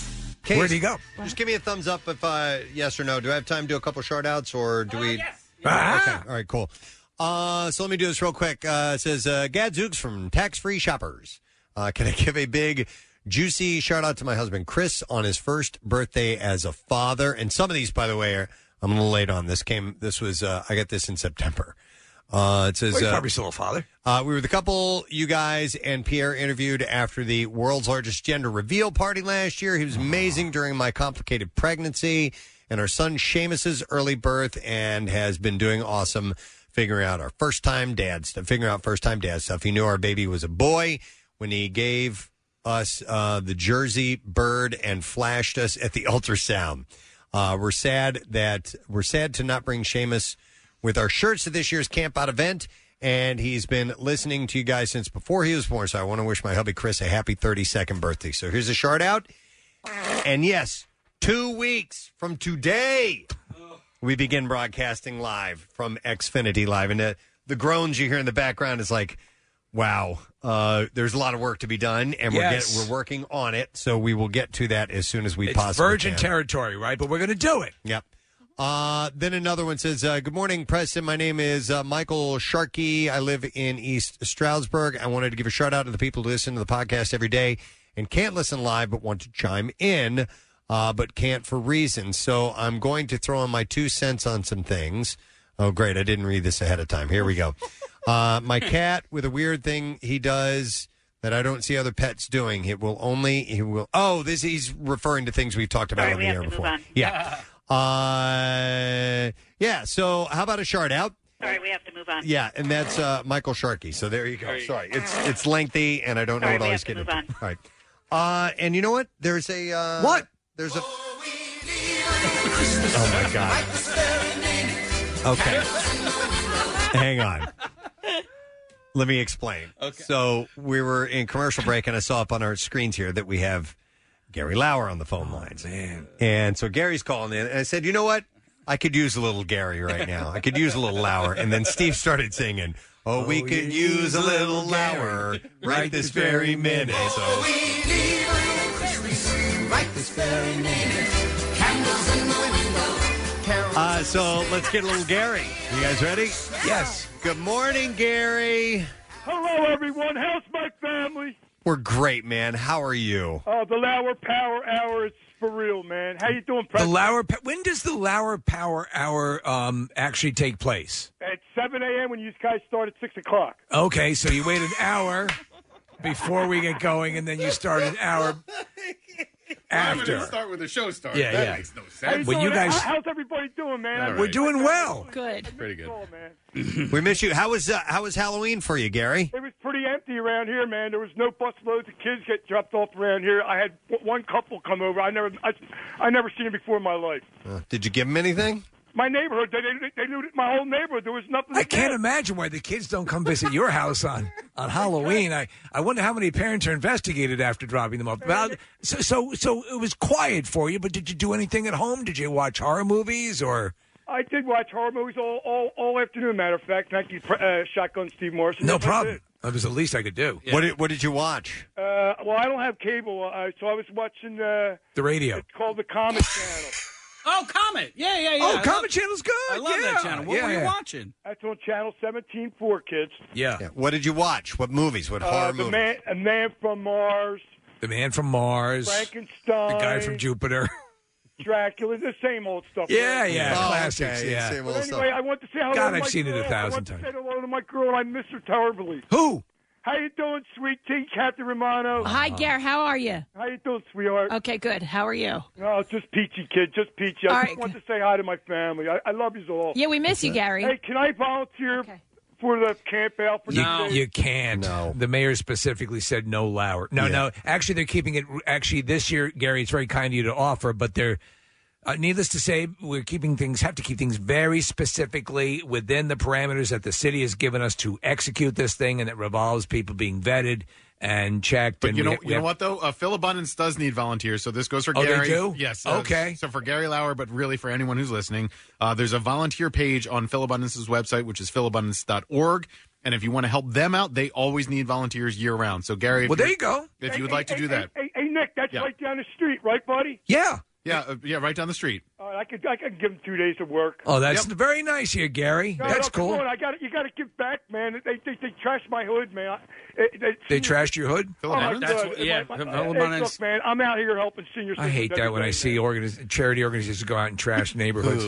[SPEAKER 2] Where do you go? Just give me a thumbs up if uh, yes or no. Do I have time to do a couple shout outs or do we? Ah! Okay. All right, cool. Uh, so let me do this real quick. Uh, it says uh, Gadzooks from Tax Free Shoppers. Uh, can I give a big, juicy shout out to my husband Chris on his first birthday as a father? And some of these, by the way, are I'm a little late on. This came. This was uh, I got this in September. Uh, it says
[SPEAKER 6] Well, you're
[SPEAKER 2] uh,
[SPEAKER 6] probably still a father.
[SPEAKER 2] uh, we were the couple you guys and Pierre interviewed after the world's largest gender reveal party last year. He was amazing during my complicated pregnancy and our son Seamus's early birth, and has been doing awesome figuring out our first time dad stuff. Figuring out first time dad stuff. He knew our baby was a boy when he gave us uh, the Jersey bird and flashed us at the ultrasound. Uh, we're sad that we're sad to not bring Seamus with our shirts to this year's camp out event. And he's been listening to you guys since before he was born. So I want to wish my hubby Chris a happy 32nd birthday. So here's a shout out. And yes, two weeks from today, we begin broadcasting live from Xfinity Live. And uh, the groans you hear in the background is like, wow, uh, there's a lot of work to be done. And we're,
[SPEAKER 6] Yes.
[SPEAKER 2] get, we're working on it. So we will get to that as soon as we
[SPEAKER 6] It's
[SPEAKER 2] possibly
[SPEAKER 6] virgin
[SPEAKER 2] can.
[SPEAKER 6] territory, right? But we're going to do it.
[SPEAKER 2] Yep. Uh, then another one says, uh, Good morning, Preston. My name is uh, Michael Sharkey. I live in East Stroudsburg. I wanted to give a shout out to the people who listen to the podcast every day and can't listen live but want to chime in, uh, but can't for reasons. So I'm going to throw in my two cents on some things. Oh, great. I didn't read this ahead of time. Here we go. Uh, my cat with a weird thing he does that I don't see other pets doing. It will only, he will, oh, this, he's referring to things we've talked about
[SPEAKER 18] All right, we
[SPEAKER 2] on the
[SPEAKER 18] have
[SPEAKER 2] air
[SPEAKER 18] to move
[SPEAKER 2] before.
[SPEAKER 18] on.
[SPEAKER 2] Yeah. Uh, yeah. So how about a shard out?
[SPEAKER 18] Sorry, we have to move on.
[SPEAKER 2] Yeah, and that's uh, Michael Sharkey. So there you go.
[SPEAKER 18] There you go.
[SPEAKER 2] Sorry, it's it's lengthy, and I don't know
[SPEAKER 18] Sorry,
[SPEAKER 2] what
[SPEAKER 18] we
[SPEAKER 2] I was
[SPEAKER 18] have to
[SPEAKER 2] getting.
[SPEAKER 18] move
[SPEAKER 2] into. All right. Uh, and you know what? There's a uh, what? There's a. Oh my god. Okay. Hang on. Let me explain. Okay. So we were in commercial break, and I saw up on our screens here that we have Gary Lauer on the phone lines. Oh, Man. And so Gary's calling in, and I said, you know what? I could use a little Gary right now. I could use a little Lauer. And then Steve started singing, Oh, we could use a little Lauer right this very minute. So
[SPEAKER 4] Right this very minute. Candles in the window.
[SPEAKER 2] Uh, so let's get a little Gary. You guys ready? Yes. Good morning, Gary.
[SPEAKER 23] Hello, everyone. How's my family?
[SPEAKER 2] We're great, man. How are you?
[SPEAKER 23] Uh, the Lauer Power Hour is for real, man. How you doing,
[SPEAKER 6] The
[SPEAKER 23] President?
[SPEAKER 6] Lauer. Pa- When does the Lauer Power Hour um, actually take place?
[SPEAKER 23] At 7 a.m. when you guys start at 6 o'clock.
[SPEAKER 6] Okay, so you wait an hour before we get going, and then you start an hour after.
[SPEAKER 13] start with the show starts.
[SPEAKER 6] Yeah,
[SPEAKER 13] that
[SPEAKER 6] yeah.
[SPEAKER 13] makes no
[SPEAKER 23] How
[SPEAKER 13] sense.
[SPEAKER 6] When you
[SPEAKER 23] doing?
[SPEAKER 6] guys-
[SPEAKER 23] How- How's everybody doing, man?
[SPEAKER 2] All
[SPEAKER 23] I-
[SPEAKER 2] right. We're doing well.
[SPEAKER 23] Good.
[SPEAKER 2] Pretty good.
[SPEAKER 23] Oh, man.
[SPEAKER 2] we miss you. How was uh, how was Halloween for you, Gary?
[SPEAKER 23] It was pretty empty around here, man. There was no busloads of kids get dropped off around here. I had w- one couple come over. I never, I, I never seen it before in my life.
[SPEAKER 2] Uh, did you give him anything?
[SPEAKER 23] My neighborhood, they, they, they looted my whole neighborhood. There was nothing.
[SPEAKER 6] I can't imagine why the kids don't come visit your house on, on Halloween. I, I wonder how many parents are investigated after dropping them off. But I'll- so, so so it was quiet for you, but did you do anything at home? Did you watch horror movies or?
[SPEAKER 23] I did watch horror movies all, all, all afternoon. Matter of fact, thank you, Pre- uh, Shotgun Steve Morrison.
[SPEAKER 6] No
[SPEAKER 23] That's
[SPEAKER 6] problem.
[SPEAKER 23] it.
[SPEAKER 6] That was the least I could do.
[SPEAKER 2] What did What did you watch?
[SPEAKER 23] Uh, well, I don't have cable, uh, so I was watching. Uh,
[SPEAKER 6] The radio.
[SPEAKER 23] It's called the Comet Channel.
[SPEAKER 7] Oh, Comet. Yeah, yeah, yeah.
[SPEAKER 6] Oh,
[SPEAKER 7] I love-
[SPEAKER 6] Comet Channel's good.
[SPEAKER 7] I love
[SPEAKER 6] Yeah,
[SPEAKER 7] that channel. What were you
[SPEAKER 23] yeah.
[SPEAKER 7] watching?
[SPEAKER 23] That's on Channel 17.4, kids.
[SPEAKER 6] Yeah.
[SPEAKER 2] What did you watch? What movies? What
[SPEAKER 23] Uh,
[SPEAKER 2] horror
[SPEAKER 23] the
[SPEAKER 2] movies?
[SPEAKER 23] man, a man from Mars,
[SPEAKER 6] The Man from Mars,
[SPEAKER 23] Frankenstein,
[SPEAKER 6] the guy from Jupiter.
[SPEAKER 23] Dracula, the same old stuff.
[SPEAKER 6] Yeah,
[SPEAKER 23] right?
[SPEAKER 6] yeah, Oh, classics, okay, yeah. same
[SPEAKER 23] But
[SPEAKER 6] old
[SPEAKER 23] anyway,
[SPEAKER 6] stuff.
[SPEAKER 23] I want to say hello.
[SPEAKER 6] God,
[SPEAKER 23] to
[SPEAKER 6] I've
[SPEAKER 23] my
[SPEAKER 6] seen it a
[SPEAKER 23] girl.
[SPEAKER 6] thousand
[SPEAKER 23] I want
[SPEAKER 6] times.
[SPEAKER 23] To say hello to my girl. I miss her terribly.
[SPEAKER 6] Who?
[SPEAKER 23] How you doing, sweet tea, Captain Romano?
[SPEAKER 3] Hi, Gare. How are you?
[SPEAKER 23] How you doing, sweetheart?
[SPEAKER 3] Okay, good. How are you?
[SPEAKER 23] No, it's just peachy, kid. Just peachy. I
[SPEAKER 3] All
[SPEAKER 23] just
[SPEAKER 3] right,
[SPEAKER 23] want to say hi to my family. I, I love you all.
[SPEAKER 3] Yeah, we miss you, Gary.
[SPEAKER 23] Hey, can I volunteer for the camp out for
[SPEAKER 6] You, you can't. No. The mayor specifically said no Lauer. No, no. Actually, they're keeping it. Actually, this year, Gary, it's very kind of you to offer, but they're Uh, needless to say, we're keeping things have to keep things very specifically within the parameters that the city has given us to execute this thing, and it revolves people being vetted and checked.
[SPEAKER 13] But
[SPEAKER 6] and
[SPEAKER 13] you
[SPEAKER 6] we
[SPEAKER 13] know,
[SPEAKER 6] ha- we
[SPEAKER 13] you know
[SPEAKER 6] have-
[SPEAKER 13] what though? Uh, Phil Abundance does need volunteers, so this goes for
[SPEAKER 6] Oh, they
[SPEAKER 13] Gary.
[SPEAKER 6] do?
[SPEAKER 13] Yes. uh,
[SPEAKER 6] Okay.
[SPEAKER 13] So for Gary Lauer, but really for anyone who's listening, uh, there's a volunteer page on Phil Abundance's website, which is philabundance.org. And if you want to help them out, they always need volunteers year round. So Gary, if
[SPEAKER 6] Well, there
[SPEAKER 13] you're-
[SPEAKER 6] you go.
[SPEAKER 13] If you would like to do that,
[SPEAKER 23] Hey, hey Nick, that's
[SPEAKER 13] Yeah.
[SPEAKER 23] right down the street, right, buddy?
[SPEAKER 6] yeah,
[SPEAKER 13] yeah, uh, yeah, right down the street.
[SPEAKER 23] All right, I could I could give him two days of work.
[SPEAKER 6] Oh, that's very nice here, Gary.
[SPEAKER 23] No,
[SPEAKER 6] that's
[SPEAKER 23] no, come
[SPEAKER 6] cool.
[SPEAKER 23] on, I got You got to give back, man. They they, they trashed my hood, man. I- It, it,
[SPEAKER 6] They trashed your hood.
[SPEAKER 23] Oh my God.
[SPEAKER 7] yeah,
[SPEAKER 23] My- my-
[SPEAKER 7] Phil
[SPEAKER 23] hey,
[SPEAKER 7] Abundance-
[SPEAKER 23] look, man, I'm out here helping senior.
[SPEAKER 6] I hate
[SPEAKER 23] citizens
[SPEAKER 6] that when I
[SPEAKER 23] every day.
[SPEAKER 6] see organiz- charity organizations go out and trash neighborhoods.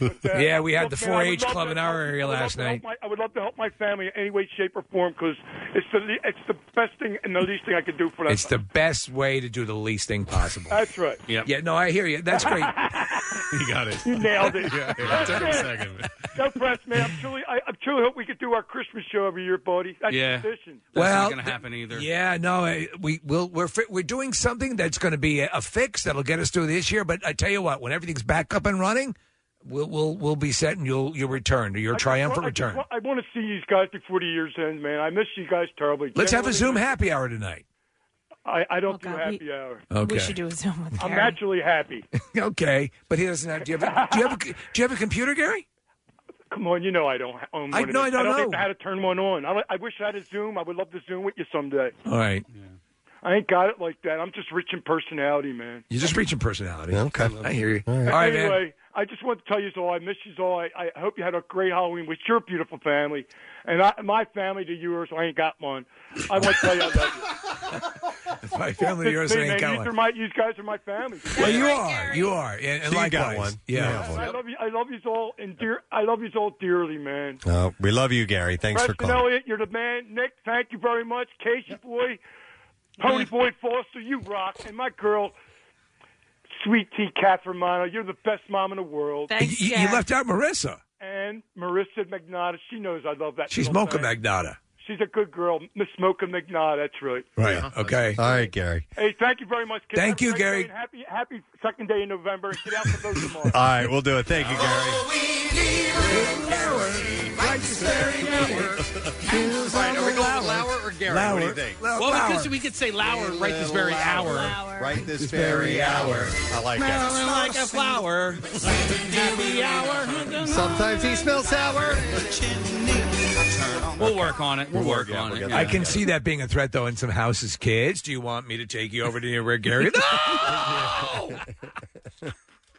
[SPEAKER 6] yeah. we had the
[SPEAKER 23] Look, man, I would
[SPEAKER 6] 4-H
[SPEAKER 23] love
[SPEAKER 6] club
[SPEAKER 23] to
[SPEAKER 6] in our
[SPEAKER 23] help-
[SPEAKER 6] area
[SPEAKER 23] I would love
[SPEAKER 6] last
[SPEAKER 23] to help
[SPEAKER 6] night.
[SPEAKER 23] my- I would love to help my family in any way, shape, or form because it's the le- it's the best thing and the least thing I could do for them.
[SPEAKER 6] It's the best way to do the least thing possible.
[SPEAKER 23] That's right.
[SPEAKER 6] Yeah. No, I hear you. That's great.
[SPEAKER 13] you got it.
[SPEAKER 23] You nailed it.
[SPEAKER 13] Yeah, yeah,
[SPEAKER 23] That's
[SPEAKER 13] it took a
[SPEAKER 23] it.
[SPEAKER 13] second.
[SPEAKER 23] No press, man. I'm truly, I, I'm truly hope we could do our Christmas show every year, buddy. That's
[SPEAKER 7] Yeah.
[SPEAKER 23] tradition.
[SPEAKER 6] well,
[SPEAKER 7] gonna happen either.
[SPEAKER 6] Yeah, no, I- we will. We're fi- we're doing something that's going to be a, a fix that'll get us through this year. But I tell you what, when everything's back up and running, we'll we'll, we'll be set, and you'll you'll return to your triumphant
[SPEAKER 23] I just
[SPEAKER 6] return.
[SPEAKER 23] want- I want to see these guys before the year's end, man. I miss you guys terribly.
[SPEAKER 6] Let's have a Zoom
[SPEAKER 23] Generally,
[SPEAKER 6] happy hour tonight.
[SPEAKER 23] I, I don't do happy hour.
[SPEAKER 6] Okay. Oh, We should do
[SPEAKER 3] a Zoom with
[SPEAKER 23] I'm
[SPEAKER 6] Gary.
[SPEAKER 23] naturally happy.
[SPEAKER 6] okay, but he doesn't have. Do you have a, do you have a, do you have a computer, Gary?
[SPEAKER 23] Come on, you know I don't own one.
[SPEAKER 6] I-
[SPEAKER 23] of
[SPEAKER 6] no,
[SPEAKER 23] these.
[SPEAKER 6] I don't
[SPEAKER 23] I don't
[SPEAKER 6] know.
[SPEAKER 23] know how to turn one on. I, I wish I had a Zoom. I would love to Zoom with you someday.
[SPEAKER 6] All right,
[SPEAKER 23] I ain't got it like that. I'm just rich in personality, man.
[SPEAKER 6] you're just reaching personality.
[SPEAKER 2] Okay,
[SPEAKER 6] I hear you. All right, man.
[SPEAKER 23] anyway, I just want to tell you all I miss you all. I, I hope you had a great Halloween with your beautiful family. And I, my family to yours, I ain't got one. I want to tell you I love you.
[SPEAKER 6] My family to yours, I
[SPEAKER 23] Listen,
[SPEAKER 6] ain't
[SPEAKER 23] man,
[SPEAKER 6] got
[SPEAKER 23] these
[SPEAKER 6] one.
[SPEAKER 23] Are my, you guys are my family.
[SPEAKER 6] Well, you are. You are. And, and
[SPEAKER 2] So you
[SPEAKER 6] likewise.
[SPEAKER 2] got one. You have
[SPEAKER 23] I love you. I love you all, and dear, I love you all dearly, man.
[SPEAKER 2] Uh, we love you, Gary. Thanks for
[SPEAKER 23] Preston
[SPEAKER 2] calling.
[SPEAKER 23] Elliott, you're the man. Nick, thank you very much. Casey Boy, Pony Boy Foster, you rock. And my girl, Sweet Tea Catherine Mano, you're the best mom in the world.
[SPEAKER 6] Thanks, You- you Jack. left out Marissa.
[SPEAKER 23] And Marissa Magnata, she knows I love that.
[SPEAKER 6] She's
[SPEAKER 23] little
[SPEAKER 6] Mocha
[SPEAKER 23] thing.
[SPEAKER 6] Magnata.
[SPEAKER 23] She's a good girl. Miss Mocha Magnata, that's right.
[SPEAKER 6] Right. Okay.
[SPEAKER 2] All right, Gary.
[SPEAKER 23] Hey, thank you very much. kids.
[SPEAKER 6] Thank
[SPEAKER 23] Have
[SPEAKER 6] you,
[SPEAKER 23] a great
[SPEAKER 6] Gary.
[SPEAKER 23] day and Happy, happy second day in November. And get out for those tomorrow.
[SPEAKER 2] All right, we'll do it. Thank you, Gary.
[SPEAKER 4] Right, are we going with
[SPEAKER 2] Lauer or Gary? What do you think?
[SPEAKER 7] Well, because we could say Lauer right this very hour.
[SPEAKER 2] Right this very hour. I like
[SPEAKER 7] Smelling
[SPEAKER 2] that.
[SPEAKER 7] like a flower. Happy hour.
[SPEAKER 2] Sometimes he smells sour.
[SPEAKER 7] We'll work on it. We'll work
[SPEAKER 2] yeah,
[SPEAKER 7] on
[SPEAKER 2] we'll
[SPEAKER 7] it.
[SPEAKER 2] get
[SPEAKER 7] yeah.
[SPEAKER 6] I can see that being a threat, though, in some houses. Kids, do you want me to take you over to near where Gary?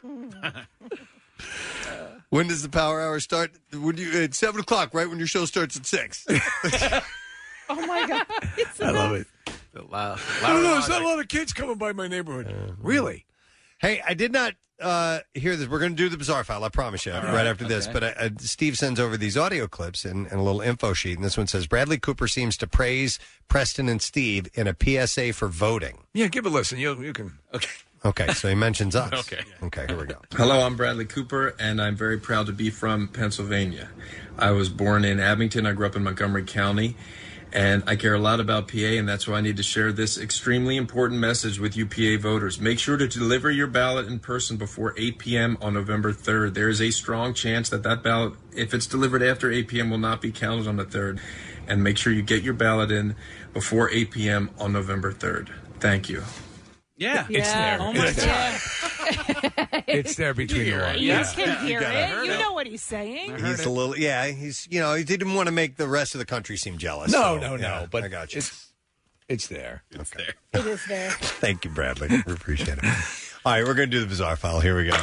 [SPEAKER 6] No!
[SPEAKER 2] When does the power hour start? When you at seven o'clock, right when your show starts at six.
[SPEAKER 4] Oh my god.
[SPEAKER 6] I love it.
[SPEAKER 2] Wow.
[SPEAKER 6] I don't know. There's not a lot of kids coming by my neighborhood. really?
[SPEAKER 2] Hey, I did not uh, hear this. We're going to do the bizarre file. I promise you, right,
[SPEAKER 6] right.
[SPEAKER 2] after this.
[SPEAKER 6] Okay.
[SPEAKER 2] But uh, uh, Steve sends over these audio clips and, and a little info sheet, and this one says Bradley Cooper seems to praise Preston and Steve in a PSA for voting.
[SPEAKER 6] Yeah, give it a listen. You you can. Okay.
[SPEAKER 2] Okay, so he mentions us.
[SPEAKER 14] Okay.
[SPEAKER 2] Okay, here we go.
[SPEAKER 14] Hello, I'm Bradley Cooper, and I'm very proud to be from Pennsylvania. I was born in Abington, I grew up in Montgomery County, and I care a lot about PA, and that's why I need to share this extremely important message with you, PA voters. Make sure to deliver your ballot in person before 8 p.m. on November 3rd. There is a strong chance that that ballot, if it's delivered after 8 p.m., will not be counted on the 3rd. And make sure you get your ballot in before 8 p.m. on November 3rd. Thank you.
[SPEAKER 7] Yeah.
[SPEAKER 14] It's there.
[SPEAKER 7] Oh, my
[SPEAKER 14] It's
[SPEAKER 7] God.
[SPEAKER 6] It's there between the lines.
[SPEAKER 3] You
[SPEAKER 2] Yeah.
[SPEAKER 3] can hear
[SPEAKER 2] gotta
[SPEAKER 3] it. You know what he's saying.
[SPEAKER 2] He's a little, yeah. He's, you know, he didn't want to make the rest of the country seem jealous.
[SPEAKER 6] No,
[SPEAKER 2] so,
[SPEAKER 6] no, no.
[SPEAKER 2] yeah,
[SPEAKER 6] but
[SPEAKER 2] I got you.
[SPEAKER 6] It's, it's there.
[SPEAKER 2] It's there.
[SPEAKER 4] It is there.
[SPEAKER 2] Thank you, Bradley. We appreciate it. All right, we're going to do the bizarre file. Here we go.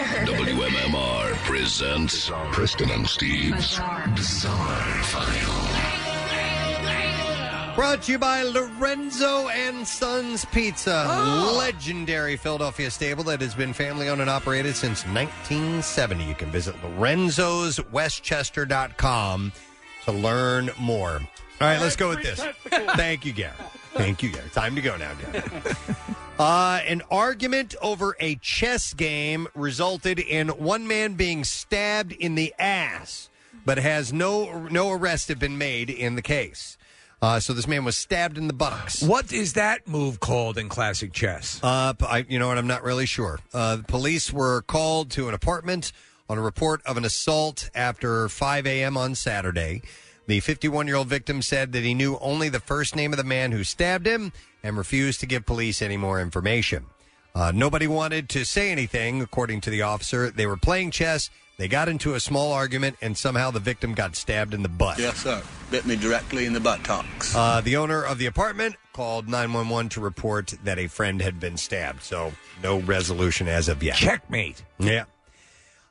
[SPEAKER 1] WMMR presents Preston and Steve's Bizarre File.
[SPEAKER 2] Brought to you by Lorenzo and Sons Pizza, legendary Philadelphia stable that has been family owned and operated since 1970. You can visit lorenzoswestchester.com to learn more. All right, let's go with this. Thank you, Gary. Thank you, Gary. Time to go now, Gary. Uh, an argument over a chess game resulted in one man being stabbed in the ass, but has no no arrest have been made in the case. Uh, so this man was stabbed in the buttocks.
[SPEAKER 6] What is that move called in classic chess?
[SPEAKER 2] Uh, p- I, you know what? I'm not really sure. Uh, police were called to an apartment on a report of an assault after 5 a.m. on Saturday. The 51 year old victim said that he knew only the first name of the man who stabbed him and refused to give police any more information. Uh, nobody wanted to say anything, according to the officer. They were playing chess. They got into a small argument, and somehow the victim got stabbed in the butt.
[SPEAKER 18] Yes, sir. Bit me directly in the buttock.
[SPEAKER 2] Uh, the owner of the apartment called 911 to report that a friend had been stabbed. So no resolution as of yet.
[SPEAKER 6] Checkmate.
[SPEAKER 2] Yeah.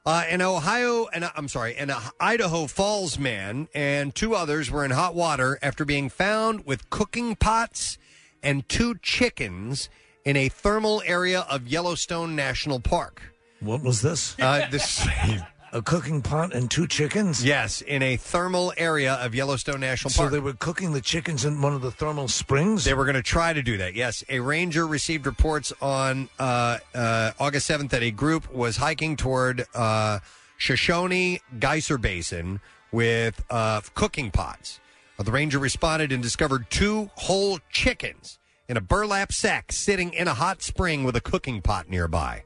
[SPEAKER 2] Uh, an Ohio, and I'm sorry, an Idaho Falls man and two others were in hot water after being found with cooking pots and two chickens in a thermal area of Yellowstone National Park.
[SPEAKER 6] What was this?
[SPEAKER 2] Uh, this
[SPEAKER 6] a cooking pot and two chickens.
[SPEAKER 2] Yes, in a thermal area of Yellowstone National
[SPEAKER 6] So
[SPEAKER 2] Park.
[SPEAKER 6] they were cooking the chickens in one of the thermal springs.
[SPEAKER 2] They were going to try to do that. Yes, a ranger received reports on uh, uh, August 7th that a group was hiking toward uh, Shoshone Geyser Basin with uh, cooking pots. Uh, The ranger responded and discovered two whole chickens in a burlap sack sitting in a hot spring with a cooking pot nearby.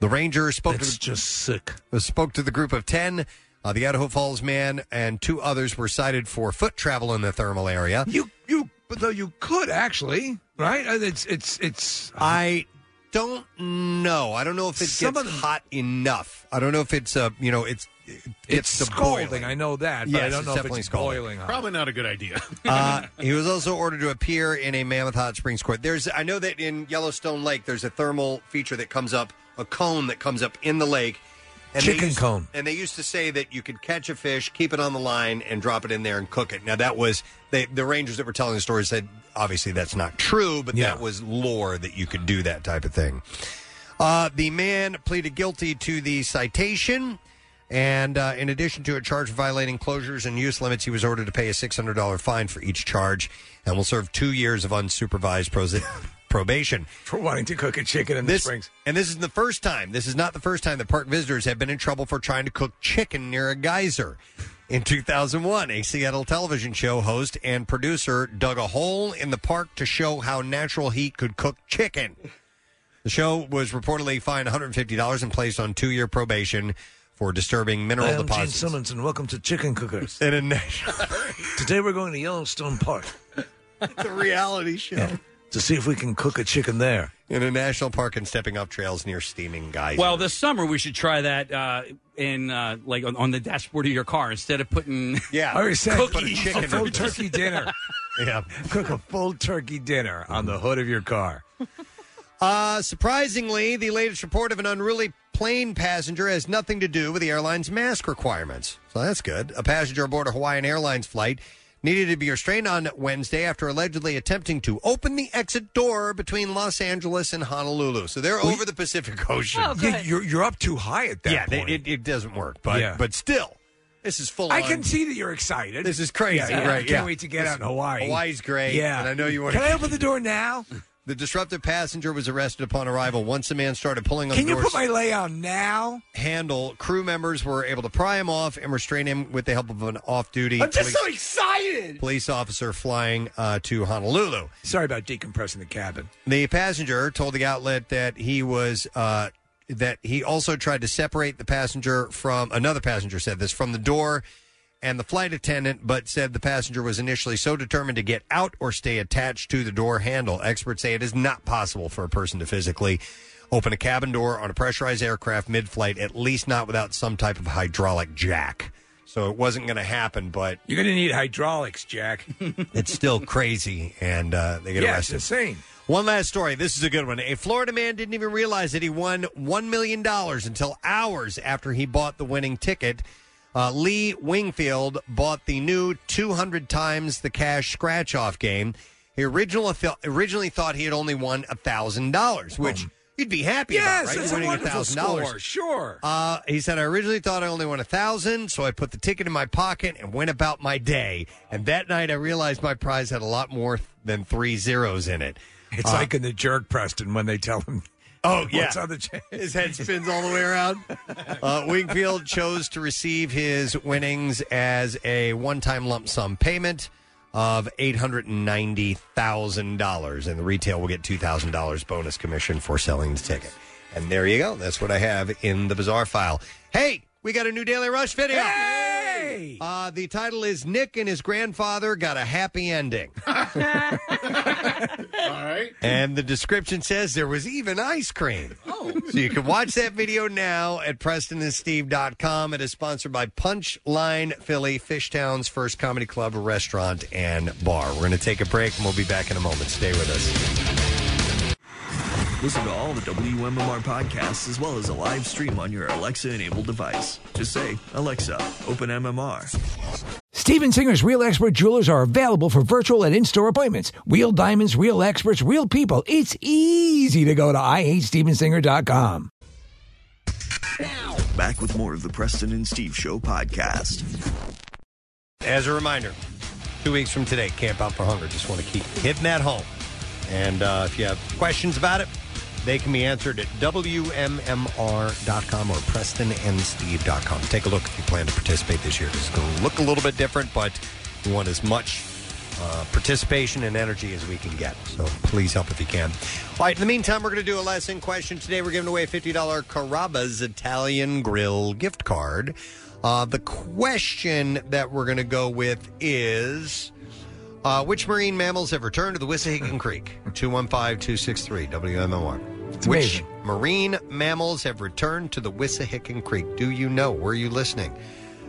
[SPEAKER 2] The ranger spoke to the, Uh,
[SPEAKER 6] just sick.
[SPEAKER 2] Spoke to the group of ten. Uh, the Idaho Falls man and two others were cited for foot travel in the thermal area.
[SPEAKER 6] You you but though you could actually right Uh, it's it's it's uh,
[SPEAKER 2] I don't know. I don't know if it
[SPEAKER 6] Some
[SPEAKER 2] gets
[SPEAKER 6] of them-
[SPEAKER 2] hot enough. I don't know if it's uh, you know it's it
[SPEAKER 6] it's
[SPEAKER 2] gets to
[SPEAKER 6] scalding.
[SPEAKER 2] boiling.
[SPEAKER 6] I know that, but I
[SPEAKER 2] Yes,
[SPEAKER 6] don't
[SPEAKER 2] it's
[SPEAKER 6] know if
[SPEAKER 2] definitely
[SPEAKER 6] it's
[SPEAKER 2] scalding.
[SPEAKER 6] boiling. hot.
[SPEAKER 13] Probably not a good idea.
[SPEAKER 2] uh, he was also ordered to appear in a Mammoth Hot Springs court. There's, I know that in Yellowstone Lake, there's a thermal feature that comes up, a cone that comes up in the lake. they
[SPEAKER 6] Chicken
[SPEAKER 2] used-
[SPEAKER 6] cone.
[SPEAKER 2] And they used to say that you could catch a fish, keep it on the line, and drop it in there and cook it. Now that was they, the rangers that were telling the story said obviously that's not true, but that was lore that you could do that type of thing. Uh, the man pleaded guilty to the citation. And uh, in addition to a charge for violating closures and use limits, he was ordered to pay a $600 fine for each charge and will serve two years of unsupervised pros- probation.
[SPEAKER 6] For wanting to cook a chicken in the
[SPEAKER 2] this,
[SPEAKER 6] springs.
[SPEAKER 2] And this is the first time, this is not the first time that park visitors have been in trouble for trying to cook chicken near a geyser. In 2001, a Seattle television show host and producer dug a hole in the park to show how natural heat could cook chicken. The show was reportedly fined $150 and placed on two year probation for disturbing mineral
[SPEAKER 6] I am Gene
[SPEAKER 2] deposits.
[SPEAKER 6] Simmons, and welcome to Chicken Cookers.
[SPEAKER 2] In a nation.
[SPEAKER 6] Today we're going to Yellowstone Park
[SPEAKER 2] It's a reality show.
[SPEAKER 6] to see if we can cook a chicken there.
[SPEAKER 2] In a national park and stepping up trails near steaming guys.
[SPEAKER 7] Well, this summer we should try that uh, in uh, like on, on the dashboard of your car instead of putting
[SPEAKER 2] yeah.
[SPEAKER 6] I already said,
[SPEAKER 7] cookies,
[SPEAKER 6] put a chicken- full turkey dinner.
[SPEAKER 2] yeah,
[SPEAKER 6] cook a full turkey dinner on the hood of your car.
[SPEAKER 2] Uh, surprisingly, the latest report of an unruly plane passenger has nothing to do with the airline's mask requirements. So that's good. A passenger aboard a Hawaiian Airlines flight needed to be restrained on Wednesday after allegedly attempting to open the exit door between Los Angeles and Honolulu. So they're over the Pacific Ocean.
[SPEAKER 6] Yeah, you're, you're up too high at that
[SPEAKER 2] yeah, they-
[SPEAKER 6] point.
[SPEAKER 2] It, it doesn't work, but
[SPEAKER 6] Yeah.
[SPEAKER 2] but still, this is full.
[SPEAKER 6] I
[SPEAKER 2] on-
[SPEAKER 6] can see that you're excited.
[SPEAKER 2] This is crazy,
[SPEAKER 6] Yeah, yeah.
[SPEAKER 2] right?
[SPEAKER 6] I can't
[SPEAKER 2] yeah.
[SPEAKER 6] wait to get
[SPEAKER 2] This-
[SPEAKER 6] out in Hawaii.
[SPEAKER 2] Hawaii's great.
[SPEAKER 6] Yeah.
[SPEAKER 2] and I know you want.
[SPEAKER 6] Can I open the door now?
[SPEAKER 2] The disruptive passenger was arrested upon arrival. Once the man started pulling on
[SPEAKER 6] Can
[SPEAKER 2] the
[SPEAKER 6] you
[SPEAKER 2] door
[SPEAKER 6] put my lay on now?
[SPEAKER 2] handle, crew members were able to pry him off and restrain him with the help of an off-duty
[SPEAKER 6] I'm just
[SPEAKER 2] police,
[SPEAKER 6] so excited.
[SPEAKER 2] police officer flying uh, to Honolulu.
[SPEAKER 6] Sorry about decompressing the cabin.
[SPEAKER 2] The passenger told the outlet that he was uh, that he also tried to separate the passenger from another passenger. Said this from the door and the flight attendant, but said the passenger was initially so determined to get out or stay attached to the door handle. Experts say it is not possible for a person to physically open a cabin door on a pressurized aircraft mid-flight, at least not without some type of hydraulic jack. So it wasn't going to happen, but
[SPEAKER 6] You're going to need hydraulics, Jack.
[SPEAKER 2] it's still crazy, and uh, they get
[SPEAKER 6] Yeah, it's
[SPEAKER 2] arrested.
[SPEAKER 6] insane.
[SPEAKER 2] One last story. This is a good one. A Florida man didn't even realize that he won $1 million until hours after he bought the winning ticket. Uh, Lee Wingfield bought the new 200 times the cash scratch off game. He original, originally thought he had only won $1,000, which you'd be happy
[SPEAKER 6] Um, yes,
[SPEAKER 2] about, right? You're
[SPEAKER 6] it's a
[SPEAKER 2] winning
[SPEAKER 6] wonderful
[SPEAKER 2] $1,000.
[SPEAKER 6] score. Sure.
[SPEAKER 2] Uh, he said, I originally thought I only won a thousand, so I put the ticket in my pocket and went about my day. And that night, I realized my prize had a lot more th- than three zeros in it.
[SPEAKER 6] It's
[SPEAKER 2] Uh,
[SPEAKER 6] like in the jerk Preston when they tell him.
[SPEAKER 2] Oh, yeah.
[SPEAKER 6] What's on the check?
[SPEAKER 2] His head spins all the way around. uh, Wingfield chose to receive his winnings as a one-time lump sum payment. of $890,000, and the retail will get $2,000 bonus commission for selling the ticket. And there you go. That's what I have in the bizarre file. Hey, we got a new Daily Rush video. Hey! Uh, the title is Nick and his grandfather got a happy ending. Oh,
[SPEAKER 13] All right.
[SPEAKER 2] And the description says there was even ice cream. Oh. So you can watch that video now at PrestonandSteve.com. It is sponsored by Punchline Philly, Fishtown's first comedy club, restaurant, and bar. We're going to take a break and we'll be back in a moment. Stay with us.
[SPEAKER 8] Listen to all the WMMR podcasts as well as a live stream on your Alexa enabled device. Just say, Alexa, open MMR.
[SPEAKER 20] Steven Singer's Real Expert Jewelers are available for virtual and in-store appointments. Real diamonds, real experts, real people. It's easy to go to IHateStevenSinger.com.
[SPEAKER 8] Back with more of the Preston and Steve Show podcast.
[SPEAKER 2] As a reminder, two weeks from today, Camp Out for Hunger. Just want to keep hitting that home. And uh, if you have questions about it, they can be answered at WMMR.com or PrestonandSteve.com. Take a look if you plan to participate this year. It's going to look a little bit different, but we want as much uh, participation and energy as we can get. So please help if you can. All right, in the meantime, we're going to do a lesson question today. We're giving away a $50 Carrabba's Italian Grill gift card. Uh, the question that we're going to go with is. Uh, which marine mammals have returned to the Wissahickon Creek? 215-263 WMMR.
[SPEAKER 8] It's
[SPEAKER 2] which
[SPEAKER 8] amazing.
[SPEAKER 2] marine mammals have returned to the Wissahickon Creek? Do you know? Were you listening?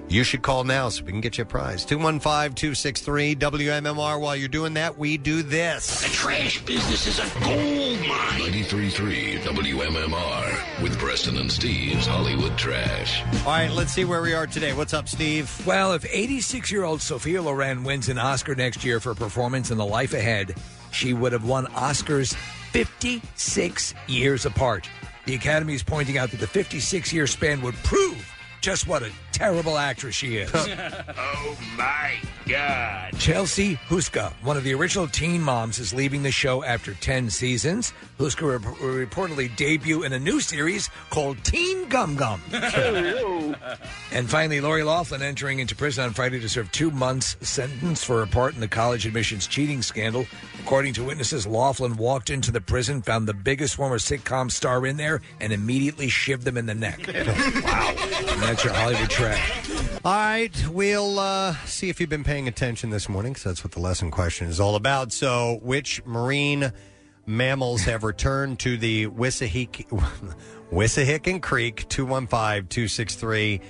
[SPEAKER 2] You should call now so we can get you a prize. 215-263 WMMR. While you're doing that, we do this.
[SPEAKER 1] Trash business is a gold mine. 93.3 WMMR with Preston and Steve's Hollywood Trash.
[SPEAKER 2] All right, let's see where we are today. What's up, Steve?
[SPEAKER 6] Well, if 86 year old Sophia Loren wins an Oscar next year for a performance in The Life Ahead, she would have won Oscars 56 years apart. The Academy is pointing out that the 56 year span would prove just what a terrible actress she is.
[SPEAKER 4] oh my god.
[SPEAKER 6] Chelsea Huska, one of the original Teen Moms, is leaving the show after 10 seasons. Huska rep- will reportedly debut in a new series called Teen Gum Gum. and finally, Lori Laughlin entering into prison on Friday to serve two months' sentence for a part in the college admissions cheating scandal. According to witnesses, Laughlin walked into the prison, found the biggest former sitcom star in there, and immediately shivved him in the neck. wow. And that's your Hollywood trash.
[SPEAKER 2] All right, we'll uh, see if you've been paying attention this morning because that's what the lesson question is all about. So, which marine mammals have returned to the Wissahick- Wissahickon Creek 215 263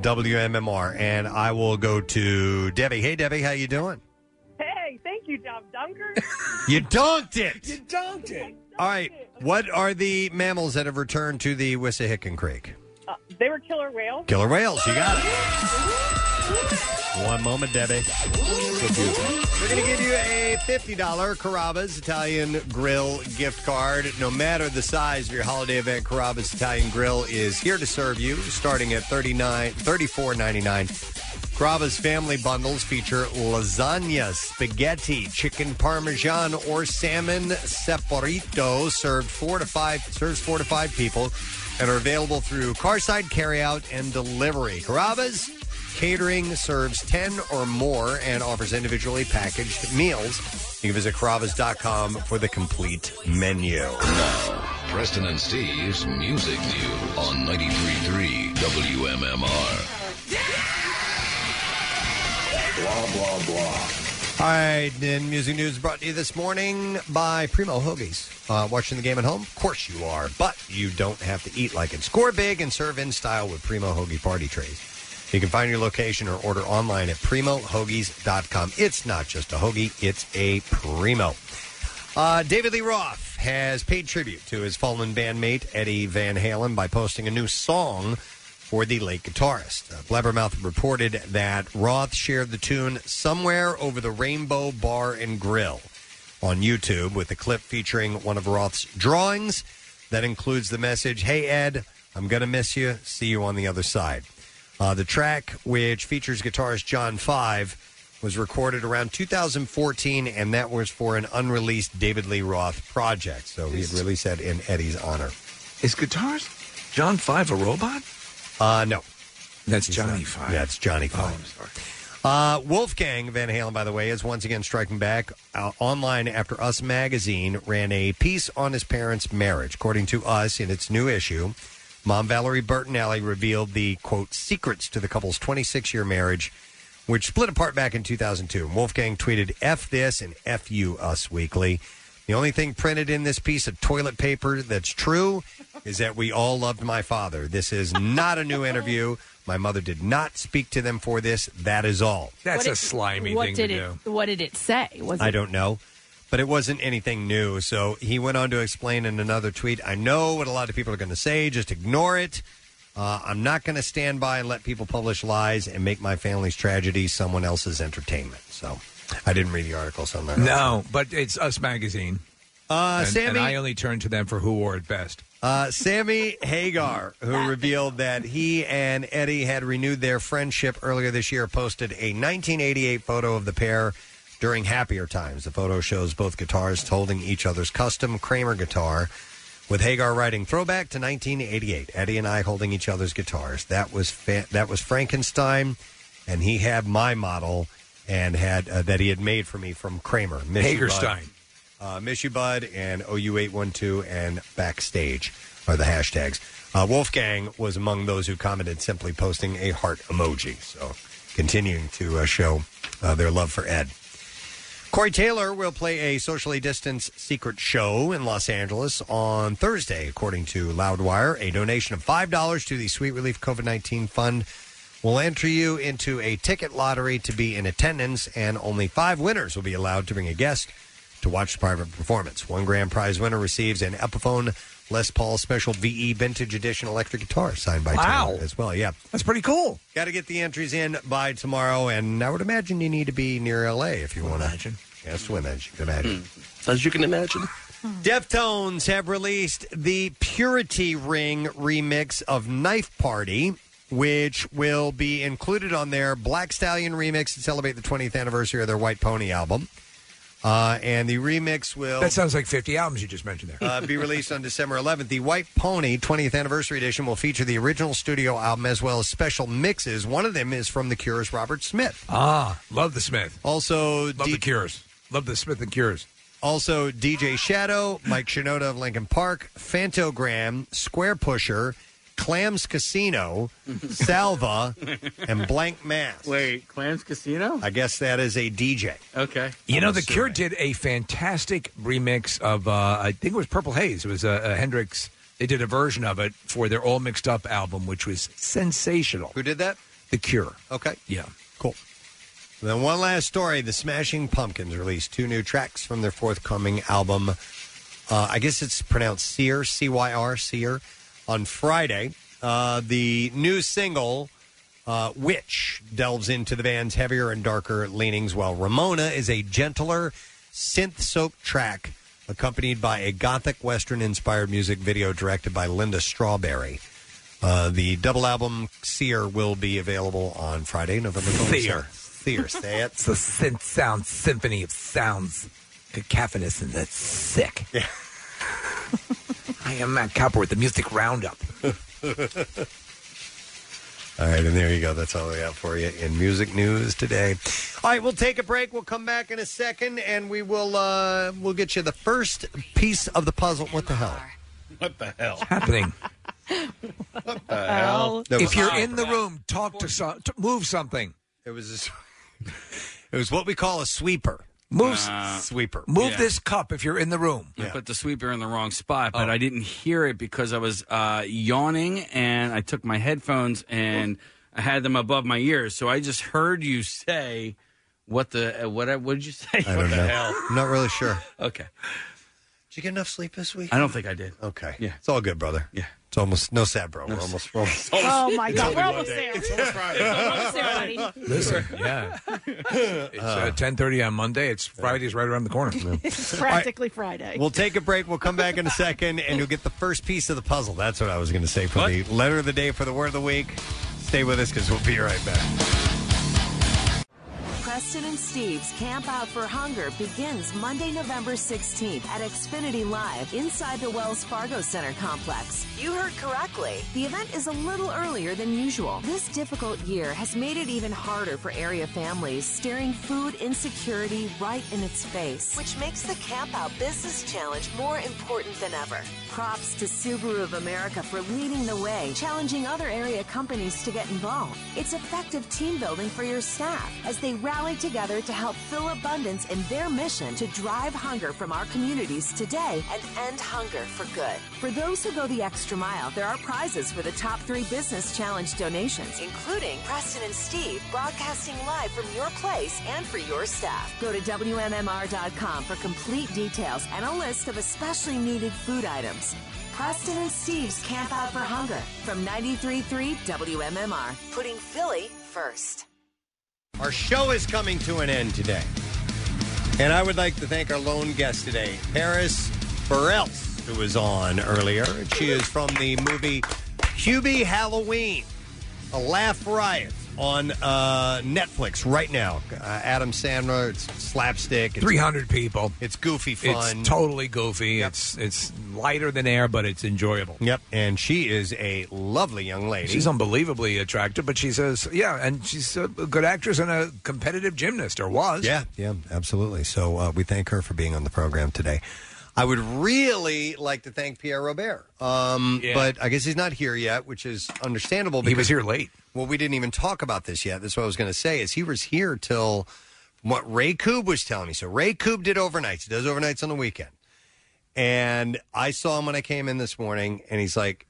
[SPEAKER 2] WMMR? And I will go to Debbie. Hey, Debbie, how you doing?
[SPEAKER 21] Hey, thank you, Dom Dunker.
[SPEAKER 2] You dunked it.
[SPEAKER 21] you dunked it.
[SPEAKER 2] All right, what are the mammals that have returned to the Wissahickon Creek?
[SPEAKER 21] Uh, they were killer whales.
[SPEAKER 2] Killer whales, you got it. One moment, Debbie. We're going to give you a $50 Carrabba's Italian Grill gift card. No matter the size of your holiday event, Carrabba's Italian Grill is here to serve you, starting at $39, $34.99. Carrabba's family bundles feature lasagna, spaghetti, chicken parmesan, or salmon separito, served four to five, serves four to five people, and are available through carside carryout and delivery. Carrabba's Catering serves 10 or more and offers individually packaged meals. You can visit Carrabba's.com for the complete menu.
[SPEAKER 1] Preston and Steve's Music News on 93.3 WMMR.
[SPEAKER 4] Blah, blah, blah.
[SPEAKER 2] All right, then music news brought to you this morning by Primo Hoagies. Uh, watching the game at home? Of course you are, but you don't have to eat like it. Score big and serve in style with Primo Hoagie Party Trays. You can find your location or order online at primohoagies.com. It's not just a hoagie, it's a primo. Uh, David Lee Roth has paid tribute to his fallen bandmate Eddie Van Halen by posting a new song for the late guitarist. Uh, Blabbermouth reported that Roth shared the tune Somewhere Over the Rainbow Bar and Grill on YouTube with a clip featuring one of Roth's drawings that includes the message Hey, Ed, I'm going to miss you. See you on the other side. Uh, the track, which features guitarist John Five, was recorded around 2014, and that was for an unreleased David Lee Roth project. So he had released that in Eddie's honor.
[SPEAKER 6] Is guitarist John Five a robot?
[SPEAKER 2] Uh, no.
[SPEAKER 6] That's Johnny Five.
[SPEAKER 2] That's Johnny Five. Uh, Wolfgang Van Halen, by the way, is once again striking back uh, online after Us Magazine ran a piece on his parents' marriage. According to Us, in its new issue, mom Valerie Bertinelli revealed the, quote, secrets to the couple's 26 year marriage, which split apart back in 2002. Wolfgang tweeted, F this and F you, Us Weekly. The only thing printed in this piece of toilet paper that's true is that we all loved my father. This is not a new interview. My mother did not speak to them for this. That is all.
[SPEAKER 3] What did- what did it, What did it say? Was
[SPEAKER 2] I
[SPEAKER 3] it-
[SPEAKER 2] don't know. But it wasn't anything new. So he went on to explain in another tweet I know what a lot of people are going to say. Just ignore it. Uh, I'm not going to stand by and let people publish lies and make my family's tragedy someone else's entertainment. So I didn't read the article, so I'm not
[SPEAKER 6] No, but it's Us Magazine.
[SPEAKER 2] Uh,
[SPEAKER 6] and,
[SPEAKER 2] Sammy-
[SPEAKER 6] and I only turn to them for who wore it best.
[SPEAKER 2] Uh, Sammy Hagar, who revealed that he and Eddie had renewed their friendship earlier this year, posted a 1988 photo of the pair during happier times. The photo shows both guitarists holding each other's custom Kramer guitar, with Hagar writing "Throwback to 1988." Eddie and I holding each other's guitars. That was fa- that was Frankenstein, and he had my model and had uh, that he had made for me from Kramer. Miss You, Bud
[SPEAKER 6] Hagerstein.
[SPEAKER 2] uh, Miss You Bud and OU812 and Backstage are the hashtags. Uh, Wolfgang was among those who commented simply posting a heart emoji. So continuing to uh, show uh, their love for Ed. Corey Taylor will play a socially distanced secret show in Los Angeles on Thursday, according to Loudwire. A donation of $5 to the Sweet Relief COVID 19 Fund will enter you into a ticket lottery to be in attendance, and only five winners will be allowed to bring a guest to watch the private performance. One grand prize winner receives an Epiphone Les Paul Special VE Vintage Edition electric guitar signed by Taylor as well. Yeah.
[SPEAKER 6] That's pretty cool.
[SPEAKER 2] Got to get the entries in by tomorrow, and I would imagine you need to be near LA if you want to. Imagine. Yes, win, as you can imagine. Hmm. As you can imagine. Deftones have released the Purity Ring remix of Knife Party, which will be included on their Black Stallion remix to celebrate the 20th anniversary of their White Pony album. Uh, and the remix will.
[SPEAKER 6] That sounds like 50 albums you just mentioned there.
[SPEAKER 2] Uh, be released on December 11th. The White Pony 20th Anniversary Edition will feature the original studio album as well as special mixes. One of them is from The Cure's Robert Smith.
[SPEAKER 6] ah, love the Smith.
[SPEAKER 2] Also,
[SPEAKER 6] love the Cures. Love the Smith and Cures.
[SPEAKER 2] Also, DJ Shadow, Mike Shinoda of Lincoln Park, Fantogram, Square Pusher, Clams Casino, Salva, and Blank Mass. Wait, Clams Casino? I guess that is a DJ.
[SPEAKER 6] Okay. You know, The Cure did a fantastic remix of, uh, I think it was Purple Haze. It was uh, uh, Hendrix. They did a version of it for their All Mixed Up album, which was sensational. Who
[SPEAKER 2] did that?
[SPEAKER 6] The Cure.
[SPEAKER 2] Okay.
[SPEAKER 6] Yeah.
[SPEAKER 2] Cool. And then one last story: The Smashing Pumpkins released two new tracks from their forthcoming album. Uh, I guess it's pronounced Seer, C Y R, Seer. On Friday, uh, the new single uh, "Witch" delves into the band's heavier and darker leanings, while Ramona is a gentler, synth-soaked track accompanied by a gothic western-inspired music video directed by Linda Strawberry. Uh, the double album Seer will be available on Friday, November 27th.
[SPEAKER 6] Seer.
[SPEAKER 2] Seer, say it.
[SPEAKER 6] It's a synth sound symphony of sounds, cacophonous, and that's sick.
[SPEAKER 2] Yeah.
[SPEAKER 6] I am Matt Copper with the Music Roundup.
[SPEAKER 2] All right, and there you go. That's all we have for you in music news today. All right, we'll take a break. We'll come back in a second, and we will uh, we'll get you the first piece of the puzzle. What the hell?
[SPEAKER 13] What the hell?
[SPEAKER 6] Happening.
[SPEAKER 13] what the hell?
[SPEAKER 6] if you're in the room, talk to some, t- move something.
[SPEAKER 2] It was a, it was what we call a sweeper.
[SPEAKER 6] Move
[SPEAKER 7] Uh,
[SPEAKER 2] sweeper.
[SPEAKER 6] Move
[SPEAKER 7] Yeah.
[SPEAKER 6] this cup if you're in the room.
[SPEAKER 7] I put the sweeper in the wrong spot,
[SPEAKER 2] Oh.
[SPEAKER 7] but I didn't hear it because I was uh, yawning and I took my headphones and I had them above my ears. So I just heard you say, "What the uh, what? I- What did you say?
[SPEAKER 2] I
[SPEAKER 7] what
[SPEAKER 2] don't
[SPEAKER 7] the
[SPEAKER 2] know.
[SPEAKER 7] hell?"
[SPEAKER 2] I'm not really sure.
[SPEAKER 7] Okay,
[SPEAKER 2] Did you get enough sleep this week?
[SPEAKER 7] I don't think I did.
[SPEAKER 2] Okay. Yeah. It's all good, brother. Yeah. It's almost no sad, bro. We're almost. We're almost
[SPEAKER 4] Oh my
[SPEAKER 2] It's
[SPEAKER 4] God,
[SPEAKER 2] only
[SPEAKER 4] we're
[SPEAKER 2] one
[SPEAKER 4] almost
[SPEAKER 2] day.
[SPEAKER 4] there.
[SPEAKER 2] It's almost
[SPEAKER 4] Almost there
[SPEAKER 2] Friday.
[SPEAKER 4] already.
[SPEAKER 6] Listen, yeah. It's uh, 10.30 on Monday. It's Friday's right around the corner.
[SPEAKER 21] It's practically Friday.
[SPEAKER 2] We'll take a break. We'll come back in a second, and you'll get the first piece of the puzzle. That's what I was going to say for the letter of the day for the word of the week. Stay with us because we'll be right back.
[SPEAKER 19] Preston Preston and Steve's Camp Out for Hunger begins Monday, November 16th at Xfinity Live inside the Wells Fargo Center complex. You heard correctly. The event is a little earlier than usual. This difficult year has made it even harder for area families, staring food insecurity right in its face, which makes the Camp Out Business Challenge more important than ever. Props to Subaru of America for leading the way, challenging other area companies to get involved. It's effective team building for your staff as they rally together to help fill abundance in their mission to drive hunger from our communities today and end hunger for good. For those who go the extra mile, there are prizes for the top three Business Challenge donations, including Preston and Steve broadcasting live from your place and for your staff. Go to WMMR.com for complete details and a list of especially needed food items. Preston and Steve's Camp Out for Hunger from 93.3 WMMR, putting Philly first.
[SPEAKER 2] Our show is coming to an end today. And I would like to thank our lone guest today, Paris Burrells, who was on earlier. She is from the movie Hubie Halloween, a laugh riot on uh, Netflix right now. Uh, Adam Sandler, it's slapstick. It's,
[SPEAKER 6] 300 people.
[SPEAKER 2] It's goofy fun.
[SPEAKER 6] It's totally goofy. It's it's lighter than air, but it's enjoyable.
[SPEAKER 2] Yep, and she is a lovely young lady.
[SPEAKER 6] She's unbelievably attractive, but she says, yeah, and she's a good actress and a competitive gymnast, or was.
[SPEAKER 2] Yeah, yeah, absolutely. So uh, we thank her for being on the program today. I would really like to thank Pierre Robert, um, but I guess he's not here yet, which is understandable.
[SPEAKER 6] He was here late.
[SPEAKER 2] Well, we didn't even talk about this yet. That's what I was going to say. Is he was here till from what Ray Coob was telling me. So Ray Coob did overnights. He does overnights on the weekend, and I saw him when I came in this morning, and he's like,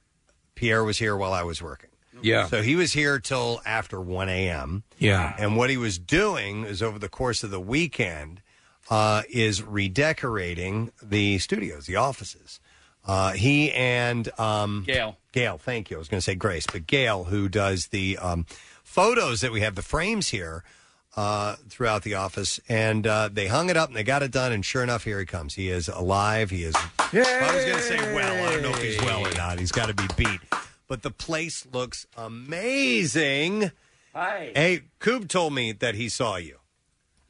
[SPEAKER 2] Pierre was here while I was working.
[SPEAKER 6] Yeah.
[SPEAKER 2] So he was here till after 1 a.m.
[SPEAKER 6] Yeah.
[SPEAKER 2] And what he was doing is over the course of the weekend uh, is redecorating the studios, the offices. Uh, he and um,
[SPEAKER 7] Gail.
[SPEAKER 2] Gail, thank you. I was going to say Grace, but Gail, who does the um, photos that we have, the frames here uh, throughout the office, and uh, they hung it up and they got it done. And sure enough, here he comes. He is alive. He is. I was going to say well. I don't know if he's well or not. He's got to be beat. But the place looks amazing.
[SPEAKER 9] Hi.
[SPEAKER 2] Hey, Coob told me that he saw you.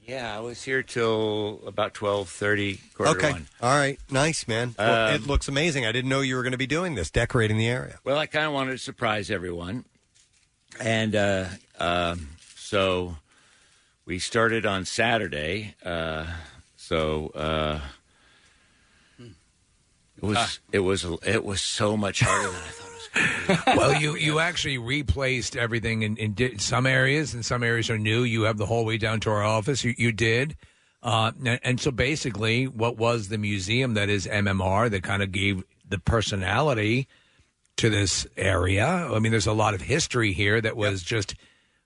[SPEAKER 9] Yeah, I was here till about twelve thirty, quarter to
[SPEAKER 2] okay.
[SPEAKER 9] one.
[SPEAKER 2] All right. Nice, man. Well,
[SPEAKER 9] Um,
[SPEAKER 2] it looks amazing. I didn't know you were going to be doing this, decorating the area.
[SPEAKER 9] Well, I kind of wanted to surprise everyone, and uh, um so we started on Saturday. Uh, so uh, it was
[SPEAKER 6] Ah.
[SPEAKER 9] it was it was so much harder than I thought.
[SPEAKER 6] well, you you actually replaced everything in, in di- some areas, and some areas are new. You have the whole way down to our office. You, you did. Uh, and, and so basically, what was the museum that is MMR that kind of gave the personality to this area? I mean, there's a lot of history here that was just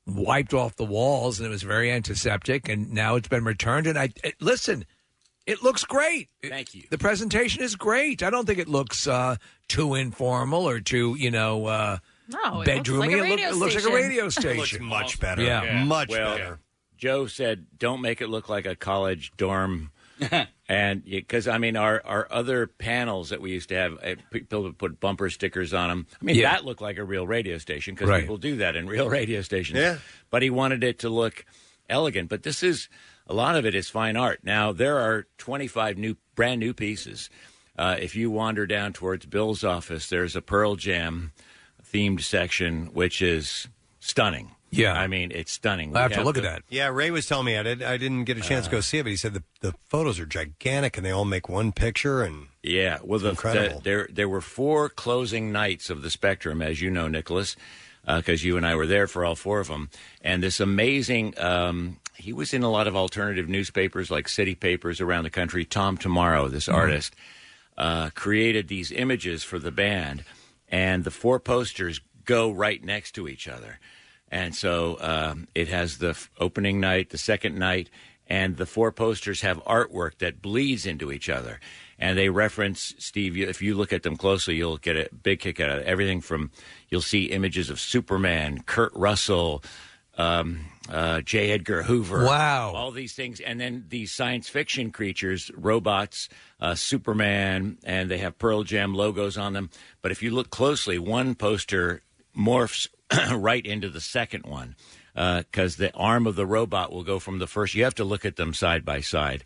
[SPEAKER 6] wiped off the walls, and it was very antiseptic. And now it's been returned. And I eh, listen, it looks great.
[SPEAKER 9] Thank you.
[SPEAKER 6] The presentation is great. I don't think it looks uh, too informal or too, you know, uh,
[SPEAKER 3] No, it looks
[SPEAKER 6] bedroomy.
[SPEAKER 3] like a
[SPEAKER 6] it, look-
[SPEAKER 3] radio
[SPEAKER 6] it looks like a
[SPEAKER 3] station.
[SPEAKER 6] radio station.
[SPEAKER 2] much better.
[SPEAKER 6] Yeah, much
[SPEAKER 9] Well,
[SPEAKER 6] better.
[SPEAKER 9] Joe said, "Don't make it look like a college dorm." and because I mean, our our other panels that we used to have, uh, people would put bumper stickers on them. I mean,
[SPEAKER 6] Yeah.
[SPEAKER 9] that looked like a real radio station because
[SPEAKER 6] Right.
[SPEAKER 9] people do that in real radio stations.
[SPEAKER 6] Yeah.
[SPEAKER 9] But he wanted it to look elegant. But this is a lot of it is fine art. Now there are 25 new, brand new pieces. Uh, if you wander down towards Bill's office, there's a Pearl Jam themed section, which is stunning.
[SPEAKER 2] Yeah.
[SPEAKER 9] I mean, it's stunning.
[SPEAKER 2] I
[SPEAKER 9] We the-
[SPEAKER 2] Yeah, Ray was telling me I did. I didn't get a chance to go see it, but he said the, the photos are gigantic and they all make one picture. And
[SPEAKER 9] Yeah, well, the,
[SPEAKER 2] Incredible.
[SPEAKER 9] the- there there were four closing nights of the Spectrum, as you know, Nicholas, because you and I were there for all four of them. And this amazing, um, he was in a lot of alternative newspapers like city papers around the country. Tom Tomorrow, this
[SPEAKER 22] Mhm.
[SPEAKER 9] artist, uh, created these images for the band, and the four posters go right next to each other. And so um, it has the f- opening night, the second night, and the four posters have artwork that bleeds into each other. And they reference Steve. you- If you look at them closely, you'll get a big kick out of it. everything. From you'll see images of Superman, Kurt Russell, um, uh, J. Edgar Hoover.
[SPEAKER 6] Wow.
[SPEAKER 9] All these things, and then these science fiction creatures, robots, uh, Superman, and they have Pearl Jam logos on them. But if you look closely, one poster morphs right into the second one. because the arm of the robot will go from the first. You have to look at them side by side.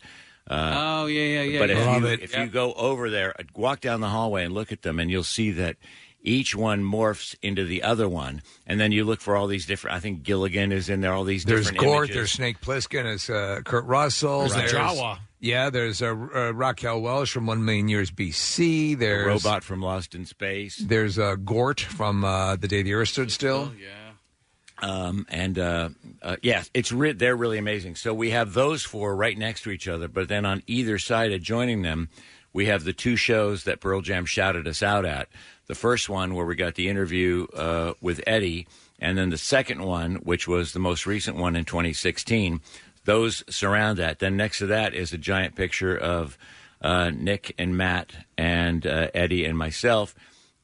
[SPEAKER 9] Uh,
[SPEAKER 7] Oh yeah, yeah, yeah.
[SPEAKER 9] but
[SPEAKER 7] yeah.
[SPEAKER 9] if, you, if you go over there, uh, walk down the hallway and look at them, and you'll see that each one morphs into the other one, and then you look for all these different. I think Gilligan is in there. All these
[SPEAKER 6] There's
[SPEAKER 9] different
[SPEAKER 6] Gort,
[SPEAKER 9] images.
[SPEAKER 6] there's Snake Plissken, there's uh, Kurt Russell,
[SPEAKER 9] There's the Jawa.
[SPEAKER 6] Yeah, there's uh, uh, Raquel Welsh from One Million Years BC. There's
[SPEAKER 9] robot from Lost in Space.
[SPEAKER 6] There's uh, Gort from uh, The Day the Earth Stood Still.
[SPEAKER 9] Um, and uh, uh, yes, it's re- they're really amazing. So we have those four right next to each other, but then on either side adjoining them, we have the two shows that Pearl Jam shouted us out at. The first one where we got the interview uh, with Eddie, and then the second one, which was the most recent one in 2016. Those surround that. Then next to that is a giant picture of uh, Nick and Matt and uh, Eddie and myself.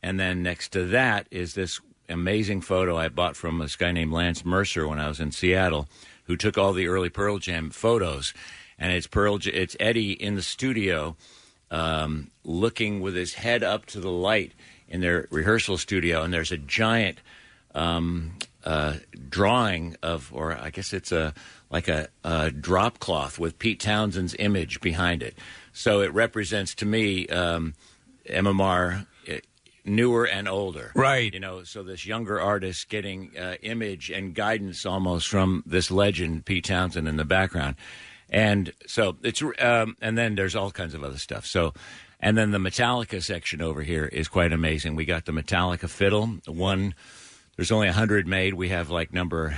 [SPEAKER 9] And then next to that is this amazing photo I bought from this guy named Lance Mercer when I was in Seattle, who took all the early Pearl Jam photos. And it's Pearl, J- it's Eddie in the studio, um, looking with his head up to the light in their rehearsal studio, and there's a giant um, uh, drawing of, or I guess it's a like a, a drop cloth with Pete Townsend's image behind it. So it represents to me um, MMR eh, newer and older,
[SPEAKER 6] Right.
[SPEAKER 9] You know, so this younger artist getting uh, image and guidance almost from this legend Pete Townsend in the background, and so it's um, and then there's all kinds of other stuff. So. And then the Metallica section over here is quite amazing. We got the Metallica fiddle, one there's only 100 made we have like number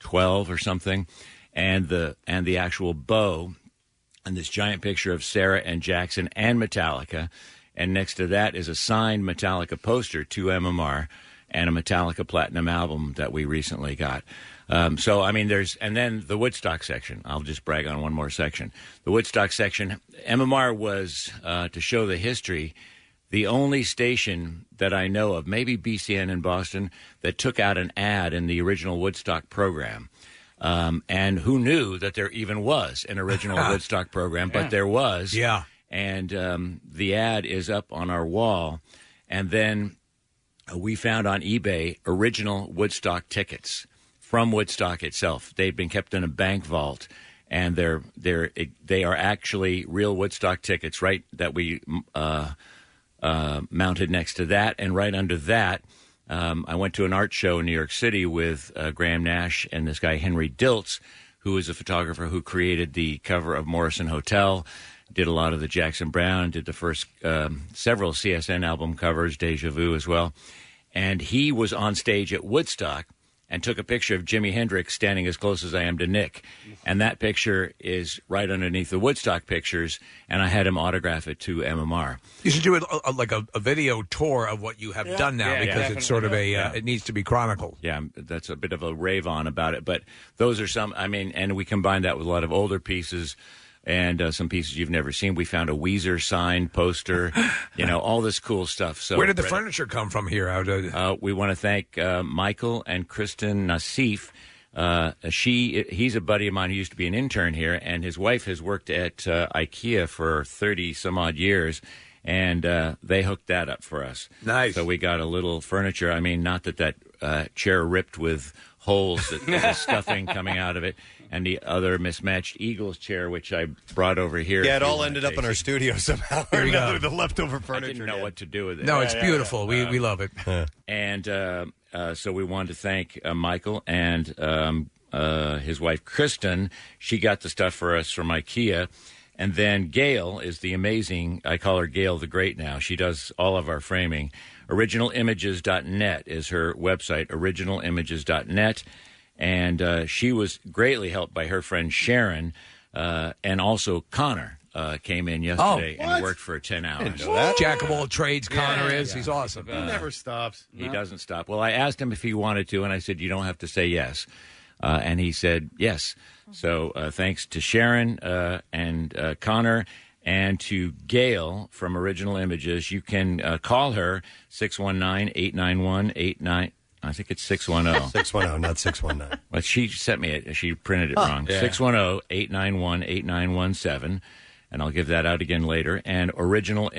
[SPEAKER 9] 12 or something and the and the actual bow and this giant picture of sarah and jackson and metallica and next to that is a signed metallica poster to mmr and a metallica platinum album that we recently got um, so i mean there's and then the woodstock section i'll just brag on one more section the woodstock section mmr was uh, to show the history the only station that I know of, maybe BCN in Boston, that took out an ad in the original Woodstock program. Um, and who knew that there even was an original Woodstock program,
[SPEAKER 6] Yeah.
[SPEAKER 9] but there was.
[SPEAKER 6] Yeah.
[SPEAKER 9] And um, the ad is up on our wall. And then uh, we found on eBay original Woodstock tickets from Woodstock itself. They've been kept in a bank vault, and they're they're it, they are actually real Woodstock tickets, right? That we uh, uh, mounted next to that, and right under that, um, I went to an art show in New York City with uh, Graham Nash and this guy Henry Diltz, who is a photographer who created the cover of Morrison Hotel. Did a lot of the Jackson Brown, did the first um, several CSN album covers, Deja Vu as well and he was on stage at Woodstock and took a picture of Jimi Hendrix standing as close as I am to Nick. And that picture is right underneath the Woodstock pictures, and I had him autograph it to MMR.
[SPEAKER 6] You should do it uh, uh, like a, a video tour of what you have
[SPEAKER 9] Yeah.
[SPEAKER 6] done now
[SPEAKER 9] Yeah,
[SPEAKER 6] because
[SPEAKER 9] yeah.
[SPEAKER 6] it's sort of a uh,
[SPEAKER 9] Yeah.
[SPEAKER 6] it needs to be chronicled.
[SPEAKER 9] Yeah, that's a bit of a rave on about it, but those are some, I mean, and we combined that with a lot of older pieces. And uh, some pieces you've never seen. We found a Weezer signed poster, you know, all this cool stuff. So
[SPEAKER 6] Where did the
[SPEAKER 9] Brett-
[SPEAKER 6] furniture come from here? Out of,
[SPEAKER 9] Uh, we want to thank uh, Michael and Kristen Nassif. Uh, she he's a buddy of mine who used to be an intern here, and his wife has worked at uh, IKEA for thirty some odd years, and uh, they hooked that up for us. Nice. So we got a little furniture. I mean, not that that uh, chair ripped with holes that there was stuffing coming out of it, and the other mismatched Eagles chair, which I brought over here.
[SPEAKER 2] Yeah,
[SPEAKER 9] if
[SPEAKER 2] it
[SPEAKER 9] you
[SPEAKER 2] all
[SPEAKER 9] want
[SPEAKER 2] ended
[SPEAKER 9] to
[SPEAKER 2] up in
[SPEAKER 9] taste
[SPEAKER 2] our
[SPEAKER 9] it.
[SPEAKER 2] studio somehow or
[SPEAKER 9] Here we go.
[SPEAKER 2] another. The leftover furniture.
[SPEAKER 9] I didn't know what to do with it.
[SPEAKER 6] No, it's beautiful. We we love it.
[SPEAKER 9] And uh, uh, so we wanted to thank uh, Michael and um, uh, his wife Kristen. She got the stuff for us from IKEA. And then Gail is the amazing, I call her Gail the Great now. She does all of our framing. Originalimages.net is her website, originalimages.net. And uh, she was greatly helped by her friend Sharon uh, and also Connor. Uh, came in yesterday
[SPEAKER 6] Oh, what?
[SPEAKER 9] and worked for 10 hours.
[SPEAKER 6] Jack of all trades, Connor
[SPEAKER 9] Yeah,
[SPEAKER 6] is.
[SPEAKER 9] yeah.
[SPEAKER 6] He's awesome.
[SPEAKER 9] He never
[SPEAKER 13] stops.
[SPEAKER 9] He doesn't stop. Well, I asked him if he wanted to, and I said, You don't have to say yes. Uh, and he said, Yes. So uh, thanks to Sharon uh, and uh, Connor and to Gail from Original Images. You can uh, call her 619 891 89. I think it's oh. 610.
[SPEAKER 2] 610, oh, not 619.
[SPEAKER 9] But she sent me it. She printed it
[SPEAKER 2] Huh.
[SPEAKER 9] wrong.
[SPEAKER 2] Yeah.
[SPEAKER 9] 610 891 8917. and I'll give that out again later, and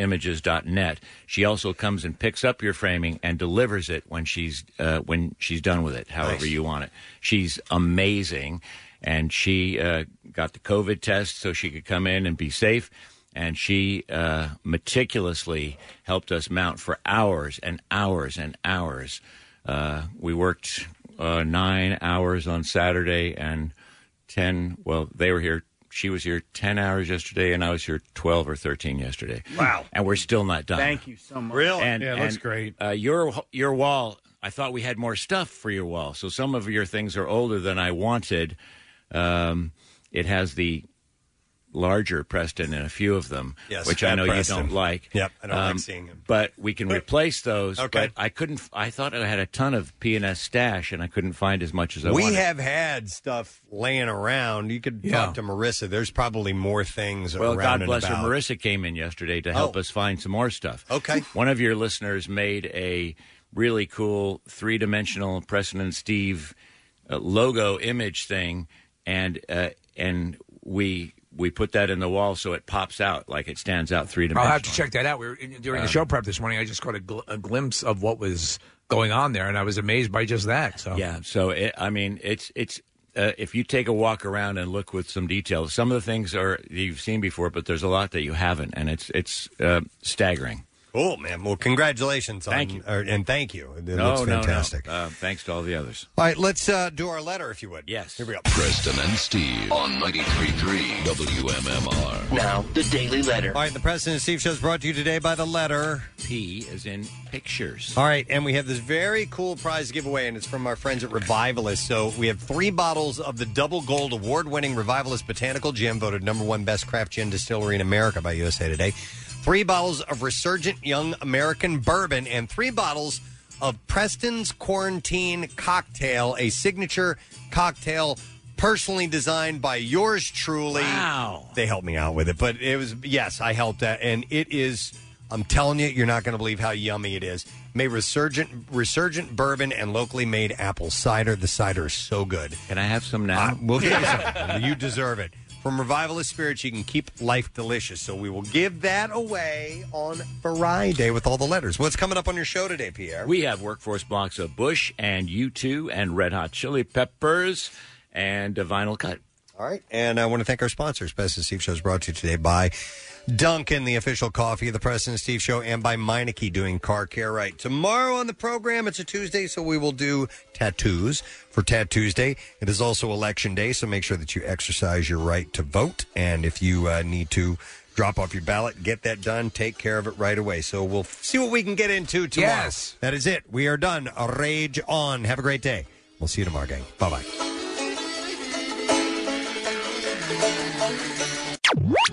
[SPEAKER 9] originalimages.net. She also comes and picks up your framing and delivers it when she's uh, when she's done with it, however
[SPEAKER 10] Nice.
[SPEAKER 9] you want it. She's amazing, and she uh, got the COVID test so she could come in and be safe. And she uh, meticulously helped us mount for hours and hours and hours. Uh, we worked uh, nine hours on Saturday and 10 well they were here she was here 10 hours yesterday and i was here 12 or 13 yesterday
[SPEAKER 22] Wow.
[SPEAKER 9] and we're still not done
[SPEAKER 22] Thank you so much.
[SPEAKER 9] and,
[SPEAKER 22] yeah,
[SPEAKER 9] and,
[SPEAKER 22] looks great.
[SPEAKER 9] uh, your your wall i thought we had more stuff for your wall so some of your things are older than i wanted um, it has the larger preston in a few of them
[SPEAKER 2] Yes,
[SPEAKER 9] which i
[SPEAKER 2] Fat
[SPEAKER 9] know
[SPEAKER 2] Preston.
[SPEAKER 9] you don't like
[SPEAKER 2] Yep, I don't like seeing
[SPEAKER 9] him but we can replace those
[SPEAKER 2] Okay.
[SPEAKER 9] but i couldn't f- i thought i had a ton of p&s stash and i couldn't find as much as i
[SPEAKER 2] we
[SPEAKER 9] wanted
[SPEAKER 2] have had stuff laying around. You could talk to Marissa. There's probably more things
[SPEAKER 9] Well,
[SPEAKER 2] around.
[SPEAKER 9] God
[SPEAKER 2] and
[SPEAKER 9] bless
[SPEAKER 2] about.
[SPEAKER 9] her. Marissa came in yesterday to help us find some more stuff. Okay. One of your listeners made a really cool three dimensional Preston and Steve uh, logo image thing, and uh, and we we put that in the wall so it pops out like it stands out three
[SPEAKER 6] I'll
[SPEAKER 9] dimensional.
[SPEAKER 6] have to check that out. We were, during
[SPEAKER 9] Um,
[SPEAKER 6] the show prep this morning, I just caught a, gl- a glimpse of what was going on there, and I was amazed by just that. So
[SPEAKER 9] Yeah. So it, I mean, it's it's uh, if you take a walk around and look with some detail, some of the things are you've seen before, but there's a lot that you haven't, and it's it's uh, staggering.
[SPEAKER 2] Cool, man. Well, congratulations. Thank on, you. Or, and thank you. It
[SPEAKER 9] no,
[SPEAKER 2] looks
[SPEAKER 9] no, no.
[SPEAKER 2] fantastic.
[SPEAKER 9] Uh, thanks to all the others.
[SPEAKER 2] All right, let's uh, do our letter, if you would. Yes. Here we go.
[SPEAKER 1] Preston and Steve on 93.3 WMMR. Now, the Daily
[SPEAKER 2] All right, the President Steve Show is brought to you today by the letter
[SPEAKER 9] P, as in pictures.
[SPEAKER 2] All right, and we have this very cool prize giveaway, and it's from our friends at Revivalist. So we have three bottles of the double gold award winning Revivalist Botanical Gin, voted number one best craft gin distillery in America by USA Today, three bottles of Resurgent Young American Bourbon, and three bottles of Preston's Quarantine Cocktail, a signature cocktail personally designed by yours truly. Wow. They helped me out with it, but it was, yes, I helped that. And it is, I'm telling you, you're not going to believe how yummy it is. Made resurgent, resurgent bourbon and locally made apple cider. The cider is so good.
[SPEAKER 9] Can I have some now?
[SPEAKER 2] we'll give you some. you deserve it. From Revivalist Spirits, you can keep life delicious. So we will give that away on Friday with all the letters. What's coming up on your show today, Pierre?
[SPEAKER 9] We have workforce blocks of Bush and U2 and Red Hot Chili Peppers and a vinyl cut.
[SPEAKER 2] All right. And I want to thank our sponsors. Preston and Steve Show is brought to you today by Duncan, the official coffee of the President Steve Show, and by Meineke doing car care right. Tomorrow on the program, it's a Tuesday, so we will do tattoos for Tattoo Tuesday. It is also election day, so make sure that you exercise your right to vote. And if you uh, need to drop off your ballot, get that done, take care of it right away. So we'll see what we can get into tomorrow.
[SPEAKER 4] Yes.
[SPEAKER 2] That is it. We are done. Rage on. Have a great day. We'll see you tomorrow, gang. Bye bye.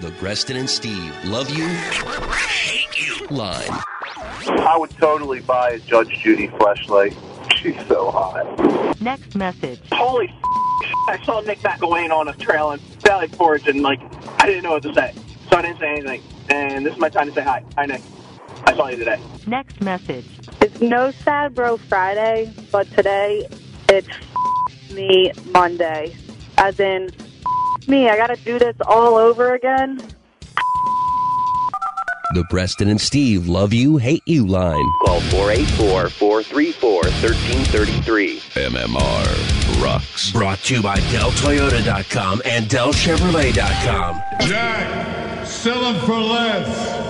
[SPEAKER 12] The Preston and Steve love you, hate you line.
[SPEAKER 24] I would totally buy a Judge Judy flashlight. She's so hot.
[SPEAKER 12] Next message.
[SPEAKER 16] Holy I saw Nick McElwain on a trail in Valley Forge, and like I didn't know what to say, so I didn't say anything. And this is my time to say hi. Hi, Nick. I saw you today.
[SPEAKER 12] Next message.
[SPEAKER 17] It's no sad bro Friday, but today it's me Monday. As in me, I gotta do this all over again.
[SPEAKER 12] The Preston and Steve love you, hate you line.
[SPEAKER 25] Call 484 434 1333.
[SPEAKER 1] MMR rocks.
[SPEAKER 12] Brought to you by DellToyota.com and DellChevrolet.com.
[SPEAKER 26] Jack, sell them for less.